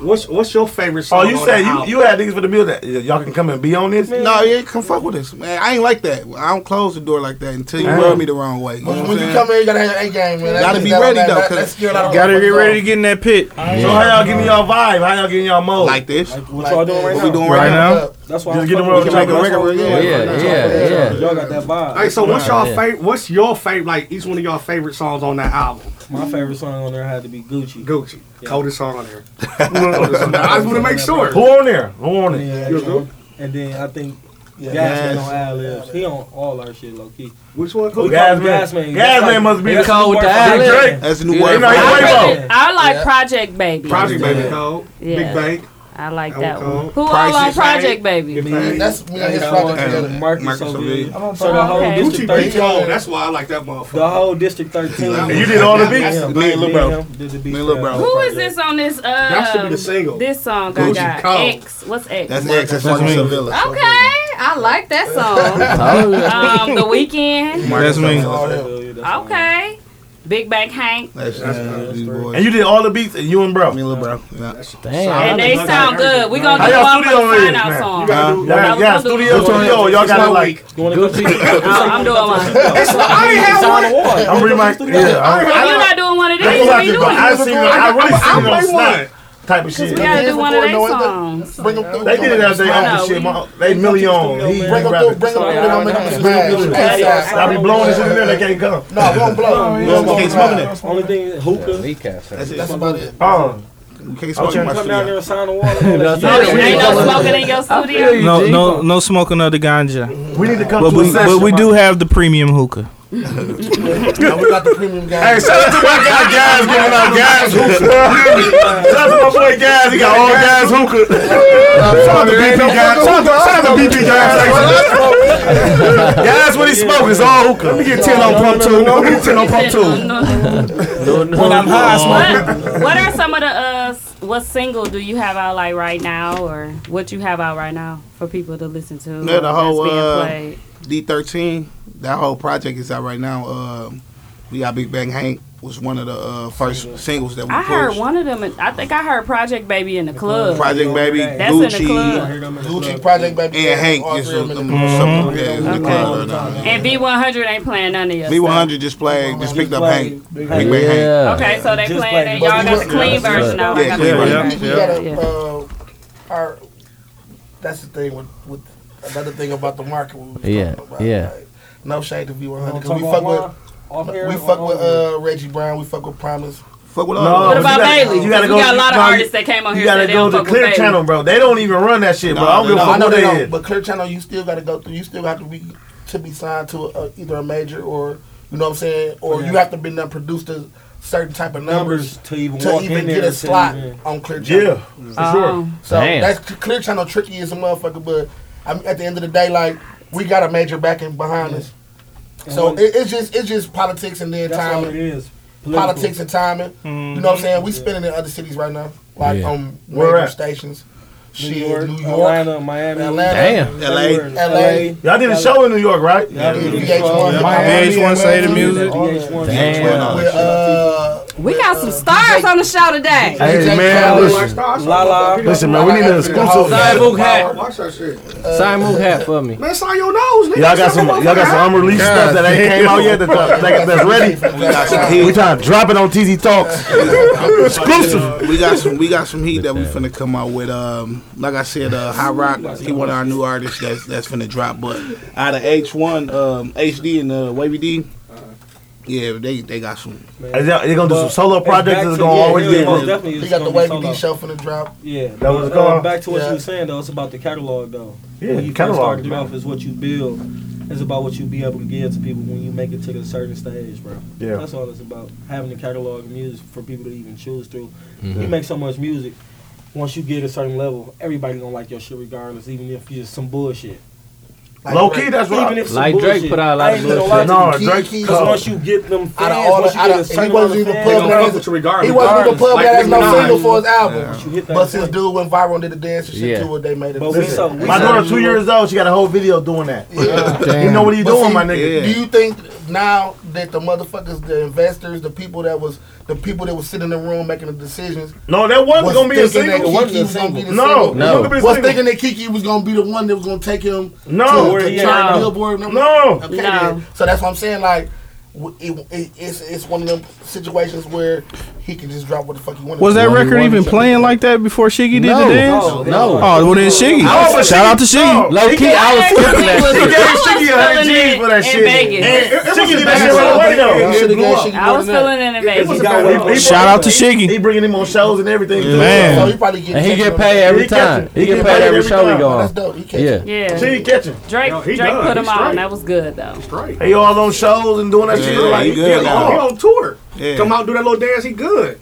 [SPEAKER 4] What's what's your favorite
[SPEAKER 8] Oh,
[SPEAKER 4] song?
[SPEAKER 8] you
[SPEAKER 4] on
[SPEAKER 8] said
[SPEAKER 4] the
[SPEAKER 8] you,
[SPEAKER 4] album?
[SPEAKER 8] you had niggas for the bill that y- y'all can come and be on this?
[SPEAKER 12] No, yeah, come fuck with us, man. I ain't like that. I don't close the door like that until you
[SPEAKER 8] Damn.
[SPEAKER 12] rub me the wrong way. You know what
[SPEAKER 14] When
[SPEAKER 12] I'm
[SPEAKER 14] you
[SPEAKER 12] saying?
[SPEAKER 14] come here, you gotta have your A game, man. That's
[SPEAKER 12] Gotta
[SPEAKER 14] just-
[SPEAKER 12] be
[SPEAKER 14] that-
[SPEAKER 12] ready
[SPEAKER 14] that-
[SPEAKER 12] though,
[SPEAKER 14] that-
[SPEAKER 12] cause-
[SPEAKER 14] that's still a lot of
[SPEAKER 13] Gotta
[SPEAKER 14] motherfuckers
[SPEAKER 13] get ready to
[SPEAKER 14] on.
[SPEAKER 13] get in that pit.
[SPEAKER 14] Yeah.
[SPEAKER 8] So how y'all giving y'all vibe? How y'all getting y'all mode?
[SPEAKER 12] Like this.
[SPEAKER 11] What y'all doing right
[SPEAKER 12] What
[SPEAKER 11] now?
[SPEAKER 12] we doing right now?
[SPEAKER 11] That's why
[SPEAKER 8] Just
[SPEAKER 11] I'm
[SPEAKER 8] get
[SPEAKER 11] fucking
[SPEAKER 8] around
[SPEAKER 11] with
[SPEAKER 8] with
[SPEAKER 11] y'all.
[SPEAKER 8] y'all.
[SPEAKER 11] That's why we doing
[SPEAKER 1] Yeah,
[SPEAKER 11] it right
[SPEAKER 1] yeah,
[SPEAKER 11] now.
[SPEAKER 1] yeah.
[SPEAKER 11] Y'all got that vibe.
[SPEAKER 4] Hey, so what's y'all
[SPEAKER 11] Yeah.
[SPEAKER 4] favorite? What's your favorite? Like each one of y'all favorite songs on that album?
[SPEAKER 11] My favorite song on there had to be Gucci.
[SPEAKER 4] Gucci. Coldest song on there. Coldest song. I just want to make sure.
[SPEAKER 8] Who on there? Who on it?
[SPEAKER 11] Yeah,
[SPEAKER 4] You agree?
[SPEAKER 11] and then I think
[SPEAKER 4] Yeah.
[SPEAKER 11] Gasman
[SPEAKER 4] Gas.
[SPEAKER 11] on ad libs. He on all our shit low key.
[SPEAKER 4] Which one?
[SPEAKER 11] Who
[SPEAKER 8] Gasman.
[SPEAKER 11] Gasman?
[SPEAKER 8] Gasman
[SPEAKER 11] That's
[SPEAKER 8] must be
[SPEAKER 11] that's
[SPEAKER 8] the cold
[SPEAKER 11] new
[SPEAKER 8] with the
[SPEAKER 11] word for
[SPEAKER 8] ad
[SPEAKER 11] Drake.
[SPEAKER 8] lib.
[SPEAKER 12] That's the new
[SPEAKER 8] Yeah,
[SPEAKER 12] wave.
[SPEAKER 8] you know, he
[SPEAKER 12] Right.
[SPEAKER 8] Quavo.
[SPEAKER 3] Really? I like
[SPEAKER 12] Yeah.
[SPEAKER 3] Project Baby.
[SPEAKER 4] Project Baby Cole.
[SPEAKER 3] Yeah.
[SPEAKER 4] Big Bank.
[SPEAKER 3] I like
[SPEAKER 4] That
[SPEAKER 3] that
[SPEAKER 4] was
[SPEAKER 3] one.
[SPEAKER 4] cool.
[SPEAKER 3] Who
[SPEAKER 4] Price
[SPEAKER 3] all on
[SPEAKER 4] is
[SPEAKER 3] Project
[SPEAKER 4] Right.
[SPEAKER 3] Baby?
[SPEAKER 14] Man, Mm, that's me and his
[SPEAKER 11] Yeah,
[SPEAKER 14] project
[SPEAKER 11] I
[SPEAKER 14] together.
[SPEAKER 11] want Marcus
[SPEAKER 12] Marcus
[SPEAKER 11] Oviedo.
[SPEAKER 12] Oviedo.
[SPEAKER 11] So the whole
[SPEAKER 3] Okay.
[SPEAKER 11] district
[SPEAKER 4] Gucci Big
[SPEAKER 11] 13.
[SPEAKER 4] Cole. That's why I like that motherfucker.
[SPEAKER 11] The whole district 13.
[SPEAKER 8] And you did all the beats?
[SPEAKER 11] Yeah,
[SPEAKER 12] Me and Lil
[SPEAKER 11] me
[SPEAKER 12] Bro.
[SPEAKER 11] and him Did the beats.
[SPEAKER 12] Me and Lil Bro.
[SPEAKER 3] Who is this on this? Uh, that
[SPEAKER 4] should be the single.
[SPEAKER 3] This song I
[SPEAKER 12] Gucci
[SPEAKER 3] got.
[SPEAKER 12] Cole.
[SPEAKER 3] X. What's X?
[SPEAKER 12] That's X. That's Marcus Avila.
[SPEAKER 3] Okay, I like that song.
[SPEAKER 12] Told ya.
[SPEAKER 3] um, the weekend.
[SPEAKER 12] Marcus
[SPEAKER 16] That's me.
[SPEAKER 12] Avila.
[SPEAKER 3] Okay, Big Bang Hank.
[SPEAKER 12] That's, that's one of these boys.
[SPEAKER 8] And you did all the beats, and you and bro. Me
[SPEAKER 12] and little bro.
[SPEAKER 3] And they sound good. We gonna
[SPEAKER 8] How
[SPEAKER 3] do
[SPEAKER 8] y'all
[SPEAKER 3] one for
[SPEAKER 8] studio
[SPEAKER 3] the
[SPEAKER 8] is,
[SPEAKER 3] sign out
[SPEAKER 8] man?
[SPEAKER 3] song.
[SPEAKER 8] You gotta do- y'all- y'all studio, studio, y'all gotta, like-
[SPEAKER 3] I'm doing mine.
[SPEAKER 8] I ain't have one. I'm bringing my. Yeah, I'm-
[SPEAKER 3] If you're not doing one of these,
[SPEAKER 8] That's what I
[SPEAKER 3] we
[SPEAKER 8] did,
[SPEAKER 3] doing
[SPEAKER 8] but I
[SPEAKER 3] it.
[SPEAKER 8] seen it. I really seen it on Snap type of
[SPEAKER 3] We
[SPEAKER 8] shit.
[SPEAKER 3] gotta do one of their songs.
[SPEAKER 14] Bring them through.
[SPEAKER 8] They did it as they
[SPEAKER 3] I
[SPEAKER 8] own
[SPEAKER 3] know,
[SPEAKER 8] shit. My- They million. He
[SPEAKER 14] Bring them through. Bring them through. They gonna make them smash.
[SPEAKER 8] I be blowing this in there. They can't come.
[SPEAKER 14] No, we don't blow. We don't blow.
[SPEAKER 8] Can't smoke in there.
[SPEAKER 11] Only thing is hookah.
[SPEAKER 12] That's,
[SPEAKER 14] that's about it.
[SPEAKER 8] Oh.
[SPEAKER 12] We can't
[SPEAKER 11] I was
[SPEAKER 12] smoke in
[SPEAKER 11] trying
[SPEAKER 12] my
[SPEAKER 11] to come down
[SPEAKER 12] studio.
[SPEAKER 11] there and sign the wall.
[SPEAKER 3] Oh,
[SPEAKER 13] That's
[SPEAKER 3] Ain't no smoking in your studio.
[SPEAKER 13] No, no, no smoking of the ganja.
[SPEAKER 8] We need to come
[SPEAKER 13] But
[SPEAKER 8] to a
[SPEAKER 13] we,
[SPEAKER 8] session,
[SPEAKER 13] but we do
[SPEAKER 8] man.
[SPEAKER 13] have the premium hookah.
[SPEAKER 14] No, we got the premium guys.
[SPEAKER 8] Hey, shout out to my guy Gaz giving out Gaz hookah. Shout out to my boy Gaz. He got all Gaz hookah. Shout out to BP Gaz. Shout out- shout out to BP Gaz. Gaz, what he smoke is all hookah. Let me get 10 on pump two. No, get 10 on pump two.
[SPEAKER 11] When I'm high, I smoke.
[SPEAKER 3] What, what are some of the uh, s- what single do you have out like right now, or what you have out right now for people to listen to?
[SPEAKER 12] Yeah, the whole
[SPEAKER 3] that's being
[SPEAKER 12] uh,
[SPEAKER 3] played?
[SPEAKER 12] D thirteen. That whole project is out right now. Uh, we got Big Bang Hank was one of the uh, first singles that we
[SPEAKER 3] I
[SPEAKER 12] pushed.
[SPEAKER 3] heard one of them. in- I think I heard Project Baby in the club.
[SPEAKER 12] Project Baby,
[SPEAKER 3] That's in the club.
[SPEAKER 12] Gucci,
[SPEAKER 14] Gucci Project Baby,
[SPEAKER 12] and Hank is some them- something
[SPEAKER 8] Mm-hmm.
[SPEAKER 12] like that in the club. right
[SPEAKER 3] And B100 ain't playing none of your
[SPEAKER 12] now. B one hundred just played, just picked up Hank, Big Bang Hank.
[SPEAKER 3] stuff. Okay, so they playing it. Y'all got the clean version. out. I
[SPEAKER 12] Yeah,
[SPEAKER 3] got the
[SPEAKER 12] clean
[SPEAKER 3] clean
[SPEAKER 12] version.
[SPEAKER 3] version.
[SPEAKER 14] You gotta, uh, our, that's the thing with, with another thing about the market. we was
[SPEAKER 1] Yeah,
[SPEAKER 14] talking about,
[SPEAKER 1] yeah.
[SPEAKER 14] like, no shade to V100
[SPEAKER 11] Wanna
[SPEAKER 14] because we
[SPEAKER 11] talk
[SPEAKER 14] fuck
[SPEAKER 11] online? Off
[SPEAKER 14] with
[SPEAKER 11] air
[SPEAKER 14] we
[SPEAKER 11] or
[SPEAKER 14] fuck
[SPEAKER 11] on
[SPEAKER 14] with
[SPEAKER 11] air?
[SPEAKER 14] uh, Reggie Brown. We fuck with Promise.
[SPEAKER 12] Fuck with
[SPEAKER 8] No, but you gotta- you gotta go- no, you- You gotta go to Clear Channel, bro. They don't even run that shit, bro. I don't give a
[SPEAKER 14] I
[SPEAKER 8] fuck
[SPEAKER 14] know
[SPEAKER 8] what
[SPEAKER 14] they
[SPEAKER 8] they
[SPEAKER 14] don't,
[SPEAKER 8] is.
[SPEAKER 14] But Clear Channel, you still gotta go through. You still have to be to be signed to a, either a major or you know what I'm saying, or you have to be done produced a certain type of numbers,
[SPEAKER 11] Numbers to even
[SPEAKER 14] to
[SPEAKER 11] walk
[SPEAKER 14] even
[SPEAKER 11] in
[SPEAKER 14] get
[SPEAKER 11] there
[SPEAKER 14] a
[SPEAKER 11] and sit
[SPEAKER 14] slot
[SPEAKER 11] in.
[SPEAKER 14] on Clear
[SPEAKER 11] Yeah,
[SPEAKER 14] Channel.
[SPEAKER 11] for sure.
[SPEAKER 14] So
[SPEAKER 11] Damn.
[SPEAKER 14] that's Clear Channel tricky as a motherfucker, but I mean, at the end of the day, like we got a major backing behind us. So it, it's just it's just politics and then
[SPEAKER 11] That's all
[SPEAKER 14] timing.
[SPEAKER 11] it is. Political.
[SPEAKER 14] Politics and timing. You know what I'm saying? We spinning in other cities right now, like
[SPEAKER 11] Yeah.
[SPEAKER 14] on
[SPEAKER 11] Where
[SPEAKER 14] radio
[SPEAKER 11] at?
[SPEAKER 14] stations.
[SPEAKER 11] New
[SPEAKER 14] Shit,
[SPEAKER 11] York,
[SPEAKER 14] New York,
[SPEAKER 11] Atlanta, Miami.
[SPEAKER 14] Atlanta,
[SPEAKER 11] Damn.
[SPEAKER 14] LA,
[SPEAKER 11] LA.
[SPEAKER 14] LA.
[SPEAKER 8] Y'all did a show in New York, right?
[SPEAKER 14] Yeah,
[SPEAKER 8] Yeah.
[SPEAKER 14] VH1,
[SPEAKER 8] Miami,
[SPEAKER 14] Miami,
[SPEAKER 8] Say the
[SPEAKER 14] Atlanta.
[SPEAKER 8] Music.
[SPEAKER 14] Damn. With, uh,
[SPEAKER 3] We got some stars on the show today.
[SPEAKER 8] Hey, man, listen.
[SPEAKER 4] Uh,
[SPEAKER 8] Listen, man, we need an exclusive.
[SPEAKER 1] Mook hat.
[SPEAKER 6] Watch that shit.
[SPEAKER 14] uh,
[SPEAKER 1] Sign Mook hat for me.
[SPEAKER 6] Man, sign your nose, nigga.
[SPEAKER 8] Y'all got some, y'all got some unreleased stuff that ain't came out yet. That, that- that's ready. We trying to drop it on TZ Talks. Exclusive.
[SPEAKER 12] We got some. We got some heat that we finna come out with. Um, like I said, uh, High Rock. He one of our new artists that's that's finna drop. But out of H one, um, HD and uh, Wavy D, yeah, they they got some.
[SPEAKER 8] Is y'all- they gonna do some solo projects that's gonna always be a group?
[SPEAKER 14] We got the Wavy D show finna drop.
[SPEAKER 11] Yeah, that
[SPEAKER 8] was gone.
[SPEAKER 11] Back to what
[SPEAKER 14] Yeah.
[SPEAKER 11] you were saying though, it's about the catalog though.
[SPEAKER 8] Yeah,
[SPEAKER 11] when you first
[SPEAKER 8] catalog,
[SPEAKER 11] started it
[SPEAKER 8] man.
[SPEAKER 11] off is what you build. It's about what you be able to give to people when you make it to the certain stage, bro.
[SPEAKER 8] Yeah.
[SPEAKER 11] that's all it's about. Having a catalog of music for people to even choose through.
[SPEAKER 8] Mhm.
[SPEAKER 11] You make so much music. Once you get a certain level, everybody gonna like your shit regardless, even if it's some bullshit.
[SPEAKER 8] Low key, that's right.
[SPEAKER 11] Even if it's some
[SPEAKER 1] Like Drake
[SPEAKER 11] bullshit.
[SPEAKER 1] put out a lot
[SPEAKER 11] I
[SPEAKER 1] of
[SPEAKER 11] ain't gonna
[SPEAKER 1] bullshit.
[SPEAKER 11] lie to
[SPEAKER 1] No,
[SPEAKER 11] you.
[SPEAKER 1] Drake-
[SPEAKER 11] Because once you get
[SPEAKER 14] Out
[SPEAKER 11] them
[SPEAKER 14] of
[SPEAKER 11] fans,
[SPEAKER 14] all
[SPEAKER 11] once
[SPEAKER 14] the,
[SPEAKER 11] you
[SPEAKER 14] out
[SPEAKER 11] get a
[SPEAKER 14] of, and
[SPEAKER 11] certain
[SPEAKER 14] he
[SPEAKER 11] amount of
[SPEAKER 14] wasn't even
[SPEAKER 11] fans,
[SPEAKER 14] plugged
[SPEAKER 11] they gonna
[SPEAKER 14] that
[SPEAKER 11] fuck
[SPEAKER 14] as
[SPEAKER 11] with you
[SPEAKER 14] he wasn't even
[SPEAKER 11] regardless.
[SPEAKER 14] plugged that as no
[SPEAKER 11] Minaj.
[SPEAKER 14] single for his
[SPEAKER 11] Once
[SPEAKER 14] album.
[SPEAKER 11] you hit that
[SPEAKER 14] But since dude went viral and did a dance and shit
[SPEAKER 11] Yeah.
[SPEAKER 14] to it, they made it.
[SPEAKER 11] But we so- we
[SPEAKER 8] My daughter, two years old, she got a whole video doing that. You know what he
[SPEAKER 14] But
[SPEAKER 8] doing,
[SPEAKER 14] see,
[SPEAKER 8] my nigga?
[SPEAKER 14] Do you think now that the motherfuckers, the investors, the people that was the people that was sitting in the room making the decisions?
[SPEAKER 8] No, that wasn't gonna be a
[SPEAKER 14] thinking that Kiki
[SPEAKER 8] single. It wasn't a
[SPEAKER 14] was gonna be the
[SPEAKER 8] single. No,
[SPEAKER 14] single?
[SPEAKER 8] it wasn't gonna be a
[SPEAKER 14] was
[SPEAKER 8] single.
[SPEAKER 14] thinking that Kiki was gonna be the one that was gonna take him.
[SPEAKER 8] No.
[SPEAKER 14] to-
[SPEAKER 8] Where
[SPEAKER 14] to
[SPEAKER 8] he
[SPEAKER 14] chart
[SPEAKER 8] at now.
[SPEAKER 14] Billboard number.
[SPEAKER 8] No.
[SPEAKER 14] okay,
[SPEAKER 8] No.
[SPEAKER 14] Then. So that's what I'm saying. Like, w- it, it, it's it's one of them situations where he can just drop what the fuck he wanted.
[SPEAKER 17] Was
[SPEAKER 14] to.
[SPEAKER 17] that record even playing like that before Shiggy did
[SPEAKER 14] No,
[SPEAKER 17] the dance?
[SPEAKER 14] no, no.
[SPEAKER 17] Oh, well then Shiggy.
[SPEAKER 14] Oh, but
[SPEAKER 17] Shout out to Shiggy.
[SPEAKER 14] Low key, I was
[SPEAKER 17] skipping
[SPEAKER 14] that
[SPEAKER 8] He gave Shiggy a hundred
[SPEAKER 3] feeling
[SPEAKER 8] G's
[SPEAKER 3] it
[SPEAKER 8] for that
[SPEAKER 3] in
[SPEAKER 8] shit.
[SPEAKER 3] Vegas.
[SPEAKER 8] And-
[SPEAKER 3] It- it
[SPEAKER 8] Shiggy
[SPEAKER 3] wasn't
[SPEAKER 8] did
[SPEAKER 3] bad.
[SPEAKER 8] that shit right away
[SPEAKER 14] You should've gave
[SPEAKER 8] though.
[SPEAKER 14] Shiggy
[SPEAKER 3] I was feeling it in Vegas.
[SPEAKER 17] Shout out to
[SPEAKER 8] Shiggy. He bringing him on shows and everything. too.
[SPEAKER 17] Man.
[SPEAKER 14] So he probably get
[SPEAKER 1] And he
[SPEAKER 14] checked
[SPEAKER 1] get
[SPEAKER 14] on
[SPEAKER 1] paid
[SPEAKER 14] that.
[SPEAKER 1] every
[SPEAKER 14] He
[SPEAKER 1] time.
[SPEAKER 14] catching.
[SPEAKER 1] He get paid every show we go
[SPEAKER 14] time. That's
[SPEAKER 1] on.
[SPEAKER 14] dope. He catching.
[SPEAKER 1] Yeah.
[SPEAKER 3] Yeah.
[SPEAKER 8] Shiggy catching.
[SPEAKER 3] Drake,
[SPEAKER 8] he
[SPEAKER 3] Drake
[SPEAKER 8] done.
[SPEAKER 3] put
[SPEAKER 8] He
[SPEAKER 3] them on.
[SPEAKER 8] straight.
[SPEAKER 3] That was good though.
[SPEAKER 8] He all on shows and doing that
[SPEAKER 12] Yeah,
[SPEAKER 8] shit.
[SPEAKER 12] he
[SPEAKER 8] Like,
[SPEAKER 12] good
[SPEAKER 8] he
[SPEAKER 12] now.
[SPEAKER 4] He
[SPEAKER 8] on.
[SPEAKER 4] on tour.
[SPEAKER 12] Yeah.
[SPEAKER 4] Come out, do that little dance. He good.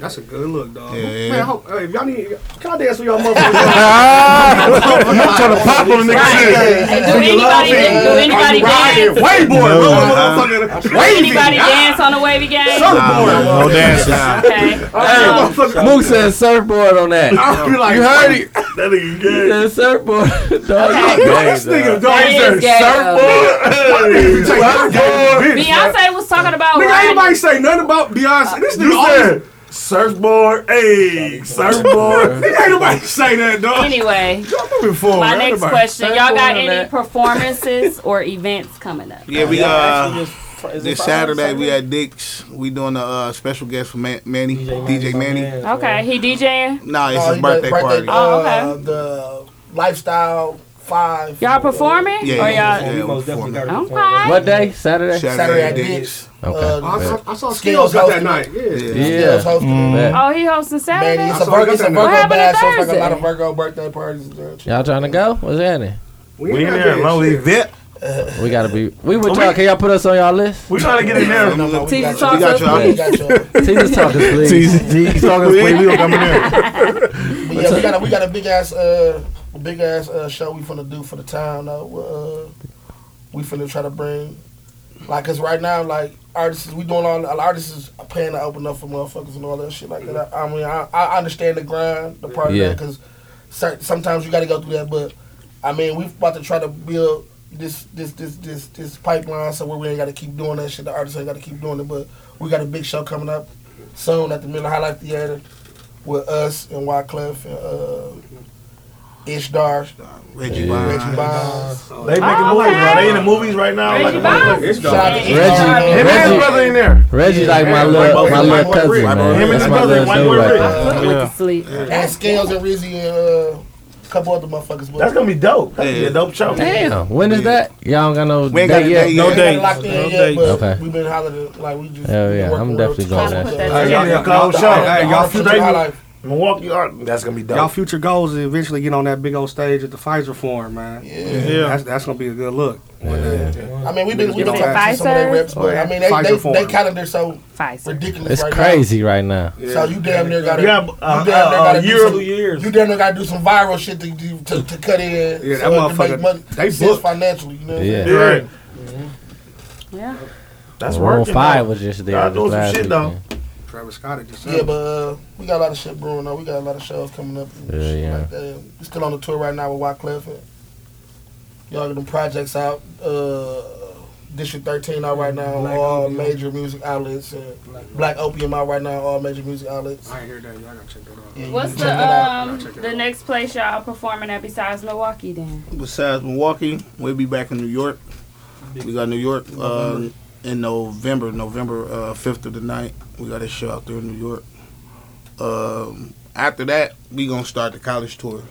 [SPEAKER 4] That's a good look, dog.
[SPEAKER 12] Yeah, yeah.
[SPEAKER 4] Man, I hope, hey, if y'all need, can I dance with y'all motherfuckers?
[SPEAKER 8] I'm trying to pop on the nigga shit.
[SPEAKER 3] And do anybody do anybody dance?
[SPEAKER 8] Wayboard, bro,
[SPEAKER 4] uh-huh.
[SPEAKER 3] Do anybody dance on the wavy game?
[SPEAKER 1] No
[SPEAKER 17] dancing.
[SPEAKER 1] Hey, Mook said surfboard on that.
[SPEAKER 4] I be like,
[SPEAKER 1] you heard it.
[SPEAKER 8] That nigga
[SPEAKER 1] He
[SPEAKER 8] good.
[SPEAKER 1] said surfboard. Dog,
[SPEAKER 4] This nigga, dog,
[SPEAKER 3] That
[SPEAKER 4] he
[SPEAKER 3] is
[SPEAKER 4] said
[SPEAKER 3] gay, though.
[SPEAKER 4] surfboard. That nigga take that bitch,
[SPEAKER 3] Beyonce was talking about
[SPEAKER 4] Nigga, ain't
[SPEAKER 3] riding-
[SPEAKER 4] nobody say nothing about Beyonce. This nigga
[SPEAKER 8] You said
[SPEAKER 4] always. Surfboard, hey, surfboard. Nigga, ain't nobody say that, dog.
[SPEAKER 3] Anyway,
[SPEAKER 4] moving forward.
[SPEAKER 3] my
[SPEAKER 4] Ain't
[SPEAKER 3] next
[SPEAKER 4] nobody
[SPEAKER 3] question:
[SPEAKER 4] say
[SPEAKER 3] Y'all
[SPEAKER 4] more
[SPEAKER 3] got
[SPEAKER 4] than
[SPEAKER 3] any
[SPEAKER 4] that.
[SPEAKER 3] performances or events coming up?
[SPEAKER 12] Yeah, we
[SPEAKER 3] Yeah,
[SPEAKER 12] uh,
[SPEAKER 3] actually, it's
[SPEAKER 12] this Saturday we at Dick's. We doing a uh, special guest for Man- Manny, DJ Manny.
[SPEAKER 3] Okay, he DJing.
[SPEAKER 12] Nah, it's
[SPEAKER 4] Oh,
[SPEAKER 14] Uh,
[SPEAKER 12] his
[SPEAKER 14] he
[SPEAKER 12] birthday,
[SPEAKER 14] does
[SPEAKER 12] party.
[SPEAKER 3] Oh,
[SPEAKER 14] Uh, the lifestyle five.
[SPEAKER 3] Y'all performing?
[SPEAKER 12] Yeah,
[SPEAKER 3] or
[SPEAKER 12] yeah,
[SPEAKER 3] y'all?
[SPEAKER 12] yeah, we most
[SPEAKER 3] definitely
[SPEAKER 12] got
[SPEAKER 3] Okay.
[SPEAKER 1] What day? Saturday.
[SPEAKER 14] Saturday at Dick's.
[SPEAKER 1] Okay.
[SPEAKER 14] Uh,
[SPEAKER 4] Oh, I saw, I saw
[SPEAKER 14] Skills
[SPEAKER 4] Skills got that
[SPEAKER 14] hosting
[SPEAKER 4] night. Yeah.
[SPEAKER 1] Yeah. Mm, bet.
[SPEAKER 3] Oh, he hosting Saturday.
[SPEAKER 14] Man, it's
[SPEAKER 4] I
[SPEAKER 14] a
[SPEAKER 4] saw
[SPEAKER 14] Virgo,
[SPEAKER 4] you
[SPEAKER 14] it's a
[SPEAKER 4] got that
[SPEAKER 14] Virgo
[SPEAKER 4] night.
[SPEAKER 3] happened
[SPEAKER 14] bash. So
[SPEAKER 3] on
[SPEAKER 14] it's like a lot
[SPEAKER 3] Thursday?
[SPEAKER 14] of Virgo birthday parties. and stuff.
[SPEAKER 1] Mm. Y'all trying to go? What's happening?
[SPEAKER 8] We in there, E long event.
[SPEAKER 1] We gotta be. We were talking. Can y'all put us on y'all list?
[SPEAKER 8] We trying to get in there.
[SPEAKER 3] we got
[SPEAKER 12] We got y'all.
[SPEAKER 1] please. Teasers talkers, please. Teasers talkers, please. We gonna come in there.
[SPEAKER 14] But yeah, we got a we got a big ass uh a big ass uh show we finna do for the town though. Uh, we finna try to bring like cause right now like artists we doing all a lot artists is paying to open up for motherfuckers and all that shit like
[SPEAKER 12] Mm-hmm.
[SPEAKER 14] that. I, I mean I, I understand the grind the part
[SPEAKER 15] Yeah.
[SPEAKER 14] of that cause cer- sometimes you gotta go through that but I mean we about to try to build this this this this this pipeline so where we ain't gotta keep doing that shit the artists ain't gotta keep doing it but we got a big show coming up soon at the Miller High Life Theater with us and Wyclef and uh, Ishdar.
[SPEAKER 12] Reggie Bonds.
[SPEAKER 14] Reggie Bonds.
[SPEAKER 8] They making movies, bro. They in the movies right now.
[SPEAKER 14] Reggie
[SPEAKER 8] like,
[SPEAKER 14] Bonds.
[SPEAKER 8] It's
[SPEAKER 14] Shout out to
[SPEAKER 8] dog.
[SPEAKER 14] Reggie.
[SPEAKER 8] Him and
[SPEAKER 1] Reggie.
[SPEAKER 8] his brother in there.
[SPEAKER 1] Reggie like my
[SPEAKER 8] Yeah,
[SPEAKER 1] little,
[SPEAKER 8] boy,
[SPEAKER 1] my
[SPEAKER 8] boy,
[SPEAKER 1] little
[SPEAKER 8] boy,
[SPEAKER 1] cousin,
[SPEAKER 8] Rick.
[SPEAKER 1] man.
[SPEAKER 8] Him and
[SPEAKER 1] That's
[SPEAKER 8] his
[SPEAKER 1] my
[SPEAKER 8] brother,
[SPEAKER 1] little
[SPEAKER 8] White
[SPEAKER 1] dude
[SPEAKER 8] Boy
[SPEAKER 1] right
[SPEAKER 8] Rick.
[SPEAKER 1] there.
[SPEAKER 8] Went to
[SPEAKER 1] Yeah.
[SPEAKER 3] sleep.
[SPEAKER 14] That Scales and Rizzy and uh, a couple other motherfuckers. but-
[SPEAKER 8] That's gonna be dope. That's gonna be a dope show.
[SPEAKER 1] Damn, when is that? Y'all don't got no
[SPEAKER 8] We ain't got
[SPEAKER 1] date
[SPEAKER 8] a
[SPEAKER 1] yet.
[SPEAKER 8] date No
[SPEAKER 14] We
[SPEAKER 8] yet.
[SPEAKER 14] haven't locked in
[SPEAKER 8] No
[SPEAKER 14] yet,
[SPEAKER 8] dates.
[SPEAKER 14] but
[SPEAKER 1] Okay.
[SPEAKER 14] We've been hollering like we just.
[SPEAKER 1] Hell yeah, I'm definitely going to that.
[SPEAKER 14] Hey,
[SPEAKER 1] shit.
[SPEAKER 14] y'all- y'all-
[SPEAKER 8] Cold show.
[SPEAKER 14] hey, y'all future
[SPEAKER 8] Straight-
[SPEAKER 14] highlight.
[SPEAKER 8] Milwaukee art. That's gonna be dope.
[SPEAKER 17] Y'all future goals is eventually get on that big old stage at the Pfizer Forum, man. Yeah, That's, that's gonna be a good look.
[SPEAKER 14] I mean, we've been, we've been
[SPEAKER 17] Is it
[SPEAKER 14] talking to some of their
[SPEAKER 17] Pfizer?
[SPEAKER 14] reps, but I mean, they,
[SPEAKER 17] Pfizer
[SPEAKER 14] they,
[SPEAKER 17] form.
[SPEAKER 14] they calendar so ridiculous
[SPEAKER 1] It's
[SPEAKER 14] right
[SPEAKER 1] crazy right now.
[SPEAKER 14] now. So you damn near got to.
[SPEAKER 8] Yeah, but, uh, uh, uh, year of the
[SPEAKER 14] years. You damn near got to do some viral shit to do- to, to cut in.
[SPEAKER 4] Yeah, that
[SPEAKER 14] so it can
[SPEAKER 4] motherfucker-
[SPEAKER 14] make money
[SPEAKER 4] they
[SPEAKER 14] sense
[SPEAKER 4] booked.
[SPEAKER 14] financially. You know what I'm
[SPEAKER 1] Yeah.
[SPEAKER 14] saying?
[SPEAKER 1] Right.
[SPEAKER 3] Yeah.
[SPEAKER 8] That's
[SPEAKER 1] Maroon
[SPEAKER 8] working.
[SPEAKER 1] Five
[SPEAKER 8] though.
[SPEAKER 1] was just there
[SPEAKER 8] Y'all
[SPEAKER 1] this
[SPEAKER 8] doing some
[SPEAKER 1] last
[SPEAKER 8] shit though.
[SPEAKER 1] weekend.
[SPEAKER 4] Travis Scott had just
[SPEAKER 14] Yeah, but uh, we got a lot of shit brewing though. We got a lot of shows coming up. And
[SPEAKER 1] Yeah,
[SPEAKER 14] shit
[SPEAKER 1] yeah.
[SPEAKER 14] Like that. We're still on the tour right now with Wyclef. And y'all got them projects out. Uh, District 13 out right now,
[SPEAKER 4] Black
[SPEAKER 14] all
[SPEAKER 4] Opium.
[SPEAKER 14] major music outlets. And Black, Opium out right now, all major music outlets.
[SPEAKER 4] I ain't heard that. Y'all gotta check that out.
[SPEAKER 14] Yeah, you
[SPEAKER 3] What's
[SPEAKER 14] can
[SPEAKER 3] the
[SPEAKER 14] check that out.
[SPEAKER 3] um the next place y'all performing at besides Milwaukee? Then
[SPEAKER 12] Besides Milwaukee, we'll be back in New York. We got New York uh, in November, November uh, fifth of the night. We got a show out there in New York. Um, after that, we gonna start the college tour.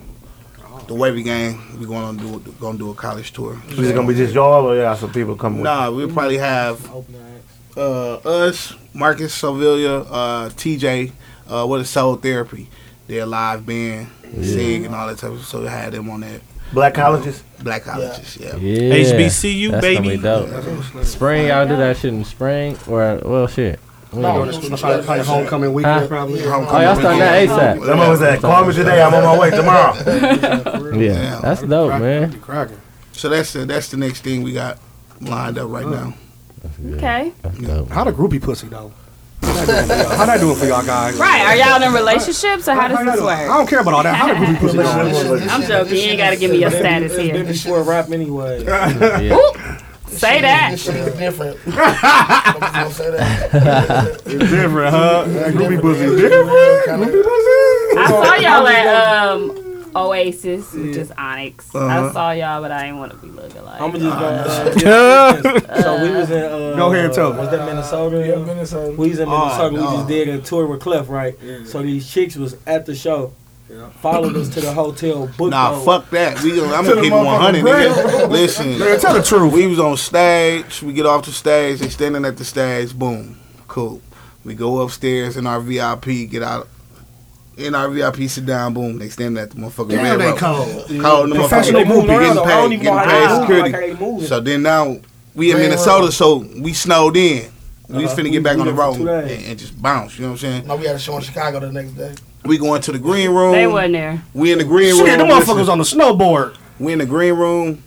[SPEAKER 8] Oh.
[SPEAKER 12] The Wavy Gang, we gonna do gonna do a college tour.
[SPEAKER 8] Is it gonna be just y'all or y'all some people coming? with?
[SPEAKER 12] Nah, we'll probably have uh, us, Marcus Sylvia, uh, TJ, uh, what is Soul Therapy? Their live band, Sig, and all that type of So we had them on that.
[SPEAKER 8] Black colleges?
[SPEAKER 12] Black colleges, yeah.
[SPEAKER 1] Yeah.
[SPEAKER 13] HBCU,
[SPEAKER 1] That's Gonna be
[SPEAKER 13] baby.
[SPEAKER 1] dope. Spring, y'all do that shit in spring or well, shit. When
[SPEAKER 17] No,
[SPEAKER 1] we do
[SPEAKER 17] it's
[SPEAKER 1] that?
[SPEAKER 17] probably- probably homecoming weekend,
[SPEAKER 1] Huh?
[SPEAKER 17] probably.
[SPEAKER 1] Oh,
[SPEAKER 17] Homecoming
[SPEAKER 1] y'all starting that
[SPEAKER 17] weekend.
[SPEAKER 1] ASAP.
[SPEAKER 17] Them hoes
[SPEAKER 8] that call me today, I'm on my way tomorrow.
[SPEAKER 1] Yeah, that's dope, man.
[SPEAKER 12] So that's the, that's the next thing we got lined up right now.
[SPEAKER 3] okay,
[SPEAKER 17] How the groupie pussy though? How that doing for y'all guys?
[SPEAKER 3] right? Are y'all in relationships or how does this
[SPEAKER 17] I
[SPEAKER 3] work?
[SPEAKER 17] don't care about all that. How the groupie pussy though?
[SPEAKER 3] I'm joking. You ain't gotta give me your status here.
[SPEAKER 11] before rap anyway.
[SPEAKER 1] Oop.
[SPEAKER 3] Say that.
[SPEAKER 14] This shit is different. I'm just gonna say that.
[SPEAKER 4] It's different, huh? That groupie pussy is
[SPEAKER 3] I saw y'all at um Oasis, which is Onyx. I
[SPEAKER 11] Uh-huh.
[SPEAKER 3] saw y'all, but I didn't want to be looking like.
[SPEAKER 11] I'm gonna just go. Uh, yeah, so we was in. Uh,
[SPEAKER 17] Go ahead and tell 'em.
[SPEAKER 11] Was that Minnesota? Yeah, Minnesota. We was in
[SPEAKER 17] Oh,
[SPEAKER 11] Minnesota. we
[SPEAKER 17] no.
[SPEAKER 11] just did a tour with Cliff, right? So these chicks was at the show. Followed us to the hotel. Booked
[SPEAKER 12] Nah,
[SPEAKER 11] on-
[SPEAKER 12] fuck that. We gonna, I'm
[SPEAKER 11] To
[SPEAKER 12] gonna
[SPEAKER 11] the
[SPEAKER 12] keep it 100. Nigga.
[SPEAKER 11] motherfucking bread.
[SPEAKER 12] Listen,
[SPEAKER 11] Man, tell
[SPEAKER 12] the truth. We was on stage. We get off the stage. They standing at the stage. Boom, cool. We go upstairs in our VIP. Get out. In our VIP, sit down. Boom. They standing at the motherfucking
[SPEAKER 4] Damn,
[SPEAKER 12] red
[SPEAKER 4] they
[SPEAKER 12] rope.
[SPEAKER 4] cold.
[SPEAKER 12] Cold. the
[SPEAKER 4] Professional
[SPEAKER 12] motherfucking-
[SPEAKER 4] movie.
[SPEAKER 12] Getting
[SPEAKER 4] I
[SPEAKER 12] paid.
[SPEAKER 4] don't even
[SPEAKER 12] Getting
[SPEAKER 4] know how
[SPEAKER 12] paid
[SPEAKER 4] they move, like
[SPEAKER 12] security. So then now we in
[SPEAKER 4] Red
[SPEAKER 12] Minnesota.
[SPEAKER 4] rope.
[SPEAKER 12] So we snowed in. We
[SPEAKER 14] Uh-huh.
[SPEAKER 12] finna
[SPEAKER 14] We-
[SPEAKER 12] get back
[SPEAKER 14] we
[SPEAKER 12] on the
[SPEAKER 14] there for
[SPEAKER 12] road
[SPEAKER 14] two
[SPEAKER 12] and,
[SPEAKER 14] days.
[SPEAKER 12] and just bounce. You know what I'm saying?
[SPEAKER 14] No, we had a show in Chicago the next day.
[SPEAKER 12] We going to the green room.
[SPEAKER 3] They wasn't there.
[SPEAKER 12] We in the green room.
[SPEAKER 17] Shit, them motherfuckers
[SPEAKER 12] on the snowboard. We in the green room.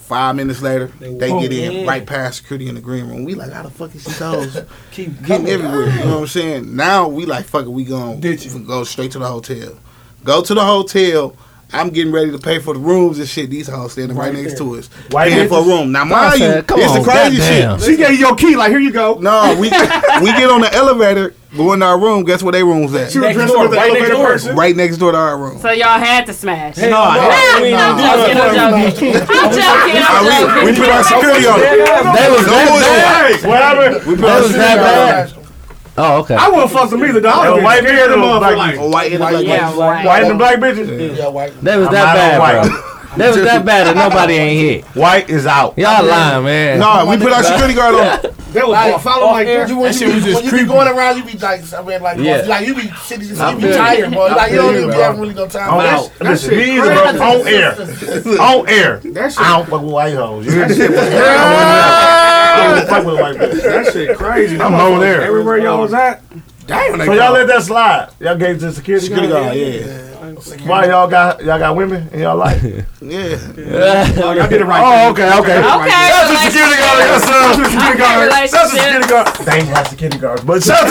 [SPEAKER 12] Five minutes later, they, get in
[SPEAKER 17] in.
[SPEAKER 12] right past security in the green room. We like, how the fuck is these hoes
[SPEAKER 11] Keep
[SPEAKER 12] getting everywhere? You know what I'm saying? Now we like, fuck it, we going to go straight to the hotel. Go to the hotel. I'm getting ready to pay for the rooms and shit. These hoes standing right,
[SPEAKER 6] Right
[SPEAKER 12] next
[SPEAKER 6] there.
[SPEAKER 12] to us,
[SPEAKER 6] White
[SPEAKER 12] paying for a
[SPEAKER 6] bitches.
[SPEAKER 12] room. Now,
[SPEAKER 6] I
[SPEAKER 12] mind you,
[SPEAKER 6] said, come
[SPEAKER 12] it's
[SPEAKER 6] on,
[SPEAKER 12] the crazy
[SPEAKER 6] goddamn.
[SPEAKER 12] shit.
[SPEAKER 6] She gave you your key. Like, here you go.
[SPEAKER 12] No, we we get on the elevator, go in our room. Guess where they rooms at?
[SPEAKER 6] She was Next dressed door, up as the right next elevator door. person?
[SPEAKER 12] right next door to our room.
[SPEAKER 3] So y'all had to smash.
[SPEAKER 12] Hell no, no, we ain't do
[SPEAKER 3] I'm joking. I'm joking. I'm joking. I'm
[SPEAKER 12] Nah,
[SPEAKER 3] joking.
[SPEAKER 12] we, we put our security on.
[SPEAKER 6] That was that
[SPEAKER 12] bad. Whatever. We put our security on.
[SPEAKER 4] Oh, okay.
[SPEAKER 6] I wouldn't fuck them either, dog. I
[SPEAKER 8] Yo,
[SPEAKER 6] would've
[SPEAKER 8] white
[SPEAKER 6] scared
[SPEAKER 8] bitches
[SPEAKER 6] them
[SPEAKER 8] or
[SPEAKER 6] motherfuckers.
[SPEAKER 8] black
[SPEAKER 6] Like,
[SPEAKER 8] bitches?
[SPEAKER 12] White and black
[SPEAKER 6] Yeah,
[SPEAKER 12] bitches.
[SPEAKER 6] white.
[SPEAKER 8] White and black bitches?
[SPEAKER 14] Yeah, white.
[SPEAKER 4] That was that bad, bro. That was that bad that nobody ain't hit.
[SPEAKER 8] White is out.
[SPEAKER 4] Y'all lying, man.
[SPEAKER 12] No, we put our security guard on.
[SPEAKER 6] That was
[SPEAKER 14] Like,
[SPEAKER 6] follow my
[SPEAKER 14] you, when you, be- when you be going around, you be like, I mean, like,
[SPEAKER 8] Yeah.
[SPEAKER 14] like you be shitty, you
[SPEAKER 8] I'm
[SPEAKER 14] be
[SPEAKER 8] good.
[SPEAKER 14] tired, boy.
[SPEAKER 8] I'm
[SPEAKER 14] Like, you don't
[SPEAKER 8] good,
[SPEAKER 14] even
[SPEAKER 8] bro.
[SPEAKER 14] have really no time.
[SPEAKER 8] I'm out. Listen, me either, bro. On air. On air.
[SPEAKER 14] That shit-
[SPEAKER 8] I don't fuck with white hoes. You hear me? I don't fuck with white bitches.
[SPEAKER 6] That shit crazy.
[SPEAKER 8] I'm on air.
[SPEAKER 6] Everywhere y'all was at. Damn, they
[SPEAKER 8] So y'all
[SPEAKER 6] call.
[SPEAKER 8] let that slide. Y'all gave it to the security,
[SPEAKER 6] Security
[SPEAKER 8] guard.
[SPEAKER 6] guard,
[SPEAKER 8] yeah. Why y'all got y'all got women in y'all life?
[SPEAKER 12] yeah.
[SPEAKER 8] I
[SPEAKER 6] did it right.
[SPEAKER 8] Oh, okay, okay.
[SPEAKER 6] That's
[SPEAKER 8] That's a security guard. Yes, sir. That's a security guard. That's a security guard. They ain't have security guards, but shout out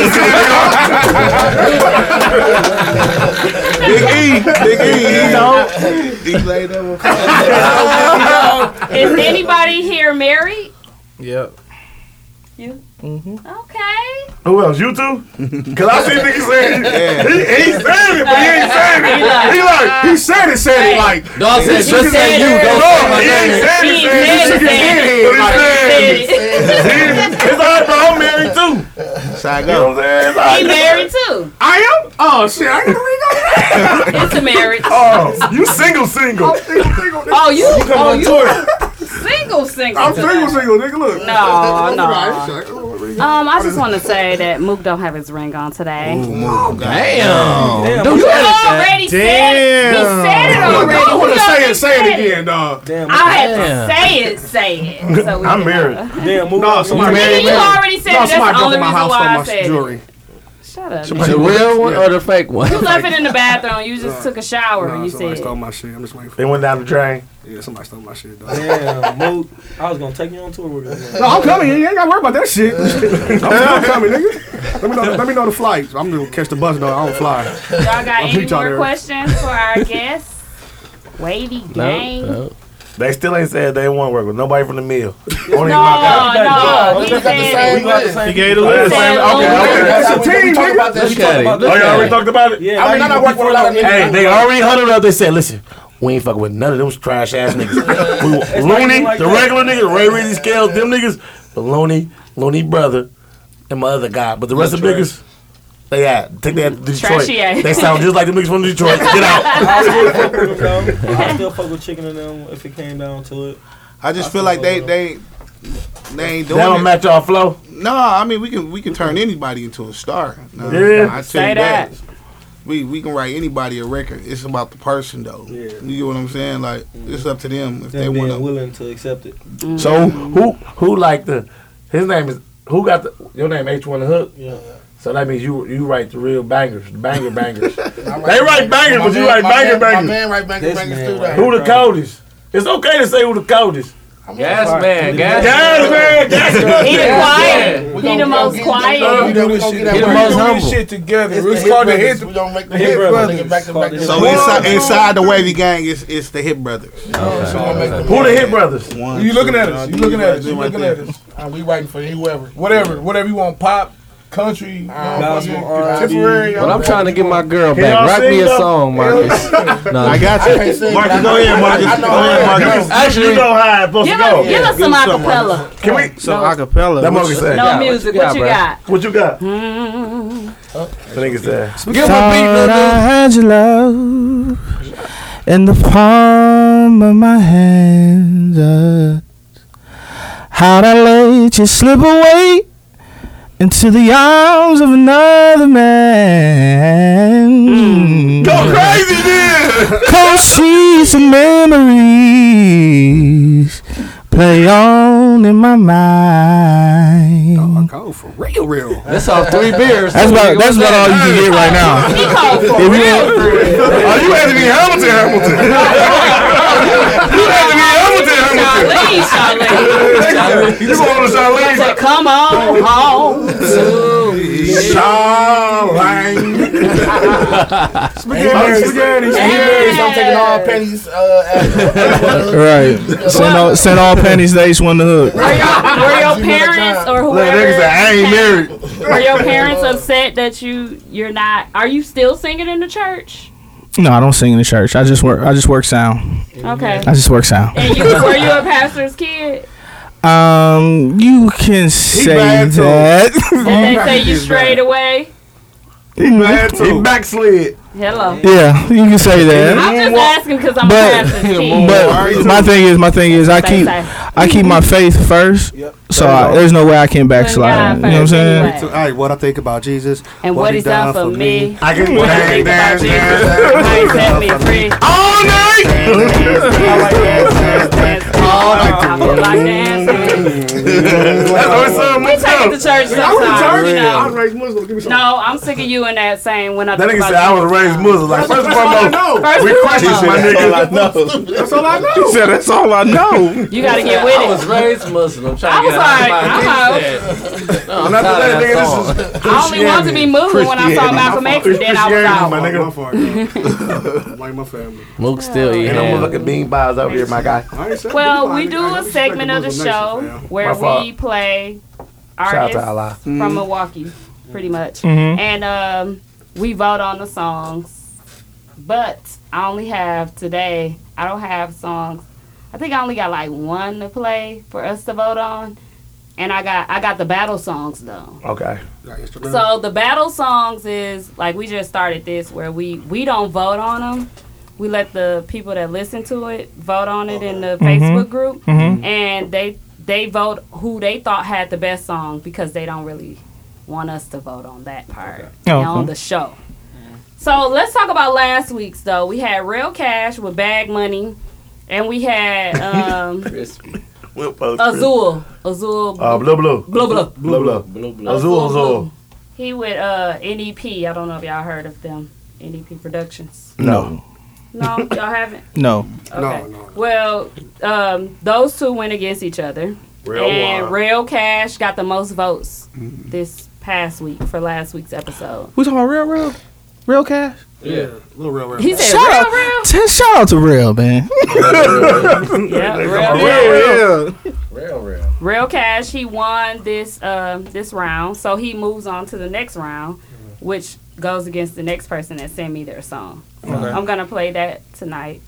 [SPEAKER 8] to security
[SPEAKER 12] Big E, Big E, you know. He laid that one.
[SPEAKER 3] Is anybody here married?
[SPEAKER 18] Yep.
[SPEAKER 3] You?
[SPEAKER 18] Mm-hmm.
[SPEAKER 3] Okay.
[SPEAKER 8] Who else? You two? Cause I see niggas saying
[SPEAKER 6] Yeah.
[SPEAKER 8] he, he saying it, but he ain't saying it.
[SPEAKER 6] He like-
[SPEAKER 8] He like he said it, said it like.
[SPEAKER 6] Dog said,
[SPEAKER 8] he
[SPEAKER 6] just say you, don't
[SPEAKER 8] No,
[SPEAKER 6] say my
[SPEAKER 8] he ain't
[SPEAKER 6] name.
[SPEAKER 8] saying it,
[SPEAKER 6] He
[SPEAKER 8] saying it.
[SPEAKER 6] said it,
[SPEAKER 8] He
[SPEAKER 6] said it.
[SPEAKER 8] said
[SPEAKER 6] Said
[SPEAKER 8] it, but he said it. It's alright, bro. I'm married too.
[SPEAKER 12] Side
[SPEAKER 8] You know what I'm saying? It's all right.
[SPEAKER 3] He married too.
[SPEAKER 6] I am? Oh, shit. I ain't
[SPEAKER 3] It's a marriage.
[SPEAKER 8] Oh, you single, single.
[SPEAKER 3] Oh, you?
[SPEAKER 6] You come
[SPEAKER 3] oh,
[SPEAKER 6] on
[SPEAKER 3] you? Single, single.
[SPEAKER 6] I'm single,
[SPEAKER 3] tonight.
[SPEAKER 6] single, nigga. Look.
[SPEAKER 3] No, no.
[SPEAKER 6] no.
[SPEAKER 3] Um, I just want to say that Mook don't have his ring on today.
[SPEAKER 6] Damn.
[SPEAKER 3] Damn, Dude, you you already already said it. He said it already.
[SPEAKER 6] I want
[SPEAKER 3] You
[SPEAKER 6] to say
[SPEAKER 3] already
[SPEAKER 6] it, say
[SPEAKER 3] said
[SPEAKER 6] it again, dog. Damn.
[SPEAKER 3] I had to say it, say it. So we
[SPEAKER 6] I'm
[SPEAKER 3] can-
[SPEAKER 6] married.
[SPEAKER 11] Damn, move
[SPEAKER 6] no,
[SPEAKER 11] on.
[SPEAKER 6] somebody
[SPEAKER 3] Nigga,
[SPEAKER 6] married,
[SPEAKER 3] you
[SPEAKER 6] married.
[SPEAKER 3] already said
[SPEAKER 6] no,
[SPEAKER 3] it. That's
[SPEAKER 6] somebody
[SPEAKER 3] the only
[SPEAKER 6] broke in my
[SPEAKER 3] reason
[SPEAKER 6] house
[SPEAKER 3] why I
[SPEAKER 6] for
[SPEAKER 3] said
[SPEAKER 6] my
[SPEAKER 3] it.
[SPEAKER 6] jewelry.
[SPEAKER 3] Shut up.
[SPEAKER 6] Somebody-
[SPEAKER 4] The real one or the fake one?
[SPEAKER 3] You left it in the bathroom. You just took a shower.
[SPEAKER 6] Nah,
[SPEAKER 3] you
[SPEAKER 6] somebody
[SPEAKER 3] said.
[SPEAKER 6] stole my shit. I'm just waiting for
[SPEAKER 8] They went down the drain.
[SPEAKER 6] Yeah, somebody stole my shit, dog.
[SPEAKER 11] Damn, Mook. I was gonna take you on tour with us.
[SPEAKER 6] No, I'm coming. You ain't gotta worry about that shit. I'm, I'm coming, nigga. Let me know. Let me know the flights. I'm gonna catch the bus, though. I don't fly.
[SPEAKER 3] Y'all got
[SPEAKER 6] I'll meet
[SPEAKER 3] any
[SPEAKER 6] y'all
[SPEAKER 3] more
[SPEAKER 6] there.
[SPEAKER 3] questions for our guests? Wavy gang.
[SPEAKER 8] They still ain't said they won't work with nobody from the mill.
[SPEAKER 3] No, no, he
[SPEAKER 8] Only We got the
[SPEAKER 3] said
[SPEAKER 8] same.
[SPEAKER 18] He gave
[SPEAKER 8] the
[SPEAKER 18] the
[SPEAKER 8] list.
[SPEAKER 18] list.
[SPEAKER 8] Okay, okay.
[SPEAKER 14] That's a team,
[SPEAKER 8] nigga.
[SPEAKER 14] about that.
[SPEAKER 8] Look at it. Oh, y'all already talked about it?
[SPEAKER 14] I mean, I don't work with a lot of niggas.
[SPEAKER 8] Hey, they already huddled up. They said, listen, we ain't fucking with none of them trash ass niggas. we were Looney,
[SPEAKER 14] like
[SPEAKER 8] the
[SPEAKER 14] that.
[SPEAKER 8] regular nigga, Ray Ridley Scales, them niggas, the Looney, Looney brother, and my other guy. But the rest of the niggas, they at. Take that to Detroit.
[SPEAKER 11] Trashy ass.
[SPEAKER 8] They sound just like the niggas from Detroit. Get out.
[SPEAKER 11] I still fuck with them though. I still fuck with chicken and them if it came down to it.
[SPEAKER 12] I just feel like they they they ain't
[SPEAKER 8] That
[SPEAKER 12] doing
[SPEAKER 8] don't
[SPEAKER 12] it.
[SPEAKER 8] match our flow.
[SPEAKER 12] No, I mean we can we can turn anybody into a star. No,
[SPEAKER 8] Yeah.
[SPEAKER 12] I tell
[SPEAKER 8] Say
[SPEAKER 12] you
[SPEAKER 8] that.
[SPEAKER 12] that. We we can write anybody a record. It's about the person though. Yeah. You get what I'm saying? Like it's up to them if they
[SPEAKER 11] Them
[SPEAKER 12] want
[SPEAKER 11] being
[SPEAKER 12] to.
[SPEAKER 11] willing to accept it.
[SPEAKER 8] So who who like the his name is who got the your name H one hook?
[SPEAKER 11] Yeah.
[SPEAKER 8] So that means you you write the real bangers, the banger bangers. they
[SPEAKER 14] They
[SPEAKER 8] write bangers, but you write banger
[SPEAKER 14] My
[SPEAKER 8] bangers.
[SPEAKER 14] man write banger bangers too.
[SPEAKER 8] Who the coldest? It's okay to say who the coldest.
[SPEAKER 4] Gas man, gas
[SPEAKER 8] Gas man, gas man.
[SPEAKER 4] He the quiet.
[SPEAKER 14] We gonna- we gonna get- we gonna
[SPEAKER 1] We
[SPEAKER 14] do
[SPEAKER 1] do
[SPEAKER 14] this
[SPEAKER 1] this
[SPEAKER 14] shit.
[SPEAKER 1] shit.
[SPEAKER 14] We
[SPEAKER 1] We
[SPEAKER 14] the most
[SPEAKER 1] do
[SPEAKER 14] humble.
[SPEAKER 1] this shit together. It's
[SPEAKER 14] hit
[SPEAKER 1] called the
[SPEAKER 14] brothers.
[SPEAKER 1] hit.
[SPEAKER 14] We gonna make the
[SPEAKER 1] the
[SPEAKER 14] hit
[SPEAKER 1] hit
[SPEAKER 14] brothers.
[SPEAKER 1] brothers.
[SPEAKER 14] Back to back to
[SPEAKER 12] So
[SPEAKER 14] back.
[SPEAKER 12] inside inside the wavy gang is it's the hip brothers.
[SPEAKER 8] Who the hit brothers?
[SPEAKER 12] One,
[SPEAKER 1] You looking
[SPEAKER 12] two,
[SPEAKER 1] at us?
[SPEAKER 12] three,
[SPEAKER 1] You looking at
[SPEAKER 12] right
[SPEAKER 1] us?
[SPEAKER 12] there,
[SPEAKER 1] You
[SPEAKER 12] right
[SPEAKER 1] looking
[SPEAKER 12] there.
[SPEAKER 1] at us?
[SPEAKER 14] Uh, We writing for whoever.
[SPEAKER 1] Whatever, whatever you want, pop, country,
[SPEAKER 14] Gospel,
[SPEAKER 1] motherfucking contemporary.
[SPEAKER 4] But I'm trying to get my girl
[SPEAKER 1] Can
[SPEAKER 4] back.
[SPEAKER 1] y'all
[SPEAKER 4] Rock
[SPEAKER 1] sing,
[SPEAKER 4] me a
[SPEAKER 1] though?
[SPEAKER 4] song, Marcus. No.
[SPEAKER 12] I got you.
[SPEAKER 14] I can't sing, but
[SPEAKER 8] Marcus,
[SPEAKER 14] I
[SPEAKER 8] go
[SPEAKER 14] know-
[SPEAKER 8] ahead, Marcus.
[SPEAKER 14] I know
[SPEAKER 8] Go
[SPEAKER 14] how
[SPEAKER 8] ahead,
[SPEAKER 14] it
[SPEAKER 8] Marcus.
[SPEAKER 14] goes.
[SPEAKER 8] Actually, you know how it's supposed
[SPEAKER 3] Give
[SPEAKER 8] to go.
[SPEAKER 3] us, give us some acapella.
[SPEAKER 8] Can we?
[SPEAKER 18] So acapella.
[SPEAKER 8] That
[SPEAKER 18] what
[SPEAKER 8] motherfucker
[SPEAKER 18] you-
[SPEAKER 8] said.
[SPEAKER 3] No music. What you got?
[SPEAKER 8] What you got? The nigga said. Give him a beat,
[SPEAKER 13] Thought I had your love in the palm of my hand. uh, How'd I let you slip away into the arms of another man?
[SPEAKER 6] Mm.
[SPEAKER 8] Go crazy, then!
[SPEAKER 13] Cold sheets and memories play on in my mind.
[SPEAKER 6] Oh, for real, real.
[SPEAKER 4] That's off three beers.
[SPEAKER 13] That's about that's about all you can get right now. If you want- Oh,
[SPEAKER 8] Are you Anthony Hamilton? Hamilton. you Anthony Hamilton?
[SPEAKER 3] Charlene,
[SPEAKER 8] Hamilton. You going to Charlene?
[SPEAKER 3] Come on home.
[SPEAKER 8] Charlene.
[SPEAKER 4] Spaghetti, spaghetti, spaghetti.
[SPEAKER 14] I'm taking all pennies. Uh,
[SPEAKER 17] Right. Send all, send all panties days one the hood.
[SPEAKER 3] Were your parents or whoever?
[SPEAKER 17] I ain't married.
[SPEAKER 3] Were your parents upset that you you're not? Are you still singing in the church?
[SPEAKER 17] No, I don't sing in the church. I just work. I just work sound.
[SPEAKER 3] Okay.
[SPEAKER 17] I just work sound.
[SPEAKER 3] And you were you a pastor's kid?
[SPEAKER 17] Um, you can say
[SPEAKER 3] bad, too.
[SPEAKER 17] that.
[SPEAKER 3] And they say you strayed away.
[SPEAKER 17] yeah,
[SPEAKER 8] backslid.
[SPEAKER 3] Hello.
[SPEAKER 17] you can say
[SPEAKER 3] I'm
[SPEAKER 17] that.
[SPEAKER 3] just asking because I'm a
[SPEAKER 17] But,
[SPEAKER 3] pastor's kid.
[SPEAKER 17] but my thing is, my thing is, I
[SPEAKER 3] Say,
[SPEAKER 17] keep
[SPEAKER 3] say.
[SPEAKER 17] I keep my faith first. So I, there's no way I can backslide. You know what I'm saying?
[SPEAKER 4] All right, what I think about Jesus
[SPEAKER 3] And what he done for me.
[SPEAKER 4] I can
[SPEAKER 3] What I
[SPEAKER 4] dance,
[SPEAKER 3] think about
[SPEAKER 4] dance,
[SPEAKER 3] Jesus.
[SPEAKER 4] dance,
[SPEAKER 3] How he set me free. All night. All night. I feel like dancing. We take it to church sometime. You know.
[SPEAKER 4] I'm raised Muslim. Give me some.
[SPEAKER 3] No, I'm sick of you in that saying when I
[SPEAKER 8] That
[SPEAKER 3] think about
[SPEAKER 8] nigga said I
[SPEAKER 3] you.
[SPEAKER 8] was raised Muslim. Like, first and foremost,
[SPEAKER 3] First
[SPEAKER 8] we
[SPEAKER 3] and
[SPEAKER 8] Christians, my nigga.
[SPEAKER 4] That's all I know.
[SPEAKER 17] He said that's all I know.
[SPEAKER 3] You gotta get with
[SPEAKER 1] I
[SPEAKER 3] it.
[SPEAKER 1] was raised Muslim. I'm
[SPEAKER 3] I
[SPEAKER 1] trying
[SPEAKER 3] was
[SPEAKER 1] to get out of
[SPEAKER 3] like,
[SPEAKER 1] my
[SPEAKER 3] I'm
[SPEAKER 1] mindset. No, I'm
[SPEAKER 8] Not
[SPEAKER 1] tired
[SPEAKER 8] that
[SPEAKER 1] of
[SPEAKER 8] nigga,
[SPEAKER 1] that
[SPEAKER 8] this
[SPEAKER 1] song.
[SPEAKER 3] I only wanted to be moving when I saw
[SPEAKER 1] Christianity.
[SPEAKER 3] Malcolm X, and then I was
[SPEAKER 8] Christianity,
[SPEAKER 3] out.
[SPEAKER 8] my nigga.
[SPEAKER 4] My fault, bro. like my family.
[SPEAKER 1] Mook still eating.
[SPEAKER 8] And I'm looking bean pies over here, my guy.
[SPEAKER 4] I ain't said
[SPEAKER 3] Well,
[SPEAKER 4] nobody.
[SPEAKER 3] we do
[SPEAKER 4] I
[SPEAKER 3] a segment of the
[SPEAKER 4] respect the
[SPEAKER 3] show
[SPEAKER 4] Muslim nation, fam.
[SPEAKER 3] where
[SPEAKER 8] My fault.
[SPEAKER 3] we play
[SPEAKER 8] Shout out
[SPEAKER 3] artists
[SPEAKER 8] to Allah.
[SPEAKER 3] from
[SPEAKER 4] Mm-hmm.
[SPEAKER 8] Mhm.
[SPEAKER 3] Milwaukee, pretty much,
[SPEAKER 8] Mhm.
[SPEAKER 3] and um, we vote on the songs. But I only have today. I don't have songs. I think I only got like one to play for us to vote on, and I got I got the battle songs though.
[SPEAKER 8] Okay.
[SPEAKER 3] So the battle songs is like we just started this where we we don't vote on them. We let the people that listen to it vote on it in the
[SPEAKER 15] Mhm.
[SPEAKER 8] Mm-hmm.
[SPEAKER 3] Facebook group,
[SPEAKER 15] Mhm.
[SPEAKER 3] and they they vote who they thought had the best song because they don't really want us to vote on that part
[SPEAKER 15] Okay.
[SPEAKER 8] Oh,
[SPEAKER 3] and on the show. So let's talk about last week's though. We had Real Cash with Bag Money, and we had um,
[SPEAKER 8] We'll post it.
[SPEAKER 3] Azul Azul
[SPEAKER 8] Uh, blue, blue.
[SPEAKER 3] Blue, blue.
[SPEAKER 8] Blue, blue.
[SPEAKER 1] Blue, blue.
[SPEAKER 8] Azul, Azul.
[SPEAKER 3] He with uh NEP. I don't know if y'all heard of them. NEP Productions.
[SPEAKER 17] No,
[SPEAKER 3] No, y'all haven't.
[SPEAKER 17] no.
[SPEAKER 3] Okay. Well, um, those two went against each other,
[SPEAKER 17] Real
[SPEAKER 3] and
[SPEAKER 17] wild. Mm-hmm.
[SPEAKER 3] Real Cash got the most votes this past week for last week's episode.
[SPEAKER 17] We talking about real, real, real cash.
[SPEAKER 4] Yeah, little real, real.
[SPEAKER 3] He said
[SPEAKER 17] Shout
[SPEAKER 3] real,
[SPEAKER 17] out, t- shout out to real man.
[SPEAKER 3] yeah,
[SPEAKER 17] real,
[SPEAKER 3] real.
[SPEAKER 1] Real, real.
[SPEAKER 3] Real Cash. He won this um this round, so he moves on to the next round, which goes against the next person that sent me their song. So
[SPEAKER 15] Okay.
[SPEAKER 3] I'm gonna play that tonight,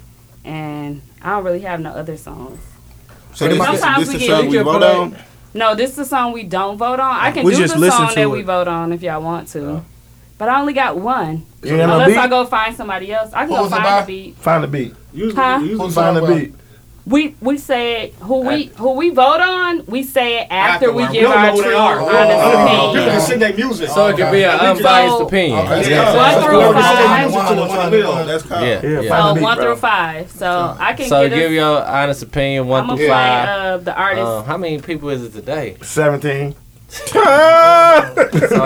[SPEAKER 3] and I don't really have no other songs.
[SPEAKER 12] So this-
[SPEAKER 3] Sometimes
[SPEAKER 12] this
[SPEAKER 3] we
[SPEAKER 12] the
[SPEAKER 3] get-
[SPEAKER 12] song we vote on?
[SPEAKER 3] No, this is the song we don't vote on. I can
[SPEAKER 12] We
[SPEAKER 3] do
[SPEAKER 12] just
[SPEAKER 3] the
[SPEAKER 12] listen
[SPEAKER 3] song
[SPEAKER 12] to
[SPEAKER 3] that
[SPEAKER 12] it.
[SPEAKER 3] we vote on if y'all want to, but I only got one.
[SPEAKER 8] You ain't got no
[SPEAKER 3] Unless I
[SPEAKER 8] beat?
[SPEAKER 3] go find somebody else, I can
[SPEAKER 8] What
[SPEAKER 3] go
[SPEAKER 8] was it
[SPEAKER 3] find
[SPEAKER 8] about?
[SPEAKER 3] a beat.
[SPEAKER 8] Find the beat.
[SPEAKER 3] Huh?
[SPEAKER 8] Find the beat.
[SPEAKER 3] We we said who we who we vote on. We say it after, we
[SPEAKER 4] Afterward.
[SPEAKER 3] give
[SPEAKER 4] We don't
[SPEAKER 3] our
[SPEAKER 4] know who they
[SPEAKER 3] true
[SPEAKER 4] are.
[SPEAKER 3] honest
[SPEAKER 4] Oh.
[SPEAKER 3] opinion.
[SPEAKER 4] People can sing their music.
[SPEAKER 1] So it could be an unbiased opinion.
[SPEAKER 3] One through five.
[SPEAKER 4] That's
[SPEAKER 1] Yeah.
[SPEAKER 3] So one through five. So I can
[SPEAKER 1] So
[SPEAKER 3] get
[SPEAKER 1] give
[SPEAKER 3] us.
[SPEAKER 1] your honest opinion one
[SPEAKER 3] I'm gonna
[SPEAKER 1] through
[SPEAKER 3] play
[SPEAKER 1] five.
[SPEAKER 3] uh, the artist.
[SPEAKER 1] Uh, how many people is it today?
[SPEAKER 8] 17.
[SPEAKER 1] so it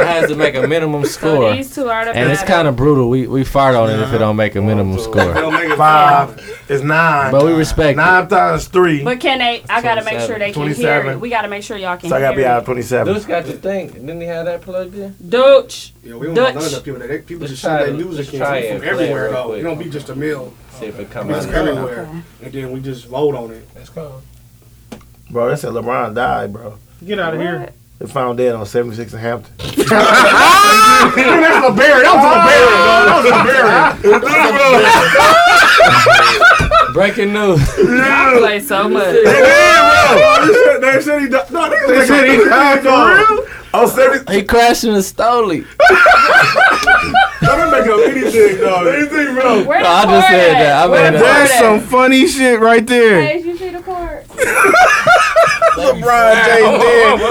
[SPEAKER 1] has to make a minimum score.
[SPEAKER 3] these two are the
[SPEAKER 1] and it's
[SPEAKER 3] battle.
[SPEAKER 1] kind of brutal. We we fart on it if it don't make a minimum score.
[SPEAKER 8] Five is nine.
[SPEAKER 1] But we respect
[SPEAKER 8] Nine times three.
[SPEAKER 3] but can they? I gotta make sure they can hear.
[SPEAKER 8] 27.
[SPEAKER 3] It. We gotta make sure y'all can.
[SPEAKER 8] So I gotta be
[SPEAKER 3] hear
[SPEAKER 8] out
[SPEAKER 3] it.
[SPEAKER 8] of 27.
[SPEAKER 1] Dude's got to think. Didn't he have that plugged in?
[SPEAKER 3] Dutch.
[SPEAKER 4] Yeah, we don't know none of
[SPEAKER 3] Dutch.
[SPEAKER 4] the people that they, people
[SPEAKER 1] Let's
[SPEAKER 4] just sing
[SPEAKER 1] try
[SPEAKER 4] their
[SPEAKER 1] it.
[SPEAKER 4] music
[SPEAKER 1] Let's try
[SPEAKER 4] in
[SPEAKER 1] it.
[SPEAKER 4] from
[SPEAKER 1] Play
[SPEAKER 4] everywhere
[SPEAKER 1] it real
[SPEAKER 4] though.
[SPEAKER 1] quick.
[SPEAKER 4] It don't be just a mill.
[SPEAKER 1] See if it comes
[SPEAKER 4] It's
[SPEAKER 1] out.
[SPEAKER 4] everywhere, and then we just vote on it. That's cool.
[SPEAKER 8] Bro, they said LeBron died, bro.
[SPEAKER 13] Get out of here.
[SPEAKER 8] They found dead on 76 and Hampton.
[SPEAKER 4] That's a barrier. That was a barrier, dog. That was a barrier.
[SPEAKER 1] Breaking news.
[SPEAKER 3] I play so much.
[SPEAKER 4] They said he died. No,
[SPEAKER 1] They
[SPEAKER 4] they
[SPEAKER 1] said
[SPEAKER 4] said
[SPEAKER 1] he
[SPEAKER 4] he
[SPEAKER 1] died,
[SPEAKER 4] died for real.
[SPEAKER 8] Oh, serious?
[SPEAKER 1] He crashed in a Stoli.
[SPEAKER 4] That make up anything, dog. Anything, bro.
[SPEAKER 3] Where
[SPEAKER 1] No, I just said that. I
[SPEAKER 4] Where
[SPEAKER 1] made
[SPEAKER 4] the
[SPEAKER 1] that.
[SPEAKER 4] That's some
[SPEAKER 17] funny shit right there.
[SPEAKER 3] you see the court.
[SPEAKER 8] LeBron
[SPEAKER 17] James
[SPEAKER 8] dead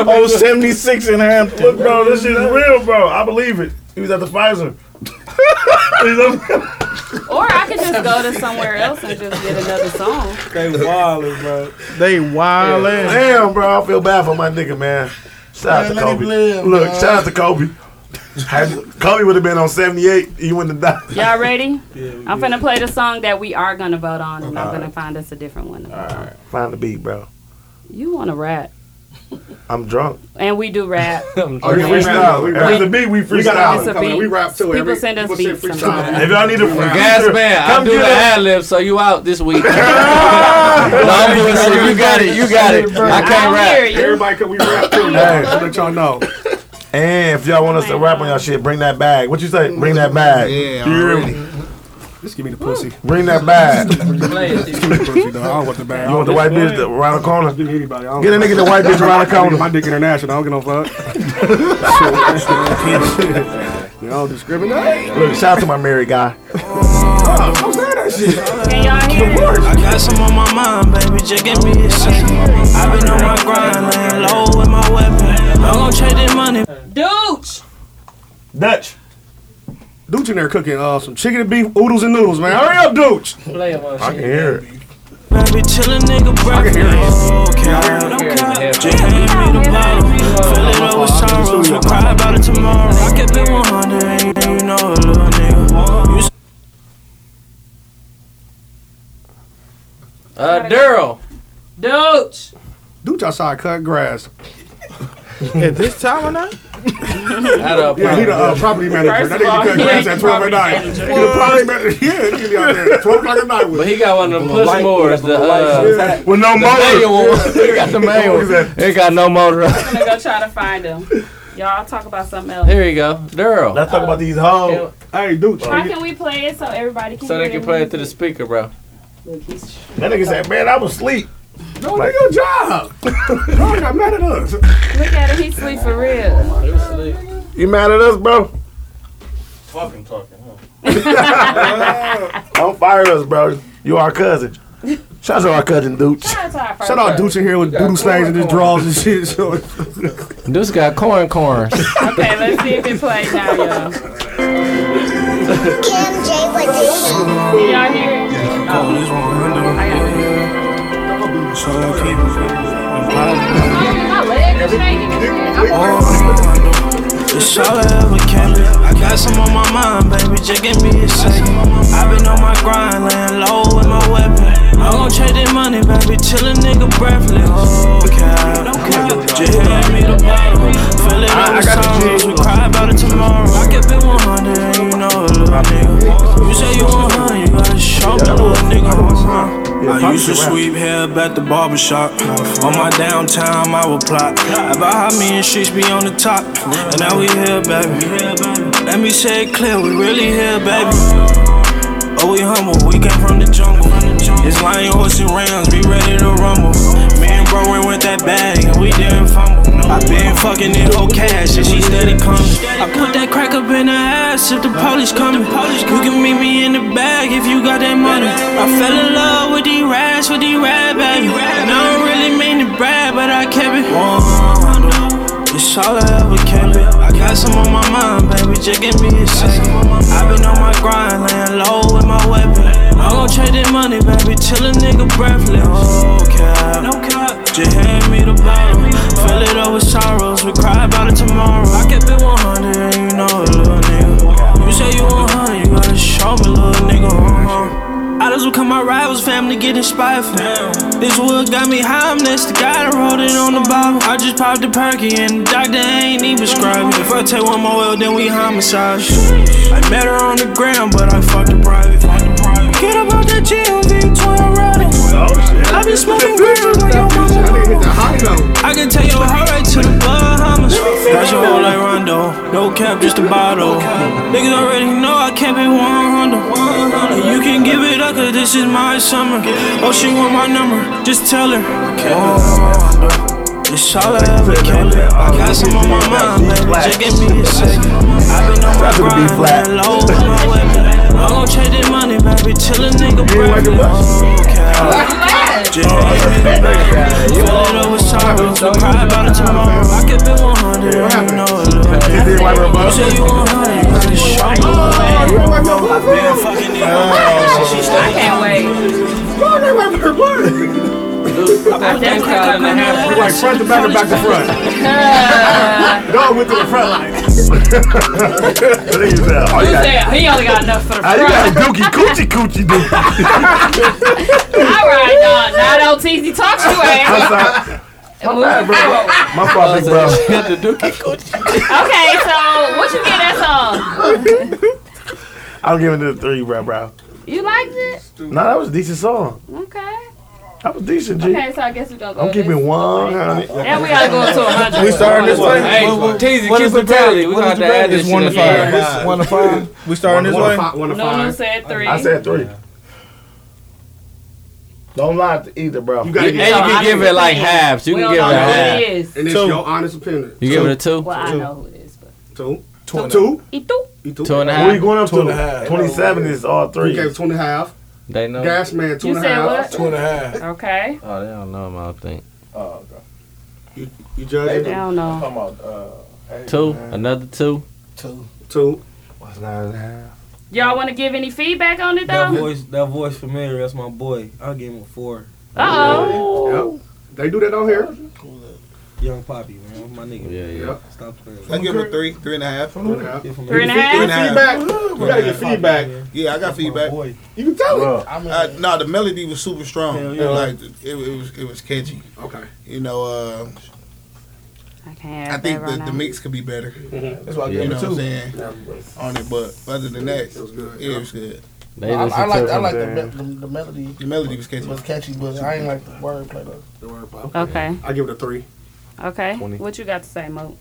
[SPEAKER 8] Oh,
[SPEAKER 17] on 76 in Hampton.
[SPEAKER 8] Look, bro, this shit is real, bro. I believe it. He was at the Pfizer.
[SPEAKER 3] Or I could just go to somewhere else and just get another song.
[SPEAKER 8] they wildin', bro.
[SPEAKER 17] They wildin'.
[SPEAKER 8] Damn, bro. I feel bad for my nigga, man. Shout out
[SPEAKER 14] Man,
[SPEAKER 8] to
[SPEAKER 14] let him
[SPEAKER 8] Kobe.
[SPEAKER 14] live,
[SPEAKER 8] Look,
[SPEAKER 14] dog.
[SPEAKER 8] shout out to Kobe. Had- Kobe would have been on 78. He wouldn't have died.
[SPEAKER 3] Y'all ready? I'm finna play the song that we are gonna vote on, and I'm gonna find us a different one. to vote on.
[SPEAKER 8] Find the beat, bro.
[SPEAKER 3] You want to rap?
[SPEAKER 8] I'm drunk.
[SPEAKER 3] And we do rap.
[SPEAKER 8] Oh, you freestyle. We rap the beat. We
[SPEAKER 3] We got a- it's a
[SPEAKER 8] freestyle.
[SPEAKER 3] beat. We rap too. People Every- send us people send beats freestyle. sometimes.
[SPEAKER 8] If y'all need a
[SPEAKER 1] Gas man, I'm doing the ad lib, so you out this week. no, I'm doing so you got it, you got it. I can't rap.
[SPEAKER 4] Everybody, can we rap too? man. I'll let y'all know.
[SPEAKER 8] And if y'all want us to rap on y'all shit, bring that bag. What you
[SPEAKER 14] Mm.
[SPEAKER 8] say? Bring that bag.
[SPEAKER 4] Yeah,
[SPEAKER 8] You hear me?
[SPEAKER 4] Just give me the pussy.
[SPEAKER 8] Bring that bag.
[SPEAKER 4] Just give me the pussy, dog. I don't want the bag.
[SPEAKER 8] You want the white bitch that- around the corner?
[SPEAKER 4] Give me anybody. I don't
[SPEAKER 8] Get a
[SPEAKER 4] want-
[SPEAKER 8] nigga the white bitch around the corner.
[SPEAKER 4] My dick international. I don't give no fuck. You don't discriminate.
[SPEAKER 8] Look, shout out to my married guy.
[SPEAKER 19] I got some on my mind, baby, just give me a second. i been on my grind, laying low with my weapon. I'm gonna trade this money.
[SPEAKER 3] Dooch.
[SPEAKER 4] Dutch. Dooch in there cooking uh, some chicken and beef oodles and noodles, man. Hurry up, Dooch.
[SPEAKER 19] Play
[SPEAKER 13] Oh,
[SPEAKER 19] it,
[SPEAKER 4] I can hear it.
[SPEAKER 19] Baby, till a nigga break me. Okay, don't care. Just hand me the bottle. Fill it up with sorrows. We'll cry about it tomorrow. I kept it 100, and you know a little nigga. You
[SPEAKER 1] Uh, Daryl.
[SPEAKER 3] Dooch.
[SPEAKER 4] Dooch outside cutting grass.
[SPEAKER 13] At this time or not?
[SPEAKER 4] yeah, he the uh, property manager.
[SPEAKER 13] First
[SPEAKER 4] that
[SPEAKER 13] of all,
[SPEAKER 4] nigga cut
[SPEAKER 13] he
[SPEAKER 4] grass
[SPEAKER 13] ain't
[SPEAKER 4] at 12 at
[SPEAKER 13] property
[SPEAKER 4] night. He
[SPEAKER 13] manager.
[SPEAKER 4] the property manager. Yeah, he be out there at 12 o'clock at night. With
[SPEAKER 1] But he got one of them push mowers. The,
[SPEAKER 4] Yeah.
[SPEAKER 1] uh,
[SPEAKER 4] With no
[SPEAKER 1] the
[SPEAKER 4] motor.
[SPEAKER 1] manual one. He got the manual. It got no motor.
[SPEAKER 3] I'm gonna go try to find him. Y'all talk about something else.
[SPEAKER 1] Here you go, Daryl.
[SPEAKER 8] Let's talk about these hoes.
[SPEAKER 4] Hey, dude.
[SPEAKER 3] How can we play it so everybody can
[SPEAKER 1] So
[SPEAKER 3] hear
[SPEAKER 1] they can
[SPEAKER 3] it?
[SPEAKER 1] play it to the speaker, bro.
[SPEAKER 3] Look, he's-
[SPEAKER 8] That nigga said, man, I was asleep.
[SPEAKER 4] No, do your job. Y'all got mad at us.
[SPEAKER 3] Look at him, he sleep for real.
[SPEAKER 8] You mad at us, bro?
[SPEAKER 13] Fucking talking, huh?
[SPEAKER 8] Don't fire us, bro. You our cousin. Shout out to our cousin, Dooch.
[SPEAKER 4] Shout out Dooch in here with doodle stains and his draws and shit. So.
[SPEAKER 1] Deuce got corn corns.
[SPEAKER 3] Okay, let's see if it plays now, y'all. Cam J Can y'all hear it?
[SPEAKER 19] Oh, this one hundred. So I keep
[SPEAKER 3] My leg is shaking and shit. I'm
[SPEAKER 19] It's all I ever can be. I got some on my mind, baby. Just give me a second. I've been on my grind, laying low with my weapon. I'm gon' trade this money, baby, till a nigga breathless. Okay, I don't care. Just hand me the bottle. Fill it up with sorrows. We cry about it tomorrow. I kept it 100, and you know a little nigga. You say you 100, you gotta show me what nigga. I used to sweep hair at the barber shop. On my downtime, I would plot about how me and streets be on the top. And now we here, baby. Let me say it clear, we really here, baby. Oh, we humble, we came from the jungle. It's lion, horse, and rams, be ready to rumble. Me and bro ran with that bag, and we didn't fumble. I been fucking in whole cash, and she steady coming. I put that crack up in her ass if the police coming. You can meet me in the bag if you got that money. I fell in love with these rats, with these rat baby. And I don't really mean to brag, but I kept it. It's all I ever kept it. I got some on my mind, baby. Just give me a second. I've been on my grind, laying low with my weapon. I'm gon' trade this money, baby, till a nigga breathless. Okay, no cap. Just hand me the bottle. Fill it up with sorrows. We cry about it tomorrow. I kept it 100, and you know a little nigga. You say you 100, you gotta show me, little nigga. uh-huh. I just become my rivals, family get inspired from. This wood got me high, I'm next to God, I wrote it on the Bible. I just popped a perky and the doctor ain't even prescribing. If I take one more L, then we homicide. I met her on the ground, but I fucked her private. Get up out that GMV, twin riding. I be smoking green when your mama. I can take your heart right to the Bahamas. Got your whole like Rondo. No cap, just a bottle. Niggas already know I kept it 100. You can give it up, cause this is my summer. Oh, she want my number, just tell her. It's all I ever kept. I got some on my mind, baby. Just give me a second. I've been on my grind, laying low with my weapon. I'm gon' trade this money, baby, till a nigga breathless. Okay. Just hang me back. Fill it up with sorrows, we cry about it tomorrow. I kept it 100, you know it look like that. You say you 100, you gotta show me. I've been fucking it up, she
[SPEAKER 3] I
[SPEAKER 19] stay
[SPEAKER 3] can't wait. I
[SPEAKER 4] Thanks, Kyle, and a half. We like front to back and back to front. Dog went to the front line.
[SPEAKER 8] Oh,
[SPEAKER 3] Who's
[SPEAKER 8] you got-
[SPEAKER 3] there? He only got enough for the
[SPEAKER 8] Ah, you got
[SPEAKER 3] front.
[SPEAKER 8] a dookie coochie coochie dookie.
[SPEAKER 3] uh, All right, dog. Now don't tease. He talks to
[SPEAKER 8] I'm
[SPEAKER 3] ass.
[SPEAKER 8] sorry.
[SPEAKER 3] Moving forward.
[SPEAKER 8] My fault, big bro.
[SPEAKER 3] Okay, so what you get that song?
[SPEAKER 8] I'm giving it a three, bro, bro.
[SPEAKER 3] You liked it?
[SPEAKER 8] No, that was a decent song.
[SPEAKER 3] Okay.
[SPEAKER 8] That was decent, G.
[SPEAKER 3] Okay, so I guess we gonna go.
[SPEAKER 8] I'm keeping one.
[SPEAKER 3] And we gotta go up to 100.
[SPEAKER 1] Hey, Teasy,
[SPEAKER 17] what
[SPEAKER 1] keep
[SPEAKER 17] is the
[SPEAKER 1] it tally.
[SPEAKER 17] verdict?
[SPEAKER 1] We
[SPEAKER 17] What
[SPEAKER 1] got
[SPEAKER 17] is
[SPEAKER 1] to
[SPEAKER 17] the
[SPEAKER 1] add
[SPEAKER 17] verdict?
[SPEAKER 1] this
[SPEAKER 17] It's one
[SPEAKER 1] shit
[SPEAKER 17] to five.
[SPEAKER 1] in.
[SPEAKER 17] It's one to five. We starting this way?
[SPEAKER 3] Nunu said three.
[SPEAKER 8] I said three. Don't lie to either, bro.
[SPEAKER 1] You gotta And get- you can give it like halves. You can give it half.
[SPEAKER 4] And it's
[SPEAKER 1] Two.
[SPEAKER 4] your honest opinion.
[SPEAKER 1] You give it a two?
[SPEAKER 3] Well, I
[SPEAKER 1] Two.
[SPEAKER 3] know who it is.
[SPEAKER 4] Two. Two.
[SPEAKER 3] Itu.
[SPEAKER 1] Two and a half.
[SPEAKER 8] What are you going up
[SPEAKER 4] Two and a
[SPEAKER 8] to?
[SPEAKER 4] half.
[SPEAKER 8] Twenty-seven is all three.
[SPEAKER 4] You gave two and a half.
[SPEAKER 1] They know.
[SPEAKER 4] Gas man, two
[SPEAKER 3] You
[SPEAKER 4] and a
[SPEAKER 3] said
[SPEAKER 4] half.
[SPEAKER 3] what?
[SPEAKER 4] Two and a half.
[SPEAKER 3] Okay.
[SPEAKER 1] Oh, they don't know him, I don't think.
[SPEAKER 8] Oh, okay.
[SPEAKER 4] You, you judge
[SPEAKER 3] They don't know.
[SPEAKER 8] Come on, uh, hey,
[SPEAKER 1] Two,
[SPEAKER 8] man.
[SPEAKER 1] another two.
[SPEAKER 8] Two.
[SPEAKER 4] Two.
[SPEAKER 8] What's nine and a half?
[SPEAKER 3] Y'all want to give any feedback on it
[SPEAKER 11] That
[SPEAKER 3] though?
[SPEAKER 11] voice, that voice familiar. That's my boy. I'll give him a four.
[SPEAKER 3] Uh-oh.
[SPEAKER 4] They do that on here.
[SPEAKER 11] Young Poppy, man. That's my nigga.
[SPEAKER 1] Yeah, yeah.
[SPEAKER 11] Stop playing.
[SPEAKER 12] I give it a three, three and a half. Three and a half.
[SPEAKER 11] Three and a half?
[SPEAKER 12] Feedback. We gotta get
[SPEAKER 11] Yeah.
[SPEAKER 12] feedback. Yeah, I got feedback.
[SPEAKER 4] You can tell
[SPEAKER 12] it. Uh, no, the melody was super strong.
[SPEAKER 4] Hell
[SPEAKER 12] yeah.
[SPEAKER 4] yeah.
[SPEAKER 12] Like it, it was, it was catchy.
[SPEAKER 4] Okay.
[SPEAKER 12] You know, uh,
[SPEAKER 3] I can't.
[SPEAKER 12] I think the, the mix could be better.
[SPEAKER 14] That's why I
[SPEAKER 12] you
[SPEAKER 14] gave it
[SPEAKER 12] know
[SPEAKER 14] two.
[SPEAKER 12] what I'm saying on it, but other than that, it was good. Yeah, it was good.
[SPEAKER 14] I, I like I like the, me- the, the melody.
[SPEAKER 12] The melody was catchy.
[SPEAKER 14] Was catchy, but I ain't like the uh, wordplay though.
[SPEAKER 4] The wordplay.
[SPEAKER 3] Okay.
[SPEAKER 4] I give it a three.
[SPEAKER 3] Okay.
[SPEAKER 4] Twenty.
[SPEAKER 3] What you got to say, Mo?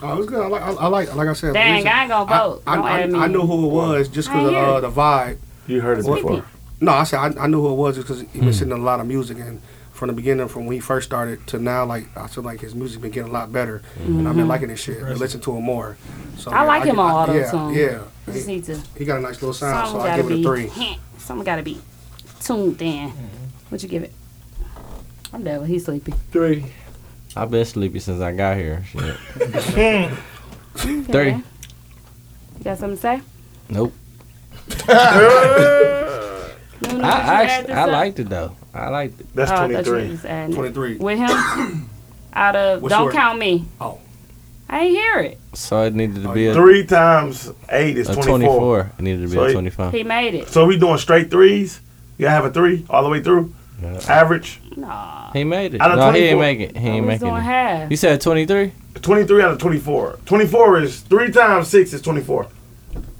[SPEAKER 4] Oh, it was good. I like, I, I like, like I said.
[SPEAKER 3] Dang,
[SPEAKER 4] Lisa-
[SPEAKER 3] I ain't gonna vote.
[SPEAKER 4] I,
[SPEAKER 3] Don't
[SPEAKER 4] I, I,
[SPEAKER 3] add me.
[SPEAKER 4] I knew who it was just
[SPEAKER 3] I
[SPEAKER 4] because of
[SPEAKER 3] ain't hear
[SPEAKER 4] uh,
[SPEAKER 3] it.
[SPEAKER 4] the vibe.
[SPEAKER 8] You heard
[SPEAKER 3] it Speak before. it.
[SPEAKER 4] No, I said I, I knew who it was just because
[SPEAKER 1] Hmm.
[SPEAKER 4] he been sitting in a lot of music and from the beginning, from when he first started to now, like I feel like his music been getting a lot better, and I've been
[SPEAKER 3] Mhm.
[SPEAKER 4] liking this shit. I listen to him more. So
[SPEAKER 3] I
[SPEAKER 4] yeah,
[SPEAKER 3] like him
[SPEAKER 4] get-
[SPEAKER 3] on all those
[SPEAKER 4] yeah,
[SPEAKER 3] songs.
[SPEAKER 4] Yeah,
[SPEAKER 3] I just need to.
[SPEAKER 4] he got a nice little sound,
[SPEAKER 3] Something
[SPEAKER 4] so I
[SPEAKER 3] gotta
[SPEAKER 4] give it
[SPEAKER 3] be.
[SPEAKER 4] a three.
[SPEAKER 3] Something gotta be tuned in. What'd you give it? I'm done with. He's sleepy.
[SPEAKER 1] Three. I've been sleepy since I got here. Shit.
[SPEAKER 3] Okay.
[SPEAKER 1] Three.
[SPEAKER 3] You got something to say?
[SPEAKER 1] Nope.
[SPEAKER 3] No, no, did you
[SPEAKER 1] I I,
[SPEAKER 3] add
[SPEAKER 1] actually,
[SPEAKER 3] this
[SPEAKER 1] I
[SPEAKER 3] up?
[SPEAKER 1] liked it though. I liked it.
[SPEAKER 3] Oh, I thought you was adding it. With him? Out of
[SPEAKER 1] What's
[SPEAKER 3] Don't
[SPEAKER 1] your-
[SPEAKER 3] Count Me.
[SPEAKER 4] Oh.
[SPEAKER 3] I ain't hear it.
[SPEAKER 1] So it needed to be a
[SPEAKER 8] Oh, Three times eight is
[SPEAKER 1] a
[SPEAKER 8] 24.
[SPEAKER 1] 24. It needed to be
[SPEAKER 8] So
[SPEAKER 1] a
[SPEAKER 8] he-
[SPEAKER 1] 25.
[SPEAKER 3] He made it.
[SPEAKER 8] So we doing straight threes? You gotta have a three all the way through? Average?
[SPEAKER 3] Nah.
[SPEAKER 1] He made it.
[SPEAKER 8] Out of
[SPEAKER 1] No, he ain't make
[SPEAKER 8] 24.
[SPEAKER 1] it. He ain't
[SPEAKER 3] Oh,
[SPEAKER 8] Who's
[SPEAKER 1] making
[SPEAKER 8] doing
[SPEAKER 1] it.
[SPEAKER 3] half?
[SPEAKER 1] You said 23?
[SPEAKER 8] 23 out of 24. 24 is three times six is 24.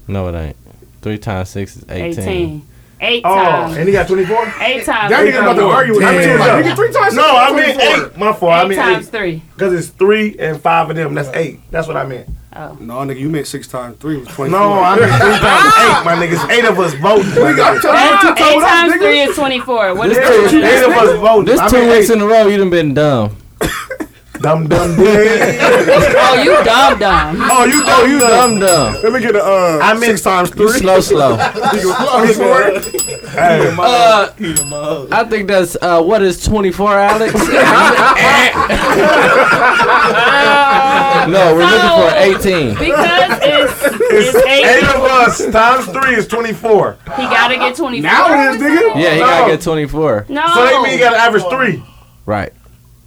[SPEAKER 1] No, it ain't. Three times six is 18.
[SPEAKER 3] 18. Eight
[SPEAKER 8] Oh,
[SPEAKER 3] times.
[SPEAKER 8] and he got 24?
[SPEAKER 3] Eight times.
[SPEAKER 8] That nigga about to argue with me.
[SPEAKER 3] Eight
[SPEAKER 8] Damn.
[SPEAKER 3] times.
[SPEAKER 8] Three times No, six I is meant 24. eight. My fault, I
[SPEAKER 3] Eight
[SPEAKER 8] meant
[SPEAKER 3] times
[SPEAKER 8] eight.
[SPEAKER 3] three.
[SPEAKER 8] Because it's three and five of them. That's eight. That's what I meant.
[SPEAKER 3] Oh.
[SPEAKER 4] No, nigga, you meant six times three was twenty.
[SPEAKER 8] No, I meant three times eight, my niggas. Eight of us voting. my niggas.
[SPEAKER 3] Eight, eight times three is 24. What is
[SPEAKER 1] This two,
[SPEAKER 8] Eight of us voted.
[SPEAKER 1] This
[SPEAKER 8] I
[SPEAKER 1] two
[SPEAKER 8] mean,
[SPEAKER 1] weeks in a row, you done been dumb.
[SPEAKER 8] dumb, dumb, oh,
[SPEAKER 3] you dumb, dumb.
[SPEAKER 8] Oh, you
[SPEAKER 1] Oh, you dumb, dumb.
[SPEAKER 8] Let me get a uh, I meant, six times
[SPEAKER 1] You slow, slow. Uh, I think that's uh, what is 24, Alex? no, we're looking for 18.
[SPEAKER 3] Because it's,
[SPEAKER 8] It's
[SPEAKER 3] it's eight.
[SPEAKER 8] eight of us times three is 24.
[SPEAKER 3] He gotta get 24.
[SPEAKER 8] Now it is, nigga.
[SPEAKER 1] Yeah, he gotta get 24.
[SPEAKER 3] No.
[SPEAKER 8] So that mean he got an average three.
[SPEAKER 1] Right.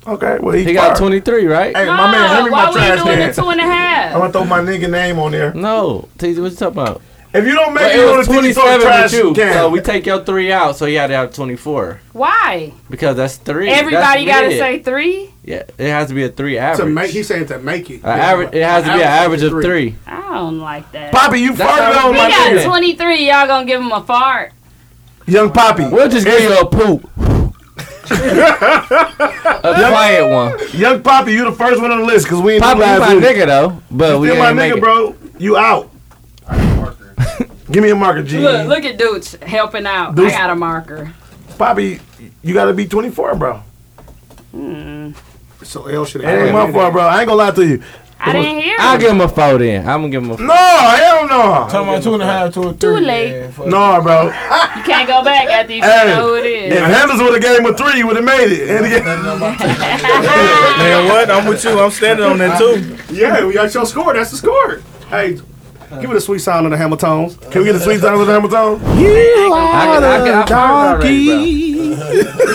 [SPEAKER 8] Okay, well,
[SPEAKER 1] he,
[SPEAKER 8] he
[SPEAKER 1] got
[SPEAKER 8] fired.
[SPEAKER 1] 23, right?
[SPEAKER 8] Hey, my man, hand me
[SPEAKER 3] why
[SPEAKER 8] my
[SPEAKER 3] we
[SPEAKER 8] trash
[SPEAKER 3] doing
[SPEAKER 8] can.
[SPEAKER 3] the two and a half?
[SPEAKER 8] I'm gonna throw my nigga name on there.
[SPEAKER 1] No, TZ, what you talking about?
[SPEAKER 8] If you don't make
[SPEAKER 1] But
[SPEAKER 8] it,
[SPEAKER 1] it
[SPEAKER 8] you
[SPEAKER 1] was
[SPEAKER 8] gonna think
[SPEAKER 1] 27
[SPEAKER 8] so trash
[SPEAKER 1] with you,
[SPEAKER 8] can.
[SPEAKER 1] so we take your three out, so you had to have 24
[SPEAKER 3] Why?
[SPEAKER 1] because that's three. That's
[SPEAKER 3] Everybody gotta
[SPEAKER 1] it.
[SPEAKER 3] say three?
[SPEAKER 1] Yeah, it has to be a three average.
[SPEAKER 4] To make, he's saying to make it.
[SPEAKER 1] An average, it has to be an average of three.
[SPEAKER 3] I don't like that.
[SPEAKER 8] Poppy, you
[SPEAKER 1] That's
[SPEAKER 8] farted
[SPEAKER 1] how
[SPEAKER 8] on
[SPEAKER 1] we
[SPEAKER 3] He
[SPEAKER 8] my
[SPEAKER 3] got
[SPEAKER 8] nigga.
[SPEAKER 3] 23. Y'all gonna give him a fart.
[SPEAKER 8] Young Poppy.
[SPEAKER 1] We'll just give you a poop. a quiet one.
[SPEAKER 8] Young Poppy, you the first one on the list because we ain't
[SPEAKER 1] Poppy,
[SPEAKER 8] do
[SPEAKER 1] you
[SPEAKER 8] last
[SPEAKER 1] my
[SPEAKER 8] week.
[SPEAKER 1] nigga though, but
[SPEAKER 8] You
[SPEAKER 1] we
[SPEAKER 8] still my
[SPEAKER 1] ain't make
[SPEAKER 8] nigga,
[SPEAKER 1] it.
[SPEAKER 8] bro. You out. Give me a marker, G.
[SPEAKER 3] Look, look at Dooch helping out.
[SPEAKER 8] Dooch-
[SPEAKER 3] I got a marker.
[SPEAKER 8] Poppy, you gotta be 24, bro.
[SPEAKER 3] Hmm.
[SPEAKER 4] So L should
[SPEAKER 8] It ain't my fault, bro. I ain't gonna lie to you.
[SPEAKER 3] I didn't hear
[SPEAKER 1] I'll
[SPEAKER 3] it.
[SPEAKER 1] give him a four then. I'm gonna give him a four.
[SPEAKER 8] No, hell no.
[SPEAKER 16] Talking about two and a half to a three.
[SPEAKER 3] Too late.
[SPEAKER 8] No, bro.
[SPEAKER 3] You can't go back after you
[SPEAKER 8] Hey,
[SPEAKER 3] know who it is.
[SPEAKER 8] If Handles would have gave him a three, he would have made it. And again,
[SPEAKER 13] Man, what? I'm with you. I'm standing on that too.
[SPEAKER 4] Yeah, we got your score. That's the score. Hey, give it a sweet sound of the Hamiltones.
[SPEAKER 8] Can we get a sweet sound of the Hamiltones?
[SPEAKER 4] You
[SPEAKER 1] I can- I can- I'm hurt already, bro.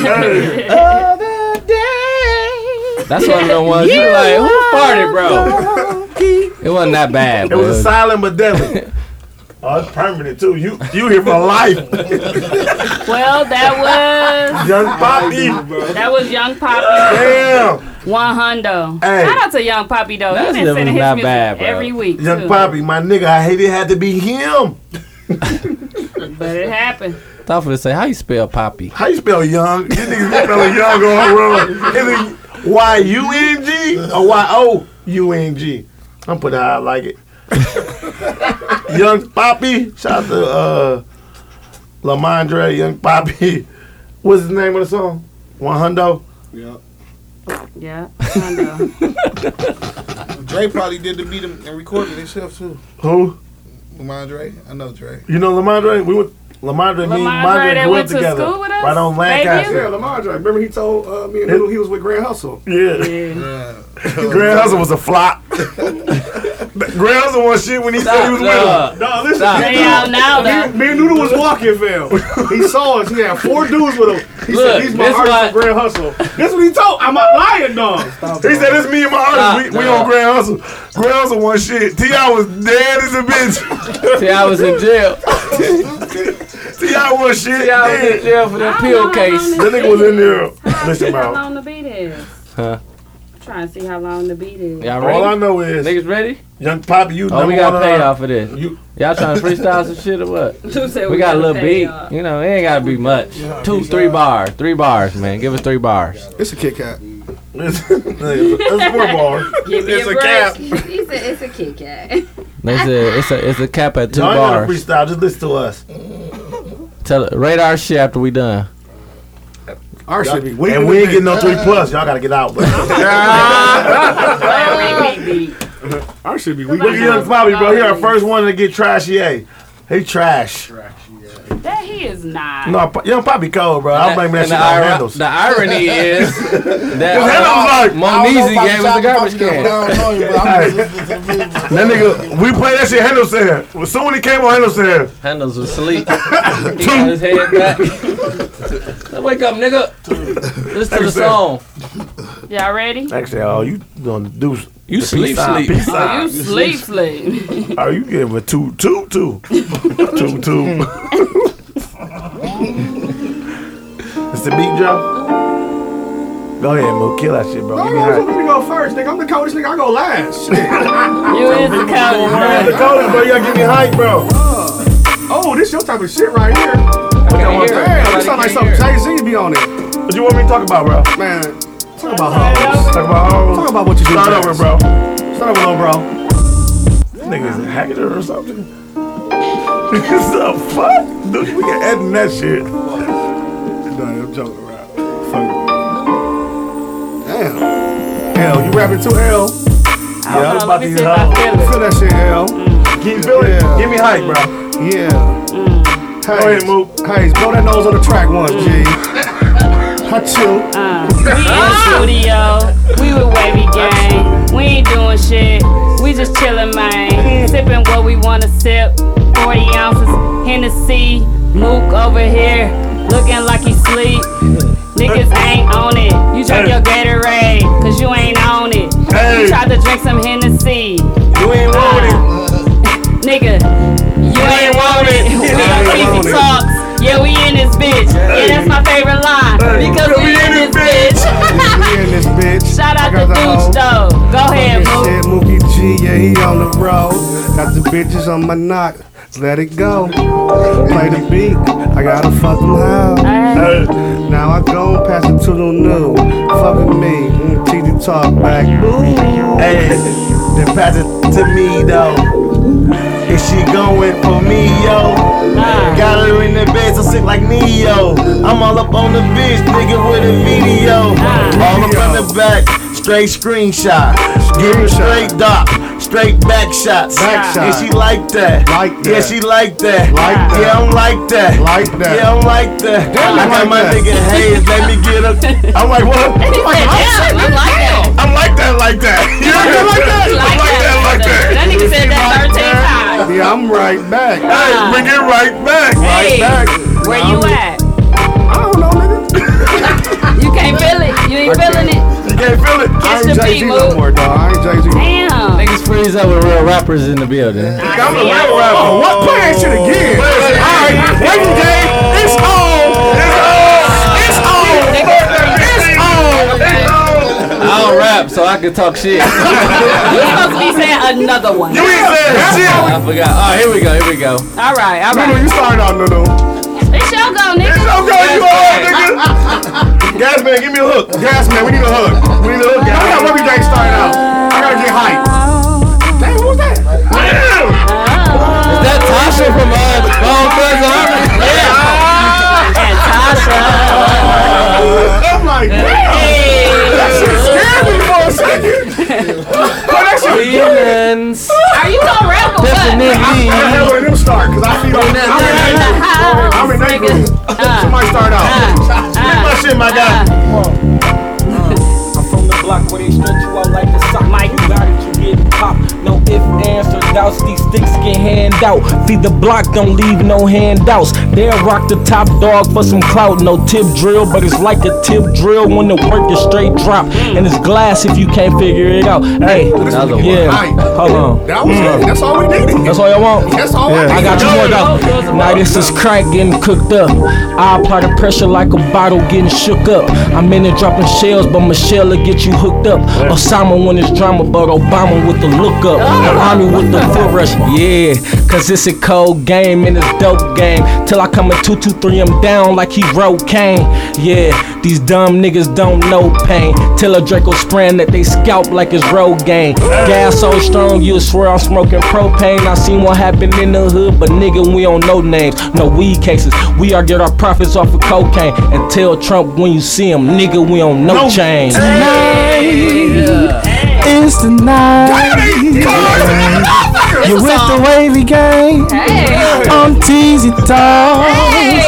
[SPEAKER 1] That's one of the ones you
[SPEAKER 8] You
[SPEAKER 1] like. Who farted, bro? It wasn't that bad.
[SPEAKER 8] it was a
[SPEAKER 1] bud.
[SPEAKER 8] silent but deadly. Oh, it's permanent too. You you here for life.
[SPEAKER 3] Well, that was
[SPEAKER 8] Young Poppy.
[SPEAKER 3] That was Young Poppy.
[SPEAKER 8] Damn.
[SPEAKER 3] One hundo.
[SPEAKER 8] Hey.
[SPEAKER 3] Shout out to Young Poppy though. He
[SPEAKER 8] That's
[SPEAKER 3] been
[SPEAKER 8] never
[SPEAKER 3] sending his
[SPEAKER 8] not
[SPEAKER 3] music
[SPEAKER 8] bad, bro.
[SPEAKER 3] every week.
[SPEAKER 8] Young
[SPEAKER 3] too.
[SPEAKER 8] Poppy, my nigga, I hate it had to be him.
[SPEAKER 3] But it happened.
[SPEAKER 1] Thought for say, how you spell Poppy?
[SPEAKER 8] How you spell young? You niggas spelling young on wrong. Is it Y U N G or Y O U N G? I'm putting how I like it. young Poppy. Shout out to uh, Lamondre, Young Poppy. What's the name of the song? One Hundo.
[SPEAKER 3] Yeah.
[SPEAKER 12] Dre probably did the beat him and recorded himself too.
[SPEAKER 8] Who?
[SPEAKER 12] Lamont Dre? I know Dre.
[SPEAKER 8] You know Lamondre? We went. Lamondre, me and Mondre grew up together. Right on Lancaster.
[SPEAKER 4] Yeah, Lamondre. Remember he told uh, me and Little he was with Grand Hustle.
[SPEAKER 8] Yeah. Grand Hustle was a flop. Grand Hustle was shit when he said he was with him.
[SPEAKER 4] No, listen.
[SPEAKER 8] Stop.
[SPEAKER 4] me
[SPEAKER 8] They
[SPEAKER 4] and Noodle-
[SPEAKER 8] out now,
[SPEAKER 4] me-
[SPEAKER 8] though.
[SPEAKER 4] Me, and Noodle was walking, fam. He saw us. He had four dudes with him. He
[SPEAKER 8] Look,
[SPEAKER 4] said, "He's my
[SPEAKER 8] this
[SPEAKER 4] artist
[SPEAKER 8] why-
[SPEAKER 4] from Grand Hustle." This what he told. I'm not lying, dog.
[SPEAKER 8] He said, "It's me and my artist. we we on Grand Hustle. Grand Hustle one shit. Ti was dead as a bitch.
[SPEAKER 1] T.I. was in jail.
[SPEAKER 8] Ti one shit.
[SPEAKER 1] T.I. was in jail for that pill case.
[SPEAKER 8] That nigga was in there. Listen,
[SPEAKER 3] How
[SPEAKER 8] bro.
[SPEAKER 3] long the beat is?
[SPEAKER 1] Huh?
[SPEAKER 3] I'm trying to see how long the beat is.
[SPEAKER 1] Y'all ready?
[SPEAKER 8] All I know is
[SPEAKER 1] niggas ready.
[SPEAKER 8] Young Poppy, you
[SPEAKER 1] Oh, we
[SPEAKER 8] number
[SPEAKER 1] got
[SPEAKER 8] one
[SPEAKER 1] paid
[SPEAKER 8] on our-
[SPEAKER 1] off for this. Y'all trying to freestyle some shit or what?
[SPEAKER 3] Two said
[SPEAKER 1] we, uh,
[SPEAKER 3] we
[SPEAKER 1] got
[SPEAKER 3] got
[SPEAKER 1] a little beat.
[SPEAKER 3] paid off.
[SPEAKER 1] You know, it ain't gotta be much. Two, three bars, three bars, man. Give us three bars.
[SPEAKER 12] It's a Kit Kat.
[SPEAKER 8] it's four bars.
[SPEAKER 2] Give me
[SPEAKER 8] It's a
[SPEAKER 2] break.
[SPEAKER 8] cap.
[SPEAKER 2] He said it's a Kit Kat.
[SPEAKER 1] They said it's a it's a cap at 2
[SPEAKER 8] Y'all ain't gotta
[SPEAKER 1] bars.
[SPEAKER 8] freestyle. Just listen to us.
[SPEAKER 1] Tell radar shit after we done.
[SPEAKER 8] Our
[SPEAKER 1] shit be weak
[SPEAKER 8] and
[SPEAKER 1] than
[SPEAKER 8] we
[SPEAKER 1] a
[SPEAKER 8] ain't getting no
[SPEAKER 1] bitch.
[SPEAKER 8] three plus. Y'all gotta get out. But
[SPEAKER 4] Our shit be
[SPEAKER 8] we
[SPEAKER 4] weak.
[SPEAKER 8] look at Young Poppy, bro. He our first one to get trash. Yeah, he trash.
[SPEAKER 3] That he is not.
[SPEAKER 8] No, P- Young Poppy cold, bro. I'm blaming that
[SPEAKER 1] And
[SPEAKER 8] shit
[SPEAKER 1] the,
[SPEAKER 8] on
[SPEAKER 1] iri-
[SPEAKER 8] handles.
[SPEAKER 1] the irony is
[SPEAKER 8] His
[SPEAKER 1] that
[SPEAKER 8] handles
[SPEAKER 1] uh,
[SPEAKER 8] like- I don't know
[SPEAKER 1] Monizy
[SPEAKER 8] if I'm
[SPEAKER 1] gave us the garbage
[SPEAKER 8] talking about you,
[SPEAKER 1] can.
[SPEAKER 8] but I don't know you, but I'm That nigga, we played that shit Handles said. When someone he came on Handles said.
[SPEAKER 1] Handles was asleep. he got his head back. Wake up, nigga. Listen to the
[SPEAKER 8] Thanks, sir.
[SPEAKER 1] song.
[SPEAKER 3] Y'all ready?
[SPEAKER 8] Actually, oh, you gonna do
[SPEAKER 1] You sleep, sleep.
[SPEAKER 8] Peace
[SPEAKER 3] Oh, you sleep, sleep.
[SPEAKER 8] Are you giving a two, two, two, two, two? it's the beat, Joe. Mm. Go ahead, Mo. Kill that shit, bro.
[SPEAKER 4] Bro,
[SPEAKER 8] Give me
[SPEAKER 4] I
[SPEAKER 8] high.
[SPEAKER 4] want to go first, nigga. I'm the coldest nigga. I go last. Shit.
[SPEAKER 3] you is the coldest,
[SPEAKER 8] I'm the coldest, bro. You gotta give me hype, bro.
[SPEAKER 4] Oh, this your type of shit right here. Damn, this sound like something Jay Z be on it.
[SPEAKER 8] What you want me to talk about, bro?
[SPEAKER 4] Man, talk about hoes.
[SPEAKER 8] Talk about hoes.
[SPEAKER 4] Talk about what you do.
[SPEAKER 8] Start
[SPEAKER 4] best.
[SPEAKER 8] over, bro.
[SPEAKER 4] Start over, little bro.
[SPEAKER 8] Niggas hacked her or something. It's the fuck? Dude, we can edit that shit.
[SPEAKER 4] No, I'm joking around. Damn. Hell, you rapping too, L.
[SPEAKER 8] Yeah, it's about these hoes.
[SPEAKER 4] Feel that shit, L.
[SPEAKER 8] Keep feeling it. Give me hype, bro.
[SPEAKER 4] Yeah.
[SPEAKER 8] Mm.
[SPEAKER 4] Hey, Go ahead, Mook. Hey, blow that nose on the track once, G. Hot you.
[SPEAKER 3] Uh, We in studio. We with Wavy Gang. We ain't doing shit. We just chillin', man. Sippin' what we wanna sip. 40 ounces Hennessy. Mook over here, looking like he sleep. Niggas ain't on it. You drink your Gatorade, cause you ain't on it. You tried to drink some Hennessy. You ain't want it. Nigga, you ain't want it. We on Keefe Talks. Yeah, we in this bitch. Yeah, that's my favorite line. Because we in this bitch.
[SPEAKER 4] We in this bitch.
[SPEAKER 3] Shout out to Dooch though. Go ahead, Mook.
[SPEAKER 4] Said Mookie G, yeah, he on the road. Got the bitches on my knock. Let it go. Play the beat. I gotta fuck them hoes. Now I go and pass it to the new. Fuck with me. Mm, TD talk back.
[SPEAKER 8] Hey, then pass it to me though. Is she going for me, yo? Got her in the bed, so sick like Neo. I'm all up on the bitch, nigga, with a video. All up on the back, straight screenshot. Give her straight dot, straight back shots.
[SPEAKER 4] Back shot.
[SPEAKER 8] Yeah, she like that. Like Yeah,
[SPEAKER 4] that.
[SPEAKER 8] she like that.
[SPEAKER 4] Like that.
[SPEAKER 8] Yeah, I'm like that.
[SPEAKER 4] Like that.
[SPEAKER 8] Yeah, I'm like that.
[SPEAKER 4] Damn,
[SPEAKER 8] I
[SPEAKER 4] I'm
[SPEAKER 8] got
[SPEAKER 4] like
[SPEAKER 8] my
[SPEAKER 4] that.
[SPEAKER 8] nigga Hayes, let me get a. I'm like, what? I'm
[SPEAKER 4] He
[SPEAKER 8] like,
[SPEAKER 4] said,
[SPEAKER 8] I'm
[SPEAKER 4] "Damn,
[SPEAKER 8] like that.
[SPEAKER 4] I'm like
[SPEAKER 8] I'm like that, like that. You know what I'm like that? I'm like that, like that.
[SPEAKER 3] That nigga said that 13 times.
[SPEAKER 4] Yeah, I'm right back.
[SPEAKER 8] Hey, bring it right back.
[SPEAKER 3] Hey,
[SPEAKER 8] Right back.
[SPEAKER 3] where you at?
[SPEAKER 4] I don't know, nigga.
[SPEAKER 3] You can't feel it. You ain't feeling it.
[SPEAKER 8] You can't feel it.
[SPEAKER 4] I
[SPEAKER 3] Catch
[SPEAKER 4] ain't
[SPEAKER 3] the
[SPEAKER 4] Jay
[SPEAKER 3] beat,
[SPEAKER 4] Z no
[SPEAKER 3] Mook.
[SPEAKER 4] more, dog. I ain't Jay Z.
[SPEAKER 3] Damn.
[SPEAKER 1] Niggas freeze
[SPEAKER 20] up with real rappers in the building?
[SPEAKER 1] I'm a real rapper. Oh, what playing shit again? All right, waiting game. It's on. It's on. It's on. It's on.
[SPEAKER 20] I don't rap, so I can talk shit.
[SPEAKER 3] You're supposed to be saying another one. You ain't
[SPEAKER 20] I forgot. All right, here we go. Here we go.
[SPEAKER 3] All right, all
[SPEAKER 19] Lulu,
[SPEAKER 3] right.
[SPEAKER 19] you started out, Lulu.
[SPEAKER 3] It's your go, nigga.
[SPEAKER 19] It's your go, you all nigga. Gas man, give me a hook. Gas man, we need a hook. We need a hook. Gas man. I got Ruby Gang started out. I gotta get hype. Damn, who's that? Damn. Is that Tasha from uh, Bone Thugs Army? Yeah. And Tasha. I'm like, damn. That shit scared me for a second. But that shit was good.
[SPEAKER 3] Are you gonna rap or
[SPEAKER 19] I I had
[SPEAKER 3] what?
[SPEAKER 19] one of them start because I feel like I'm in that group. I'm in that group.
[SPEAKER 3] uh.
[SPEAKER 19] Somebody start out. Spit my shit, my guy.
[SPEAKER 11] block where they stretch you out like a sock. Mike, you got it, you get popped. No ifs, ands, or doubts. These sticks can hand out. Feed the block, don't leave no handouts. They'll rock the top dog for some clout. No tip drill, but it's like a tip drill when the work is straight drop. And it's glass if you can't figure it out. Hey,
[SPEAKER 20] another one.
[SPEAKER 11] yeah,
[SPEAKER 20] Aight.
[SPEAKER 11] hold on.
[SPEAKER 19] That was it. That's all we needed.
[SPEAKER 11] That's all y'all want?
[SPEAKER 19] That's all I
[SPEAKER 11] I
[SPEAKER 19] needed.
[SPEAKER 11] got you more though. Now this is crack getting cooked up. I apply the pressure like a bottle getting shook up. I'm in there dropping shells, but Michelle will get you hooked up. Osama when it's drama, but Obama with the look up. Army with the foot rush. Yeah, cause it's a cold game and it's dope game. Till I come in 223, I'm down like he wrote Kane. Yeah, these dumb niggas don't know pain. Till a Draco spraying that they scalp like it's road game. Gas so strong, you swear I'm smoking propane. I seen what happened in the hood, but nigga, we don't know names. No weed cases. We are get our profits off of cocaine. And tell Trump when you see him, nigga, we don't know no. change.
[SPEAKER 6] It's the night. You're with the wavy gang. On Teasy Dog.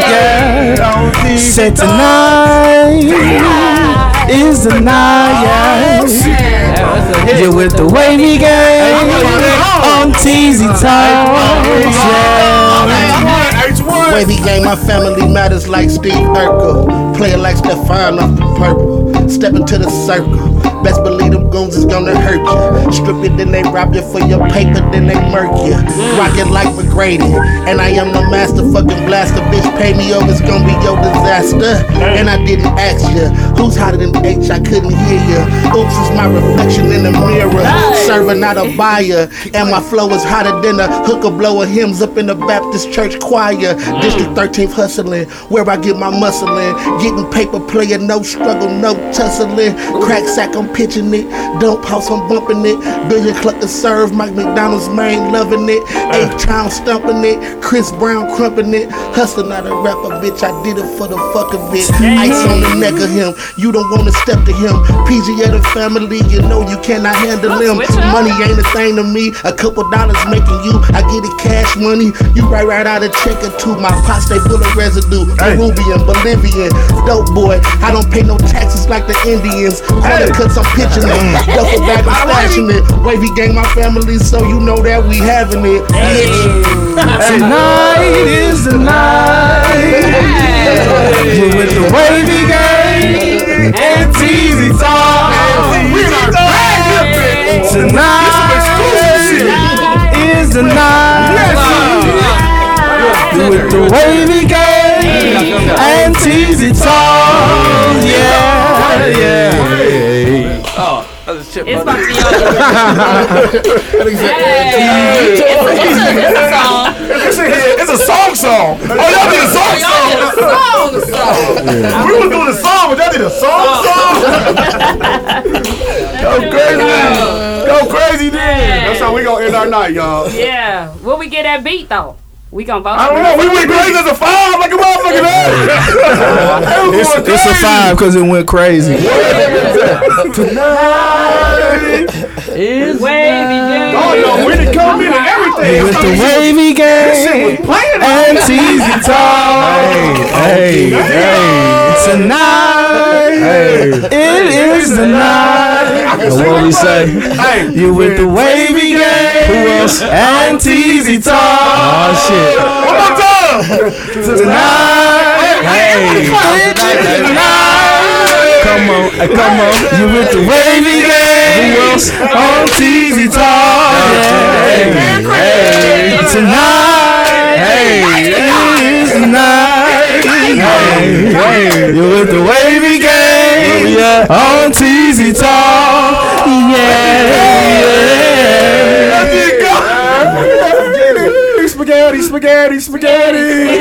[SPEAKER 6] Yeah. Say tonight is the
[SPEAKER 19] Oh,
[SPEAKER 6] night. Yeah. You're with the wavy gang. On Teasy Dog. Yeah.
[SPEAKER 14] Wavy gang, my family matters like Steve Urkel. Player like Stefan off the purple. Step into the circle. Best believe them goons is gonna hurt you. Strip you, then they rob you for your paper, then they murk you. Rock it like McGrady. And I am the master fucking blaster. Bitch, pay me or it's gonna be your disaster. And I didn't ask you. Who's hotter than H? I couldn't hear you. Oops, it's my reflection in the mirror. Serving out a buyer. And my flow is hotter than a hooker blower hymns up in the Baptist church choir. District 13th hustling, where I get my muscle in. Getting paper, playing, no struggle, no tussling. Crack sack, I'm pitching it. Don't pause, I'm bumping it. Billion cluck to serve, Mike McDonald's main loving it. Eight town stumping it. Chris Brown crumping it. Hustling out a rapper, bitch. I did it for the fuck of it. Ice on the neck of him. You don't wanna step to him. PG of the family, you know you cannot handle him. Money ain't a thing to me. A couple dollars making you. I get it cash money. You write right out a check or two. My pots, they full of residue. Peruvian, Bolivian, dope boy. I don't pay no taxes like the Indians. Corner cuts, I'm pitching it. Duffel bag, I'm stashing it. Wavy gang, my family, so you know that we having it. Bitch.
[SPEAKER 6] Tonight is the night. You're with the wavy gang and Teasy Talk. Tonight is the night. You're with the wavy gang and Teasy Talk. Yeah, yeah.
[SPEAKER 20] Oh, I was chipmunk.
[SPEAKER 1] It's a, it's a song song. Oh, y'all did a song song.
[SPEAKER 8] We was doing a song, but y'all did a song song.
[SPEAKER 19] Go crazy. Go crazy, dude. That's how we gonna end our night, y'all.
[SPEAKER 3] Yeah. Will we get that beat though? We gonna vote.
[SPEAKER 19] I don't know. We went crazy as a five, like a motherfucking ass.
[SPEAKER 13] It's, it's a five because it went crazy.
[SPEAKER 3] Is wavy
[SPEAKER 19] Oh no, we done come in and everything.
[SPEAKER 6] With the wavy gang and Teasy Talk.
[SPEAKER 1] Hey, hey.
[SPEAKER 6] Tonight, it is the night.
[SPEAKER 1] what we say?
[SPEAKER 6] You with the wavy gang. Who else? And Teasy Talk. Oh shit.
[SPEAKER 1] One more time. Tonight. Hey. Tonight. Come on.
[SPEAKER 21] on, uh, come on. You with the wavy game on TV Talk. Hey, hey, tonight. Hey, is the night. Hey, hey, you with the wavy game on TV Talk. Yeah,
[SPEAKER 15] Spaghetti, spaghetti, spaghetti.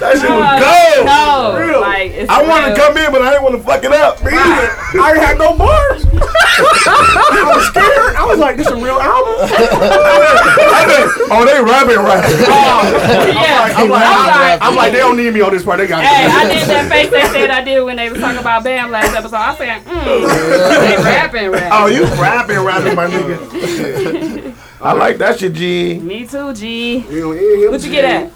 [SPEAKER 8] That shit was
[SPEAKER 15] No,
[SPEAKER 8] gold.
[SPEAKER 15] no,
[SPEAKER 8] For real.
[SPEAKER 15] like, it's
[SPEAKER 8] I wanted to
[SPEAKER 15] real.
[SPEAKER 8] come in, but I didn't want to fuck it up. Me either. I ain't had no bars.
[SPEAKER 15] I was scared. I was like, this a real album?
[SPEAKER 6] I think- oh, they rapping right.
[SPEAKER 3] Yeah.
[SPEAKER 6] I'm, like, I'm, like, I'm, like,
[SPEAKER 3] I'm like-
[SPEAKER 6] they don't need me on this part. They got
[SPEAKER 3] Hey, I did that face they said I did when they was talking about Bam last episode. I said, mm, they rapping, rapping.
[SPEAKER 8] Oh, you rapping, rapping, my nigga. I like that shit, G.
[SPEAKER 3] Me too, G. What you get at?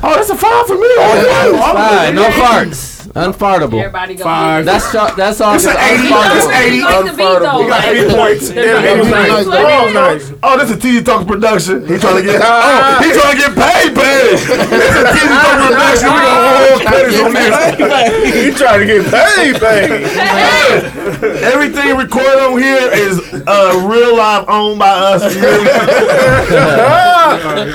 [SPEAKER 8] Oh, that's a five for me.
[SPEAKER 1] Fine, no farts. Unfartable.
[SPEAKER 3] Everybody go.
[SPEAKER 1] Five. That's all. That's all.
[SPEAKER 8] It's an 80. It's 80.
[SPEAKER 1] Unfartable.
[SPEAKER 8] We got 80 points.
[SPEAKER 1] Nice.
[SPEAKER 8] Oh, nice. Oh, this is TZ Talks production. He trying to get. Oh, he trying to get paid, paid. This is TZ Talks production. We got all credits on this. He trying to get paid, paid. Everything recorded on here is uh, real live owned by us. Oh,
[SPEAKER 12] I got the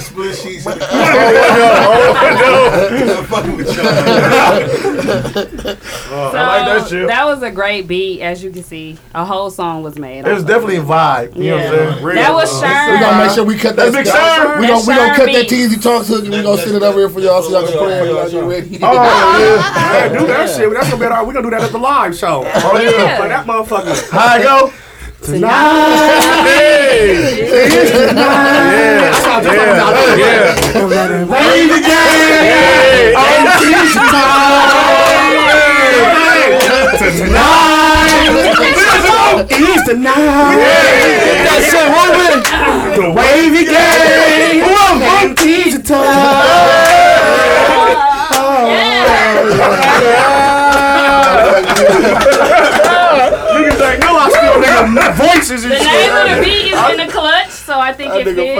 [SPEAKER 12] split sheets. in the car.
[SPEAKER 8] Oh,
[SPEAKER 3] Oh,
[SPEAKER 12] I'm fucking with y'all.
[SPEAKER 3] So,
[SPEAKER 8] I like that shit.
[SPEAKER 3] was a great beat, as you can see. A whole song was made.
[SPEAKER 8] It was definitely a vibe. You know
[SPEAKER 3] Yeah.
[SPEAKER 8] what I'm saying? Real.
[SPEAKER 3] That was Shine.
[SPEAKER 14] We gonna make sure we cut that.
[SPEAKER 8] That's Big Shine.
[SPEAKER 14] We gonna we gonna
[SPEAKER 8] That's
[SPEAKER 14] cut
[SPEAKER 8] Shine
[SPEAKER 14] that
[SPEAKER 8] beat.
[SPEAKER 14] teasy talks hook and we gonna send it over here for y'all so y'all can play it. when Y'all get ready.
[SPEAKER 6] Oh, yeah. yeah. Do that shit. That's gonna be all right. We're gonna do that at the live show. Oh, yeah. Play that motherfucker.
[SPEAKER 8] How it go?
[SPEAKER 6] Tonight. Yeah. That's how I just yeah. yeah. Wait the game. Oh, Jesus. Tonight. It's tonight. That's it, woman. The wavy game. One, one, teaser Niggas like, no, I still nigga voices and
[SPEAKER 3] The
[SPEAKER 6] shit.
[SPEAKER 3] name of the beat is in the clutch, so I think it fit.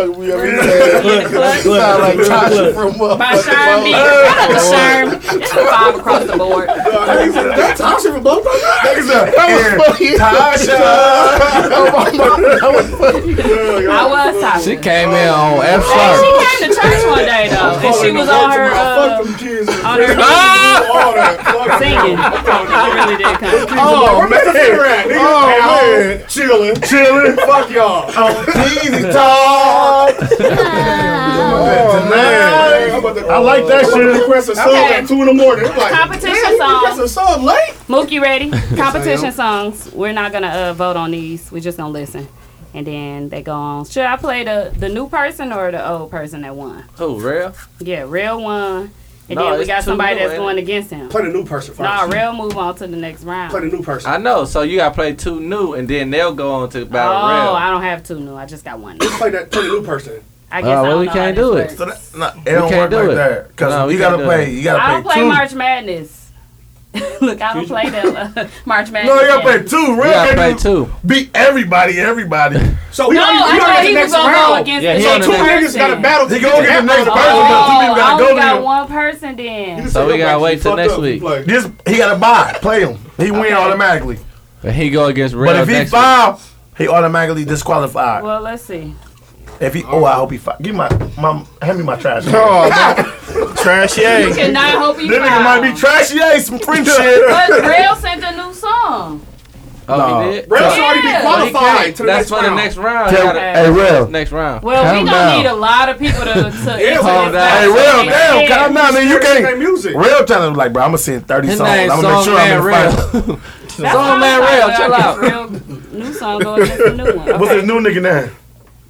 [SPEAKER 14] Sound like Tasha from uh,
[SPEAKER 3] By Shine Beat. Shout out to Shine. It's a five across the board.
[SPEAKER 14] That's Tasha from Blow Brothers.
[SPEAKER 8] That
[SPEAKER 14] was funny. Tasha.
[SPEAKER 3] I was tired.
[SPEAKER 1] She came in on F
[SPEAKER 3] Hey,
[SPEAKER 1] sharp.
[SPEAKER 3] she came to church one day though, and she was on her uh, on her knees singing. She really did come.
[SPEAKER 6] Oh, man. Oh, man.
[SPEAKER 8] Chilling.
[SPEAKER 6] Chilling. Fuck y'all.
[SPEAKER 8] Easy talk. I like that shit.
[SPEAKER 6] Request a song
[SPEAKER 3] Okay.
[SPEAKER 6] at 2 in the morning. Like,
[SPEAKER 3] Competition
[SPEAKER 6] That's a
[SPEAKER 3] songs.
[SPEAKER 6] song late.
[SPEAKER 3] Mookie ready? Competition
[SPEAKER 6] am.
[SPEAKER 3] songs. We're not gonna uh, vote on these. We're just gonna listen, and then they go on. Should I play the the new person or the old person that won?
[SPEAKER 1] Who, Oh, real?
[SPEAKER 3] Yeah, real one. And
[SPEAKER 1] No,
[SPEAKER 3] then we
[SPEAKER 1] it's
[SPEAKER 3] got
[SPEAKER 1] two
[SPEAKER 3] somebody
[SPEAKER 1] new,
[SPEAKER 3] that's
[SPEAKER 1] ain't
[SPEAKER 3] going
[SPEAKER 1] it?
[SPEAKER 3] against him.
[SPEAKER 6] Play the new person first.
[SPEAKER 3] Nah, real move on to the next round.
[SPEAKER 6] Play the new person.
[SPEAKER 1] I know. So you gotta play two new, and then they'll go on to
[SPEAKER 3] Oh,
[SPEAKER 1] battle real.
[SPEAKER 3] I don't have two new. I just got one.
[SPEAKER 6] Play that. Play the new person.
[SPEAKER 3] I
[SPEAKER 1] Oh,
[SPEAKER 3] guess I
[SPEAKER 1] well,
[SPEAKER 3] don't
[SPEAKER 1] we
[SPEAKER 3] know
[SPEAKER 1] can't
[SPEAKER 3] how
[SPEAKER 1] do
[SPEAKER 3] this
[SPEAKER 1] it.
[SPEAKER 3] works.
[SPEAKER 8] Nah, it don't
[SPEAKER 1] can't
[SPEAKER 8] work
[SPEAKER 1] do
[SPEAKER 8] like
[SPEAKER 1] it.
[SPEAKER 8] that. Cause
[SPEAKER 1] No, we
[SPEAKER 8] you
[SPEAKER 1] can't
[SPEAKER 8] gotta
[SPEAKER 1] do
[SPEAKER 8] play.
[SPEAKER 1] it.
[SPEAKER 8] You
[SPEAKER 3] I
[SPEAKER 8] gotta
[SPEAKER 3] don't
[SPEAKER 8] play
[SPEAKER 3] play
[SPEAKER 8] two.
[SPEAKER 3] March Madness. Look, I don't play that uh, March Madness.
[SPEAKER 8] No, you gotta
[SPEAKER 3] yet.
[SPEAKER 8] play two. Real
[SPEAKER 1] gotta
[SPEAKER 8] nigga,
[SPEAKER 1] play
[SPEAKER 8] you
[SPEAKER 1] two.
[SPEAKER 8] Beat everybody, everybody.
[SPEAKER 6] So
[SPEAKER 3] No, I thought he was gonna go against
[SPEAKER 1] Yeah,
[SPEAKER 3] the
[SPEAKER 1] he
[SPEAKER 3] two
[SPEAKER 1] on the next-
[SPEAKER 3] person.
[SPEAKER 6] gotta battle
[SPEAKER 8] He go get the next person.
[SPEAKER 3] Oh,
[SPEAKER 8] but Two people
[SPEAKER 3] I
[SPEAKER 8] gotta
[SPEAKER 3] only
[SPEAKER 8] go
[SPEAKER 3] got
[SPEAKER 8] to
[SPEAKER 3] one person then.
[SPEAKER 1] So we gotta wait till next week.
[SPEAKER 6] him.
[SPEAKER 8] This he gotta buy. Play him. He win automatically.
[SPEAKER 1] But he go against real.
[SPEAKER 8] But if he
[SPEAKER 1] next
[SPEAKER 8] foul, he automatically disqualified.
[SPEAKER 3] Well, let's see.
[SPEAKER 8] If he, oh, I hope he foul. Give my, my, hand me my trash.
[SPEAKER 17] Oh,
[SPEAKER 8] trash
[SPEAKER 3] You cannot hope he
[SPEAKER 8] This nigga
[SPEAKER 3] foul.
[SPEAKER 8] might be trashy, yeah, some freak
[SPEAKER 3] But
[SPEAKER 8] shit.
[SPEAKER 3] Real sent a new song.
[SPEAKER 1] Oh,
[SPEAKER 8] No.
[SPEAKER 1] he did.
[SPEAKER 6] Real
[SPEAKER 1] No.
[SPEAKER 6] should already be
[SPEAKER 1] He
[SPEAKER 6] qualified
[SPEAKER 1] can't.
[SPEAKER 6] to the
[SPEAKER 1] That's
[SPEAKER 6] next
[SPEAKER 1] for
[SPEAKER 6] round.
[SPEAKER 1] the next round.
[SPEAKER 8] Tell-
[SPEAKER 1] He gotta-
[SPEAKER 8] Hey, Real.
[SPEAKER 1] Next round.
[SPEAKER 3] Well, we
[SPEAKER 8] Calm
[SPEAKER 3] gonna
[SPEAKER 8] down.
[SPEAKER 3] need a lot of people to. to
[SPEAKER 6] Yeah, calm
[SPEAKER 3] to-
[SPEAKER 8] Hey, real, damn, calm down, man. You
[SPEAKER 6] Their
[SPEAKER 8] can't.
[SPEAKER 6] music.
[SPEAKER 8] Real trying to like, bro, I'm gonna send 30
[SPEAKER 1] His
[SPEAKER 8] songs.
[SPEAKER 1] name
[SPEAKER 8] I'm gonna
[SPEAKER 1] Song
[SPEAKER 8] make sure I'm in
[SPEAKER 1] Man
[SPEAKER 8] the final.
[SPEAKER 3] That's
[SPEAKER 1] Song
[SPEAKER 3] why
[SPEAKER 1] Man
[SPEAKER 3] I
[SPEAKER 1] Real,
[SPEAKER 3] thought
[SPEAKER 1] chill
[SPEAKER 3] about
[SPEAKER 1] out.
[SPEAKER 3] Real new song go against the new one.
[SPEAKER 8] What's
[SPEAKER 3] Okay.
[SPEAKER 8] this new nigga name?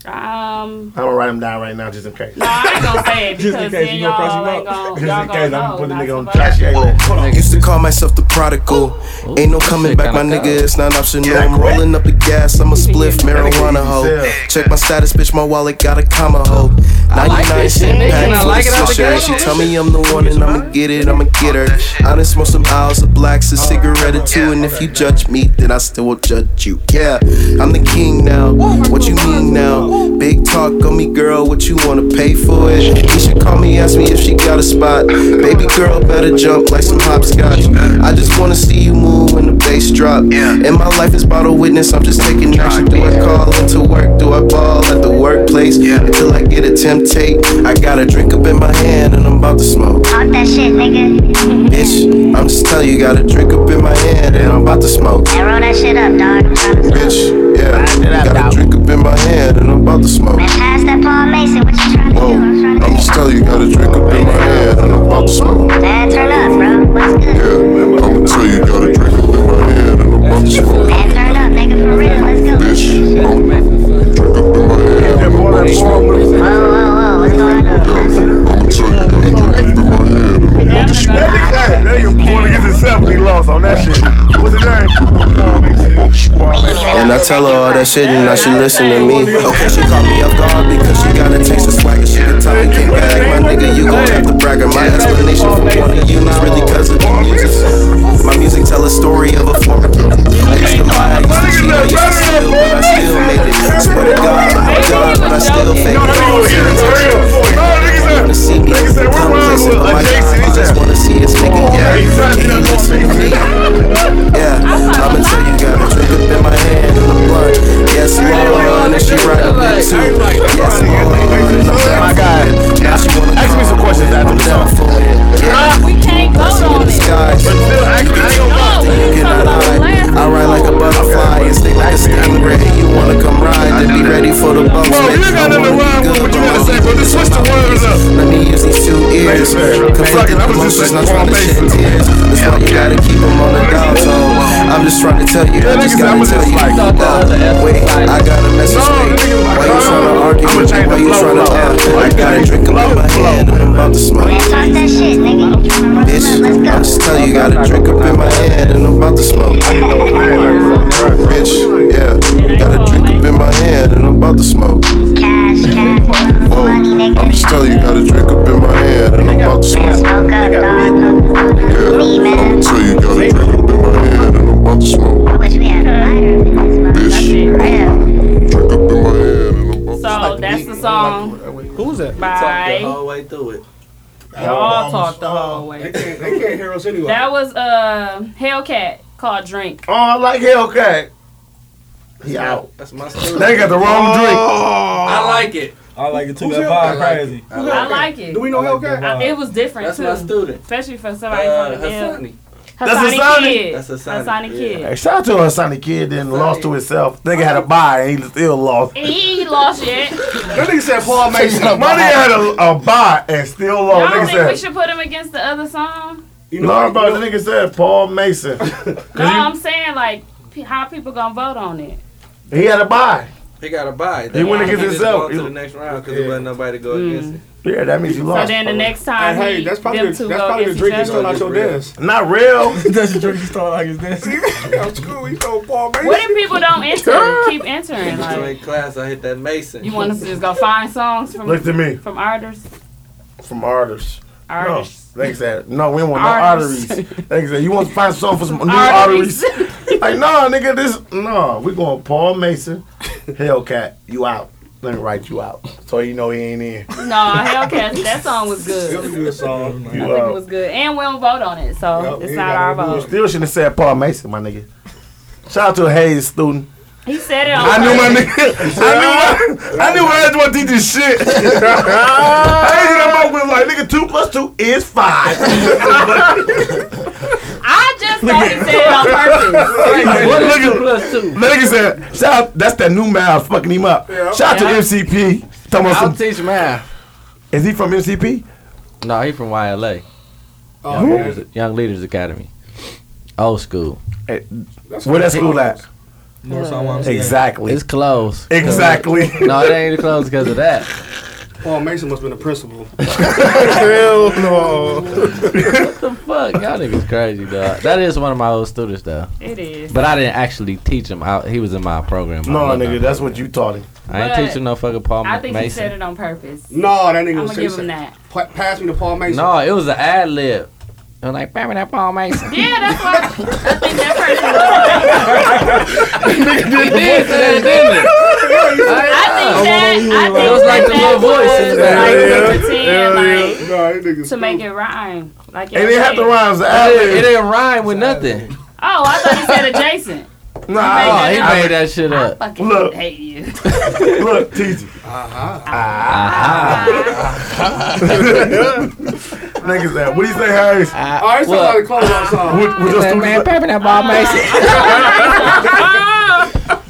[SPEAKER 3] Um,
[SPEAKER 8] I'm gonna write him down right now just in case.
[SPEAKER 3] no, I ain't gonna say it
[SPEAKER 8] Just in
[SPEAKER 3] because
[SPEAKER 8] case
[SPEAKER 3] then
[SPEAKER 8] you gonna press
[SPEAKER 3] y'all
[SPEAKER 8] him
[SPEAKER 3] ain't
[SPEAKER 8] up.
[SPEAKER 3] gonna.
[SPEAKER 8] Just
[SPEAKER 3] y'all gonna
[SPEAKER 8] in case I'm
[SPEAKER 3] know
[SPEAKER 8] gonna put the
[SPEAKER 3] not
[SPEAKER 8] nigga on
[SPEAKER 3] to
[SPEAKER 8] trash.
[SPEAKER 3] vote.
[SPEAKER 8] Yeah,
[SPEAKER 22] Used to call myself the prodigal. Ain't no coming back, my nigga. It's not optional. I'm rolling up the gas. I'm a spliff marijuana hoe. Check my status, bitch. My wallet got a comma hoe.
[SPEAKER 1] like
[SPEAKER 22] 99
[SPEAKER 1] this shit,
[SPEAKER 22] cent
[SPEAKER 1] nigga. I
[SPEAKER 22] pack for
[SPEAKER 1] like it out
[SPEAKER 22] the
[SPEAKER 1] the
[SPEAKER 22] t-shirt.
[SPEAKER 1] ghetto.
[SPEAKER 22] She tell me I'm the one and I'ma get it. I'ma get her. I done smoked some hours of blacks,
[SPEAKER 1] Uh,
[SPEAKER 22] a cigarette or two. And if
[SPEAKER 1] Oh
[SPEAKER 22] you judge me, then I still will judge you. Yeah, I'm the king now. What you mean now? Big talk on me, girl, what you wanna pay for it? Keisha call me, ask me if she got a spot. Baby girl, better jump like some hopscotch. I just wanna see you move when the bass drop. And my life is bottle witness, I'm just taking action. Do I call into work? Do I ball at the workplace? Until I get a temptate, I got a drink up in my hand and I'm about to smoke.
[SPEAKER 10] Talk that shit, nigga.
[SPEAKER 22] Bitch, I'm just telling you, got a drink up in my hand and I'm about to smoke.
[SPEAKER 10] And roll that shit up, dog.
[SPEAKER 22] Bitch, yeah, got a drink up in my hand and I'm about to smoke.
[SPEAKER 10] Pass that Paul Mason. What you trying to do? I'm trying
[SPEAKER 22] I'm just telling you, got a drink up in my hand and I'm about to smoke.
[SPEAKER 10] Man, turn up, bro. What's good?
[SPEAKER 22] Yeah, I'ma tell you, got a drink up in my hand and I'm about to smoke.
[SPEAKER 10] Man, turn up, nigga, for real. Let's go.
[SPEAKER 22] Bitch, I'm drink up in my hand and I'm about to smoke.
[SPEAKER 10] Whoa, whoa, whoa. What's going on?
[SPEAKER 22] I'ma tell you, got a drink up in my hand and I'm about to smoke.
[SPEAKER 6] That nigga born against himself. He lost on that shit. What's his name? Paul Mason.
[SPEAKER 22] And I tell her all that shit and now she listen to me. Okay, she caught me off guard because she got a taste of swagger. She could tell me came back. My nigga, you gon' have to brag. And My explanation for wanting you is really cause of the music. My music tell a story of a former kid. I used to lie, I used to cheat, I used to steal, but I still made it. Swear to God, I'm a god, but I still fake it. You wanna see me in the conversation, but my God, I just wanna see this nigga, yeah. Can you listen to me? Yeah, I'ma tell you, got a drink up in my hand and a blunt. Yes, Lord, and she right up there too. Yes, Lord, and I'm down for it. Now she wanna ask me some questions after this. I'm down for it. Yeah,
[SPEAKER 10] We can't vote on it.
[SPEAKER 22] guys. You cannot hide. I ride like a butterfly and sting like a stingray. You wanna come ride, then be ready for the bumps. Bro, you got nothing wrong with what you gotta say, bro. Just switch the words up. Let me use these two ears. Conflicted emotions, not trying to shed tears. That's why you gotta keep them on the down tone. I'm just trying to tell you, I just gotta tell you. Uh, Wait, I got a message. Wait, why you trying to argue with me? Why you trying to uh, I got a drink in my hand and I'm about to smoke.
[SPEAKER 10] Talk that shit, nigga.
[SPEAKER 22] Bitch, I'm just telling you, got a drink up in my hand and I'm about to smoke. Bitch, yeah, got a drink up in my hand and I'm about to smoke. Whoa, I'm just telling you, got a drink up in my hand and I'm about to smoke. Yeah, I'm tell you, got a drink up in my hand and I'm about to smoke. Bitch, drink up in my hand and I'm about to smoke.
[SPEAKER 3] So that's the song. Who's
[SPEAKER 17] that?
[SPEAKER 3] Bye.
[SPEAKER 11] way through it.
[SPEAKER 3] Y'all talked the whole way.
[SPEAKER 17] They can't hear us anyway.
[SPEAKER 3] That was uh Hellcat called Drink.
[SPEAKER 8] Oh, I like Hellcat.
[SPEAKER 11] He out. That's my story.
[SPEAKER 8] They got the wrong drink.
[SPEAKER 11] I like it. I like it too.
[SPEAKER 17] Who's
[SPEAKER 11] That
[SPEAKER 17] Hellcat?
[SPEAKER 11] vibe crazy.
[SPEAKER 3] I like, it.
[SPEAKER 17] Do we know Hellcat?
[SPEAKER 3] I- it was different
[SPEAKER 11] That's
[SPEAKER 3] too.
[SPEAKER 11] my student.
[SPEAKER 3] Especially for somebody
[SPEAKER 11] Uh,
[SPEAKER 3] from the
[SPEAKER 11] Hassani.
[SPEAKER 3] Hassani.
[SPEAKER 8] That's
[SPEAKER 3] Hassani
[SPEAKER 8] Hassani?
[SPEAKER 3] Kid.
[SPEAKER 11] That's
[SPEAKER 3] Hassani,
[SPEAKER 11] Hassani,
[SPEAKER 3] Kid.
[SPEAKER 8] Hey, shout out to her Sonic Kid, then lost to himself. Nigga had a buy and he still lost.
[SPEAKER 3] And He ain't lost yet.
[SPEAKER 6] That nigga said Paul Mason.
[SPEAKER 8] My nigga had a, a buy and still
[SPEAKER 3] Y'all
[SPEAKER 8] lost.
[SPEAKER 3] think
[SPEAKER 8] Nigga
[SPEAKER 3] we
[SPEAKER 8] said,
[SPEAKER 3] should put him against the other song?
[SPEAKER 8] you know, bro, the nigga said Paul Mason.
[SPEAKER 3] No, I'm saying like pe- how people gonna vote on it.
[SPEAKER 8] He had a buy.
[SPEAKER 11] He got to buy.
[SPEAKER 8] He went against
[SPEAKER 11] just
[SPEAKER 8] himself.
[SPEAKER 11] going To the next round because there wasn't nobody to go against it.
[SPEAKER 8] Yeah, that means you
[SPEAKER 3] Mm. So
[SPEAKER 8] lost.
[SPEAKER 3] then the next time,
[SPEAKER 11] Hey,
[SPEAKER 3] he,
[SPEAKER 11] that's
[SPEAKER 6] probably
[SPEAKER 3] them
[SPEAKER 6] the-
[SPEAKER 3] two
[SPEAKER 6] that's
[SPEAKER 3] go
[SPEAKER 6] probably the
[SPEAKER 3] against
[SPEAKER 6] drink
[SPEAKER 3] each
[SPEAKER 6] you
[SPEAKER 3] other.
[SPEAKER 6] stole out your desk.
[SPEAKER 8] Not real.
[SPEAKER 11] That's the drink you start like his dance.
[SPEAKER 3] What if people don't enter? keep entering. Like
[SPEAKER 11] During class, I hit that Mason.
[SPEAKER 3] you want us to just go find songs from
[SPEAKER 8] Look to me.
[SPEAKER 3] from artists.
[SPEAKER 8] From artists.
[SPEAKER 3] Artists.
[SPEAKER 8] No, they said no. We don't want
[SPEAKER 3] Artists.
[SPEAKER 8] no arteries. They said you want to find something for some new
[SPEAKER 3] Arteries.
[SPEAKER 8] arteries. like no, nigga, this no. We going Paul Mason, Hellcat. You out. Let me write you out. So you know he ain't in.
[SPEAKER 3] No, Hellcat. That song was good.
[SPEAKER 8] good song.
[SPEAKER 3] I think it was good, and we don't vote on it, so it's not our vote.
[SPEAKER 8] Still shouldn't have said Paul Mason, my nigga. Shout out to Hayes student.
[SPEAKER 3] He said it. On
[SPEAKER 8] I knew my
[SPEAKER 3] purpose.
[SPEAKER 8] nigga. I knew my, I knew I had to teach this shit. I ain't that motherfucker was like, nigga, two plus two is five.
[SPEAKER 3] I just thought he said it on purpose.
[SPEAKER 8] What nigga? That nigga said, shout out, that's that new math fucking him up. Shout out
[SPEAKER 1] Yeah.
[SPEAKER 8] to MCP. Talking about
[SPEAKER 1] I'll
[SPEAKER 8] some,
[SPEAKER 1] teach math.
[SPEAKER 8] is he from MCP?
[SPEAKER 1] No, he from YLA.
[SPEAKER 8] Oh,
[SPEAKER 1] Young,
[SPEAKER 8] yeah.
[SPEAKER 1] Leaders, Young Leaders Academy. Old school.
[SPEAKER 8] Where that school at?
[SPEAKER 11] North Side YMCA.
[SPEAKER 8] Exactly.
[SPEAKER 1] It's closed.
[SPEAKER 8] Exactly.
[SPEAKER 1] no, it ain't closed because of that.
[SPEAKER 4] Paul Mason must have been the principal.
[SPEAKER 8] Hell no.
[SPEAKER 1] What the fuck? Y'all niggas crazy, dog. That is one of my old students, though.
[SPEAKER 3] It is.
[SPEAKER 1] But I didn't actually teach him. I, he was in my program. I
[SPEAKER 8] No,
[SPEAKER 1] don't know.
[SPEAKER 8] nigga, that's what you taught him.
[SPEAKER 1] I ain't
[SPEAKER 3] But
[SPEAKER 1] teaching no fucking Paul
[SPEAKER 3] I think he
[SPEAKER 1] Mason.
[SPEAKER 3] said it on purpose.
[SPEAKER 4] No, that nigga
[SPEAKER 3] I'm
[SPEAKER 4] was
[SPEAKER 3] gonna give
[SPEAKER 4] saying-
[SPEAKER 3] him that.
[SPEAKER 4] Pa- pass me the Paul Mason.
[SPEAKER 1] No, it was an ad lib. I'm like, "Bam, that Paul Mason.
[SPEAKER 3] Yeah, that's why I think that person.
[SPEAKER 1] He did say it, didn't it?
[SPEAKER 6] I think
[SPEAKER 3] that- I think
[SPEAKER 6] it was like the
[SPEAKER 3] that
[SPEAKER 6] little
[SPEAKER 3] was
[SPEAKER 6] voices.
[SPEAKER 3] like
[SPEAKER 6] Yeah,
[SPEAKER 3] to
[SPEAKER 6] yeah.
[SPEAKER 3] pretend,
[SPEAKER 6] Yeah,
[SPEAKER 3] like,
[SPEAKER 6] yeah.
[SPEAKER 3] to make it rhyme. Like
[SPEAKER 1] It didn't have to rhyme, it was an ad-lib. It didn't- it didn't rhyme with nothing.
[SPEAKER 3] Oh, I thought you said adjacent.
[SPEAKER 1] Nah, he made that shit up.
[SPEAKER 3] Fucking hate you.
[SPEAKER 8] Look, TG. Ah. Niggas that. What do you say, Harris?
[SPEAKER 1] Uh,
[SPEAKER 6] All right, somebody close that song.
[SPEAKER 8] With, with us two
[SPEAKER 6] man,
[SPEAKER 23] Peppin' that Bob Mason.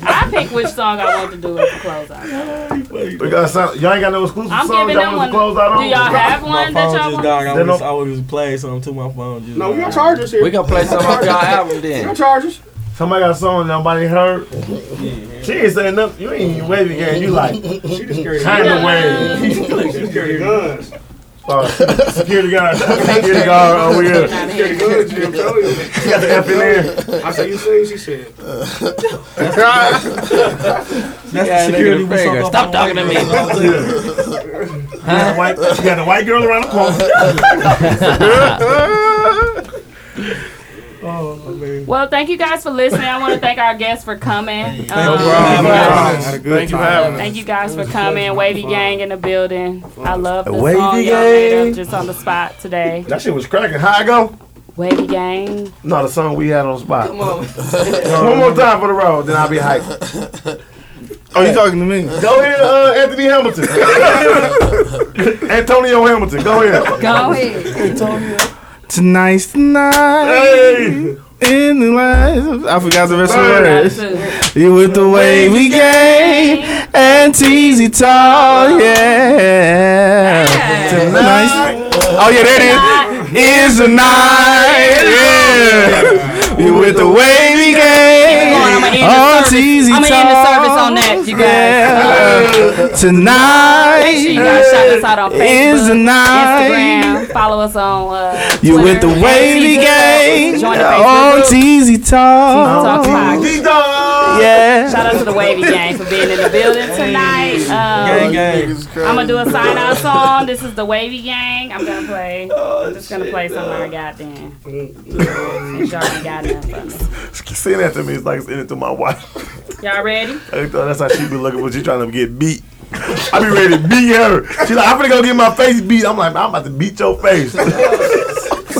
[SPEAKER 3] I pick which song I want to do as a closeout.
[SPEAKER 8] We got some, y'all ain't got no exclusive
[SPEAKER 3] I'm
[SPEAKER 8] songs
[SPEAKER 3] giving
[SPEAKER 8] y'all
[SPEAKER 3] them one.
[SPEAKER 8] want to close out on?
[SPEAKER 3] Do y'all have
[SPEAKER 4] My
[SPEAKER 3] one that
[SPEAKER 4] phone
[SPEAKER 3] y'all
[SPEAKER 4] just
[SPEAKER 3] want?
[SPEAKER 4] died. I
[SPEAKER 8] Then
[SPEAKER 4] always,
[SPEAKER 8] no-
[SPEAKER 4] I always play something to my phone. Just
[SPEAKER 8] No, we
[SPEAKER 4] died.
[SPEAKER 8] got chargers here.
[SPEAKER 4] We gonna play some of y'all album then.
[SPEAKER 8] charges. Somebody got a song nobody heard. She ain't saying nothing. You ain't even waving again. You like she just kind of wave. She carried guns. Uh, security guard, security guard over here.
[SPEAKER 6] Security guard, Jim, tell you.
[SPEAKER 8] She got the F in there.
[SPEAKER 6] I said, you see, she said.
[SPEAKER 8] That's
[SPEAKER 6] Yeah, nigga, the finger. Stop talking to me.
[SPEAKER 8] She got a white, she got a white girl around the corner. oh man.
[SPEAKER 3] Well, thank you guys for listening. I want to thank our guests for coming. Um,
[SPEAKER 8] Thank you for having us.
[SPEAKER 3] Thank you guys for coming. Wavy Gang in the building. I love the
[SPEAKER 8] Wavy
[SPEAKER 3] song y'all
[SPEAKER 8] Gang.
[SPEAKER 3] made up just on the spot today.
[SPEAKER 8] That shit was cracking. How I go?
[SPEAKER 3] Wavy Gang.
[SPEAKER 8] No, the song we had on the spot. One more time for the road, then I'll be hyped. Oh, you talking to me? Go ahead, uh, Anthony Hamilton. Antonio Hamilton, go ahead.
[SPEAKER 3] Go ahead.
[SPEAKER 13] Tonight's the night. In the last, I forgot the rest of the words. You with the way we game and teasy tall, yeah. Tonight's, oh yeah, there it is. Is the night, yeah. You with the way we Oh, game on teasy tall.
[SPEAKER 3] I'm gonna end the service on that, you guys.
[SPEAKER 13] Yeah. Tonight
[SPEAKER 3] Make sure you guys shout us out on Facebook,
[SPEAKER 13] is the night.
[SPEAKER 3] Instagram. Follow us on. Uh,
[SPEAKER 13] You with the
[SPEAKER 3] Twitter,
[SPEAKER 13] wavy
[SPEAKER 3] Teasy
[SPEAKER 13] gang
[SPEAKER 3] Join the
[SPEAKER 13] on
[SPEAKER 3] Facebook group.
[SPEAKER 13] Teasy
[SPEAKER 3] Talk
[SPEAKER 13] Talk.
[SPEAKER 3] Podcast.
[SPEAKER 13] Oh. Yeah.
[SPEAKER 3] Shout out to the Wavy Gang for being in the building tonight. Um, I'm gonna do a sign out song. This is the Wavy Gang. I'm gonna play. I'm just gonna play some of our goddamn. Since Y'all already got enough of us.
[SPEAKER 8] Saying that to me is like saying it to my wife.
[SPEAKER 3] Y'all ready?
[SPEAKER 8] I thought That's how she be looking when she trying to get beat. I be ready to beat her. She like, I'm gonna go get my face beat. I'm like, I'm about to beat your face.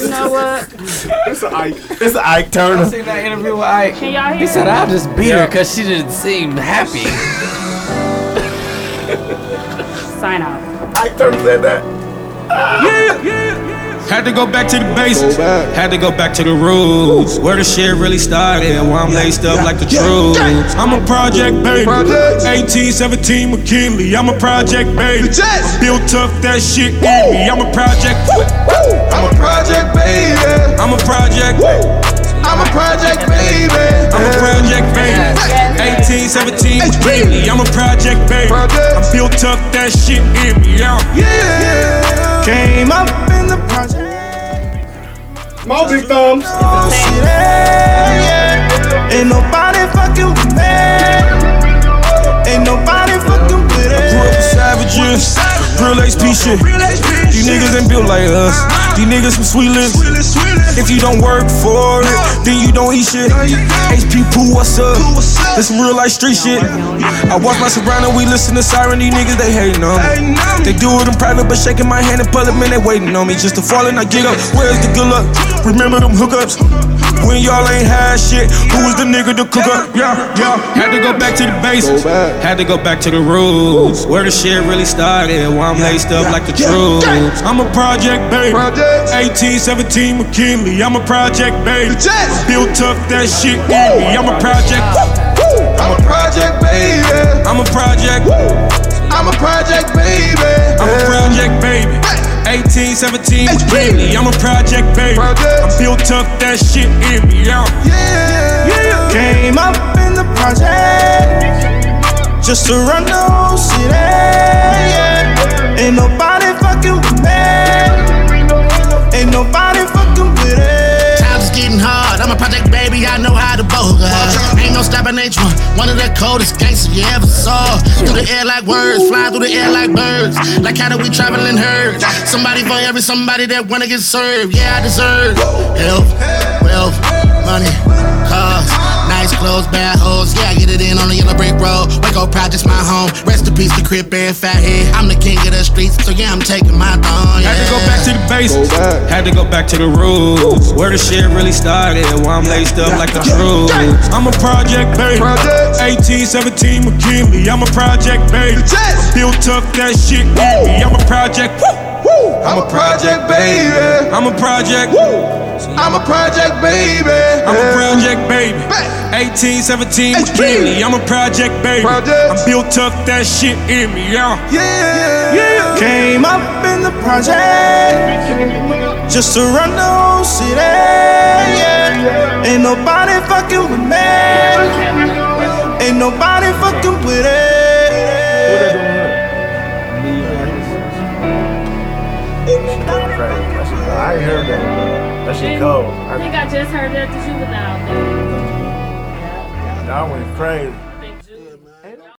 [SPEAKER 3] You know what?
[SPEAKER 8] it's an Ike. It's an Ike Turner.
[SPEAKER 1] I seen that interview with Ike.
[SPEAKER 3] Can y'all hear
[SPEAKER 1] He said,
[SPEAKER 3] me?
[SPEAKER 1] "I'll just beat her because she didn't seem happy."
[SPEAKER 3] Sign out.
[SPEAKER 8] Ike Turner said that.
[SPEAKER 6] Yeah, yeah.
[SPEAKER 11] Had to go back to the basics. Had to go back to the roots. Where the shit really started. Why I'm laced up like the truth. I'm a project baby. 18, 17 McKinley. I'm a project baby. I'm built tough, that shit in me. I'm a project. I'm a project baby. I'm a project. I'm a project baby. I'm a project baby. 18, 17 McKinley. I'm a project baby. I'm built tough, that shit in me. Yeah.
[SPEAKER 13] Came up in the project.
[SPEAKER 6] Mo big thumbs.
[SPEAKER 13] Ain't nobody fucking with me.
[SPEAKER 11] Ain't nobody fucking with it. Grew up with savages, real HP shit. These niggas ain't built like us. These niggas some sweet lips. If you don't work for it, then you don't eat shit. HP poo, what's up? This some real life street shit. I watch my surrounding, we listen to siren. These niggas they hating on me. They do it in private, but shaking my hand in public, man, they waiting on me just to fall and I get up. Where's the good luck? Remember them hookups? When y'all ain't had shit, who was the nigga to cook up? Yeah, yeah. Had to go back to the basics. Had to go back to the roots. Where the shit really started. Why I'm laced up like the truth. I'm a project baby. 18, 17 McKinley. I'm a project baby. Built up that shit in me. I'm a project. I'm a project baby. I'm a project. I'm a project baby. I'm a project baby. 18, 17 McKinley. I'm a project baby. I'm built up that shit in me. Yeah. Yeah.
[SPEAKER 13] Came up in the project. Just to run the whole city. Yeah. Ain't nobody fucking with me. Ain't nobody fucking with it.
[SPEAKER 14] Times is getting hard. I'm a project baby. I know how to boga. Ain't no stopping H1. One of the coldest gangsters you ever saw. Through the air like words, fly through the air like birds. Like how do we travel in herds? Somebody for every somebody that wanna get served. Yeah, I deserve health, wealth, money, cars, nice Eyes closed, bad hoes. Yeah, I get it in on the yellow brick road. Waco Project's my home. Rest in peace, the crib and fathead. I'm the king of the streets, so yeah, I'm taking my throne. Yeah.
[SPEAKER 11] Had to go back to the basics. Had to go back to the roots. Where the shit really started. Why I'm laced up like a true. I'm a project baby. 18, 17 McKinley. I'm a project baby. Still tough that shit with me. I'm a project. I'm a project baby. I'm a project. I'm a project baby. I'm a project baby. 18, 17 McKinley. I'm a project baby. I'm built tough that shit in me. Yeah.
[SPEAKER 13] Yeah. Yeah.
[SPEAKER 11] Came up in the
[SPEAKER 13] project just to run the whole city. Yeah. Ain't nobody fucking with me. Ain't nobody fucking with it.
[SPEAKER 8] I ain't heard that. That shit cold.
[SPEAKER 3] I think I just heard that the juvenile thing.
[SPEAKER 8] I went crazy.